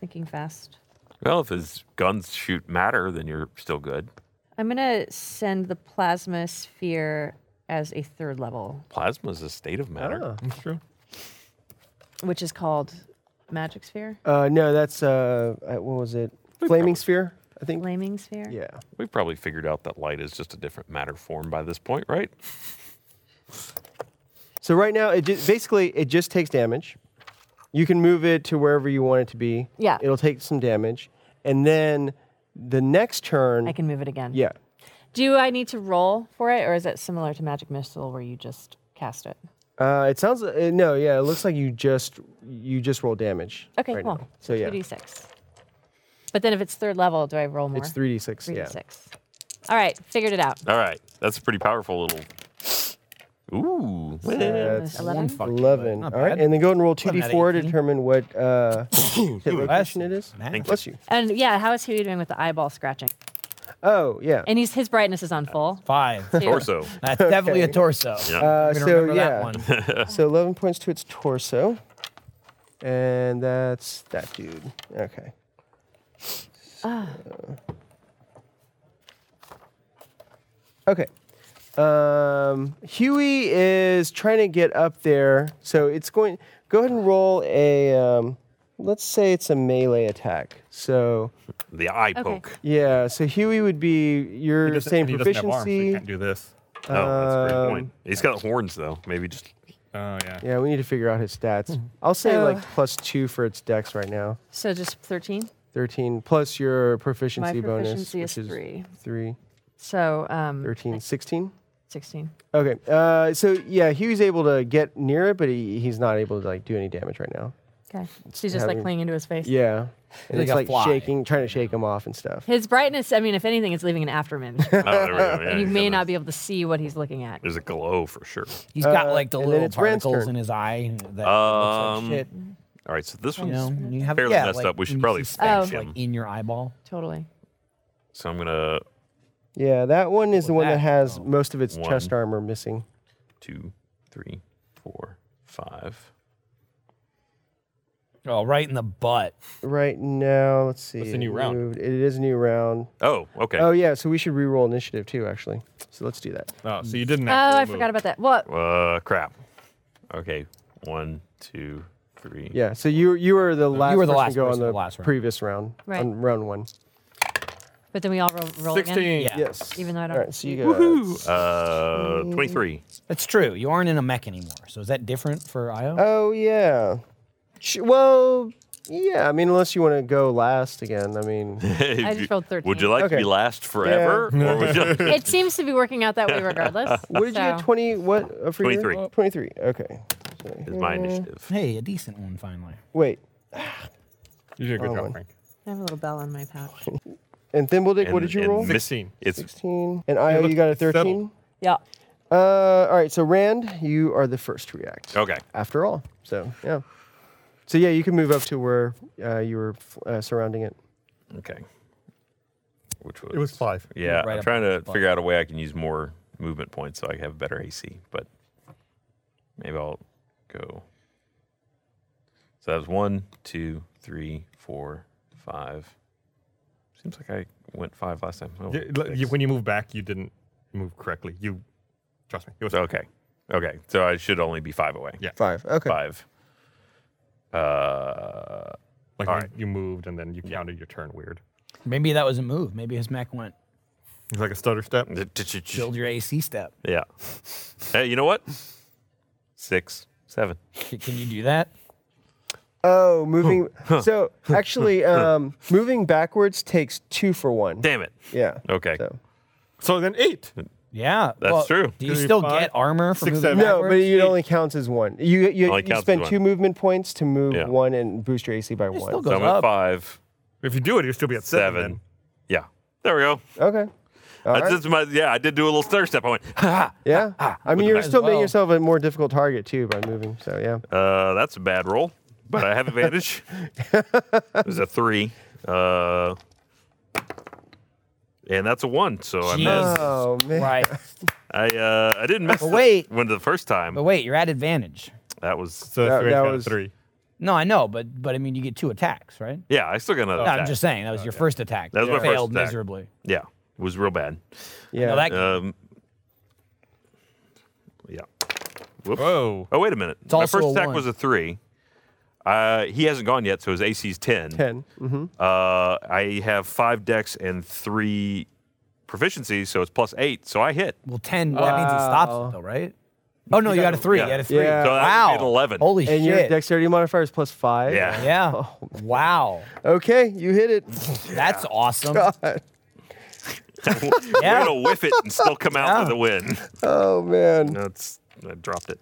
[SPEAKER 4] Thinking fast.
[SPEAKER 3] Well, if his guns shoot matter, then you're still good.
[SPEAKER 4] I'm going to send the plasma sphere as a third level,
[SPEAKER 3] Plasma is a state of matter.
[SPEAKER 5] Ah.
[SPEAKER 12] that's true.
[SPEAKER 4] which is called magic sphere.
[SPEAKER 5] Uh, no, that's uh, uh, what was it? Flaming sphere, I think.
[SPEAKER 4] Flaming sphere.
[SPEAKER 5] Yeah.
[SPEAKER 3] We probably figured out that light is just a different matter form by this point, right?
[SPEAKER 5] So right now, it ju- basically it just takes damage. You can move it to wherever you want it to be.
[SPEAKER 4] Yeah.
[SPEAKER 5] It'll take some damage, and then the next turn.
[SPEAKER 4] I can move it again.
[SPEAKER 5] Yeah.
[SPEAKER 4] Do I need to roll for it, or is it similar to magic missile where you just cast it?
[SPEAKER 5] Uh, it sounds uh, no, yeah. It looks like you just you just roll damage.
[SPEAKER 4] Okay,
[SPEAKER 5] right
[SPEAKER 4] cool.
[SPEAKER 5] now. So yeah,
[SPEAKER 4] 2d6. But then if it's third level, do I roll more?
[SPEAKER 5] it's three d six. Yeah.
[SPEAKER 4] 3d6. All right, figured it out.
[SPEAKER 3] All right, that's a pretty powerful little. Ooh,
[SPEAKER 5] So that's
[SPEAKER 4] 11?
[SPEAKER 5] Eleven. All right, and then go ahead and roll two d four to determine what uh, hit location it is. Bless you.
[SPEAKER 4] And yeah, how is Huey doing with the eyeball scratching?
[SPEAKER 5] Oh yeah.
[SPEAKER 4] And he's his brightness is on full.
[SPEAKER 6] Five.
[SPEAKER 4] Two.
[SPEAKER 3] Torso.
[SPEAKER 6] That's definitely a
[SPEAKER 5] Okay.
[SPEAKER 6] torso.
[SPEAKER 5] Uh,
[SPEAKER 6] I'm gonna
[SPEAKER 5] so
[SPEAKER 6] remember
[SPEAKER 5] yeah.
[SPEAKER 6] that one.
[SPEAKER 5] so eleven points to its torso, and that's that dude. Okay.
[SPEAKER 4] Ah.
[SPEAKER 5] Okay. Um, Huey is trying to get up there, so it's going. Go ahead and roll a. Um, let's say it's a melee attack. So.
[SPEAKER 3] The eye
[SPEAKER 4] Okay.
[SPEAKER 3] poke.
[SPEAKER 5] Yeah. So Huey would be your
[SPEAKER 12] doesn't-
[SPEAKER 5] same
[SPEAKER 12] he doesn't have arms, so he
[SPEAKER 5] proficiency.
[SPEAKER 12] can't do this.
[SPEAKER 3] Oh, that's a great point.
[SPEAKER 5] Um,
[SPEAKER 3] He's got horns though. Maybe just.
[SPEAKER 12] Oh yeah.
[SPEAKER 5] Yeah, we need to figure out his stats. I'll say
[SPEAKER 4] So-
[SPEAKER 5] like plus two for its dex right now.
[SPEAKER 4] So just 13.
[SPEAKER 5] 13 plus your proficiency bonus.
[SPEAKER 4] proficiency
[SPEAKER 5] which
[SPEAKER 4] is three.
[SPEAKER 5] Three,
[SPEAKER 4] So um,
[SPEAKER 5] 13, 16.
[SPEAKER 4] 16.
[SPEAKER 5] Okay. Uh, so yeah, he was able to get near it, but he, he's not able to like do any damage right now.
[SPEAKER 4] Okay. She's just like
[SPEAKER 5] having-
[SPEAKER 4] clinging to his face.
[SPEAKER 5] Yeah. And
[SPEAKER 6] like
[SPEAKER 5] it's
[SPEAKER 6] a
[SPEAKER 5] like
[SPEAKER 6] fly.
[SPEAKER 5] shaking, trying to shake him off and stuff.
[SPEAKER 4] His brightness, I mean, if anything, it's leaving an aftermath.
[SPEAKER 3] Oh, there we go. Yeah,
[SPEAKER 4] and you
[SPEAKER 3] he's
[SPEAKER 4] may
[SPEAKER 3] got
[SPEAKER 4] not be able to see what he's looking at.
[SPEAKER 3] a- There's a glow for sure.
[SPEAKER 6] He's got
[SPEAKER 5] Uh,
[SPEAKER 6] like the
[SPEAKER 5] and then
[SPEAKER 6] little
[SPEAKER 5] it's Rand's
[SPEAKER 6] particles
[SPEAKER 5] turn.
[SPEAKER 6] in his eye that looks
[SPEAKER 3] Um,
[SPEAKER 6] like shit.
[SPEAKER 3] All right, so this
[SPEAKER 6] You
[SPEAKER 3] one's
[SPEAKER 6] know, you have
[SPEAKER 3] fairly
[SPEAKER 6] yeah,
[SPEAKER 3] messed
[SPEAKER 6] like,
[SPEAKER 3] up. We should
[SPEAKER 6] when you
[SPEAKER 3] probably
[SPEAKER 6] see
[SPEAKER 4] Oh.
[SPEAKER 3] finish
[SPEAKER 6] like
[SPEAKER 3] him.
[SPEAKER 6] in your eyeball.
[SPEAKER 4] Totally.
[SPEAKER 3] so I'm gonna
[SPEAKER 5] Yeah, that one is the one that,
[SPEAKER 6] that,
[SPEAKER 5] has most of its
[SPEAKER 3] One.
[SPEAKER 5] chest armor missing.
[SPEAKER 3] two, three, four, five.
[SPEAKER 6] Oh, right in the butt.
[SPEAKER 5] Right now, let's see.
[SPEAKER 6] That's a
[SPEAKER 5] it
[SPEAKER 6] new round.
[SPEAKER 5] moved- It is a new round.
[SPEAKER 3] Oh, okay.
[SPEAKER 5] Oh yeah, so we should re-roll initiative too, actually. So let's do that.
[SPEAKER 9] Oh, so you didn't.
[SPEAKER 4] Oh, I forgot about that. What?
[SPEAKER 3] Uh, crap. Okay, one, two, three.
[SPEAKER 5] Yeah, so you you were the last
[SPEAKER 6] you were the
[SPEAKER 5] person
[SPEAKER 6] last
[SPEAKER 5] to go
[SPEAKER 6] person
[SPEAKER 5] on the
[SPEAKER 6] the last round.
[SPEAKER 5] previous round,
[SPEAKER 4] Right.
[SPEAKER 5] on round one.
[SPEAKER 4] But then we all roll, roll again.
[SPEAKER 6] Yeah.
[SPEAKER 5] Yes.
[SPEAKER 4] Even though I don't.
[SPEAKER 5] All right, so you got
[SPEAKER 4] Woohoo!
[SPEAKER 3] Uh, twenty-three.
[SPEAKER 6] That's true. You aren't in a mech anymore. So is that different for IO?
[SPEAKER 5] Oh yeah. Sh- Well, yeah. I mean, unless you want to go last again. I mean,
[SPEAKER 4] I just rolled
[SPEAKER 3] Would you like to
[SPEAKER 5] Okay.
[SPEAKER 3] be last forever? Or would you
[SPEAKER 4] It seems to be working out that way regardless.
[SPEAKER 5] what did you get?
[SPEAKER 4] so-
[SPEAKER 5] Twenty? What? Uh, for your-
[SPEAKER 3] 23.
[SPEAKER 5] Twenty-three. Okay. So
[SPEAKER 3] Is my
[SPEAKER 5] here-
[SPEAKER 3] initiative.
[SPEAKER 6] Hey, a decent one finally.
[SPEAKER 5] Wait.
[SPEAKER 9] You did a
[SPEAKER 5] Oh,
[SPEAKER 9] good job,
[SPEAKER 5] one.
[SPEAKER 9] Frank.
[SPEAKER 4] I have a little bell in my pouch.
[SPEAKER 5] And Thimbledick,
[SPEAKER 3] And-
[SPEAKER 5] what did you
[SPEAKER 3] and
[SPEAKER 5] roll?
[SPEAKER 3] miss- It's
[SPEAKER 5] Sixteen. And Io, you got a thirteen.
[SPEAKER 4] Yeah.
[SPEAKER 5] Uh, all right. So Rand, you are the first to react.
[SPEAKER 3] okay.
[SPEAKER 5] After all, so yeah. So yeah, you can move up to where uh, you were uh, surrounding it.
[SPEAKER 3] Okay. Which was
[SPEAKER 12] It was five.
[SPEAKER 3] yeah.
[SPEAKER 6] Right
[SPEAKER 3] I'm
[SPEAKER 6] up
[SPEAKER 3] trying to
[SPEAKER 6] above.
[SPEAKER 3] figure out a way I can use more movement points so I have better AC, but maybe I'll go. So that was one, two, three, four, five. Seems like I went five last time. Oh,
[SPEAKER 12] Yeah, l- you-
[SPEAKER 3] six.
[SPEAKER 12] when you move back, you didn't move correctly. You trust me. It was
[SPEAKER 3] okay. Okay. So I should only be five away.
[SPEAKER 12] Yeah.
[SPEAKER 5] Five. Okay.
[SPEAKER 3] Five. Uh,
[SPEAKER 12] Like
[SPEAKER 3] All
[SPEAKER 12] you-
[SPEAKER 3] right.
[SPEAKER 12] you moved and then you counted your turn weird.
[SPEAKER 6] Maybe that was a move. Maybe his mech went
[SPEAKER 12] It's like a stutter step.
[SPEAKER 6] build your AC step.
[SPEAKER 3] yeah. Hey, you know what? Six, seven.
[SPEAKER 6] C- Can you do that?
[SPEAKER 5] Oh, moving. so actually, um, moving backwards takes two for one.
[SPEAKER 3] Damn it.
[SPEAKER 5] Yeah.
[SPEAKER 3] Okay.
[SPEAKER 5] So.
[SPEAKER 12] So then eight.
[SPEAKER 6] Yeah.
[SPEAKER 3] That's
[SPEAKER 6] well,
[SPEAKER 3] true.
[SPEAKER 6] Do you
[SPEAKER 12] Three,
[SPEAKER 6] still
[SPEAKER 12] five,
[SPEAKER 6] get armor for
[SPEAKER 12] six,
[SPEAKER 6] moving
[SPEAKER 12] seven.
[SPEAKER 5] No,
[SPEAKER 6] backwards?
[SPEAKER 5] but it only counts as one. You you,
[SPEAKER 3] Only
[SPEAKER 5] you
[SPEAKER 3] counts as
[SPEAKER 5] spend
[SPEAKER 3] one.
[SPEAKER 5] two movement points to move
[SPEAKER 3] Yeah.
[SPEAKER 5] one and boost your AC by
[SPEAKER 6] It
[SPEAKER 5] one.
[SPEAKER 6] still
[SPEAKER 3] So
[SPEAKER 6] goes
[SPEAKER 3] I'm at
[SPEAKER 6] up.
[SPEAKER 3] five,
[SPEAKER 12] If you do it, you'll still be at seven.
[SPEAKER 3] seven.
[SPEAKER 12] then.
[SPEAKER 3] Yeah. There we go.
[SPEAKER 5] Okay. All
[SPEAKER 3] That's
[SPEAKER 5] right.
[SPEAKER 3] just my, yeah, I did do a little stutter step. I went, ha
[SPEAKER 5] yeah.
[SPEAKER 12] Ah,
[SPEAKER 5] I mean,
[SPEAKER 3] with
[SPEAKER 5] you're
[SPEAKER 6] the-
[SPEAKER 5] still making
[SPEAKER 6] Well-
[SPEAKER 5] yourself a more difficult target too by moving. So yeah.
[SPEAKER 3] ha. Uh, that's a bad roll, but I have advantage. it was a three. Uh, and that's a one, so I
[SPEAKER 6] Jeez.
[SPEAKER 3] missed.
[SPEAKER 5] Oh man.
[SPEAKER 6] Right.
[SPEAKER 3] I uh, I didn't miss
[SPEAKER 6] But
[SPEAKER 3] the-
[SPEAKER 6] wait.
[SPEAKER 3] when the first time.
[SPEAKER 6] But wait, you're at advantage.
[SPEAKER 3] That was
[SPEAKER 12] So
[SPEAKER 5] That-
[SPEAKER 12] three,
[SPEAKER 5] that
[SPEAKER 12] got a
[SPEAKER 5] was-
[SPEAKER 12] three.
[SPEAKER 6] No, I know, but but I mean, you get two attacks, right?
[SPEAKER 3] yeah. I still got another.
[SPEAKER 6] No, I'm
[SPEAKER 3] attack.
[SPEAKER 6] just saying that was your first attack.
[SPEAKER 3] That was my
[SPEAKER 6] It
[SPEAKER 3] first
[SPEAKER 6] failed
[SPEAKER 3] attack.
[SPEAKER 6] miserably.
[SPEAKER 3] Yeah, it was real bad.
[SPEAKER 5] Yeah.
[SPEAKER 6] No, that-
[SPEAKER 3] Um, yeah. Whoops.
[SPEAKER 12] Whoa.
[SPEAKER 3] Oh wait a minute. My
[SPEAKER 6] also
[SPEAKER 3] first
[SPEAKER 6] a
[SPEAKER 3] attack
[SPEAKER 6] one.
[SPEAKER 3] was a three. Uh, he hasn't gone yet, so his AC's ten.
[SPEAKER 5] 10 Mm-hmm.
[SPEAKER 3] Uh, I have five decks and three proficiencies, so it's plus eight. So I hit.
[SPEAKER 6] Well, ten. Well, that means he stops it, though, right? Oh no, you got a three.
[SPEAKER 3] yeah.
[SPEAKER 6] You had a three.
[SPEAKER 5] Yeah.
[SPEAKER 3] So that
[SPEAKER 6] wow.
[SPEAKER 3] would be an 11.
[SPEAKER 6] Holy
[SPEAKER 5] And your
[SPEAKER 6] shit.
[SPEAKER 5] dexterity modifier is plus five.
[SPEAKER 3] Yeah.
[SPEAKER 6] yeah. Wow.
[SPEAKER 5] Okay, you hit it.
[SPEAKER 6] That's awesome.
[SPEAKER 3] We're
[SPEAKER 6] Yeah.
[SPEAKER 3] gonna whiff it and still come out with a win.
[SPEAKER 5] Oh man.
[SPEAKER 3] That's I dropped it.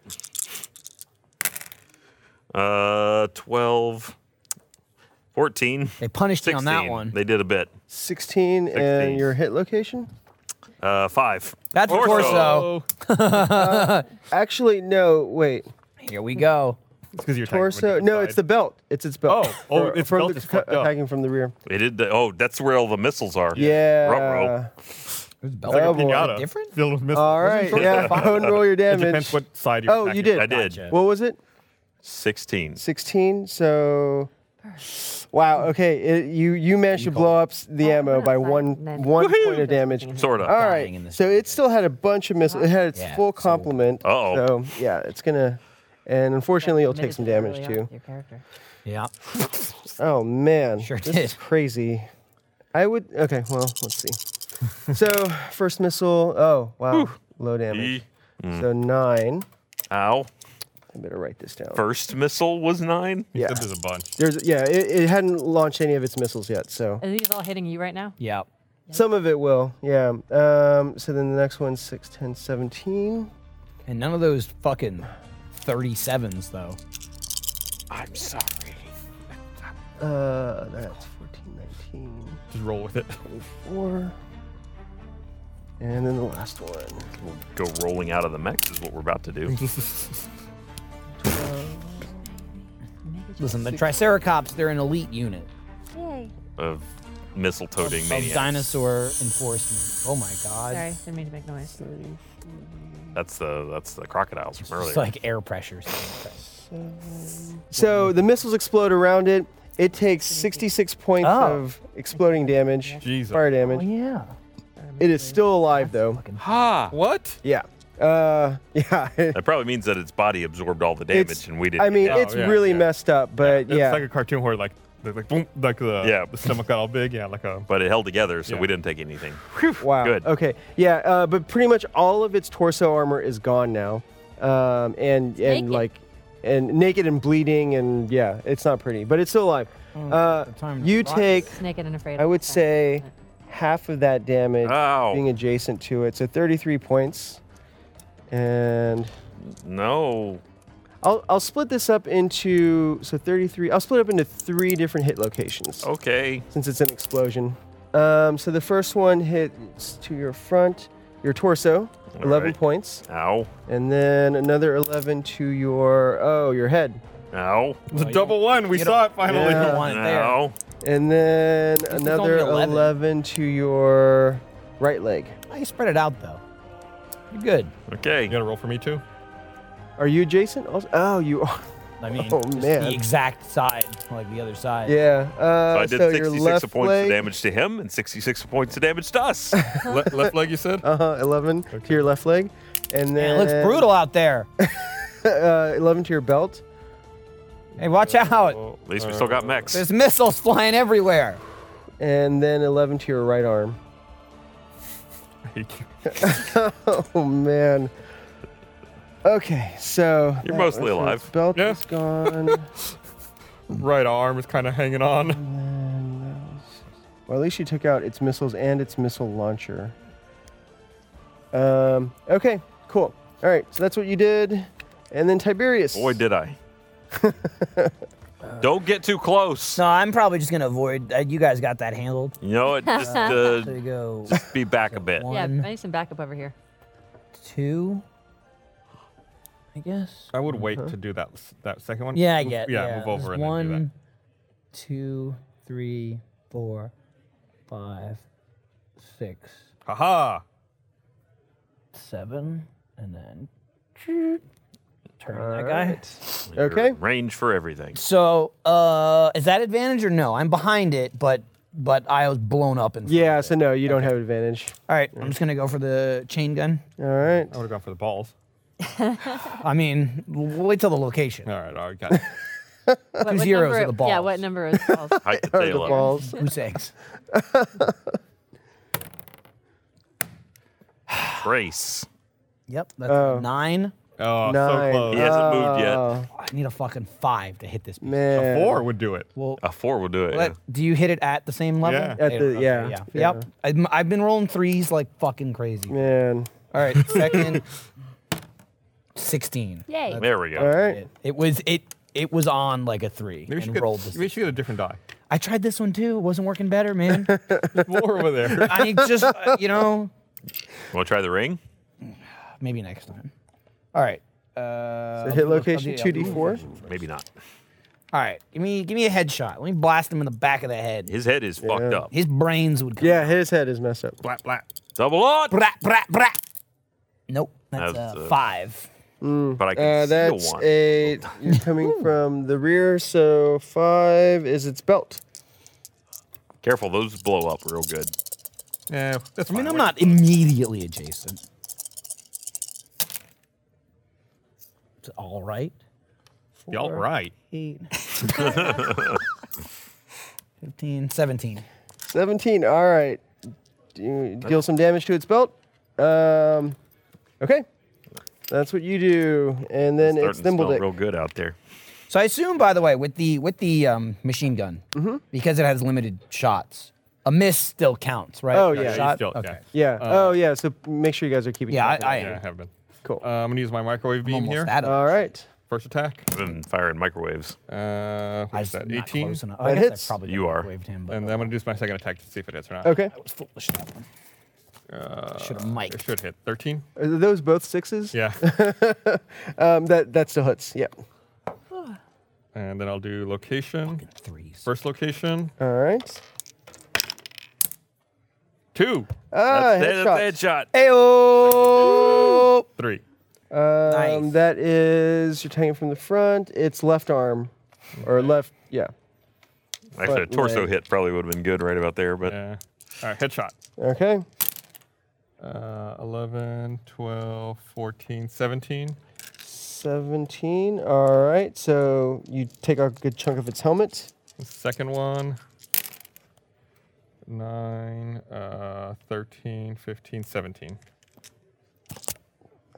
[SPEAKER 3] Uh, 12, 14,
[SPEAKER 6] They punished me
[SPEAKER 3] 16.
[SPEAKER 6] on that one.
[SPEAKER 3] They did a bit.
[SPEAKER 5] Sixteen, and
[SPEAKER 3] 16.
[SPEAKER 5] your hit location.
[SPEAKER 3] Uh, five.
[SPEAKER 6] That's a torso.
[SPEAKER 5] Actually, no. Wait.
[SPEAKER 6] Here we go.
[SPEAKER 12] It's because you're attacking from a
[SPEAKER 5] Torso.
[SPEAKER 12] different
[SPEAKER 5] No, it's
[SPEAKER 12] side.
[SPEAKER 5] the belt. It's its belt.
[SPEAKER 12] Oh, oh,
[SPEAKER 5] Or
[SPEAKER 12] its
[SPEAKER 5] from
[SPEAKER 12] belt
[SPEAKER 5] the,
[SPEAKER 12] is fucked up.
[SPEAKER 5] attacking from the rear.
[SPEAKER 3] It did. The, oh, that's where all the missiles are.
[SPEAKER 5] Yeah.
[SPEAKER 3] Ruh-roh.
[SPEAKER 6] Belt.
[SPEAKER 5] Oh,
[SPEAKER 12] It's
[SPEAKER 5] boy.
[SPEAKER 12] like a pinata.
[SPEAKER 6] Different?
[SPEAKER 12] Filled with missiles.
[SPEAKER 5] All right. Yeah. Go and roll your
[SPEAKER 12] It
[SPEAKER 5] damage.
[SPEAKER 12] depends what side you're
[SPEAKER 5] oh, you
[SPEAKER 12] attacking.
[SPEAKER 5] did.
[SPEAKER 3] I did.
[SPEAKER 5] What was it?
[SPEAKER 3] Sixteen.
[SPEAKER 5] Sixteen. So. Wow. Okay. It, you you managed to blow up s-
[SPEAKER 6] Oh,
[SPEAKER 5] the ammo by
[SPEAKER 4] that's fine.
[SPEAKER 5] one
[SPEAKER 4] Then-
[SPEAKER 5] one point of damage.
[SPEAKER 3] Sorta.
[SPEAKER 5] All
[SPEAKER 6] dying in
[SPEAKER 5] right.
[SPEAKER 6] this
[SPEAKER 5] So it still had a bunch of missiles. It had its
[SPEAKER 6] Yeah,
[SPEAKER 5] full
[SPEAKER 6] so-
[SPEAKER 5] complement.
[SPEAKER 3] Uh-oh.
[SPEAKER 5] So yeah, it's gonna. And unfortunately, you'll take
[SPEAKER 4] Admitted
[SPEAKER 5] some
[SPEAKER 4] to
[SPEAKER 5] damage
[SPEAKER 4] early on
[SPEAKER 5] too.
[SPEAKER 4] with Your character.
[SPEAKER 6] Yeah.
[SPEAKER 5] Oh man,
[SPEAKER 6] Sure
[SPEAKER 5] this
[SPEAKER 6] did.
[SPEAKER 5] is crazy. I would. Okay, well, let's see. so first missile. Oh wow, low damage. So nine.
[SPEAKER 3] Ow.
[SPEAKER 5] I better write this down.
[SPEAKER 3] First missile was nine.
[SPEAKER 12] You said
[SPEAKER 5] Yeah.
[SPEAKER 12] There's a bunch.
[SPEAKER 5] There's yeah, it, it hadn't launched any of its missiles yet, so
[SPEAKER 4] Are these all hitting you right now?
[SPEAKER 6] Yeah.
[SPEAKER 5] some of it will. Yeah. Um. So then the next one, 6, 10, 17.
[SPEAKER 6] And none of those fucking 37s, though.
[SPEAKER 3] I'm sorry.
[SPEAKER 5] Uh, that's 14, 19,
[SPEAKER 12] Just roll with it.
[SPEAKER 5] 24. And then the last one.
[SPEAKER 3] We'll go rolling out of the mechs is what we're about to do.
[SPEAKER 6] Listen, the Triceratops, they're an elite unit
[SPEAKER 4] Yay.
[SPEAKER 3] of mistletoeing
[SPEAKER 5] Oh,
[SPEAKER 6] of
[SPEAKER 3] maniacs.
[SPEAKER 6] dinosaur enforcement. Oh my god.
[SPEAKER 4] Sorry, didn't mean to make noise.
[SPEAKER 3] That's the that's the crocodiles from
[SPEAKER 6] It's
[SPEAKER 3] earlier.
[SPEAKER 6] like air pressure.
[SPEAKER 5] So the missiles explode around it. It takes 66 points
[SPEAKER 11] Oh.
[SPEAKER 5] of exploding damage, fire damage.
[SPEAKER 6] Oh,
[SPEAKER 11] yeah.
[SPEAKER 5] It is still alive though.
[SPEAKER 3] Ha!
[SPEAKER 5] What? Yeah. Uh, yeah.
[SPEAKER 3] That probably means that its body absorbed all the damage,
[SPEAKER 5] It's-
[SPEAKER 3] and we didn't.
[SPEAKER 5] I mean,
[SPEAKER 3] get it.
[SPEAKER 5] it's really messed up, but
[SPEAKER 3] It's
[SPEAKER 5] yeah.
[SPEAKER 3] like
[SPEAKER 12] a cartoon where like the, like boom, like the
[SPEAKER 3] Yeah.
[SPEAKER 12] the stomach got all big. Yeah, like a
[SPEAKER 3] but it held together, so
[SPEAKER 12] Yeah.
[SPEAKER 3] we didn't take anything.
[SPEAKER 5] Wow.
[SPEAKER 3] Good.
[SPEAKER 5] Okay. Yeah, uh, but pretty much all of its torso armor is gone now, um, and and like, and naked and bleeding, and yeah, it's not pretty, but it's still alive. uh, you take,
[SPEAKER 4] naked and afraid.
[SPEAKER 5] I would say, half of that damage
[SPEAKER 3] Ow.
[SPEAKER 5] being adjacent to it, so 33 points, and
[SPEAKER 3] No.
[SPEAKER 5] I'll I'll split this up into so 33. I'll split up into three different hit locations
[SPEAKER 3] Oh. Okay.
[SPEAKER 5] since it's an explosion. Um, so the first one hits to your front, your torso, 11
[SPEAKER 3] right.
[SPEAKER 5] points.
[SPEAKER 3] Ow.
[SPEAKER 5] And then another 11 to your, oh, your head.
[SPEAKER 3] Ow.
[SPEAKER 12] It's a double one. We saw it finally.
[SPEAKER 5] Yeah.
[SPEAKER 3] Ow.
[SPEAKER 5] And then
[SPEAKER 6] only
[SPEAKER 5] another 11.
[SPEAKER 6] 11.
[SPEAKER 5] to your right leg.
[SPEAKER 6] Oh, you spread it out though. You're good.
[SPEAKER 3] Okay. You
[SPEAKER 12] gotta roll for me too.
[SPEAKER 5] Are you adjacent? Also? Oh, you are.
[SPEAKER 6] I mean,
[SPEAKER 5] oh,
[SPEAKER 6] just
[SPEAKER 5] man.
[SPEAKER 6] the exact side, like the other side.
[SPEAKER 5] Yeah. Uh,
[SPEAKER 3] So I did
[SPEAKER 5] so your
[SPEAKER 3] 66
[SPEAKER 5] left
[SPEAKER 3] points
[SPEAKER 5] leg.
[SPEAKER 3] of damage to him and 66 points of damage to us.
[SPEAKER 12] left leg, you said?
[SPEAKER 5] Uh huh. 11 to your left leg. And
[SPEAKER 6] Man,
[SPEAKER 5] then.
[SPEAKER 6] it looks brutal out there.
[SPEAKER 5] uh, 11 to your belt.
[SPEAKER 6] Hey, watch out!
[SPEAKER 3] At least we still got mechs.
[SPEAKER 6] There's missiles flying everywhere.
[SPEAKER 5] And then 11 to your right arm. oh man. Okay, so
[SPEAKER 12] You're
[SPEAKER 5] that
[SPEAKER 12] mostly
[SPEAKER 5] was- so
[SPEAKER 12] alive.
[SPEAKER 5] his Belt is gone.
[SPEAKER 12] Right arm is kind of hanging on.
[SPEAKER 5] well, at least you took out its missiles and its missile launcher. Um. Okay. Cool. All right. So that's what you did, and then Tiberius.
[SPEAKER 3] Boy, did I. Don't get too close.
[SPEAKER 6] No, I'm probably just gonna avoid. Uh, you guys got that handled.
[SPEAKER 3] You know what? Just,
[SPEAKER 6] Uh,
[SPEAKER 3] uh,
[SPEAKER 6] so you go
[SPEAKER 3] just be back a bit.
[SPEAKER 4] Yeah, I
[SPEAKER 6] One.
[SPEAKER 4] need some backup over here.
[SPEAKER 6] two. I guess.
[SPEAKER 12] I would
[SPEAKER 5] Uh-huh.
[SPEAKER 12] wait to do that that second one.
[SPEAKER 6] Yeah, I
[SPEAKER 12] Move-
[SPEAKER 6] get.
[SPEAKER 12] Yeah, move
[SPEAKER 6] just
[SPEAKER 12] over and
[SPEAKER 6] one,
[SPEAKER 12] then do that.
[SPEAKER 6] two, three, four, five, six,
[SPEAKER 12] Haha.
[SPEAKER 6] seven, and then turn to that guy.
[SPEAKER 5] Okay.
[SPEAKER 3] Range for everything.
[SPEAKER 6] So, uh, is that advantage or no? I'm behind it, but but I was blown up in.
[SPEAKER 5] Yeah. So no, you don't have advantage.
[SPEAKER 6] All right, I'm just gonna go for the chain gun.
[SPEAKER 5] All right.
[SPEAKER 6] Oh,
[SPEAKER 12] I would have gone for the balls.
[SPEAKER 6] I mean, we'll wait till the location.
[SPEAKER 12] All right, all right, got it.
[SPEAKER 4] What,
[SPEAKER 6] Two
[SPEAKER 4] what
[SPEAKER 6] zeros
[SPEAKER 4] number-
[SPEAKER 6] are the balls.
[SPEAKER 4] Yeah, what number is the balls?
[SPEAKER 3] I could say
[SPEAKER 5] the balls.
[SPEAKER 6] Who's eggs?
[SPEAKER 3] Brace.
[SPEAKER 6] Yep, that's nine.
[SPEAKER 12] Oh, so
[SPEAKER 5] Nine.
[SPEAKER 12] close.
[SPEAKER 3] He hasn't moved yet.
[SPEAKER 5] Oh,
[SPEAKER 6] I need a fucking five to hit this. piece.
[SPEAKER 5] man.
[SPEAKER 12] Four would do it.
[SPEAKER 6] Well,
[SPEAKER 3] A four will do it.
[SPEAKER 6] let- do you hit it at the same level?
[SPEAKER 12] Oh, Yeah.
[SPEAKER 5] At the-
[SPEAKER 6] Okay,
[SPEAKER 5] yeah, yeah.
[SPEAKER 6] Yep. I'm, I've been rolling threes like fucking crazy.
[SPEAKER 5] Man.
[SPEAKER 6] All right, second, sixteen.
[SPEAKER 4] Yay.
[SPEAKER 3] There we
[SPEAKER 5] All
[SPEAKER 3] go.
[SPEAKER 5] right.
[SPEAKER 6] It was it it was on like a three
[SPEAKER 12] Maybe we should
[SPEAKER 6] and
[SPEAKER 12] get-
[SPEAKER 6] rolled this.
[SPEAKER 12] maybe we should get a different die.
[SPEAKER 6] I tried this one too. It wasn't working better, man.
[SPEAKER 12] More over there.
[SPEAKER 6] I just uh, you know
[SPEAKER 3] Want to try the ring?
[SPEAKER 6] maybe next time. All right. Uh,
[SPEAKER 5] So hit location
[SPEAKER 6] I'll
[SPEAKER 5] two
[SPEAKER 6] do-
[SPEAKER 5] d four.
[SPEAKER 3] Maybe not.
[SPEAKER 6] All right, give me give me a headshot. Let me blast him in the back of the head.
[SPEAKER 3] His head is fucked up.
[SPEAKER 6] His brains would. Come
[SPEAKER 5] Yeah, his head is messed up.
[SPEAKER 12] Blat, blat.
[SPEAKER 3] Double on.
[SPEAKER 6] Brat, brat, brat. Nope, that's,
[SPEAKER 3] That's,
[SPEAKER 6] uh,
[SPEAKER 3] uh,
[SPEAKER 6] five.
[SPEAKER 3] But I can
[SPEAKER 5] Uh,
[SPEAKER 3] steal
[SPEAKER 5] that's
[SPEAKER 3] one.
[SPEAKER 5] a you're coming from the rear, so five is its belt.
[SPEAKER 3] Careful, those blow up real good.
[SPEAKER 12] Yeah, that's
[SPEAKER 6] I mean,
[SPEAKER 12] fine.
[SPEAKER 6] I'm not immediately adjacent. It's all right.
[SPEAKER 12] Y'all right.
[SPEAKER 6] Eight. 15, 17.
[SPEAKER 5] Seventeen. All right. Do you deal some damage to its belt. Um, okay, that's what you do, and then
[SPEAKER 3] Starting
[SPEAKER 5] it's
[SPEAKER 3] to smell
[SPEAKER 5] Thimbledick.
[SPEAKER 3] real good out there.
[SPEAKER 6] So I assume, by the way, with the with the um, machine gun,
[SPEAKER 5] Mm-hmm.
[SPEAKER 6] because it has limited shots, a miss still counts, right?
[SPEAKER 5] Oh,
[SPEAKER 6] A
[SPEAKER 5] yeah. Yeah, you
[SPEAKER 6] shot?
[SPEAKER 12] still- yeah.
[SPEAKER 6] okay.
[SPEAKER 5] Yeah. oh yeah. So make sure you guys are keeping.
[SPEAKER 6] Uh, Yeah,
[SPEAKER 5] track of
[SPEAKER 6] I, I
[SPEAKER 12] Yeah, I
[SPEAKER 6] am.
[SPEAKER 12] have been.
[SPEAKER 5] Cool.
[SPEAKER 12] Uh, I'm gonna use my microwave beam
[SPEAKER 6] almost
[SPEAKER 12] here.
[SPEAKER 6] at
[SPEAKER 5] that.
[SPEAKER 6] it.
[SPEAKER 5] All right.
[SPEAKER 12] First attack.
[SPEAKER 3] I've been firing microwaves.
[SPEAKER 12] Uh,
[SPEAKER 6] I
[SPEAKER 12] what is
[SPEAKER 6] was
[SPEAKER 12] that?
[SPEAKER 6] not
[SPEAKER 12] 18.
[SPEAKER 6] close enough.
[SPEAKER 5] That
[SPEAKER 6] I guess
[SPEAKER 5] hits.
[SPEAKER 6] I probably
[SPEAKER 3] You are.
[SPEAKER 6] waved him, but
[SPEAKER 12] And then I'm gonna do my second attack to see if it hits or not.
[SPEAKER 5] Okay.
[SPEAKER 6] I was foolish that one.
[SPEAKER 12] Uh,
[SPEAKER 6] Should have mic.
[SPEAKER 12] it should hit 13.
[SPEAKER 5] Are those both sixes?
[SPEAKER 12] Yeah.
[SPEAKER 5] Um, that that still hits. Yeah.
[SPEAKER 12] and then I'll do location.
[SPEAKER 6] Threes.
[SPEAKER 12] First location.
[SPEAKER 6] Oh.
[SPEAKER 5] All right.
[SPEAKER 12] Two.
[SPEAKER 5] Ah,
[SPEAKER 3] That's-
[SPEAKER 5] headshot.
[SPEAKER 3] that's a headshot.
[SPEAKER 6] Ayo!
[SPEAKER 12] Three.
[SPEAKER 5] Um, That is, you're taking it from the front. It's left arm, or left, yeah.
[SPEAKER 3] Actually, a
[SPEAKER 5] But
[SPEAKER 3] torso
[SPEAKER 5] leg.
[SPEAKER 3] hit probably would have been good right about there, but
[SPEAKER 9] All right, headshot.
[SPEAKER 5] Okay.
[SPEAKER 9] Uh, 11, 12, 14, 17.
[SPEAKER 5] 17. All right. So you take a good chunk of its helmet.
[SPEAKER 9] Second one. 9, uh, 13, 15, 17.
[SPEAKER 5] That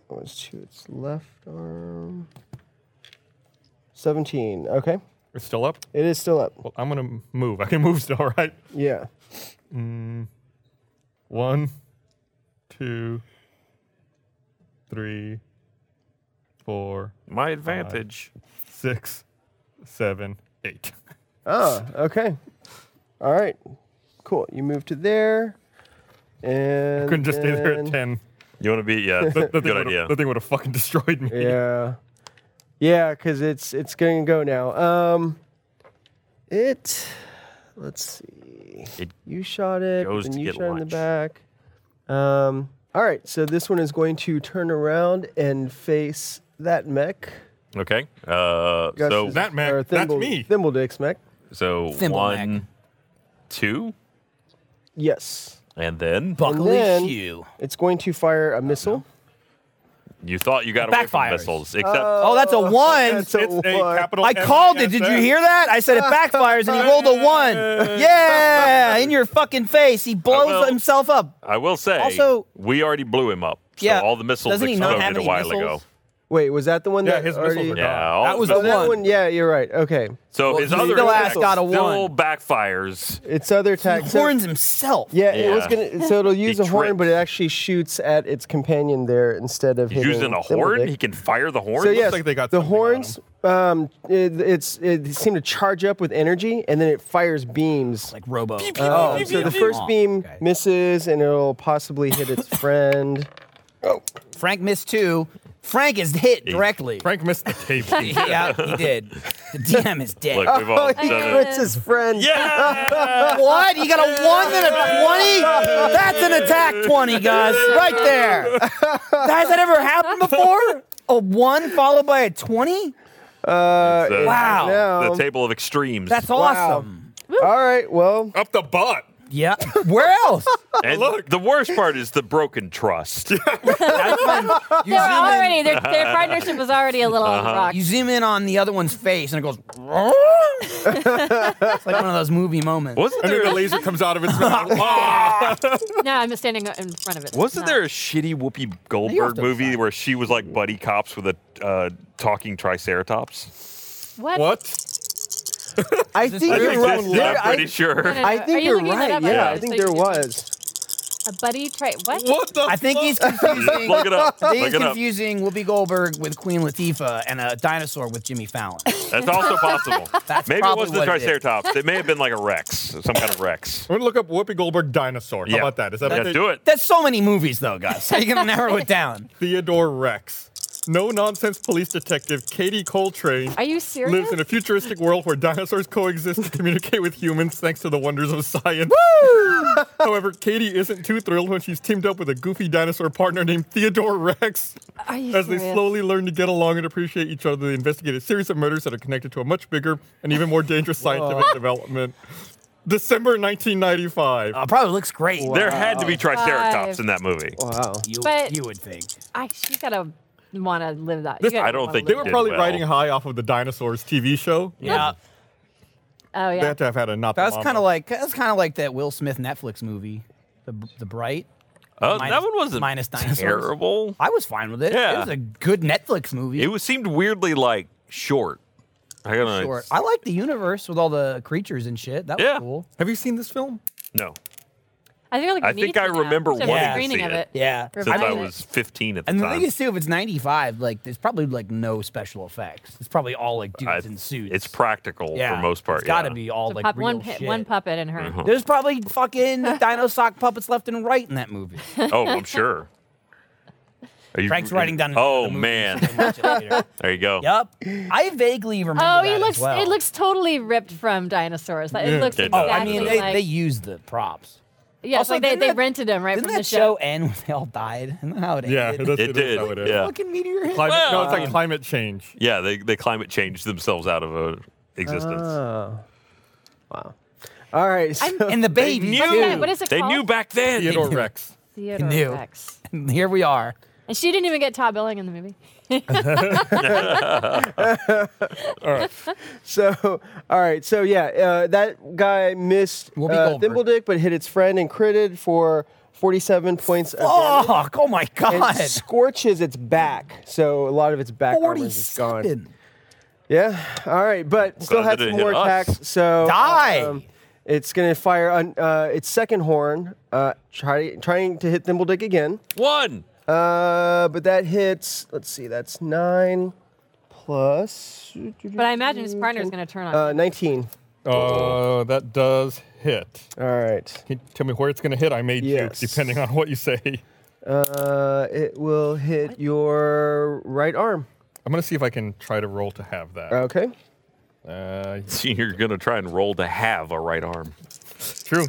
[SPEAKER 5] was to its left arm. 17. Okay.
[SPEAKER 9] It's still up?
[SPEAKER 5] It is still up.
[SPEAKER 9] Well, I'm going to move. I can move still, right?
[SPEAKER 5] Yeah.
[SPEAKER 9] Mm, one, two, three, four.
[SPEAKER 3] My
[SPEAKER 9] five,
[SPEAKER 3] advantage.
[SPEAKER 9] six, seven, eight.
[SPEAKER 5] Ah, okay. All right. Cool. You move to there. And
[SPEAKER 9] Couldn't just stay there at
[SPEAKER 5] then-
[SPEAKER 9] 10.
[SPEAKER 3] you want to be yeah,
[SPEAKER 9] That, that thing
[SPEAKER 3] good
[SPEAKER 9] would've-
[SPEAKER 3] idea.
[SPEAKER 9] That thing would have fucking destroyed me.
[SPEAKER 5] Yeah. Yeah, because it's it's gonna go now. Um it let's see.
[SPEAKER 3] It
[SPEAKER 5] you shot it,
[SPEAKER 3] goes
[SPEAKER 5] and
[SPEAKER 3] to
[SPEAKER 5] you
[SPEAKER 3] get
[SPEAKER 5] shot in the back. Um all right, so this one is going to turn around and face that mech.
[SPEAKER 3] Okay. Uh, so
[SPEAKER 5] Gus's- or Thimble, Thimble Dick's mech.
[SPEAKER 3] So
[SPEAKER 5] Thimble
[SPEAKER 3] one, two,
[SPEAKER 5] Yes.
[SPEAKER 3] and then
[SPEAKER 5] and then It's going to fire a missile.
[SPEAKER 3] You thought you got away from missiles, except
[SPEAKER 6] oh, that's a one.
[SPEAKER 5] Uh, that's a It's a one. capital
[SPEAKER 6] I called it. Did you hear that? I said it backfires, and he rolled a one. Yeah, in your fucking face. He blows
[SPEAKER 3] will-
[SPEAKER 6] himself up.
[SPEAKER 3] I will say
[SPEAKER 6] Also-
[SPEAKER 3] we already blew him up. So
[SPEAKER 6] Yeah,
[SPEAKER 3] all the missiles
[SPEAKER 6] doesn't he not
[SPEAKER 3] exploded
[SPEAKER 6] have
[SPEAKER 3] a
[SPEAKER 6] any
[SPEAKER 3] while
[SPEAKER 6] missiles?
[SPEAKER 3] ago.
[SPEAKER 5] Wait, was that the one
[SPEAKER 9] Yeah,
[SPEAKER 5] that
[SPEAKER 9] his missiles
[SPEAKER 5] already?
[SPEAKER 9] are gone.
[SPEAKER 3] Yeah, all That was the
[SPEAKER 5] So that
[SPEAKER 3] one.
[SPEAKER 5] one. Yeah, you're right. Okay.
[SPEAKER 3] So his
[SPEAKER 5] he
[SPEAKER 3] other
[SPEAKER 5] still
[SPEAKER 3] attack
[SPEAKER 5] has got a
[SPEAKER 3] still backfires.
[SPEAKER 5] Its other attack so-
[SPEAKER 6] Horns himself.
[SPEAKER 5] Yeah, it was
[SPEAKER 3] Yeah.
[SPEAKER 5] gonna. So it'll use a horn,
[SPEAKER 3] tripped.
[SPEAKER 5] but it actually shoots at its companion there instead of
[SPEAKER 3] He's
[SPEAKER 5] hitting
[SPEAKER 3] using a
[SPEAKER 5] Thimble
[SPEAKER 3] horn.
[SPEAKER 5] Dick.
[SPEAKER 3] He can fire the horn.
[SPEAKER 5] So yes, the horns. Um, it, it's it seemed to charge up with energy, and then it fires beams. Like
[SPEAKER 6] Robo.
[SPEAKER 9] Oh.
[SPEAKER 3] oh,
[SPEAKER 5] um, so the first beam misses, and it'll possibly hit its friend.
[SPEAKER 6] Frank missed two. Frank is hit directly.
[SPEAKER 9] Frank missed the table.
[SPEAKER 6] yeah, he did. The DM is dead.
[SPEAKER 3] Look, we've all
[SPEAKER 5] oh, he
[SPEAKER 3] done
[SPEAKER 5] quits his friend.
[SPEAKER 6] Yeah. what? You got a one and a twenty? That's an attack twenty, guys, right there. Has that ever happened before? A one followed by a twenty?
[SPEAKER 5] Uh,
[SPEAKER 3] The-
[SPEAKER 5] it-
[SPEAKER 6] Wow.
[SPEAKER 5] now-
[SPEAKER 3] The table of extremes.
[SPEAKER 6] That's
[SPEAKER 5] Wow.
[SPEAKER 6] awesome.
[SPEAKER 5] All right.
[SPEAKER 3] Oh,
[SPEAKER 5] Well,
[SPEAKER 9] Up the butt.
[SPEAKER 6] Yeah. Where else?
[SPEAKER 3] And the worst part is the broken trust.
[SPEAKER 4] They're already their, their partnership was already a little on
[SPEAKER 5] Uh-huh.
[SPEAKER 4] the rock.
[SPEAKER 6] You zoom in on the other one's face, and it goes. it's like one of those movie moments.
[SPEAKER 3] Wasn't
[SPEAKER 9] And
[SPEAKER 3] there
[SPEAKER 9] then
[SPEAKER 3] a,
[SPEAKER 9] the laser comes out of its mouth.
[SPEAKER 4] No, I'm just standing in front of it.
[SPEAKER 3] wasn't
[SPEAKER 4] No.
[SPEAKER 3] there a shitty Whoopi Goldberg movie where she was like buddy cops with a uh, talking triceratops?
[SPEAKER 4] What?
[SPEAKER 9] What?
[SPEAKER 5] I think
[SPEAKER 3] That
[SPEAKER 5] you're right.
[SPEAKER 3] existed,
[SPEAKER 5] There-
[SPEAKER 3] I'm pretty
[SPEAKER 5] I,
[SPEAKER 3] sure.
[SPEAKER 4] No, no, no.
[SPEAKER 5] I
[SPEAKER 4] Are
[SPEAKER 5] think
[SPEAKER 4] you
[SPEAKER 5] you're
[SPEAKER 4] looking that
[SPEAKER 5] right.
[SPEAKER 4] up?
[SPEAKER 5] Yeah,
[SPEAKER 4] Okay,
[SPEAKER 5] I think
[SPEAKER 4] so you
[SPEAKER 5] there
[SPEAKER 4] did-
[SPEAKER 5] was.
[SPEAKER 4] A buddy try what?
[SPEAKER 9] What the
[SPEAKER 6] I think he's
[SPEAKER 3] Just
[SPEAKER 6] confusing.
[SPEAKER 3] look it up.
[SPEAKER 6] I think
[SPEAKER 3] Look
[SPEAKER 6] he's
[SPEAKER 3] it up.
[SPEAKER 6] confusing Whoopi Goldberg with Queen Latifah and a dinosaur with Jimmy Fallon.
[SPEAKER 3] That's also possible.
[SPEAKER 6] That's
[SPEAKER 3] Maybe it
[SPEAKER 6] probably
[SPEAKER 3] wasn't the
[SPEAKER 6] what it is.
[SPEAKER 3] triceratops. It, may have been like a rex, some kind of rex.
[SPEAKER 9] I'm going to look up Whoopi Goldberg dinosaur.
[SPEAKER 3] Yeah.
[SPEAKER 9] How about that? Is that
[SPEAKER 3] Yeah,
[SPEAKER 9] what they-
[SPEAKER 3] do it.
[SPEAKER 6] That's so many movies, though, guys. How you gonna narrow it down?
[SPEAKER 9] Theodore Rex. No nonsense police detective Katie Coltrane
[SPEAKER 4] Are you serious?
[SPEAKER 9] lives in a futuristic world where dinosaurs coexist and communicate with humans thanks to the wonders of science. However, Katie isn't too thrilled when she's teamed up with a goofy dinosaur partner named Theodore Rex.
[SPEAKER 4] Are you
[SPEAKER 9] As they
[SPEAKER 4] serious?
[SPEAKER 9] slowly learn to get along and appreciate each other, they investigate a series of murders that are connected to a much bigger and even more dangerous scientific development. December 1995.
[SPEAKER 6] Uh, probably looks great.
[SPEAKER 3] There had to be triceratops
[SPEAKER 4] Five.
[SPEAKER 3] in that movie.
[SPEAKER 5] Wow.
[SPEAKER 6] You,
[SPEAKER 4] But-
[SPEAKER 6] you would think.
[SPEAKER 4] I, she's gotta want to live that.
[SPEAKER 9] This-
[SPEAKER 4] you gotta
[SPEAKER 3] I don't
[SPEAKER 4] wanna
[SPEAKER 3] think
[SPEAKER 9] They
[SPEAKER 4] live
[SPEAKER 9] were
[SPEAKER 3] did
[SPEAKER 9] probably
[SPEAKER 3] well.
[SPEAKER 9] riding high off of the dinosaurs TV show.
[SPEAKER 6] Yeah.
[SPEAKER 4] that. Oh
[SPEAKER 9] They
[SPEAKER 4] yeah.
[SPEAKER 9] had to have had a not.
[SPEAKER 6] That's kind of like that's kind of like that Will Smith Netflix movie, the the Bright.
[SPEAKER 3] Uh,
[SPEAKER 6] Minus-
[SPEAKER 3] that one wasn't
[SPEAKER 6] minus dinosaurs.
[SPEAKER 3] terrible.
[SPEAKER 6] I was fine with it. It
[SPEAKER 3] Yeah.
[SPEAKER 6] was a good Netflix movie.
[SPEAKER 3] It was seemed weirdly like short. I gotta
[SPEAKER 6] Short. I liked the universe with all the creatures and shit. That was
[SPEAKER 3] Yeah.
[SPEAKER 6] cool.
[SPEAKER 9] Have you seen this film?
[SPEAKER 3] no.
[SPEAKER 4] I think, like,
[SPEAKER 3] I think I remember
[SPEAKER 4] one
[SPEAKER 3] wanting to
[SPEAKER 4] screening
[SPEAKER 3] see
[SPEAKER 4] of
[SPEAKER 3] it.
[SPEAKER 4] it.
[SPEAKER 6] Yeah.
[SPEAKER 3] Since
[SPEAKER 4] Revive
[SPEAKER 3] I,
[SPEAKER 4] it.
[SPEAKER 3] was 15 at the
[SPEAKER 6] And the
[SPEAKER 3] time.
[SPEAKER 6] thing is too, if it's '95, like there's probably like no special effects. It's probably all like dudes
[SPEAKER 3] I-
[SPEAKER 6] in suits.
[SPEAKER 3] it's practical
[SPEAKER 6] yeah.
[SPEAKER 3] for most part.
[SPEAKER 6] It's got to
[SPEAKER 3] yeah. Hmm.
[SPEAKER 6] be all
[SPEAKER 4] So
[SPEAKER 6] like
[SPEAKER 4] pop-
[SPEAKER 6] real
[SPEAKER 4] one, pi-
[SPEAKER 6] shit.
[SPEAKER 4] one puppet and her.
[SPEAKER 6] There's probably fucking dinosaur puppets left and right in that movie.
[SPEAKER 3] Oh, I'm sure. Are you,
[SPEAKER 6] Frank's writing down.
[SPEAKER 3] Oh
[SPEAKER 6] the movie.
[SPEAKER 3] man,
[SPEAKER 6] Watch it later.
[SPEAKER 3] there you go.
[SPEAKER 6] Yup. I vaguely remember.
[SPEAKER 4] Oh,
[SPEAKER 6] that
[SPEAKER 4] it
[SPEAKER 6] as
[SPEAKER 4] looks
[SPEAKER 6] well.
[SPEAKER 4] it looks totally ripped from dinosaurs. Like, It looks
[SPEAKER 3] Yeah.
[SPEAKER 4] exactly
[SPEAKER 6] Oh, I mean, they,
[SPEAKER 4] like
[SPEAKER 6] they used the props.
[SPEAKER 4] Yeah,
[SPEAKER 6] Also,
[SPEAKER 4] also, they,
[SPEAKER 6] didn't
[SPEAKER 4] they
[SPEAKER 6] that-
[SPEAKER 4] rented them right
[SPEAKER 6] Didn't
[SPEAKER 4] from the
[SPEAKER 6] that
[SPEAKER 4] show.
[SPEAKER 6] show end when they all died? Isn't that how it
[SPEAKER 9] Yeah,
[SPEAKER 6] ended?
[SPEAKER 9] that's- It it is did, how it is. yeah.
[SPEAKER 6] Fucking meteor hit.
[SPEAKER 9] Climate, no, it's
[SPEAKER 6] Um,
[SPEAKER 9] like climate change.
[SPEAKER 3] Yeah, they, they climate changed themselves out of uh, existence.
[SPEAKER 6] Ah.
[SPEAKER 5] Oh. Wow. All right. So
[SPEAKER 6] and the baby.
[SPEAKER 3] knew.
[SPEAKER 6] too.
[SPEAKER 4] What is it
[SPEAKER 3] they
[SPEAKER 4] called?
[SPEAKER 3] knew back then.
[SPEAKER 9] Theodore Rex.
[SPEAKER 4] Theodore
[SPEAKER 6] He knew.
[SPEAKER 4] Rex.
[SPEAKER 6] And here we are.
[SPEAKER 4] And she didn't even get Todd Billing in the movie.
[SPEAKER 5] So, all right. So, yeah, uh, that guy missed
[SPEAKER 6] be
[SPEAKER 5] uh,
[SPEAKER 6] Goldberg.
[SPEAKER 5] Thimble Dick, but hit its friend and critted for 47 points. of damage.
[SPEAKER 6] Fuck! Oh my
[SPEAKER 5] And
[SPEAKER 6] god.
[SPEAKER 5] scorches its back. So, a lot of its back armor is just gone.
[SPEAKER 6] Forty-seven.
[SPEAKER 5] Yeah. All right. But still
[SPEAKER 3] glad
[SPEAKER 5] had
[SPEAKER 3] that
[SPEAKER 5] some
[SPEAKER 3] didn't
[SPEAKER 5] more
[SPEAKER 3] hit us.
[SPEAKER 5] attacks. So, um,
[SPEAKER 6] Die!
[SPEAKER 5] it's going to fire on uh, its second horn, uh, try, trying to hit Thimble Dick again.
[SPEAKER 3] One.
[SPEAKER 5] Uh, but that hits, let's see, that's nine plus.
[SPEAKER 4] But I imagine his partner is going to turn on.
[SPEAKER 5] Uh,
[SPEAKER 4] him.
[SPEAKER 5] 19.
[SPEAKER 9] Uh, that does hit.
[SPEAKER 5] All right.
[SPEAKER 9] Can you tell me where it's going to hit? I made
[SPEAKER 5] Yes.
[SPEAKER 9] jokes depending on what you say.
[SPEAKER 5] Uh, it will hit your right arm.
[SPEAKER 9] I'm going to see if I can try to roll to have that.
[SPEAKER 5] Okay.
[SPEAKER 9] Uh,
[SPEAKER 3] You're gonna try and roll to have a right arm.
[SPEAKER 9] true.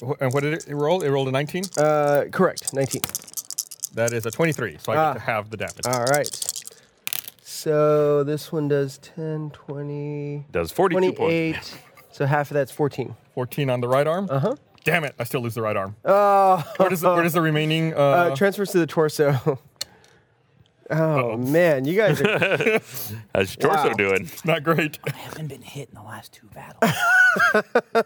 [SPEAKER 9] Wh- And what did it roll? It rolled a 19.
[SPEAKER 5] Uh, correct. 19.
[SPEAKER 9] That is a 23, so I
[SPEAKER 5] Ah.
[SPEAKER 9] get to have the damage.
[SPEAKER 5] All right. So this one does 10, 20,
[SPEAKER 3] Does 42 points.
[SPEAKER 5] 28. So half of that's 14.
[SPEAKER 9] 14 on the right arm. Uh huh. Damn it! I still lose the right arm.
[SPEAKER 5] uh-huh. Oh, uh,
[SPEAKER 9] Where does the, where does the remaining? Uh,
[SPEAKER 5] transfers to the torso. Oh, man. You guys are.
[SPEAKER 3] How's your torso
[SPEAKER 5] Wow.
[SPEAKER 3] doing?
[SPEAKER 9] not great.
[SPEAKER 6] I haven't been hit in the last two battles.
[SPEAKER 5] All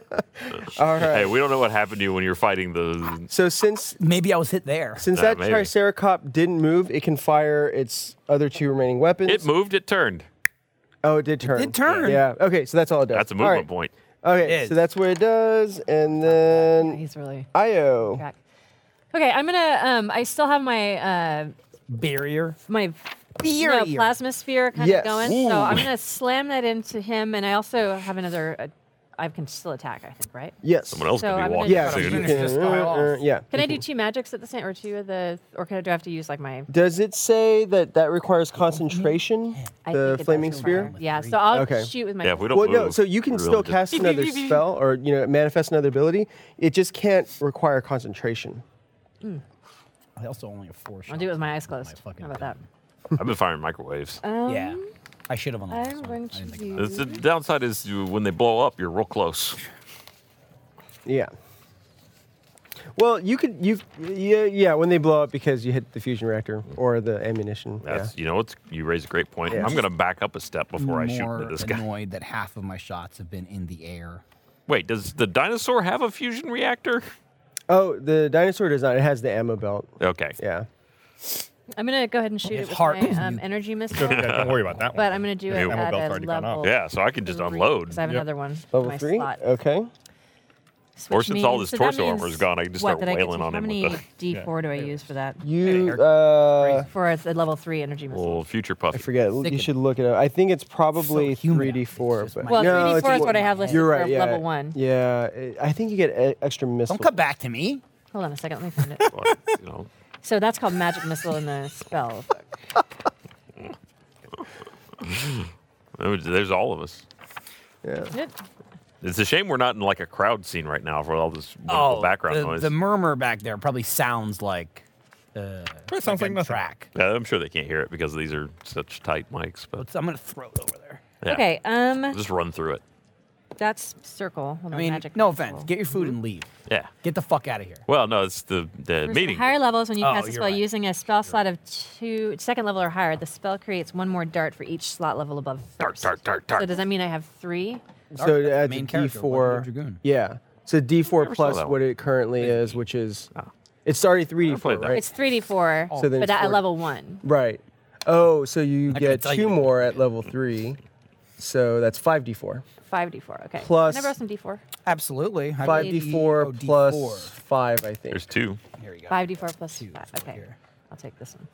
[SPEAKER 5] right.
[SPEAKER 3] Hey, we don't know what happened to you when you're fighting the.
[SPEAKER 5] So since
[SPEAKER 6] Maybe I was hit there.
[SPEAKER 5] Since
[SPEAKER 3] Uh,
[SPEAKER 5] that
[SPEAKER 3] maybe.
[SPEAKER 5] Triceracop didn't move, it can fire its other two remaining weapons.
[SPEAKER 3] It moved. It turned.
[SPEAKER 5] Oh, it did turn.
[SPEAKER 6] did turn.
[SPEAKER 5] Yeah. Okay, so that's all it does.
[SPEAKER 3] That's a
[SPEAKER 5] All
[SPEAKER 3] movement
[SPEAKER 5] right.
[SPEAKER 3] point.
[SPEAKER 5] Okay,
[SPEAKER 6] It
[SPEAKER 5] so
[SPEAKER 6] is.
[SPEAKER 5] that's what it does, and then
[SPEAKER 4] He's really
[SPEAKER 5] Io.
[SPEAKER 4] crack. Okay, I'm gonna. Um, I still have my uh,
[SPEAKER 6] Barrier.
[SPEAKER 4] my
[SPEAKER 6] Barrier.
[SPEAKER 4] no, plasma sphere kind
[SPEAKER 5] Yes.
[SPEAKER 4] of going, so I'm gonna slam that into him, and I also have another. Uh, I can still attack, I think, right?
[SPEAKER 5] Yes.
[SPEAKER 3] Someone else
[SPEAKER 4] So
[SPEAKER 3] could
[SPEAKER 4] I'm
[SPEAKER 3] be
[SPEAKER 4] gonna
[SPEAKER 3] walking
[SPEAKER 5] Yeah.
[SPEAKER 4] just-
[SPEAKER 5] so you
[SPEAKER 3] soon.
[SPEAKER 5] can,
[SPEAKER 6] Just fire off.
[SPEAKER 5] uh, yeah.
[SPEAKER 4] Can I do two magics at the same, or two of the, or can I do I have to use like my?
[SPEAKER 5] Does it say that that requires concentration?
[SPEAKER 4] I
[SPEAKER 5] the
[SPEAKER 4] think it
[SPEAKER 5] flaming
[SPEAKER 4] does
[SPEAKER 5] sphere.
[SPEAKER 4] require- Yeah, so I'll
[SPEAKER 5] Okay.
[SPEAKER 4] shoot with my.
[SPEAKER 3] Yeah, if we don't
[SPEAKER 5] Well,
[SPEAKER 3] move.
[SPEAKER 5] no. So you can
[SPEAKER 3] we'll
[SPEAKER 5] still
[SPEAKER 3] just-
[SPEAKER 5] cast another spell, or you know, manifest another ability. It just can't require concentration.
[SPEAKER 6] I also only have four shots.
[SPEAKER 4] I'll do it with my eyes
[SPEAKER 6] on
[SPEAKER 4] closed.
[SPEAKER 6] fucking
[SPEAKER 4] How about that?
[SPEAKER 6] gun.
[SPEAKER 3] I've been firing microwaves.
[SPEAKER 4] Um,
[SPEAKER 6] Yeah. I should have on the last
[SPEAKER 4] I'm
[SPEAKER 6] one.
[SPEAKER 4] going
[SPEAKER 6] I
[SPEAKER 4] to
[SPEAKER 6] didn't think
[SPEAKER 4] do.
[SPEAKER 3] It's- the downside is you, when they blow up, you're real close.
[SPEAKER 5] Yeah. Well, you could you yeah yeah when they blow up because you hit the fusion reactor or the ammunition.
[SPEAKER 3] That's
[SPEAKER 5] yeah.
[SPEAKER 3] you know it's you raise a great point.
[SPEAKER 5] Yeah.
[SPEAKER 3] I'm gonna back up a step before I shoot
[SPEAKER 6] more
[SPEAKER 3] into this guy.
[SPEAKER 6] annoyed that half of my shots have been in the air.
[SPEAKER 3] Wait, does the dinosaur have a fusion reactor?
[SPEAKER 5] Oh, the dinosaur does not. It has the ammo belt.
[SPEAKER 3] Okay.
[SPEAKER 5] Yeah.
[SPEAKER 4] I'm gonna go ahead and shoot it with
[SPEAKER 6] heart
[SPEAKER 4] my
[SPEAKER 6] is
[SPEAKER 4] um,
[SPEAKER 6] you.
[SPEAKER 4] energy missile.
[SPEAKER 9] Yeah, don't worry about that one.
[SPEAKER 4] But I'm gonna do it
[SPEAKER 3] ammo
[SPEAKER 4] at
[SPEAKER 9] belt's
[SPEAKER 4] a
[SPEAKER 9] already gone off.
[SPEAKER 4] level.
[SPEAKER 3] Yeah, so I can just
[SPEAKER 4] three,
[SPEAKER 3] unload.
[SPEAKER 4] 'cause I have
[SPEAKER 9] Yep.
[SPEAKER 4] another one. in
[SPEAKER 5] Level
[SPEAKER 4] my
[SPEAKER 5] three.
[SPEAKER 4] Slot.
[SPEAKER 6] uh,
[SPEAKER 5] Okay.
[SPEAKER 4] Which
[SPEAKER 3] Or since all this
[SPEAKER 4] so that
[SPEAKER 3] torso armor is
[SPEAKER 4] means-
[SPEAKER 3] gone, I can just
[SPEAKER 4] what,
[SPEAKER 3] start
[SPEAKER 4] that I get
[SPEAKER 3] wailing
[SPEAKER 4] to-
[SPEAKER 3] on
[SPEAKER 4] How
[SPEAKER 3] him with
[SPEAKER 4] many
[SPEAKER 3] the-
[SPEAKER 4] D4 do I use for that?
[SPEAKER 5] You uh,
[SPEAKER 4] For a, a level three energy missile.
[SPEAKER 3] Well, future
[SPEAKER 5] I
[SPEAKER 3] puffy.
[SPEAKER 5] forget. You
[SPEAKER 6] Sickening.
[SPEAKER 5] should look it up. I think it's probably
[SPEAKER 6] human.
[SPEAKER 5] three D four.
[SPEAKER 6] It's just
[SPEAKER 5] But
[SPEAKER 6] my-
[SPEAKER 4] Well,
[SPEAKER 5] no,
[SPEAKER 4] 3D4
[SPEAKER 5] it's-
[SPEAKER 4] is what I have listed
[SPEAKER 5] You're
[SPEAKER 4] for
[SPEAKER 5] right. Yeah.
[SPEAKER 4] level one.
[SPEAKER 5] Yeah, it- I think you get e- extra missile.
[SPEAKER 6] Don't come back to me.
[SPEAKER 4] Hold on a second, let me find it.
[SPEAKER 3] But, you know,
[SPEAKER 4] So that's called magic missile in the spell.
[SPEAKER 3] there's- there's all of us.
[SPEAKER 4] Yep.
[SPEAKER 3] It's a shame we're not in like a crowd scene right now for all this wonderful background
[SPEAKER 6] Oh, the,
[SPEAKER 3] noise.
[SPEAKER 6] the murmur back there probably sounds like. Uh,
[SPEAKER 9] It sounds like
[SPEAKER 6] a
[SPEAKER 9] nothing.
[SPEAKER 6] Track.
[SPEAKER 3] Yeah, I'm sure they can't hear it because these are such tight mics. But
[SPEAKER 6] Let's- I'm gonna throw it over there.
[SPEAKER 3] yeah.
[SPEAKER 4] Okay, um,
[SPEAKER 3] just run through it.
[SPEAKER 4] that's circle. Hold
[SPEAKER 6] I
[SPEAKER 4] on,
[SPEAKER 6] mean,
[SPEAKER 4] magic
[SPEAKER 6] no
[SPEAKER 4] missile.
[SPEAKER 6] offense. Get your
[SPEAKER 3] Mm-hmm.
[SPEAKER 6] food and leave.
[SPEAKER 3] Yeah.
[SPEAKER 6] Get the fuck out of here.
[SPEAKER 3] Well, no, it's the the
[SPEAKER 4] First,
[SPEAKER 3] meeting.
[SPEAKER 4] Higher levels, when you
[SPEAKER 6] Oh,
[SPEAKER 4] cast a
[SPEAKER 6] you're
[SPEAKER 4] spell
[SPEAKER 6] right.
[SPEAKER 4] using a spell slot of two, second level or higher, the spell creates one more dart for each slot level above
[SPEAKER 3] Dart,
[SPEAKER 4] first.
[SPEAKER 3] dart, dart, dart.
[SPEAKER 4] So does that mean I have three?
[SPEAKER 5] So
[SPEAKER 6] That's the
[SPEAKER 5] that's
[SPEAKER 6] main
[SPEAKER 5] D
[SPEAKER 6] character,
[SPEAKER 5] four.
[SPEAKER 6] Wonder Dragoon.
[SPEAKER 5] Yeah. So D four
[SPEAKER 3] Never saw
[SPEAKER 5] plus
[SPEAKER 3] that
[SPEAKER 5] what
[SPEAKER 3] one. Oh.
[SPEAKER 5] it currently is, which is it's already three D four,
[SPEAKER 3] played that.
[SPEAKER 5] right?
[SPEAKER 4] It's 3d4,
[SPEAKER 6] Oh.
[SPEAKER 5] So then
[SPEAKER 4] but
[SPEAKER 5] it's
[SPEAKER 4] at
[SPEAKER 5] four-
[SPEAKER 4] level one.
[SPEAKER 5] Right. Oh, so you
[SPEAKER 6] I
[SPEAKER 5] get
[SPEAKER 6] couldn't tell you
[SPEAKER 5] two
[SPEAKER 6] to-
[SPEAKER 5] more at level three. So that's five D four.
[SPEAKER 4] 5d4, okay.
[SPEAKER 5] Plus-
[SPEAKER 4] Can I borrow some d4?
[SPEAKER 6] Absolutely. How
[SPEAKER 5] Five
[SPEAKER 6] do
[SPEAKER 5] D
[SPEAKER 6] you-
[SPEAKER 5] four
[SPEAKER 6] oh, D4.
[SPEAKER 5] plus five, I think.
[SPEAKER 3] There's two.
[SPEAKER 6] Here we go.
[SPEAKER 4] 5d4 plus
[SPEAKER 6] Two
[SPEAKER 4] 5.
[SPEAKER 6] over
[SPEAKER 4] Okay.
[SPEAKER 6] here.
[SPEAKER 4] I'll take this one.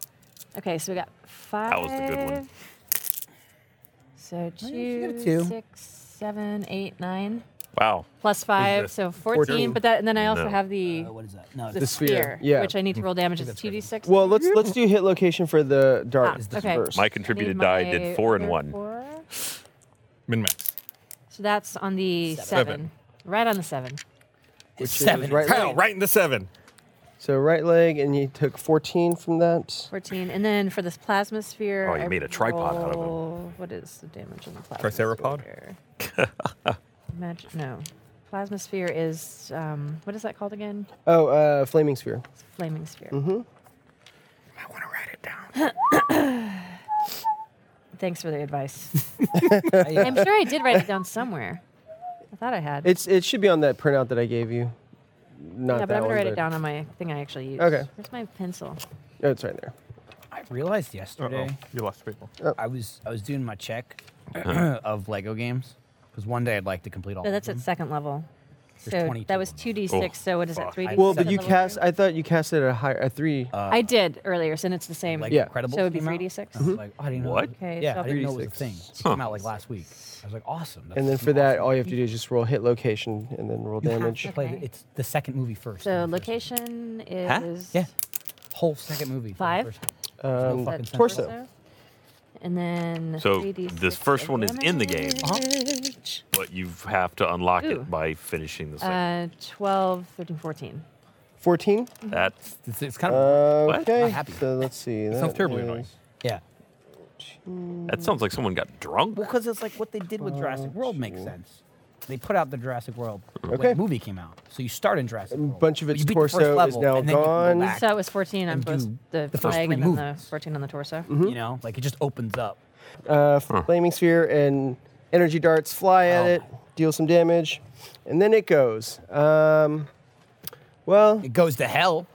[SPEAKER 4] Okay, so we got 5.
[SPEAKER 3] was the good one.
[SPEAKER 4] So
[SPEAKER 6] you
[SPEAKER 4] two,
[SPEAKER 6] got a two.
[SPEAKER 4] six, seven, eight, nine,
[SPEAKER 3] Wow.
[SPEAKER 4] plus 5, so 14, But that, and then I also
[SPEAKER 3] No.
[SPEAKER 4] have the,
[SPEAKER 6] Uh, what is that? No,
[SPEAKER 4] the,
[SPEAKER 6] it's
[SPEAKER 5] sphere,
[SPEAKER 4] sphere,
[SPEAKER 5] yeah.
[SPEAKER 4] which I need to roll damage. It's 2d6.
[SPEAKER 5] Well, let's let's do hit location for the
[SPEAKER 4] Ah,
[SPEAKER 5] dart
[SPEAKER 4] okay.
[SPEAKER 5] first.
[SPEAKER 3] My
[SPEAKER 4] I need
[SPEAKER 3] contributed die
[SPEAKER 4] my
[SPEAKER 3] did four and
[SPEAKER 4] other
[SPEAKER 3] one.
[SPEAKER 4] four.
[SPEAKER 9] Min max.
[SPEAKER 4] So that's on the seven. Right on the seven.
[SPEAKER 5] which
[SPEAKER 13] Seven.
[SPEAKER 5] is right
[SPEAKER 13] Pow,
[SPEAKER 5] leg.
[SPEAKER 9] right in the seven.
[SPEAKER 5] So right leg, and you took 14 from that.
[SPEAKER 4] 14. And then for this plasma sphere.
[SPEAKER 5] Oh, you made a tripod out of him.
[SPEAKER 4] him. What is the damage on the plasma?
[SPEAKER 9] Tricerapod?
[SPEAKER 4] sphere? Imagine, no. Plasma sphere is, um, what is that called again?
[SPEAKER 5] Oh, uh, flaming sphere.
[SPEAKER 4] Flaming sphere.
[SPEAKER 5] Mm-hmm.
[SPEAKER 4] Thanks for the advice. I'm sure I did write it down somewhere. I thought I had.
[SPEAKER 5] It's it should be on that printout that I gave you. Not
[SPEAKER 4] yeah, but
[SPEAKER 5] that
[SPEAKER 4] I'm
[SPEAKER 5] one.
[SPEAKER 4] gonna write
[SPEAKER 5] but-
[SPEAKER 4] it down on my thing I actually used.
[SPEAKER 5] Okay.
[SPEAKER 4] Where's my pencil?
[SPEAKER 5] Oh, it's right there.
[SPEAKER 6] I realized yesterday
[SPEAKER 9] you lost people.
[SPEAKER 6] I was I was doing my check of Lego games because one day I'd like to complete all.
[SPEAKER 4] No,
[SPEAKER 6] of
[SPEAKER 4] Oh, that's
[SPEAKER 6] them.
[SPEAKER 4] at second level.
[SPEAKER 6] Mm-hmm. There's
[SPEAKER 4] So
[SPEAKER 6] 22
[SPEAKER 4] that was 2d6.
[SPEAKER 6] Oh,
[SPEAKER 4] so what is
[SPEAKER 6] fuck.
[SPEAKER 4] it? 3d6.
[SPEAKER 5] Well, but
[SPEAKER 4] at
[SPEAKER 5] you
[SPEAKER 4] level
[SPEAKER 5] cast. I thought you cast it at a higher, a three.
[SPEAKER 3] Uh,
[SPEAKER 4] I did earlier, so it's the same.
[SPEAKER 5] Like Yeah. Incredibles
[SPEAKER 4] So it would be
[SPEAKER 5] came out?
[SPEAKER 4] 3d6.
[SPEAKER 5] I was Mhm.
[SPEAKER 6] like, I didn't know.
[SPEAKER 5] What?
[SPEAKER 4] Okay,
[SPEAKER 6] yeah,
[SPEAKER 4] so
[SPEAKER 6] I didn't know it was a
[SPEAKER 5] 36.
[SPEAKER 6] thing. It came out like last week. I was like, awesome. that's
[SPEAKER 5] and then for that, all you have to do is just roll hit location and then roll
[SPEAKER 6] You have
[SPEAKER 5] damage.
[SPEAKER 6] to play the- It's the second movie first.
[SPEAKER 4] So location is
[SPEAKER 6] Yeah. Whole second movie.
[SPEAKER 4] five.
[SPEAKER 5] Um,
[SPEAKER 4] Is that
[SPEAKER 5] torso.
[SPEAKER 4] And then
[SPEAKER 3] So
[SPEAKER 4] 3d6
[SPEAKER 3] this first
[SPEAKER 4] of
[SPEAKER 3] one is in the game,
[SPEAKER 4] damage.
[SPEAKER 3] but you have to unlock
[SPEAKER 4] Ooh.
[SPEAKER 3] it by finishing the second.
[SPEAKER 4] Uh, 12, 13, 14.
[SPEAKER 5] 14.
[SPEAKER 3] That's
[SPEAKER 6] it's,
[SPEAKER 3] kind
[SPEAKER 5] Uh,
[SPEAKER 3] of
[SPEAKER 5] okay. So let's see.
[SPEAKER 3] That
[SPEAKER 5] that
[SPEAKER 3] sounds terribly
[SPEAKER 5] is-
[SPEAKER 3] nice.
[SPEAKER 6] Yeah.
[SPEAKER 3] That sounds like someone got drunk.
[SPEAKER 6] Well, because it's like what they did with Jurassic World makes sense. They put out the Jurassic World when
[SPEAKER 5] Okay.
[SPEAKER 6] the movie came out. So you start in Jurassic
[SPEAKER 5] A
[SPEAKER 6] World.
[SPEAKER 5] bunch of
[SPEAKER 6] but
[SPEAKER 5] its
[SPEAKER 6] you beat the first
[SPEAKER 5] torso is
[SPEAKER 6] level,
[SPEAKER 5] now
[SPEAKER 6] and then you can go
[SPEAKER 5] gone.
[SPEAKER 6] back.
[SPEAKER 4] So it was 14 on
[SPEAKER 6] and
[SPEAKER 4] both
[SPEAKER 6] do
[SPEAKER 4] the,
[SPEAKER 6] the first
[SPEAKER 4] flag
[SPEAKER 6] three
[SPEAKER 4] and
[SPEAKER 6] Mm-hmm.
[SPEAKER 4] then the
[SPEAKER 6] movies.
[SPEAKER 4] 14 on the torso.
[SPEAKER 5] Mm-hmm.
[SPEAKER 6] You know, like it just opens up.
[SPEAKER 5] Uh, Flaming sphere and energy darts fly at
[SPEAKER 6] Oh.
[SPEAKER 5] it, deal some damage, and then it goes. Um, well,
[SPEAKER 6] It goes to hell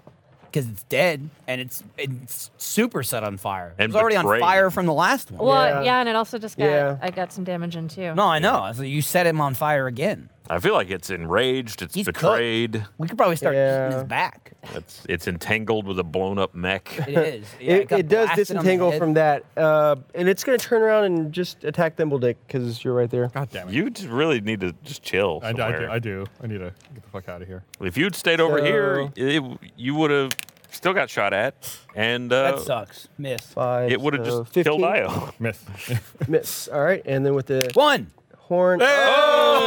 [SPEAKER 6] because it's dead and it's it's super set on fire.
[SPEAKER 3] And
[SPEAKER 6] it was already
[SPEAKER 3] betrayed.
[SPEAKER 6] on fire from the last one.
[SPEAKER 4] Well, yeah. and it also just got,
[SPEAKER 6] Yeah.
[SPEAKER 4] I got some damage in too.
[SPEAKER 6] No, I know. So you set him on fire again.
[SPEAKER 3] I feel like it's enraged. It's betrayed.
[SPEAKER 6] We could probably start eating
[SPEAKER 5] Yeah.
[SPEAKER 6] his back.
[SPEAKER 3] It's it's entangled with a blown up mech.
[SPEAKER 6] It is. Yeah,
[SPEAKER 5] it,
[SPEAKER 6] got
[SPEAKER 5] it does
[SPEAKER 6] blasted on the
[SPEAKER 5] disentangle
[SPEAKER 6] head.
[SPEAKER 5] from that, uh, and it's going to turn around and just attack Thimbledick because you're right there. God damn
[SPEAKER 3] You just really need to just chill.
[SPEAKER 9] I, I do,
[SPEAKER 3] somewhere.
[SPEAKER 9] I do. I need to get the fuck out of here.
[SPEAKER 3] If you'd stayed over here,
[SPEAKER 9] So-
[SPEAKER 3] it, you would have still got shot at, and uh,
[SPEAKER 6] that sucks. Miss.
[SPEAKER 5] Five.
[SPEAKER 3] It would have
[SPEAKER 5] so
[SPEAKER 3] just killed
[SPEAKER 5] 15.
[SPEAKER 3] Io.
[SPEAKER 9] Miss.
[SPEAKER 5] Miss. All right, and then with the
[SPEAKER 6] one
[SPEAKER 5] horn.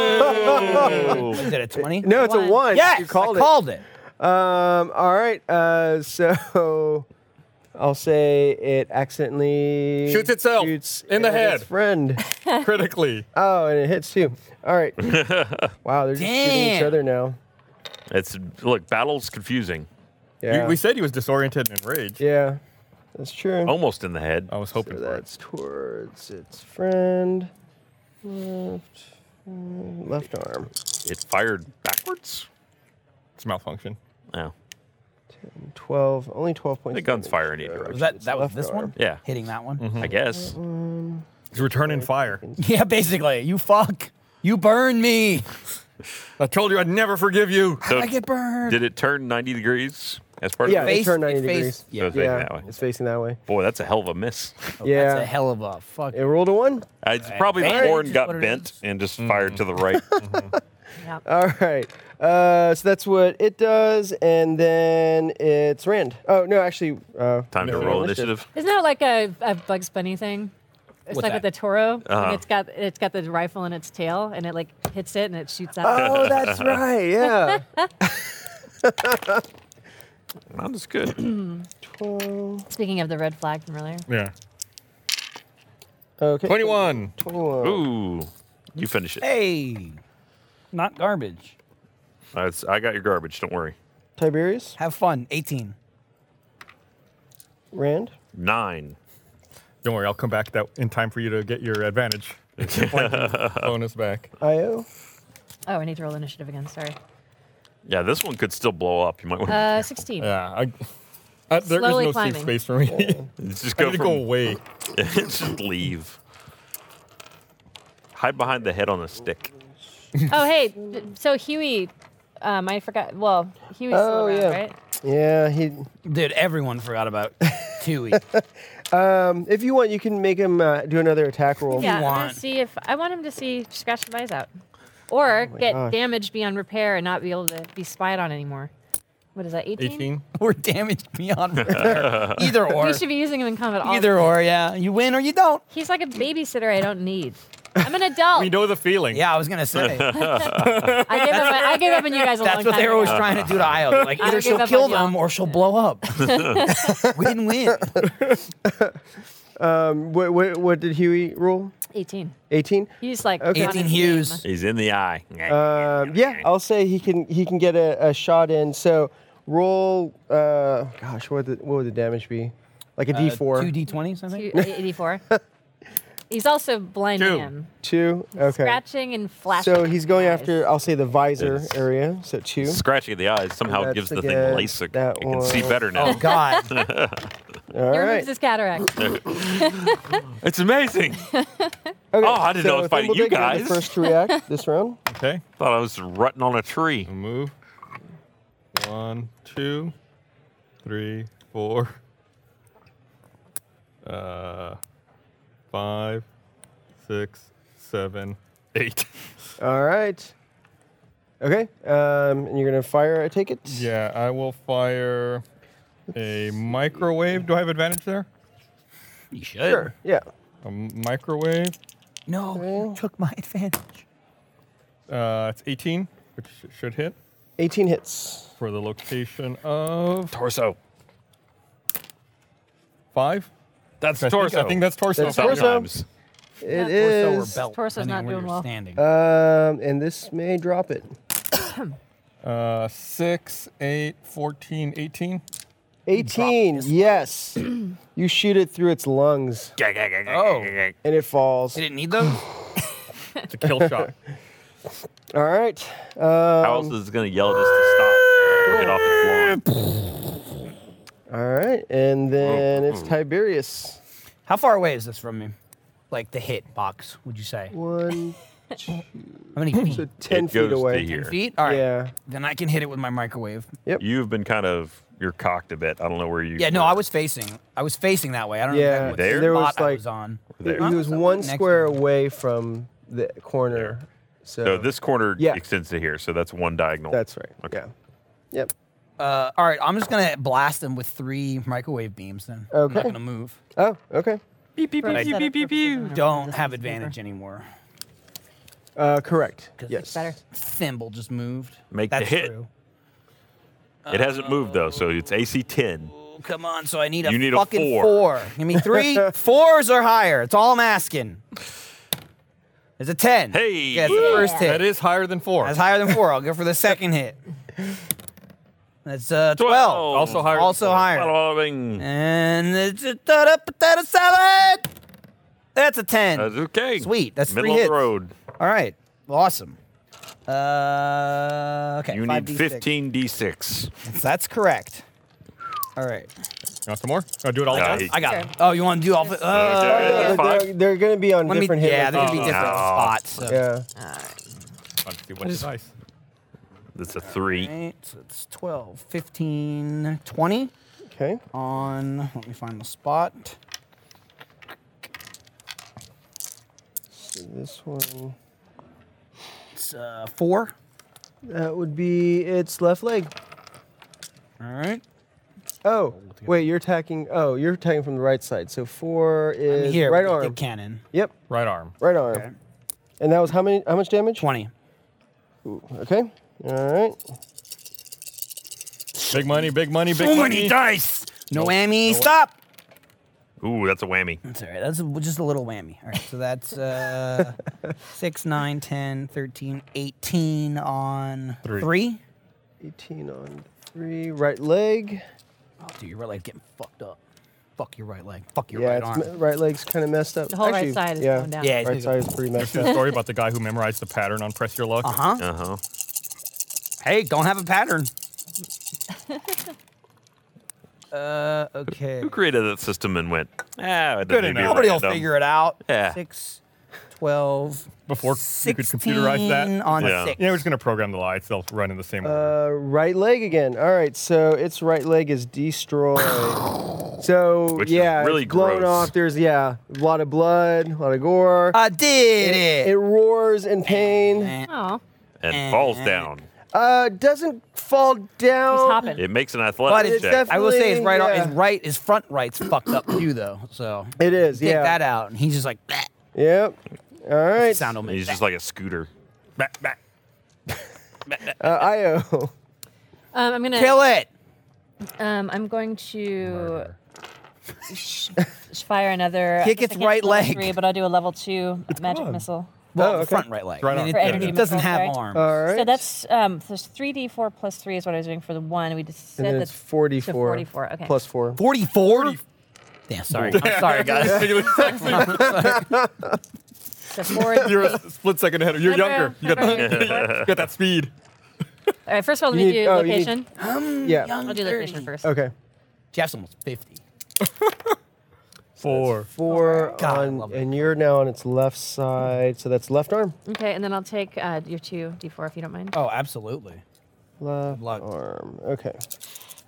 [SPEAKER 6] Oh! Was it a 20?
[SPEAKER 5] No, it's
[SPEAKER 6] One.
[SPEAKER 5] a one.
[SPEAKER 6] Yes,
[SPEAKER 5] you called
[SPEAKER 6] I
[SPEAKER 5] it.
[SPEAKER 6] called it.
[SPEAKER 5] Um, all right. Uh, so I'll say it accidentally
[SPEAKER 14] Shoots itself
[SPEAKER 5] shoots
[SPEAKER 14] in the
[SPEAKER 5] at
[SPEAKER 14] head.
[SPEAKER 5] Its friend
[SPEAKER 14] critically.
[SPEAKER 5] Oh, and it hits too. All right. wow, they're just shooting each
[SPEAKER 3] Damn.
[SPEAKER 5] other now.
[SPEAKER 3] it's look battle's confusing.
[SPEAKER 5] Yeah.
[SPEAKER 14] We, we said he was disoriented and enraged.
[SPEAKER 5] Yeah, that's true.
[SPEAKER 3] Almost in the head.
[SPEAKER 5] Oh.
[SPEAKER 14] I was hoping for it.
[SPEAKER 5] Towards its friend, left, uh, left arm.
[SPEAKER 3] It fired backwards.
[SPEAKER 14] It's malfunction.
[SPEAKER 3] Yeah.
[SPEAKER 5] 12, only 12 points.
[SPEAKER 3] The guns
[SPEAKER 5] damage.
[SPEAKER 3] fire in either
[SPEAKER 5] Uh,
[SPEAKER 3] direction.
[SPEAKER 6] Was that
[SPEAKER 5] its
[SPEAKER 6] that was
[SPEAKER 5] left
[SPEAKER 6] this one?
[SPEAKER 5] arm.
[SPEAKER 3] Yeah.
[SPEAKER 6] Hitting that one.
[SPEAKER 3] I guess.
[SPEAKER 14] He's returning fire.
[SPEAKER 6] Yeah, basically. You fuck. You burn me.
[SPEAKER 14] I told you I'd never forgive you.
[SPEAKER 3] So
[SPEAKER 6] I get burned.
[SPEAKER 3] Did it turn 90 degrees as part
[SPEAKER 5] Yeah,
[SPEAKER 3] of
[SPEAKER 5] it
[SPEAKER 3] it?
[SPEAKER 5] turned 90 degrees.
[SPEAKER 3] So it's facing that way.
[SPEAKER 5] It's facing that way.
[SPEAKER 3] Boy, that's a hell of a miss.
[SPEAKER 5] yeah.
[SPEAKER 6] Oh, That's a hell of a fuck.
[SPEAKER 5] It rolled a one.
[SPEAKER 3] It's probably the
[SPEAKER 5] Advantage
[SPEAKER 3] horn
[SPEAKER 5] is Mm-hmm.
[SPEAKER 3] got
[SPEAKER 5] what it
[SPEAKER 3] bent and just fired to the right.
[SPEAKER 5] All right. Uh, so that's what it does, and then it's Rand. Oh no, actually. Uh,
[SPEAKER 3] Time to
[SPEAKER 5] no,
[SPEAKER 3] roll
[SPEAKER 5] initiative.
[SPEAKER 3] initiative.
[SPEAKER 4] Isn't that like a, a Bugs Bunny thing? It's
[SPEAKER 3] What's
[SPEAKER 4] like
[SPEAKER 3] that?
[SPEAKER 4] with the Toro. and
[SPEAKER 3] Uh-huh.
[SPEAKER 4] it's got it's got the rifle in its tail, and it like hits it, and it shoots out.
[SPEAKER 5] Oh, that's right. Yeah.
[SPEAKER 3] That was good.
[SPEAKER 5] Twelve.
[SPEAKER 4] Speaking of the red flag from earlier,
[SPEAKER 9] Yeah.
[SPEAKER 5] Okay.
[SPEAKER 9] 21.
[SPEAKER 5] 21.
[SPEAKER 3] Ooh. You finish it.
[SPEAKER 6] Hey. Not garbage.
[SPEAKER 3] I s- I got your garbage. Don't worry.
[SPEAKER 5] Tiberius.
[SPEAKER 6] Have fun. 18.
[SPEAKER 5] Rand.
[SPEAKER 3] Nine.
[SPEAKER 9] Don't worry, I'll come back that in time for you to get your advantage. bonus back.
[SPEAKER 5] Io.
[SPEAKER 4] oh, I need to roll initiative again. Sorry,
[SPEAKER 3] Yeah, this one could still blow up. You might want to
[SPEAKER 4] uh, sixteen.
[SPEAKER 9] Yeah, I, I, there is
[SPEAKER 4] Slowly
[SPEAKER 9] no
[SPEAKER 4] climbing.
[SPEAKER 9] safe space for me.
[SPEAKER 3] just
[SPEAKER 9] I
[SPEAKER 3] go,
[SPEAKER 9] need to
[SPEAKER 3] from,
[SPEAKER 9] go away.
[SPEAKER 3] just leave. Hide behind the head on a stick.
[SPEAKER 4] oh, hey, d- so Huey, um, I forgot. Well, Huey's
[SPEAKER 5] Oh,
[SPEAKER 4] still around,
[SPEAKER 5] yeah.
[SPEAKER 4] right?
[SPEAKER 5] Yeah. He.
[SPEAKER 6] Dude, everyone forgot about Tui.
[SPEAKER 5] Um, if you want, you can make him uh, do another attack roll.
[SPEAKER 4] yeah, I want to see if I want him to see scratch the eyes out, or get
[SPEAKER 5] Oh gosh.
[SPEAKER 4] damaged beyond repair and not be able to be spied on anymore. What is that? Eighteen.
[SPEAKER 6] We're damaged beyond repair. Either or.
[SPEAKER 4] We should be using him in combat. all the
[SPEAKER 6] Either or, yeah. You win or you don't.
[SPEAKER 4] He's like a babysitter I don't need. I'm an adult.
[SPEAKER 12] We know the feeling.
[SPEAKER 6] Yeah, I was gonna say.
[SPEAKER 4] I gave up. I gave up on you guys a
[SPEAKER 6] That's
[SPEAKER 4] long
[SPEAKER 6] what
[SPEAKER 4] time
[SPEAKER 6] they're always
[SPEAKER 4] ago.
[SPEAKER 6] trying to do to Io. They're Like
[SPEAKER 4] I
[SPEAKER 6] either
[SPEAKER 4] gave
[SPEAKER 6] she'll
[SPEAKER 4] up
[SPEAKER 6] kill
[SPEAKER 4] on y'all.
[SPEAKER 6] them or she'll blow up. we didn't win.
[SPEAKER 5] Um, what, what, what did Huey rule?
[SPEAKER 4] 18.
[SPEAKER 5] 18?
[SPEAKER 4] He's like
[SPEAKER 5] Okay.
[SPEAKER 4] gone
[SPEAKER 5] 18
[SPEAKER 4] in the
[SPEAKER 5] Hughes.
[SPEAKER 4] game.
[SPEAKER 3] He's in the eye.
[SPEAKER 5] Um, yeah, I'll say he can he can get a, a shot in. So roll. Uh, gosh, what would the, what would the damage be? Like a D four.
[SPEAKER 6] Two D20s, I think.
[SPEAKER 4] Two- 84. He's also blinding him,
[SPEAKER 5] Two. Okay.
[SPEAKER 4] scratching and flashing.
[SPEAKER 5] So he's going after. I'll say the visor area. So two.
[SPEAKER 3] Scratching the eyes somehow
[SPEAKER 5] That's
[SPEAKER 3] gives the thing
[SPEAKER 5] again,
[SPEAKER 3] LASIK.
[SPEAKER 5] that
[SPEAKER 3] It can see
[SPEAKER 5] one.
[SPEAKER 3] better now.
[SPEAKER 6] Oh, God.
[SPEAKER 5] All
[SPEAKER 4] He
[SPEAKER 5] right.
[SPEAKER 4] removes his cataract.
[SPEAKER 3] it's amazing.
[SPEAKER 5] Okay,
[SPEAKER 3] Oh, I didn't know I was fighting you
[SPEAKER 5] Thimblebeck, you're the
[SPEAKER 3] guys.
[SPEAKER 5] First to react this round.
[SPEAKER 12] Okay.
[SPEAKER 3] Thought I was rutting on a tree.
[SPEAKER 12] Move. One, two, three, four, uh, five, six, seven, eight.
[SPEAKER 5] All right. Okay. Um, and you're gonna fire. I take it.
[SPEAKER 12] Yeah, I will fire a microwave. Do I have advantage there?
[SPEAKER 1] You should.
[SPEAKER 5] Sure. Yeah.
[SPEAKER 12] A m- microwave.
[SPEAKER 4] Oh.
[SPEAKER 6] No, you took my advantage.
[SPEAKER 12] Uh, it's 18, which sh- should hit
[SPEAKER 5] 18 hits.
[SPEAKER 12] for the location of
[SPEAKER 3] Torso.
[SPEAKER 12] five.
[SPEAKER 3] That's
[SPEAKER 12] I
[SPEAKER 3] torso.
[SPEAKER 12] Think, I think that's torso.
[SPEAKER 5] That's torso.
[SPEAKER 3] Sometimes.
[SPEAKER 5] It
[SPEAKER 6] Torso or
[SPEAKER 5] is.
[SPEAKER 6] belt,
[SPEAKER 4] Torso's
[SPEAKER 6] depending
[SPEAKER 4] not
[SPEAKER 6] where
[SPEAKER 4] doing
[SPEAKER 6] you're
[SPEAKER 4] well.
[SPEAKER 6] Standing.
[SPEAKER 5] Um, and this may drop it.
[SPEAKER 12] Uh, 6, 8, 14, 18.
[SPEAKER 5] 18. Yes. you shoot it through its lungs,
[SPEAKER 6] Oh,
[SPEAKER 5] and it falls.
[SPEAKER 6] they didn't need those.
[SPEAKER 12] It's a kill shot.
[SPEAKER 5] All right.
[SPEAKER 3] How
[SPEAKER 5] um,
[SPEAKER 3] else is it going to yell at us to stop? Get off the floor.
[SPEAKER 5] All right. And then it's Tiberius.
[SPEAKER 6] How far away is this from me? Like the hit box, would you say?
[SPEAKER 5] One,
[SPEAKER 6] How many feet?
[SPEAKER 5] so 10
[SPEAKER 3] it
[SPEAKER 5] feet
[SPEAKER 3] goes
[SPEAKER 5] away.
[SPEAKER 3] To here.
[SPEAKER 6] Feet. All right.
[SPEAKER 5] Yeah.
[SPEAKER 6] Then I can hit it with my microwave.
[SPEAKER 3] You've been kind of you're cocked a bit. I don't know where you.
[SPEAKER 6] Yeah. No, I was facing. I was facing that way. I don't know
[SPEAKER 5] Yeah.
[SPEAKER 6] exactly what
[SPEAKER 3] There?
[SPEAKER 5] There was,
[SPEAKER 6] spot I
[SPEAKER 5] like-
[SPEAKER 6] was on.
[SPEAKER 5] It,
[SPEAKER 3] There.
[SPEAKER 5] it was
[SPEAKER 6] Huh?
[SPEAKER 5] one
[SPEAKER 6] Next
[SPEAKER 5] square
[SPEAKER 6] one.
[SPEAKER 5] away from the corner. So,
[SPEAKER 3] So this corner
[SPEAKER 5] Yeah.
[SPEAKER 3] extends to here, so that's one diagonal.
[SPEAKER 5] that's right.
[SPEAKER 3] Okay.
[SPEAKER 5] Yeah. Yep.
[SPEAKER 6] Uh, all right. I'm just gonna blast him with three microwave beams. Then. I'm
[SPEAKER 5] Okay.
[SPEAKER 6] not gonna move.
[SPEAKER 5] Oh, okay.
[SPEAKER 4] Set
[SPEAKER 6] I
[SPEAKER 4] up purposes on
[SPEAKER 6] don't
[SPEAKER 4] our
[SPEAKER 6] have
[SPEAKER 4] distance mover.
[SPEAKER 6] advantage anymore.
[SPEAKER 5] Uh, correct.
[SPEAKER 6] 'cause
[SPEAKER 5] Yes.
[SPEAKER 4] Better.
[SPEAKER 6] Thimble just moved.
[SPEAKER 3] Make the
[SPEAKER 6] That's
[SPEAKER 3] hit.
[SPEAKER 6] True.
[SPEAKER 3] It hasn't moved though, so it's AC ten.
[SPEAKER 6] Oh, come on. So I need a
[SPEAKER 3] You need a
[SPEAKER 6] fucking
[SPEAKER 3] four.
[SPEAKER 6] four. Give me three fours or higher. It's all I'm asking. It's a ten.
[SPEAKER 3] Hey.
[SPEAKER 6] that's the first hit.
[SPEAKER 12] That is higher than 4.
[SPEAKER 6] That's higher than four. I'll go for the second hit. That's uh, 12.
[SPEAKER 3] Twelve. uh,
[SPEAKER 12] Also higher. than
[SPEAKER 6] Also
[SPEAKER 12] four.
[SPEAKER 6] higher. Eh.
[SPEAKER 3] Following.
[SPEAKER 6] And it's a da-da potato salad. That's a 10.
[SPEAKER 3] That's okay.
[SPEAKER 6] Sweet, that's three
[SPEAKER 3] middle of
[SPEAKER 6] hits.
[SPEAKER 3] the road.
[SPEAKER 6] All right. Well, awesome. Uh, okay.
[SPEAKER 3] You need
[SPEAKER 6] 5d6.
[SPEAKER 3] fifteen d six.
[SPEAKER 6] That's correct. All right.
[SPEAKER 12] You want some more? I'll do it all
[SPEAKER 3] Yeah,
[SPEAKER 12] at
[SPEAKER 3] he-
[SPEAKER 12] once.
[SPEAKER 6] I got it. Oh, you want to do all? fi- Uh,
[SPEAKER 5] Uh,
[SPEAKER 3] That's
[SPEAKER 5] they're-
[SPEAKER 3] fine.
[SPEAKER 5] they're going to be on
[SPEAKER 6] let me.
[SPEAKER 5] different hit
[SPEAKER 6] Yeah,
[SPEAKER 5] rates.
[SPEAKER 6] there's gonna be different
[SPEAKER 3] Oh.
[SPEAKER 6] spots. So.
[SPEAKER 5] Yeah.
[SPEAKER 12] I'll just do one dice.
[SPEAKER 3] That's a three.
[SPEAKER 6] All right, so it's 12, 15, 20
[SPEAKER 5] Okay.
[SPEAKER 6] on. Let me find the spot.
[SPEAKER 5] So this one.
[SPEAKER 6] It's uh, four.
[SPEAKER 5] That would be its left leg.
[SPEAKER 6] All right.
[SPEAKER 5] Oh, wait, you're attacking. Oh, you're attacking from the right side. So four
[SPEAKER 6] I'm
[SPEAKER 5] is
[SPEAKER 6] here
[SPEAKER 5] right
[SPEAKER 6] with
[SPEAKER 5] arm.
[SPEAKER 6] the cannon.
[SPEAKER 5] Yep,
[SPEAKER 12] Right arm.
[SPEAKER 5] right arm. And that was how many? How much damage?
[SPEAKER 6] 20.
[SPEAKER 5] Okay. All right.
[SPEAKER 12] Big money, big money, big money.
[SPEAKER 6] dice. No whammy. Stop.
[SPEAKER 3] Ooh, that's a whammy.
[SPEAKER 6] That's all right. That's a- just a little whammy. All right. So that's uh, 6, 9, 10, 13, 18 on
[SPEAKER 12] Three.
[SPEAKER 6] 3.
[SPEAKER 5] 18 on three. Right leg.
[SPEAKER 6] Oh, dude, your right leg's getting fucked up. Fuck your right leg. Fuck your
[SPEAKER 5] yeah,
[SPEAKER 6] right
[SPEAKER 5] it's
[SPEAKER 6] arm.
[SPEAKER 5] me- right leg's kind of messed up.
[SPEAKER 4] The whole right
[SPEAKER 5] Actually,
[SPEAKER 4] side is
[SPEAKER 5] yeah,
[SPEAKER 4] going down.
[SPEAKER 6] Yeah, it's
[SPEAKER 5] Right side is pretty messed
[SPEAKER 12] See the
[SPEAKER 5] up.
[SPEAKER 12] story about the guy who memorized the pattern on Press Your Luck?
[SPEAKER 5] Uh-huh.
[SPEAKER 6] Uh huh.
[SPEAKER 3] Uh huh.
[SPEAKER 6] Hey, don't have a pattern. uh, okay.
[SPEAKER 3] Who created that system and went? Ah, it
[SPEAKER 12] Good
[SPEAKER 3] doesn't need to be
[SPEAKER 12] enough.
[SPEAKER 6] Nobody will
[SPEAKER 3] random."
[SPEAKER 6] figure it out.
[SPEAKER 3] Yeah.
[SPEAKER 6] Six, 12,
[SPEAKER 12] Before you could computerize
[SPEAKER 6] 16
[SPEAKER 12] that.
[SPEAKER 6] on
[SPEAKER 3] Yeah.
[SPEAKER 6] six.
[SPEAKER 12] Yeah, we're just going to program the lie. It'll run in the same order.
[SPEAKER 5] Uh, right leg again. All right, so its right leg is destroyed. So
[SPEAKER 3] Which is
[SPEAKER 5] yeah,
[SPEAKER 3] really
[SPEAKER 5] it's blown
[SPEAKER 3] gross.
[SPEAKER 5] off. There's yeah, a lot of blood, a lot of gore.
[SPEAKER 6] I did
[SPEAKER 5] it
[SPEAKER 6] it.
[SPEAKER 5] roars in pain.
[SPEAKER 6] Eh.
[SPEAKER 4] Oh,
[SPEAKER 3] and falls down.
[SPEAKER 5] Uh, doesn't fall down.
[SPEAKER 4] he's hopping.
[SPEAKER 3] It makes an
[SPEAKER 6] But
[SPEAKER 3] athletic
[SPEAKER 6] it's
[SPEAKER 3] check.
[SPEAKER 5] def-
[SPEAKER 6] I will say his
[SPEAKER 5] Definitely,
[SPEAKER 6] right arm,
[SPEAKER 5] yeah.
[SPEAKER 6] his right, his front right's fucked up too, though. So
[SPEAKER 5] It is,
[SPEAKER 6] take
[SPEAKER 5] yeah.
[SPEAKER 6] that out, and he's just like, "Bleh."
[SPEAKER 5] Yep. All right.
[SPEAKER 6] Sound will make
[SPEAKER 3] He's just like a scooter. Back, back.
[SPEAKER 5] Uh, Io.
[SPEAKER 4] Um, I'm gonna
[SPEAKER 6] Kill it.
[SPEAKER 4] Um, I'm going to sh- sh- fire another. I
[SPEAKER 6] Kick
[SPEAKER 4] guess I
[SPEAKER 6] its
[SPEAKER 4] can't
[SPEAKER 6] right
[SPEAKER 4] do level
[SPEAKER 6] leg.
[SPEAKER 4] Three, but I'll do a level two magic missile.
[SPEAKER 6] Well, the front right leg. I mean,
[SPEAKER 4] For
[SPEAKER 6] it-
[SPEAKER 4] energy
[SPEAKER 6] it, doesn't
[SPEAKER 4] missiles,
[SPEAKER 6] have
[SPEAKER 4] correct?
[SPEAKER 6] arms.
[SPEAKER 4] So that's um, so three D four plus three is what I was doing for the one. We just said
[SPEAKER 5] And then
[SPEAKER 4] that's
[SPEAKER 5] it's
[SPEAKER 4] So
[SPEAKER 5] 44.
[SPEAKER 4] Forty four. Okay.
[SPEAKER 5] Plus 4.
[SPEAKER 6] 44? Damn, sorry. I'm sorry, guys.
[SPEAKER 4] So four.
[SPEAKER 9] You're a split second ahead. of- You're
[SPEAKER 4] Remember-
[SPEAKER 9] younger. You got,
[SPEAKER 4] remember-
[SPEAKER 9] you got that speed.
[SPEAKER 4] All right. First of all, let
[SPEAKER 5] You
[SPEAKER 4] me
[SPEAKER 5] need-
[SPEAKER 4] do
[SPEAKER 5] oh, you need-
[SPEAKER 4] location.
[SPEAKER 6] I'm
[SPEAKER 5] Yeah.
[SPEAKER 6] young
[SPEAKER 4] I'll do
[SPEAKER 6] 30.
[SPEAKER 4] location first.
[SPEAKER 5] Okay.
[SPEAKER 6] Jeff's almost 50.
[SPEAKER 12] Four.
[SPEAKER 5] Four
[SPEAKER 6] God, I love
[SPEAKER 5] on,
[SPEAKER 6] that
[SPEAKER 5] and you're now on its left side, so that's left arm.
[SPEAKER 4] Okay, and then I'll take uh, your two D four if you don't mind.
[SPEAKER 6] Oh, absolutely. Mm-hmm.
[SPEAKER 5] Left
[SPEAKER 6] luck.
[SPEAKER 5] arm. Okay.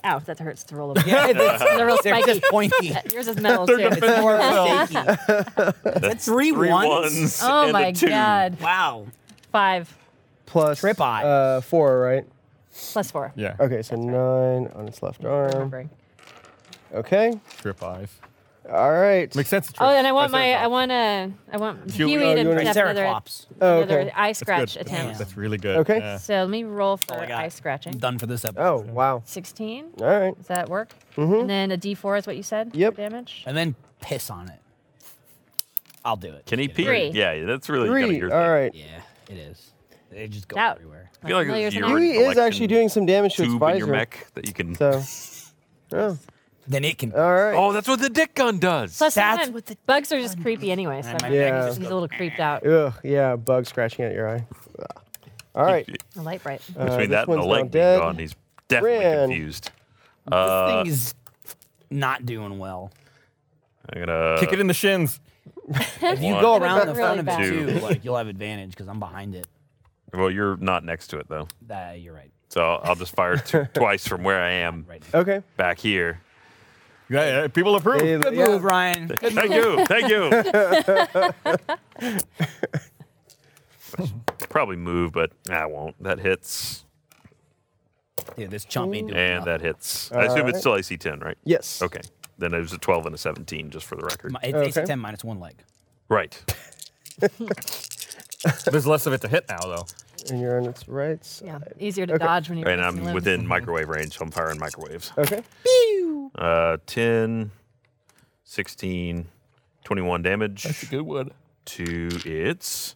[SPEAKER 4] Ow, that hurts to roll over.
[SPEAKER 6] Yeah, it's-
[SPEAKER 4] They're real
[SPEAKER 6] They're
[SPEAKER 4] spiky.
[SPEAKER 6] just pointy.
[SPEAKER 4] Uh, Yours is metal too.
[SPEAKER 6] It's more shaky.
[SPEAKER 3] That's
[SPEAKER 6] Three,
[SPEAKER 3] three
[SPEAKER 6] ones?
[SPEAKER 3] ones
[SPEAKER 4] oh
[SPEAKER 3] and a
[SPEAKER 4] my
[SPEAKER 3] two.
[SPEAKER 4] god.
[SPEAKER 6] Wow.
[SPEAKER 4] Five
[SPEAKER 5] Plus
[SPEAKER 6] Trip eyes.
[SPEAKER 5] uh, four, right?
[SPEAKER 4] plus four.
[SPEAKER 12] Yeah.
[SPEAKER 5] Okay, so nine on its left arm.
[SPEAKER 4] Remembering.
[SPEAKER 5] Okay.
[SPEAKER 12] Trip eyes.
[SPEAKER 5] All right.
[SPEAKER 12] Makes sense. Trip.
[SPEAKER 4] Oh, and I want my, I want a, I want
[SPEAKER 12] Huey.
[SPEAKER 4] Huey
[SPEAKER 12] Oh,
[SPEAKER 4] to
[SPEAKER 5] you wanna-
[SPEAKER 4] have another,
[SPEAKER 6] Triceratops.
[SPEAKER 5] Oh,
[SPEAKER 4] another
[SPEAKER 5] okay.
[SPEAKER 4] eye
[SPEAKER 12] That's
[SPEAKER 4] scratch
[SPEAKER 12] good.
[SPEAKER 4] attempt.
[SPEAKER 12] That's really good.
[SPEAKER 5] Okay.
[SPEAKER 12] Yeah.
[SPEAKER 4] So let me roll for
[SPEAKER 6] all I got.
[SPEAKER 4] eye
[SPEAKER 6] I'm
[SPEAKER 4] scratching.
[SPEAKER 6] done for this episode.
[SPEAKER 5] Oh, wow.
[SPEAKER 4] Sixteen.
[SPEAKER 5] All right.
[SPEAKER 4] Does that work?
[SPEAKER 5] Mhm.
[SPEAKER 4] And then a D four is what you said. for
[SPEAKER 5] Yep.
[SPEAKER 4] Damage.
[SPEAKER 6] And then piss on it. I'll do it.
[SPEAKER 3] Can he
[SPEAKER 6] Just
[SPEAKER 3] pee?
[SPEAKER 6] kidding.
[SPEAKER 4] Three.
[SPEAKER 3] Yeah, that's really gotta
[SPEAKER 5] Three.
[SPEAKER 3] hear
[SPEAKER 5] All
[SPEAKER 3] that.
[SPEAKER 5] right.
[SPEAKER 6] Yeah, it is. They just go
[SPEAKER 4] Doubt.
[SPEAKER 6] everywhere.
[SPEAKER 3] I feel like
[SPEAKER 4] Familiars
[SPEAKER 3] it's
[SPEAKER 4] and
[SPEAKER 3] your
[SPEAKER 4] Huey
[SPEAKER 5] Huey is actually
[SPEAKER 3] collection
[SPEAKER 5] doing some damage to its
[SPEAKER 3] tube in your
[SPEAKER 5] visor.
[SPEAKER 3] mech that you can.
[SPEAKER 5] So. Oh.
[SPEAKER 6] Then it can.
[SPEAKER 5] All right.
[SPEAKER 3] Oh, that's what the dick gun does.
[SPEAKER 4] Plus,
[SPEAKER 6] That's
[SPEAKER 4] sometimes
[SPEAKER 6] what the-
[SPEAKER 4] bugs are just creepy anyway. So
[SPEAKER 6] And my
[SPEAKER 4] I mean,
[SPEAKER 5] Yeah.
[SPEAKER 4] he's, he's a little creeped out.
[SPEAKER 5] Ugh, yeah, bug scratching at your eye. Ugh. All right.
[SPEAKER 4] A light bright.
[SPEAKER 5] Uh,
[SPEAKER 3] Between
[SPEAKER 5] this
[SPEAKER 3] that and
[SPEAKER 5] one's
[SPEAKER 3] the
[SPEAKER 5] now
[SPEAKER 3] leg being
[SPEAKER 5] dead.
[SPEAKER 3] gone, he's definitely
[SPEAKER 5] Ran.
[SPEAKER 3] confused.
[SPEAKER 6] this
[SPEAKER 3] Uh,
[SPEAKER 6] thing is not doing well.
[SPEAKER 3] I'm gonna
[SPEAKER 12] Kick it in the shins.
[SPEAKER 6] If you
[SPEAKER 3] one,
[SPEAKER 6] go around the
[SPEAKER 4] Really
[SPEAKER 6] front
[SPEAKER 4] bad.
[SPEAKER 6] of it
[SPEAKER 3] Two.
[SPEAKER 6] too, like you'll have advantage because I'm behind it.
[SPEAKER 3] Well, you're not next to it though,
[SPEAKER 6] That you're right.
[SPEAKER 3] so I'll, I'll just fire two, twice from where I am
[SPEAKER 6] Right.
[SPEAKER 5] Okay.
[SPEAKER 3] back here.
[SPEAKER 12] Yeah, yeah, people approve.
[SPEAKER 5] Hey,
[SPEAKER 6] Good
[SPEAKER 5] yeah.
[SPEAKER 6] move, Ryan.
[SPEAKER 3] Thank you, thank you. Probably move, but I won't. That hits
[SPEAKER 6] Yeah, this chump ain't doing
[SPEAKER 3] and
[SPEAKER 6] nothing.
[SPEAKER 3] that hits. I assume it's still AC 10, right?
[SPEAKER 5] Yes.
[SPEAKER 3] Okay. Then it was a 12 and a 17, just for the record.
[SPEAKER 6] My- It's AC
[SPEAKER 5] Okay.
[SPEAKER 6] 10 minus one leg.
[SPEAKER 3] Right.
[SPEAKER 12] There's less of it to hit now, though.
[SPEAKER 5] And you're on its right side.
[SPEAKER 4] Yeah, easier to
[SPEAKER 5] Okay.
[SPEAKER 4] dodge when you're.
[SPEAKER 3] And
[SPEAKER 4] facing
[SPEAKER 3] I'm
[SPEAKER 4] limbs.
[SPEAKER 3] within microwave range, so I'm firing microwaves.
[SPEAKER 5] Okay.
[SPEAKER 3] Uh, 10, 16, 21 damage. That's a good one. To its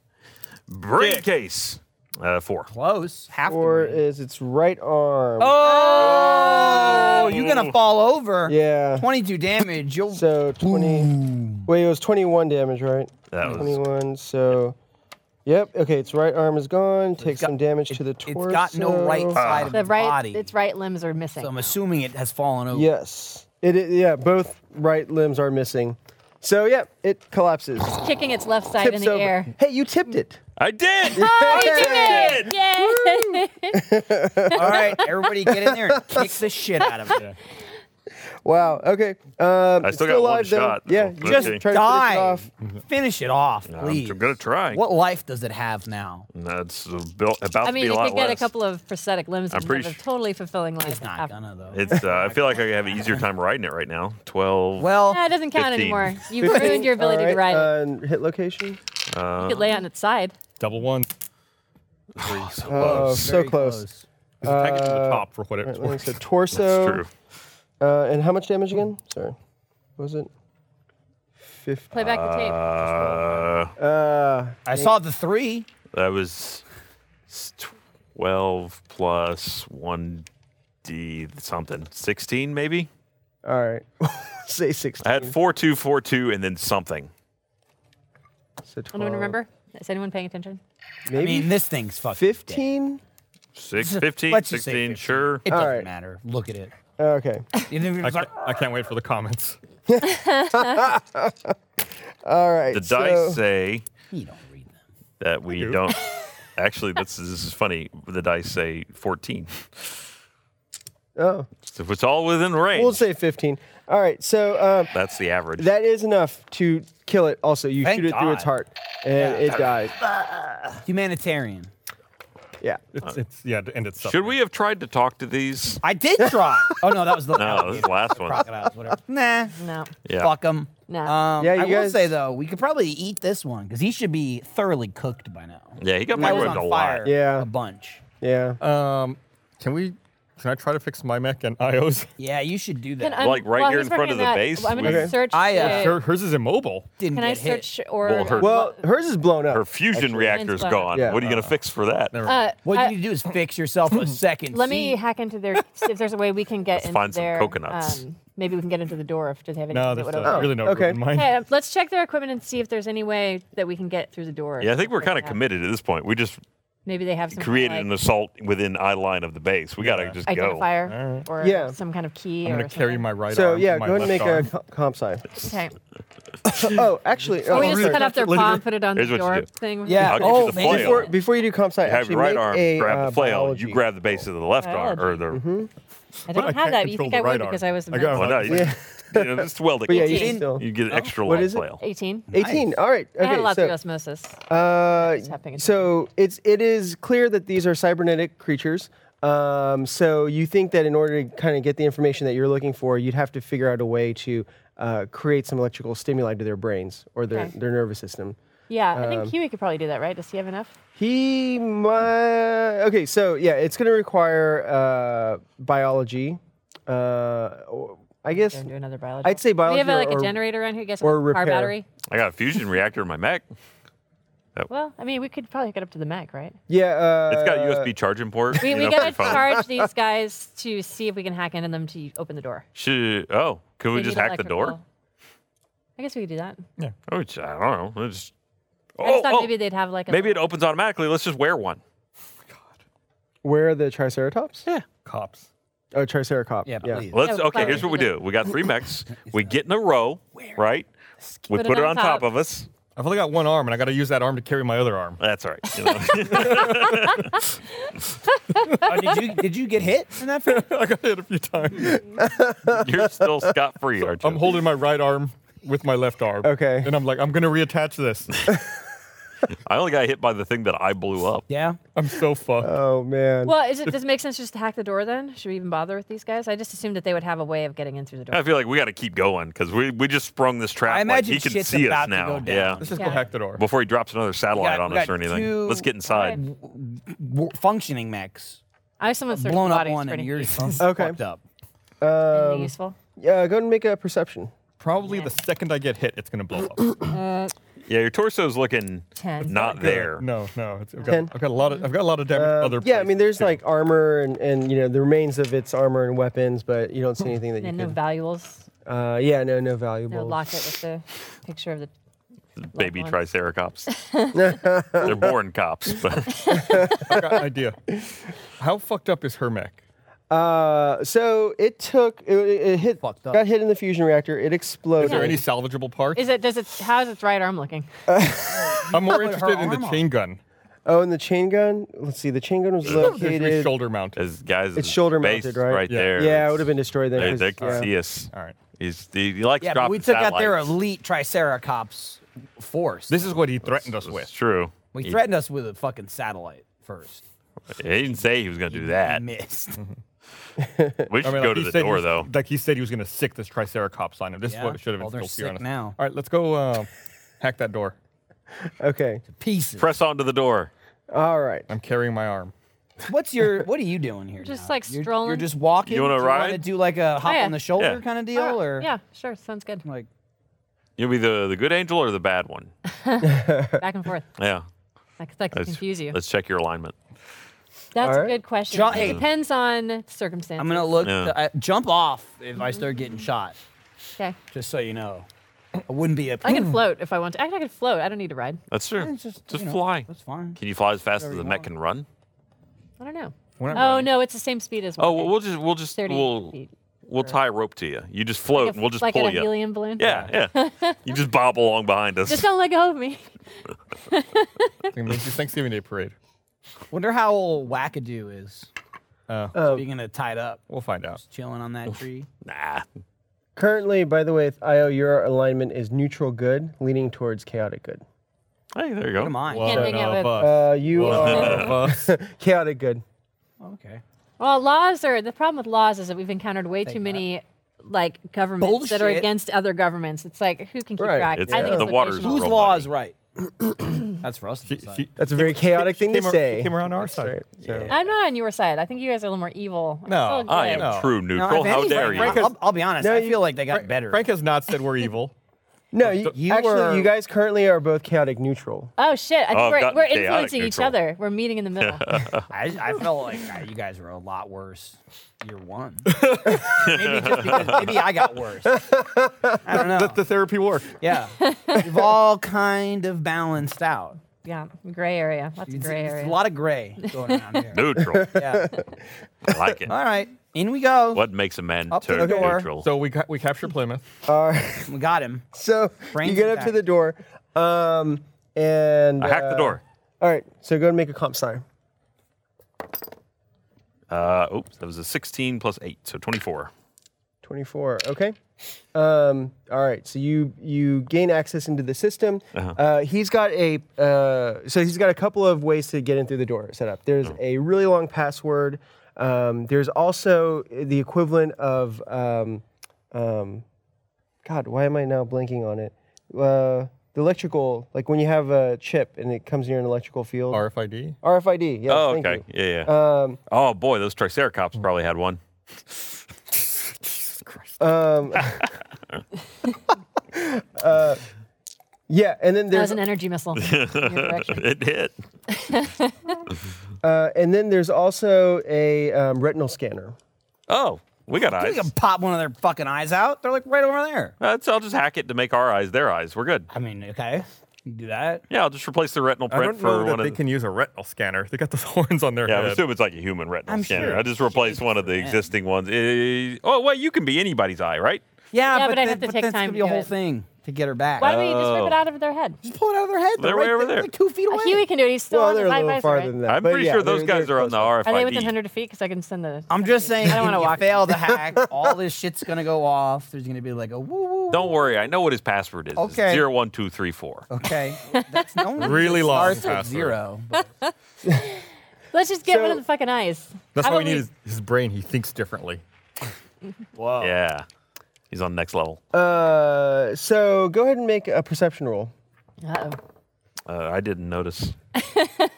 [SPEAKER 3] briefcase. Uh, four.
[SPEAKER 6] Close. Half the
[SPEAKER 5] Four
[SPEAKER 6] leg.
[SPEAKER 5] is its right arm.
[SPEAKER 6] Oh, you're gonna fall over.
[SPEAKER 5] Yeah.
[SPEAKER 6] 22 damage. You'll
[SPEAKER 5] So 20. Wait, it was 21 damage, right?
[SPEAKER 3] That was-
[SPEAKER 5] 21. So. Yep. Okay. Its right arm is gone. Takes
[SPEAKER 6] got-
[SPEAKER 5] some damage
[SPEAKER 6] it-
[SPEAKER 5] to the torso.
[SPEAKER 6] it's got no right side of
[SPEAKER 4] The
[SPEAKER 6] its
[SPEAKER 4] right,
[SPEAKER 6] body.
[SPEAKER 4] its right limbs are missing.
[SPEAKER 6] so I'm assuming it has fallen over.
[SPEAKER 5] Yes. It, it. Yeah. Both right limbs are missing. So yeah, it collapses.
[SPEAKER 4] Kicking its left side
[SPEAKER 5] Tips
[SPEAKER 4] in the
[SPEAKER 5] over.
[SPEAKER 4] air. Oh,
[SPEAKER 5] Hey, you tipped it.
[SPEAKER 3] I did!
[SPEAKER 4] Yay! Yay!
[SPEAKER 6] All right, everybody get in there and kick the shit out of it.
[SPEAKER 5] Wow. Okay. Um,
[SPEAKER 3] I
[SPEAKER 5] it's
[SPEAKER 3] still got one
[SPEAKER 5] alive, though.
[SPEAKER 3] shot,
[SPEAKER 5] Yeah.
[SPEAKER 3] though.
[SPEAKER 5] you
[SPEAKER 3] Just
[SPEAKER 5] can try to finish it
[SPEAKER 6] Die.
[SPEAKER 5] off.
[SPEAKER 6] Finish it off,
[SPEAKER 3] I'm,
[SPEAKER 6] please.
[SPEAKER 3] I'm going to try.
[SPEAKER 6] What life does it have now?
[SPEAKER 3] That's about, about
[SPEAKER 4] I
[SPEAKER 3] to
[SPEAKER 4] mean,
[SPEAKER 3] be
[SPEAKER 4] it
[SPEAKER 3] a lot
[SPEAKER 4] could get
[SPEAKER 3] less.
[SPEAKER 4] a couple of prosthetic limbs.
[SPEAKER 3] I'm
[SPEAKER 4] and
[SPEAKER 3] pretty
[SPEAKER 4] have a
[SPEAKER 3] su-
[SPEAKER 4] totally fulfilling life.
[SPEAKER 6] It's not
[SPEAKER 4] after-
[SPEAKER 6] gonna though.
[SPEAKER 3] It's, uh, I feel like I have an easier time riding it right now. 12.
[SPEAKER 6] well,
[SPEAKER 4] Nah, it doesn't count
[SPEAKER 3] 15.
[SPEAKER 4] anymore. You've ruined your ability to
[SPEAKER 5] Alright,
[SPEAKER 4] ride. it.
[SPEAKER 5] Uh, hit location.
[SPEAKER 4] you could lay on its side.
[SPEAKER 12] Double one.
[SPEAKER 3] oh, so
[SPEAKER 5] Oh,
[SPEAKER 3] close.
[SPEAKER 5] so
[SPEAKER 6] very
[SPEAKER 5] close.
[SPEAKER 12] Peg it to the top for what
[SPEAKER 5] All right,
[SPEAKER 12] it's
[SPEAKER 5] Uh, let me see.
[SPEAKER 12] worth.
[SPEAKER 5] torso.
[SPEAKER 3] That's true.
[SPEAKER 5] Uh, and how much damage again? Sorry. What was it? 50.
[SPEAKER 4] Play back the tape.
[SPEAKER 3] Uh,
[SPEAKER 5] Uh,
[SPEAKER 6] I saw the three.
[SPEAKER 3] That was s- 12 plus 1d something. 16 maybe?
[SPEAKER 5] all right. Say 16.
[SPEAKER 3] I had 4242 and then something.
[SPEAKER 5] So 12.
[SPEAKER 3] uh,
[SPEAKER 4] Anyone remember? Is anyone paying attention?
[SPEAKER 5] Maybe
[SPEAKER 6] I mean, this thing's fucking dead.
[SPEAKER 5] 15?
[SPEAKER 3] Six, 15,
[SPEAKER 6] Let's just say
[SPEAKER 3] 16,
[SPEAKER 6] 15.
[SPEAKER 3] sure.
[SPEAKER 6] It doesn't
[SPEAKER 5] Alright.
[SPEAKER 6] matter. Look at it.
[SPEAKER 5] Oh, Okay.
[SPEAKER 6] You didn't even-
[SPEAKER 12] I can't, I can't wait for the comments.
[SPEAKER 5] All right.
[SPEAKER 3] The
[SPEAKER 5] so-
[SPEAKER 3] dice say
[SPEAKER 6] you don't read them.
[SPEAKER 3] that we
[SPEAKER 12] do.
[SPEAKER 3] don't. Actually, this, is- this is funny. The dice say 14.
[SPEAKER 5] Oh,
[SPEAKER 3] So if it's all within range,
[SPEAKER 5] we'll say 15. All right. So um,
[SPEAKER 3] that's the average.
[SPEAKER 5] that is enough to kill it. Also, you
[SPEAKER 6] Thank
[SPEAKER 5] shoot it through its
[SPEAKER 6] God.
[SPEAKER 5] heart and it dies.
[SPEAKER 6] Humanitarian.
[SPEAKER 5] Yeah.
[SPEAKER 12] It's, it's yeah, and it's
[SPEAKER 3] Should we have tried to talk to these?
[SPEAKER 6] I did try. oh no, that was the
[SPEAKER 3] No, this is the last one.
[SPEAKER 6] crocodiles. Whatever. Nah.
[SPEAKER 4] No.
[SPEAKER 3] Yeah.
[SPEAKER 6] Fuck them.
[SPEAKER 4] No.
[SPEAKER 6] Um,
[SPEAKER 5] Yeah,
[SPEAKER 6] I
[SPEAKER 5] you
[SPEAKER 6] will
[SPEAKER 5] guys-
[SPEAKER 6] say though, we could probably eat this one because he should be thoroughly cooked by now.
[SPEAKER 3] Yeah, he got
[SPEAKER 6] That
[SPEAKER 3] my
[SPEAKER 6] was
[SPEAKER 3] ribbed a
[SPEAKER 6] on
[SPEAKER 3] lot.
[SPEAKER 6] fire.
[SPEAKER 5] Yeah.
[SPEAKER 6] A bunch.
[SPEAKER 5] Yeah.
[SPEAKER 12] Um, can we? Can I try to fix my mech and IO's?
[SPEAKER 6] Yeah, you should do that.
[SPEAKER 4] Can I-
[SPEAKER 3] Like, right
[SPEAKER 4] while
[SPEAKER 3] here
[SPEAKER 4] he's
[SPEAKER 3] in front
[SPEAKER 4] working
[SPEAKER 3] of the
[SPEAKER 4] on that,
[SPEAKER 3] base,
[SPEAKER 4] I'm
[SPEAKER 3] we-
[SPEAKER 4] gonna
[SPEAKER 3] Okay.
[SPEAKER 4] search.
[SPEAKER 6] I, uh,
[SPEAKER 4] the-
[SPEAKER 12] Her, hers is immobile.
[SPEAKER 6] Didn't
[SPEAKER 4] can
[SPEAKER 6] get
[SPEAKER 4] I
[SPEAKER 6] hit.
[SPEAKER 4] search or? uh,
[SPEAKER 3] Well, her-
[SPEAKER 5] Well, hers is blown up.
[SPEAKER 3] Her fusion
[SPEAKER 5] actually.
[SPEAKER 3] reactor's
[SPEAKER 4] Mine's
[SPEAKER 3] gone.
[SPEAKER 4] gone.
[SPEAKER 5] Yeah.
[SPEAKER 3] What are you going to fix for that?
[SPEAKER 12] Never
[SPEAKER 4] Uh,
[SPEAKER 6] What
[SPEAKER 4] I-
[SPEAKER 6] you need to do is fix yourself a second.
[SPEAKER 4] Let me
[SPEAKER 6] seat.
[SPEAKER 4] hack into their. see if there's a way we can get
[SPEAKER 3] Let's
[SPEAKER 4] into
[SPEAKER 3] find some
[SPEAKER 4] their.
[SPEAKER 3] coconuts.
[SPEAKER 4] Um, maybe we can get into the door if they have anything
[SPEAKER 12] No,
[SPEAKER 4] that
[SPEAKER 12] there's
[SPEAKER 4] would
[SPEAKER 12] uh,
[SPEAKER 4] open.
[SPEAKER 12] really no
[SPEAKER 5] Okay.
[SPEAKER 12] room in mine.
[SPEAKER 4] Hey, um, let's check their equipment and see if there's any way that we can get through the door.
[SPEAKER 3] Yeah, I think we're
[SPEAKER 4] Like
[SPEAKER 3] kind of
[SPEAKER 4] that.
[SPEAKER 3] committed at this point. We just
[SPEAKER 4] Maybe they have some
[SPEAKER 3] created
[SPEAKER 4] kind
[SPEAKER 3] an
[SPEAKER 4] of,
[SPEAKER 3] assault within eye line of the base. We got to just
[SPEAKER 4] like,
[SPEAKER 3] go.
[SPEAKER 4] identifier or
[SPEAKER 5] Yeah.
[SPEAKER 4] some kind of key.
[SPEAKER 12] I'm
[SPEAKER 4] or
[SPEAKER 12] gonna carry
[SPEAKER 4] something.
[SPEAKER 12] my right
[SPEAKER 5] So
[SPEAKER 12] arm.
[SPEAKER 5] yeah,
[SPEAKER 12] to my
[SPEAKER 5] go ahead and make
[SPEAKER 12] left
[SPEAKER 5] a
[SPEAKER 12] arm.
[SPEAKER 5] co- comp sign.
[SPEAKER 4] Okay.
[SPEAKER 5] oh, actually,
[SPEAKER 4] Can
[SPEAKER 5] oh,
[SPEAKER 4] we just
[SPEAKER 5] sorry.
[SPEAKER 4] cut off their
[SPEAKER 12] Later.
[SPEAKER 4] paw and put it on
[SPEAKER 3] Here's
[SPEAKER 4] the
[SPEAKER 3] what you
[SPEAKER 4] door
[SPEAKER 3] do.
[SPEAKER 4] thing?
[SPEAKER 6] Yeah.
[SPEAKER 3] I'll get
[SPEAKER 6] Oh,
[SPEAKER 3] you the
[SPEAKER 6] man.
[SPEAKER 3] flail.
[SPEAKER 5] before, before you do comp sign,
[SPEAKER 3] You have
[SPEAKER 5] actually
[SPEAKER 3] your right
[SPEAKER 5] make
[SPEAKER 3] arm,
[SPEAKER 5] a
[SPEAKER 3] grab
[SPEAKER 5] uh,
[SPEAKER 3] the flail.
[SPEAKER 5] biology.
[SPEAKER 3] You grab the base of the left arm or the.
[SPEAKER 4] Mm-hmm. I
[SPEAKER 12] But
[SPEAKER 4] don't have
[SPEAKER 12] can't
[SPEAKER 4] that.
[SPEAKER 12] control
[SPEAKER 4] You think
[SPEAKER 12] the
[SPEAKER 4] I would
[SPEAKER 12] right arm.
[SPEAKER 4] because I was the
[SPEAKER 12] I got
[SPEAKER 3] Well, no, you, you know, just weld it.
[SPEAKER 5] But yeah, you
[SPEAKER 4] Eighteen.
[SPEAKER 5] can still.
[SPEAKER 3] you get
[SPEAKER 4] Oh.
[SPEAKER 3] an extra
[SPEAKER 5] What
[SPEAKER 3] long
[SPEAKER 5] is it?
[SPEAKER 3] flail.
[SPEAKER 4] 18.
[SPEAKER 5] 18. All right. Okay.
[SPEAKER 4] I had a lot
[SPEAKER 5] so,
[SPEAKER 4] through osmosis.
[SPEAKER 5] Uh,
[SPEAKER 4] Just happening.
[SPEAKER 5] so it's it is clear that these are cybernetic creatures. Um, so you think that in order to kind of get the information that you're looking for, you'd have to figure out a way to uh, create some electrical stimuli to their brains or their,
[SPEAKER 4] Okay.
[SPEAKER 5] their nervous system.
[SPEAKER 4] Yeah, I
[SPEAKER 5] Um,
[SPEAKER 4] think Huey could probably do that, right? Does he have enough?
[SPEAKER 5] He might. Okay, so yeah, it's going to require uh, biology. Uh, or- I guess
[SPEAKER 4] Do another biology.
[SPEAKER 5] I'd say
[SPEAKER 4] Do we
[SPEAKER 5] biology
[SPEAKER 4] have a, like
[SPEAKER 5] or-
[SPEAKER 4] a generator around here? Guess
[SPEAKER 5] or
[SPEAKER 4] what? Car
[SPEAKER 5] repair.
[SPEAKER 4] battery.
[SPEAKER 3] I got a fusion reactor in my Mac.
[SPEAKER 4] Well, I mean, we could probably get up to the Mac, right?
[SPEAKER 5] yeah. Uh,
[SPEAKER 3] It's got USB charging port.
[SPEAKER 4] We,
[SPEAKER 3] you
[SPEAKER 4] we
[SPEAKER 3] know,
[SPEAKER 4] gotta
[SPEAKER 3] for your phone.
[SPEAKER 4] charge these guys to see if we can hack into them to open the door.
[SPEAKER 3] Should, oh, could we
[SPEAKER 4] They
[SPEAKER 3] just
[SPEAKER 4] need
[SPEAKER 3] hack the door?
[SPEAKER 4] electrical- I guess we could do that.
[SPEAKER 3] Oh, it's- I don't know. Let's just,
[SPEAKER 4] I
[SPEAKER 3] oh,
[SPEAKER 4] just thought
[SPEAKER 3] oh,
[SPEAKER 4] maybe they'd have like a
[SPEAKER 3] maybe it opens automatically. Let's just wear one.
[SPEAKER 5] Where are the Triceratops? Yeah.
[SPEAKER 12] Cops.
[SPEAKER 5] Oh, Triceratops.
[SPEAKER 6] Yeah, Oh, please.
[SPEAKER 3] Let's
[SPEAKER 4] Yeah,
[SPEAKER 3] okay. Here's what we
[SPEAKER 4] probably.
[SPEAKER 3] do. We got three mechs. We get in a row, right? We
[SPEAKER 4] Put
[SPEAKER 3] put,
[SPEAKER 4] it
[SPEAKER 3] it
[SPEAKER 4] on
[SPEAKER 3] on top.
[SPEAKER 4] top.
[SPEAKER 3] of us.
[SPEAKER 12] I've only got one arm, and I got to use that arm to carry my other arm.
[SPEAKER 3] That's all right. you know.
[SPEAKER 6] Oh, did you did you get hit in that? fight?
[SPEAKER 12] I got hit a few times.
[SPEAKER 3] You're still scot free, aren't you?
[SPEAKER 12] I'm holding my right arm with my left arm.
[SPEAKER 5] Okay.
[SPEAKER 12] And I'm like, I'm gonna reattach this.
[SPEAKER 3] I only got hit by the thing that I blew up.
[SPEAKER 6] Yeah.
[SPEAKER 12] I'm so fucked.
[SPEAKER 5] Oh man.
[SPEAKER 4] Well, is it, does it make sense just to hack the door then? Should we even bother with these guys? I just assumed that they would have a way of getting in through the door.
[SPEAKER 3] I feel like we got to keep going because we, we just sprung this trap.
[SPEAKER 6] I
[SPEAKER 3] like,
[SPEAKER 6] imagine
[SPEAKER 3] he can
[SPEAKER 6] shit's
[SPEAKER 3] see
[SPEAKER 6] about
[SPEAKER 3] us
[SPEAKER 6] to
[SPEAKER 3] now.
[SPEAKER 6] go down.
[SPEAKER 12] Let's
[SPEAKER 3] Yeah.
[SPEAKER 12] just
[SPEAKER 4] Yeah.
[SPEAKER 12] go hack the door.
[SPEAKER 3] Before he drops another satellite
[SPEAKER 6] We got-
[SPEAKER 3] on
[SPEAKER 6] we
[SPEAKER 3] us
[SPEAKER 6] got
[SPEAKER 3] or anything.
[SPEAKER 6] two-
[SPEAKER 3] Let's get inside.
[SPEAKER 6] W- functioning mechs.
[SPEAKER 4] I assume it's
[SPEAKER 6] Blown up one, and yours is
[SPEAKER 5] Okay.
[SPEAKER 6] fucked up.
[SPEAKER 4] Anything useful.
[SPEAKER 5] Yeah, go ahead and make a perception.
[SPEAKER 12] Probably Um, the second I get hit, it's gonna blow up.
[SPEAKER 3] Yeah, your torso's looking
[SPEAKER 4] Ten.
[SPEAKER 3] not there.
[SPEAKER 12] No, no. It's, I've, got,
[SPEAKER 5] Ten.
[SPEAKER 12] I've got a lot of I've got a lot of damage.
[SPEAKER 5] Uh,
[SPEAKER 12] other
[SPEAKER 5] yeah, I mean,
[SPEAKER 12] places,
[SPEAKER 5] there's
[SPEAKER 12] too.
[SPEAKER 5] like armor and, and you know the remains of its armor and weapons, but you don't see anything that you
[SPEAKER 4] And Hmm. no
[SPEAKER 5] could.
[SPEAKER 4] valuables.
[SPEAKER 5] uh, yeah, no, no
[SPEAKER 4] No
[SPEAKER 5] valuable.
[SPEAKER 4] locket with the picture of the.
[SPEAKER 3] Baby
[SPEAKER 4] one.
[SPEAKER 3] triceratops. They're born cops, but
[SPEAKER 12] I got an idea. How fucked up is her mech?
[SPEAKER 5] Uh, so it took it, it it hit
[SPEAKER 6] Fucked up.
[SPEAKER 5] got hit in the fusion reactor. It exploded.
[SPEAKER 12] Is there any salvageable parts?
[SPEAKER 4] Is it? Does it? How's its right arm looking?
[SPEAKER 12] I'm more
[SPEAKER 6] Put her
[SPEAKER 12] interested in the
[SPEAKER 6] arm on.
[SPEAKER 12] chain gun.
[SPEAKER 5] oh, and the chain gun. Let's see. The chain gun was
[SPEAKER 12] There's three
[SPEAKER 5] located.
[SPEAKER 12] shoulder mounted.
[SPEAKER 3] as guys,
[SPEAKER 5] It's shoulder
[SPEAKER 3] base
[SPEAKER 5] mounted, right?
[SPEAKER 3] Right
[SPEAKER 12] Yeah.
[SPEAKER 3] there.
[SPEAKER 5] Yeah, it
[SPEAKER 3] It's-
[SPEAKER 5] would have been destroyed there.
[SPEAKER 3] They,
[SPEAKER 5] 'cause-
[SPEAKER 3] they can
[SPEAKER 5] yeah.
[SPEAKER 3] see us.
[SPEAKER 12] All right.
[SPEAKER 3] He's, he, he likes
[SPEAKER 6] Yeah, but
[SPEAKER 3] dropping
[SPEAKER 6] we took out their
[SPEAKER 3] satellites.
[SPEAKER 6] elite Triceratops force.
[SPEAKER 12] This is what he threatened us
[SPEAKER 3] That's
[SPEAKER 12] with.
[SPEAKER 3] true.
[SPEAKER 6] we
[SPEAKER 3] He-
[SPEAKER 6] threatened us with a fucking satellite first.
[SPEAKER 3] He didn't say he was going to
[SPEAKER 6] Mm-hmm.
[SPEAKER 3] do that.
[SPEAKER 6] Missed.
[SPEAKER 3] We should go
[SPEAKER 12] like,
[SPEAKER 3] to
[SPEAKER 12] he
[SPEAKER 3] the
[SPEAKER 12] said he
[SPEAKER 3] door,
[SPEAKER 12] was-
[SPEAKER 3] though.
[SPEAKER 12] Like he said, he was going to sick this Triceratops on him. This is
[SPEAKER 6] Yeah.
[SPEAKER 12] what should have
[SPEAKER 6] Well,
[SPEAKER 12] been
[SPEAKER 6] they're
[SPEAKER 12] supposed to be
[SPEAKER 6] sick
[SPEAKER 12] honest.
[SPEAKER 6] now.
[SPEAKER 12] All right, let's go uh, hack that door.
[SPEAKER 5] Okay.
[SPEAKER 6] Pieces.
[SPEAKER 3] Press onto the door.
[SPEAKER 5] All right.
[SPEAKER 12] I'm carrying my arm.
[SPEAKER 6] What's your? What are you doing here?
[SPEAKER 4] Just,
[SPEAKER 6] now?
[SPEAKER 4] like,
[SPEAKER 6] You're- You're,
[SPEAKER 4] strolling. Oh,
[SPEAKER 6] just walking.
[SPEAKER 3] You wanna
[SPEAKER 6] Do
[SPEAKER 3] ride?
[SPEAKER 6] do like a hop
[SPEAKER 4] yeah.
[SPEAKER 6] on the shoulder
[SPEAKER 3] Yeah.
[SPEAKER 6] kind of deal,
[SPEAKER 4] Alright,
[SPEAKER 6] or
[SPEAKER 4] Ah, yeah, sure, sounds good.
[SPEAKER 6] like
[SPEAKER 3] You'll be the, the good angel or the bad one.
[SPEAKER 4] Back and forth.
[SPEAKER 3] Yeah.
[SPEAKER 4] Like, that could
[SPEAKER 3] Let's-
[SPEAKER 4] confuse you.
[SPEAKER 3] Let's check your alignment.
[SPEAKER 4] That's
[SPEAKER 5] Alright.
[SPEAKER 4] a good question.
[SPEAKER 6] John-
[SPEAKER 4] it
[SPEAKER 6] hey.
[SPEAKER 4] depends on circumstances.
[SPEAKER 6] I'm gonna look.
[SPEAKER 3] Yeah.
[SPEAKER 6] I- jump off if I start getting shot.
[SPEAKER 4] Okay.
[SPEAKER 6] Just so you know, I wouldn't be a.
[SPEAKER 4] I
[SPEAKER 12] Hmm.
[SPEAKER 4] can float if I want to. Actually, I can float. I don't need to ride.
[SPEAKER 3] That's true.
[SPEAKER 6] It's
[SPEAKER 3] Just,
[SPEAKER 6] just, you know,
[SPEAKER 3] fly.
[SPEAKER 6] That's fine.
[SPEAKER 3] Can you fly as fast as
[SPEAKER 6] Whatever
[SPEAKER 3] the
[SPEAKER 6] you
[SPEAKER 3] mech
[SPEAKER 6] want.
[SPEAKER 3] can run?
[SPEAKER 4] I don't know. Oh
[SPEAKER 12] We're not running.
[SPEAKER 4] no, it's the same speed as.
[SPEAKER 3] Oh,
[SPEAKER 4] mine.
[SPEAKER 3] well, we'll just we'll just
[SPEAKER 4] 30
[SPEAKER 3] we'll
[SPEAKER 4] feet.
[SPEAKER 3] we'll tie a rope to you. You just
[SPEAKER 4] Like
[SPEAKER 3] float,
[SPEAKER 4] a-
[SPEAKER 3] and we'll just
[SPEAKER 4] like
[SPEAKER 3] pull
[SPEAKER 4] in a
[SPEAKER 3] you.
[SPEAKER 4] helium balloon.
[SPEAKER 3] Yeah, yeah. you just bob along behind us.
[SPEAKER 4] Just don't let go of me.
[SPEAKER 12] It's gonna make your Thanksgiving Day parade.
[SPEAKER 6] Wonder how old Wackadoo is.
[SPEAKER 12] Uh,
[SPEAKER 6] You're
[SPEAKER 5] Oh.
[SPEAKER 6] gonna tie it up,
[SPEAKER 12] we'll find out.
[SPEAKER 6] chilling on that tree.
[SPEAKER 3] nah.
[SPEAKER 5] Currently, by the way, with Io, your alignment is neutral good, leaning towards chaotic good.
[SPEAKER 3] Hey, there you go.
[SPEAKER 6] Come on.
[SPEAKER 3] Can't hang out with-
[SPEAKER 5] Uh, you
[SPEAKER 3] One of
[SPEAKER 5] are
[SPEAKER 3] us.
[SPEAKER 5] chaotic good.
[SPEAKER 6] Oh,
[SPEAKER 11] Okay.
[SPEAKER 4] Well, laws are the problem with laws is that we've encountered way too many like governments that are
[SPEAKER 6] Bullshit.
[SPEAKER 4] against other governments. It's like who can keep
[SPEAKER 5] Right.
[SPEAKER 4] track?
[SPEAKER 3] It's
[SPEAKER 4] I think
[SPEAKER 3] the
[SPEAKER 4] it's
[SPEAKER 3] waters
[SPEAKER 4] locational.
[SPEAKER 3] Whose
[SPEAKER 6] Whose
[SPEAKER 3] Roll
[SPEAKER 6] law is right? That's for us to decide.
[SPEAKER 5] That's a very chaotic thing to
[SPEAKER 12] came ar-
[SPEAKER 5] say.
[SPEAKER 12] came around our side.
[SPEAKER 4] I'm not on your side. I think you guys are a little more evil. I
[SPEAKER 12] No,
[SPEAKER 4] feel
[SPEAKER 3] I am
[SPEAKER 4] good.
[SPEAKER 3] true
[SPEAKER 6] No,
[SPEAKER 3] neutral.
[SPEAKER 6] if
[SPEAKER 3] How
[SPEAKER 6] anything,
[SPEAKER 3] dare you?
[SPEAKER 6] Frank- I'll, I'll be honest.
[SPEAKER 5] No,
[SPEAKER 6] I
[SPEAKER 5] you-
[SPEAKER 6] feel like they got
[SPEAKER 12] Frank,
[SPEAKER 6] better.
[SPEAKER 12] Frank has not said we're evil.
[SPEAKER 5] No, you,
[SPEAKER 6] You
[SPEAKER 5] actually,
[SPEAKER 6] were-
[SPEAKER 5] you guys currently are both chaotic neutral.
[SPEAKER 4] Oh shit! I think
[SPEAKER 3] Oh, I've
[SPEAKER 4] we're,
[SPEAKER 3] gotten
[SPEAKER 4] we're
[SPEAKER 3] chaotic
[SPEAKER 4] influencing each
[SPEAKER 3] neutral.
[SPEAKER 4] other. We're meeting in the middle.
[SPEAKER 6] I, I felt like uh, you guys were a lot worse. Year one. maybe just because maybe I got worse. I don't know.
[SPEAKER 12] Let the therapy work.
[SPEAKER 6] Yeah, you've all kind of balanced out.
[SPEAKER 4] yeah, gray area. Lots of
[SPEAKER 6] It's,
[SPEAKER 4] gray
[SPEAKER 6] it's
[SPEAKER 4] area.
[SPEAKER 6] a lot of gray going around here.
[SPEAKER 3] Neutral.
[SPEAKER 6] Yeah.
[SPEAKER 3] I like it.
[SPEAKER 6] All right, in we go.
[SPEAKER 3] What makes a man
[SPEAKER 6] Up to
[SPEAKER 3] turn
[SPEAKER 6] the door.
[SPEAKER 3] neutral?
[SPEAKER 12] So we ca- we capture Plymouth.
[SPEAKER 5] All right.
[SPEAKER 6] We got him.
[SPEAKER 5] So
[SPEAKER 6] Brains
[SPEAKER 5] you get up to
[SPEAKER 6] intact.
[SPEAKER 5] the door, um, and
[SPEAKER 3] I hacked the
[SPEAKER 5] uh,
[SPEAKER 3] door.
[SPEAKER 5] All right. So go and make a comp sign.
[SPEAKER 3] Uh, oops, that was a 16 plus 8, so 24.
[SPEAKER 5] 24 okay um, all right so you you gain access into the system
[SPEAKER 3] Uh-huh.
[SPEAKER 5] uh he's got a uh, so he's got a couple of ways to get in through the door set up there's
[SPEAKER 3] Oh.
[SPEAKER 5] a really long password um, there's also the equivalent of um, um, god why am i now blinking on it uh, the electrical like when you have a chip and it comes near an electrical field
[SPEAKER 12] RFID.
[SPEAKER 5] rfid yeah
[SPEAKER 3] Oh,
[SPEAKER 5] thank
[SPEAKER 3] okay.
[SPEAKER 5] you.
[SPEAKER 3] Yeah, yeah.
[SPEAKER 6] Um,
[SPEAKER 3] oh, boy, those Triceratops probably had one.
[SPEAKER 5] Um, uh, yeah, and then
[SPEAKER 4] that
[SPEAKER 5] there's
[SPEAKER 4] was an energy missile. in your direction.
[SPEAKER 3] it did.
[SPEAKER 5] uh, and then there's also a um, retinal scanner.
[SPEAKER 3] Oh, we got
[SPEAKER 6] You
[SPEAKER 3] eyes.
[SPEAKER 6] can pop one of their fucking eyes out. They're like right over there.
[SPEAKER 3] That's, Uh, I'll just hack it to make our eyes their eyes. We're good.
[SPEAKER 6] I mean, okay, you can do that.
[SPEAKER 3] Yeah, I'll just replace the retinal
[SPEAKER 12] I
[SPEAKER 3] print
[SPEAKER 12] don't
[SPEAKER 3] for
[SPEAKER 12] know
[SPEAKER 3] one
[SPEAKER 12] that
[SPEAKER 3] of
[SPEAKER 12] they
[SPEAKER 3] the.
[SPEAKER 12] can use a retinal scanner. They got those horns on their
[SPEAKER 3] yeah, I
[SPEAKER 12] head.
[SPEAKER 3] assume it's like a human retinal
[SPEAKER 6] I'm
[SPEAKER 3] scanner.
[SPEAKER 6] sure
[SPEAKER 3] I just replaced one of the existing ones. Eh, oh, wait, you can be anybody's eye, right?
[SPEAKER 6] Yeah,
[SPEAKER 4] Yeah,
[SPEAKER 6] but,
[SPEAKER 4] but I'd have to
[SPEAKER 6] but
[SPEAKER 4] take
[SPEAKER 6] that's
[SPEAKER 4] time
[SPEAKER 6] gonna
[SPEAKER 4] to
[SPEAKER 6] be a
[SPEAKER 4] do
[SPEAKER 6] whole
[SPEAKER 4] it.
[SPEAKER 6] thing to get her back.
[SPEAKER 4] Why don't you just rip
[SPEAKER 3] Oh.
[SPEAKER 4] it out of their head?
[SPEAKER 6] Just pull it out of their head.
[SPEAKER 3] They're
[SPEAKER 6] They're
[SPEAKER 3] way
[SPEAKER 6] right
[SPEAKER 3] over
[SPEAKER 6] there.
[SPEAKER 3] there.
[SPEAKER 6] Like two feet away.
[SPEAKER 4] Uh, Huey can do it. He's still
[SPEAKER 5] Well,
[SPEAKER 4] on
[SPEAKER 5] they're
[SPEAKER 4] the
[SPEAKER 5] a
[SPEAKER 4] high
[SPEAKER 5] little
[SPEAKER 4] visor,
[SPEAKER 5] farther
[SPEAKER 4] right?
[SPEAKER 5] than that.
[SPEAKER 3] I'm
[SPEAKER 5] but
[SPEAKER 3] pretty
[SPEAKER 5] yeah,
[SPEAKER 3] sure those
[SPEAKER 5] they're-
[SPEAKER 3] guys
[SPEAKER 5] they're
[SPEAKER 3] are on the
[SPEAKER 5] close.
[SPEAKER 3] RFID.
[SPEAKER 4] Are they within 100 feet? Because I can send the.
[SPEAKER 6] I'm just saying,
[SPEAKER 4] I don't
[SPEAKER 6] if
[SPEAKER 4] wanna
[SPEAKER 6] you
[SPEAKER 4] walk.
[SPEAKER 6] fail the hack, all this shit's gonna go off. There's gonna be like a woo woo.
[SPEAKER 3] Don't worry, I know what his password is.
[SPEAKER 6] Okay.
[SPEAKER 3] Zero one two three four.
[SPEAKER 6] Okay, that's no one
[SPEAKER 12] Really long
[SPEAKER 6] starts with
[SPEAKER 12] password.
[SPEAKER 6] zero. but-
[SPEAKER 4] Let's just get rid of
[SPEAKER 5] So-
[SPEAKER 4] the fucking eyes.
[SPEAKER 12] That's
[SPEAKER 4] How
[SPEAKER 12] why we
[SPEAKER 4] about
[SPEAKER 12] need his, his brain. He thinks differently. Oh.
[SPEAKER 15] Wow.
[SPEAKER 3] Yeah, he's on next level.
[SPEAKER 5] Uh, so go ahead and make a perception roll.
[SPEAKER 4] Uh-oh.
[SPEAKER 3] Uh, I didn't notice.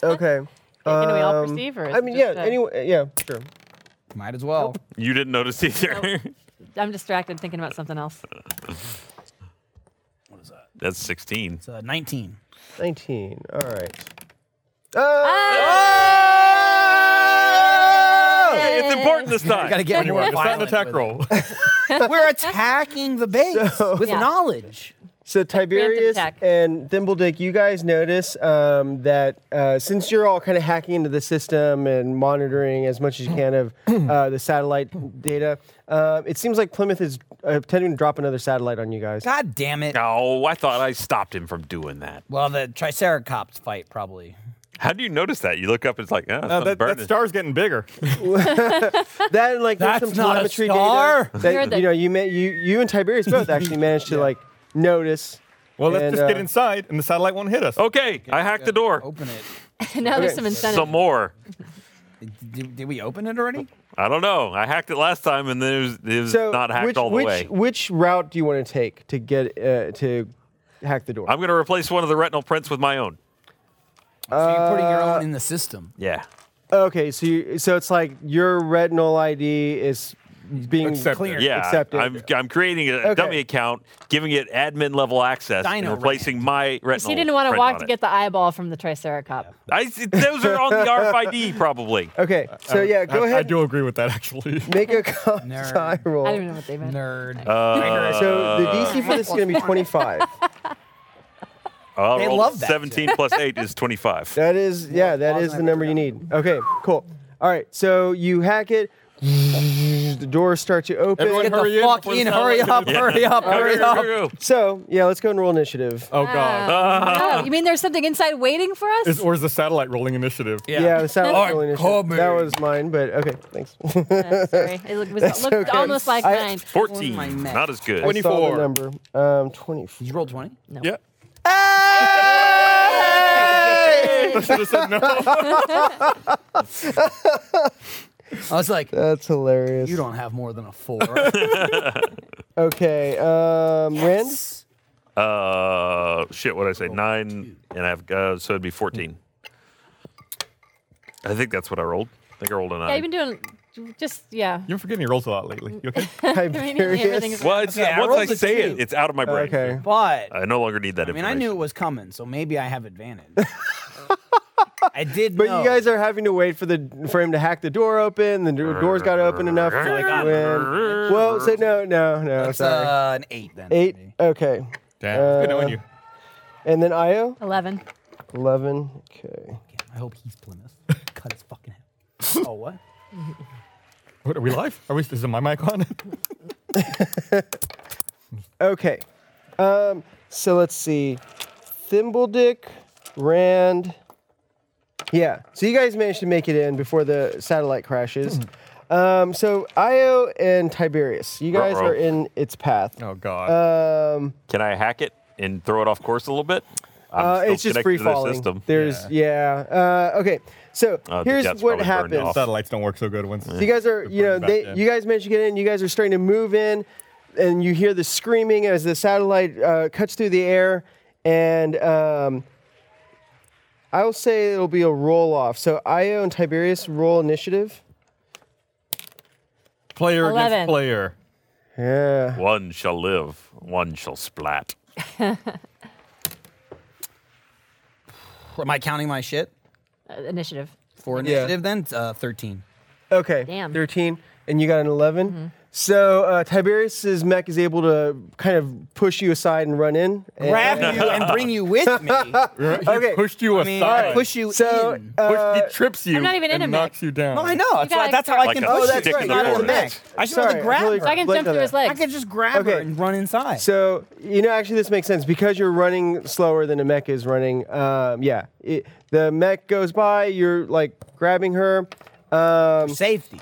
[SPEAKER 5] Okay.
[SPEAKER 4] Can we all
[SPEAKER 5] Um,
[SPEAKER 4] perceive? Or is
[SPEAKER 5] I
[SPEAKER 4] it
[SPEAKER 5] mean, yeah.
[SPEAKER 4] just, uh,
[SPEAKER 5] Anyway, yeah, sure.
[SPEAKER 6] Might as well.
[SPEAKER 3] You didn't notice either.
[SPEAKER 4] I'm distracted thinking about something else.
[SPEAKER 5] Oh!
[SPEAKER 3] That's sixteen.
[SPEAKER 6] It's uh, 19.
[SPEAKER 5] 19. All right.
[SPEAKER 4] Ah!
[SPEAKER 6] Ah!
[SPEAKER 3] Hey, it's important this time.
[SPEAKER 6] Gotta get more
[SPEAKER 12] It's not an
[SPEAKER 6] violent
[SPEAKER 12] attack
[SPEAKER 6] with
[SPEAKER 12] roll.
[SPEAKER 6] it. We're attacking the base with
[SPEAKER 4] Yeah.
[SPEAKER 6] knowledge.
[SPEAKER 5] So Tiberius
[SPEAKER 4] attack.
[SPEAKER 5] and Thimbledick, you guys notice um, that uh, since you're all kind of hacking into the system and monitoring as much as you can of uh, the satellite data, uh, it seems like Plymouth is uh, tending to drop another satellite on you guys.
[SPEAKER 6] God damn it.
[SPEAKER 3] Oh, I thought I stopped him from doing that.
[SPEAKER 6] Well, the Triceratops fight probably.
[SPEAKER 3] How do you notice that? You look up, it's like, ah,
[SPEAKER 12] Uh,
[SPEAKER 3] something
[SPEAKER 12] that, that
[SPEAKER 3] burning.
[SPEAKER 12] star's getting bigger.
[SPEAKER 5] That and like there's
[SPEAKER 6] That's
[SPEAKER 5] some
[SPEAKER 6] not a
[SPEAKER 5] telemetry
[SPEAKER 6] star.
[SPEAKER 5] data
[SPEAKER 4] You're
[SPEAKER 5] that
[SPEAKER 4] the-
[SPEAKER 5] you know you ma- you you and Tiberius both actually managed to like notice.
[SPEAKER 12] Well, let's
[SPEAKER 5] And,
[SPEAKER 12] just get
[SPEAKER 5] uh,
[SPEAKER 12] inside, and the satellite won't hit us.
[SPEAKER 3] okay, I hacked the door.
[SPEAKER 6] Open it.
[SPEAKER 4] now there's
[SPEAKER 5] Okay.
[SPEAKER 4] some incentive.
[SPEAKER 3] Some more.
[SPEAKER 6] Did, did we open it already?
[SPEAKER 3] I don't know. I hacked it last time, and then it was, it was
[SPEAKER 5] So
[SPEAKER 3] not hacked
[SPEAKER 5] which
[SPEAKER 3] all the
[SPEAKER 5] which
[SPEAKER 3] way.
[SPEAKER 5] which route do you want to take to get uh, to hack the door?
[SPEAKER 3] I'm gonna replace one of the retinal prints with my own.
[SPEAKER 6] so you're putting your own in the system.
[SPEAKER 3] Yeah.
[SPEAKER 5] Okay, so you, so it's like your retinal ID is being
[SPEAKER 12] Accepted.
[SPEAKER 5] clear,
[SPEAKER 3] Yeah,
[SPEAKER 5] accepted.
[SPEAKER 3] I'm, I'm creating a dummy account, giving it admin level access,
[SPEAKER 6] Dino
[SPEAKER 3] and replacing my retinal.
[SPEAKER 4] She didn't want to
[SPEAKER 3] print
[SPEAKER 4] walk
[SPEAKER 3] on
[SPEAKER 4] to
[SPEAKER 3] it.
[SPEAKER 4] get the eyeball from the Triceratops.
[SPEAKER 3] I, those are on the RFID probably.
[SPEAKER 5] okay, so yeah, go
[SPEAKER 12] I,
[SPEAKER 5] ahead.
[SPEAKER 12] I do agree with that, actually.
[SPEAKER 5] Make a con
[SPEAKER 6] Nerd.
[SPEAKER 5] die roll.
[SPEAKER 4] I don't even know what they meant.
[SPEAKER 6] Nerd.
[SPEAKER 3] Uh,
[SPEAKER 5] So the DC for this is going to be 25.
[SPEAKER 3] I
[SPEAKER 6] They
[SPEAKER 3] rolled
[SPEAKER 6] love that
[SPEAKER 3] 17 oh, plus 8 is 25.
[SPEAKER 5] That is, yeah, that is the number you need. Okay, cool. All right, so you hack it. The doors start to open.
[SPEAKER 12] Everyone
[SPEAKER 6] Get the
[SPEAKER 12] Hurry in
[SPEAKER 6] fuck
[SPEAKER 12] before the
[SPEAKER 6] in.
[SPEAKER 12] satellite
[SPEAKER 6] Hurry
[SPEAKER 12] gets
[SPEAKER 6] up. Hurry up. Hurry
[SPEAKER 3] Go, go,
[SPEAKER 6] up.
[SPEAKER 3] go, go.
[SPEAKER 5] So yeah, let's go and roll initiative.
[SPEAKER 12] Oh god.
[SPEAKER 4] Oh, you mean there's something inside waiting for us? Oh,
[SPEAKER 12] Is, or is the satellite rolling initiative?
[SPEAKER 5] Yeah, the sound
[SPEAKER 6] Alright,
[SPEAKER 5] roll
[SPEAKER 6] call
[SPEAKER 5] initiative.
[SPEAKER 6] me.
[SPEAKER 5] That was mine, but okay, thanks. I saw the
[SPEAKER 4] Uh, sorry. It looked, was, looked
[SPEAKER 5] okay.
[SPEAKER 4] almost like
[SPEAKER 5] I-
[SPEAKER 4] mine. Oh
[SPEAKER 3] 14.
[SPEAKER 6] my neck.
[SPEAKER 3] Not as good.
[SPEAKER 12] 24.
[SPEAKER 5] number. Um, 24.
[SPEAKER 6] Did you roll 20?
[SPEAKER 12] Yeah.
[SPEAKER 6] Hey!
[SPEAKER 16] I should have said no.
[SPEAKER 6] I was like,
[SPEAKER 5] that's hilarious.
[SPEAKER 6] You don't have more than a four.
[SPEAKER 5] okay, um, Rand.
[SPEAKER 3] Uh, shit. What I say? Nine, and I've uh, so it'd be fourteen. I think that's what I rolled. I think I rolled a nine.
[SPEAKER 4] Yeah, you've been doing just yeah.
[SPEAKER 9] You're forgetting your rolls a lot lately. You okay?
[SPEAKER 4] Everything's-
[SPEAKER 3] Well, it's,
[SPEAKER 4] Okay, I
[SPEAKER 3] once
[SPEAKER 4] rolled
[SPEAKER 3] I
[SPEAKER 4] a
[SPEAKER 3] say
[SPEAKER 4] two.
[SPEAKER 3] it, it's out of my brain.
[SPEAKER 5] Okay.
[SPEAKER 6] But
[SPEAKER 3] I no longer need that
[SPEAKER 6] I mean, I
[SPEAKER 3] information.
[SPEAKER 6] knew it was coming, so maybe I have advantage. I did.
[SPEAKER 5] But
[SPEAKER 6] know.
[SPEAKER 5] you guys are having to wait for the for him to hack the door open. The do- door's got open enough for like to win. Well, so no, no, no.
[SPEAKER 6] That's,
[SPEAKER 5] Oh, sorry.
[SPEAKER 6] uh, an eight then.
[SPEAKER 5] Eight. Okay.
[SPEAKER 9] Damn.
[SPEAKER 5] Uh,
[SPEAKER 9] Good knowing you.
[SPEAKER 5] And then Io.
[SPEAKER 4] Eleven.
[SPEAKER 5] Eleven. Okay.
[SPEAKER 6] I hope he's Plymouth. Cut his fucking head. Oh what?
[SPEAKER 9] What, are we live? Are we? Is my mic on?
[SPEAKER 5] Okay. Um, so let's see. Thimbledick, Rand. Yeah. So you guys managed to make it in before the satellite crashes. Um, so Io and Tiberius, you guys
[SPEAKER 3] Uh-oh.
[SPEAKER 5] are in its path.
[SPEAKER 9] Oh God.
[SPEAKER 5] Um,
[SPEAKER 3] Can I hack it and throw it off course a little bit? I'm
[SPEAKER 5] uh,
[SPEAKER 3] still
[SPEAKER 5] it's just
[SPEAKER 3] connected
[SPEAKER 5] free
[SPEAKER 3] to the
[SPEAKER 5] falling.
[SPEAKER 3] system.
[SPEAKER 5] There's yeah. Uh, okay. So
[SPEAKER 3] Oh, the
[SPEAKER 5] here's
[SPEAKER 3] jet's
[SPEAKER 5] what
[SPEAKER 3] probably burned
[SPEAKER 5] happens.
[SPEAKER 3] off.
[SPEAKER 9] Satellites don't work so good once.
[SPEAKER 5] So you guys are, you know,
[SPEAKER 9] back
[SPEAKER 5] they,
[SPEAKER 9] in.
[SPEAKER 5] you guys managed to get in. You guys are starting to move in, and you hear the screaming as the satellite uh, cuts through the air. And um, I will say it'll be a roll off. So Io and Tiberius roll initiative.
[SPEAKER 9] Player
[SPEAKER 4] Eleven.
[SPEAKER 9] against player.
[SPEAKER 5] Yeah.
[SPEAKER 3] One shall live, one shall splat.
[SPEAKER 6] Am I counting my shit
[SPEAKER 4] Uh, initiative.
[SPEAKER 6] for
[SPEAKER 5] Yeah.
[SPEAKER 6] initiative? Then It's, uh, thirteen.
[SPEAKER 5] Okay.
[SPEAKER 4] Damn. Mm-hmm.
[SPEAKER 5] Thirteen, and you got an 11 So uh, Tiberius's mech is able to kind of push you aside and run in. and-
[SPEAKER 6] Grab you and bring you with me.
[SPEAKER 5] Okay.
[SPEAKER 9] Pushed you
[SPEAKER 6] I
[SPEAKER 9] aside.
[SPEAKER 6] mean, I push you
[SPEAKER 5] So,
[SPEAKER 6] in.
[SPEAKER 5] uh,
[SPEAKER 9] Pushed- he trips you.
[SPEAKER 4] I'm not even in
[SPEAKER 9] and
[SPEAKER 4] a mech.
[SPEAKER 9] knocks you down.
[SPEAKER 6] No, I know. That's, why,
[SPEAKER 4] gotta
[SPEAKER 6] that's how I
[SPEAKER 3] Like
[SPEAKER 6] can
[SPEAKER 3] a
[SPEAKER 6] push
[SPEAKER 5] oh, that's
[SPEAKER 3] stick
[SPEAKER 6] you.
[SPEAKER 5] right.
[SPEAKER 3] in the
[SPEAKER 6] It's not in the
[SPEAKER 3] corner.
[SPEAKER 6] neck. I should be able to
[SPEAKER 5] Sorry, I
[SPEAKER 6] grab
[SPEAKER 5] totally
[SPEAKER 6] her.
[SPEAKER 4] So I can
[SPEAKER 5] Blink
[SPEAKER 4] jump
[SPEAKER 5] on
[SPEAKER 4] through
[SPEAKER 5] that.
[SPEAKER 4] his legs.
[SPEAKER 6] I could just grab her
[SPEAKER 5] Okay.
[SPEAKER 6] and run inside.
[SPEAKER 5] So you know, actually, this makes sense because you're running slower than a mech is running. Um, yeah, it, the mech goes by, you're like grabbing her, um,
[SPEAKER 6] Safety.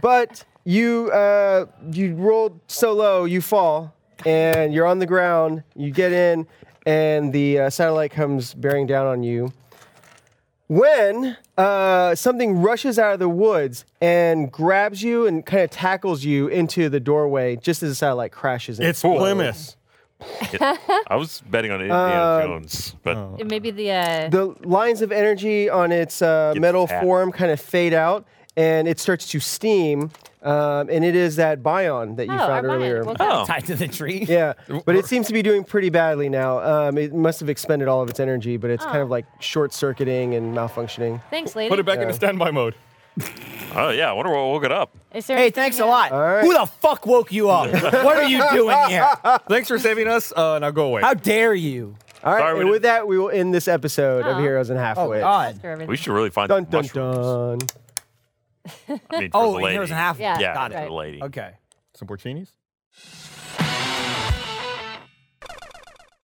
[SPEAKER 5] but you uh, you rolled so low, you fall, and you're on the ground. You get in, and the uh, satellite comes bearing down on you. When uh, something rushes out of the woods and grabs you and kind of tackles you into the doorway, just as the satellite crashes. and
[SPEAKER 9] It's
[SPEAKER 5] explodes.
[SPEAKER 9] Plymouth.
[SPEAKER 3] I was betting on
[SPEAKER 5] Uh,
[SPEAKER 3] Indiana Jones, but
[SPEAKER 4] It may be the uh,
[SPEAKER 5] the lines of energy on its uh,
[SPEAKER 3] Gets
[SPEAKER 5] metal
[SPEAKER 3] tapped.
[SPEAKER 5] form kind of fade out and it starts to steam um, and it is that bion that you
[SPEAKER 4] oh,
[SPEAKER 5] found
[SPEAKER 4] Armand.
[SPEAKER 5] earlier
[SPEAKER 4] Well done.
[SPEAKER 3] oh,
[SPEAKER 6] Tied to the tree.
[SPEAKER 5] yeah but it seems to be doing pretty badly now um, it must have expended all of its energy but it's
[SPEAKER 4] Oh.
[SPEAKER 5] kind of like short-circuiting and malfunctioning
[SPEAKER 4] Thanks, lady.
[SPEAKER 9] Put it back into standby mode.
[SPEAKER 3] oh yeah. I wonder what woke it up.
[SPEAKER 4] Is there
[SPEAKER 6] Hey,
[SPEAKER 4] anything
[SPEAKER 6] thanks a
[SPEAKER 4] else?
[SPEAKER 6] lot.
[SPEAKER 5] right.
[SPEAKER 6] Who the fuck woke you up? what are you doing here?
[SPEAKER 9] Thanks for saving us. Uh, now go away.
[SPEAKER 6] How dare you?
[SPEAKER 5] all right
[SPEAKER 3] Sorry we
[SPEAKER 5] and with
[SPEAKER 3] didn't-
[SPEAKER 5] that we will end this episode of
[SPEAKER 4] Aw.
[SPEAKER 5] heroes and
[SPEAKER 6] Oh
[SPEAKER 5] halfway
[SPEAKER 6] God.
[SPEAKER 4] Or everything?
[SPEAKER 3] We should really find
[SPEAKER 5] dun
[SPEAKER 3] the
[SPEAKER 5] dun
[SPEAKER 3] mushrooms.
[SPEAKER 5] dun
[SPEAKER 3] I mean, for
[SPEAKER 6] Oh,
[SPEAKER 3] the
[SPEAKER 6] and
[SPEAKER 3] lady.
[SPEAKER 6] here's an half.
[SPEAKER 4] Yeah.
[SPEAKER 3] Yeah,
[SPEAKER 6] got it.
[SPEAKER 3] for the lady.
[SPEAKER 6] Okay.
[SPEAKER 9] Some porcinis.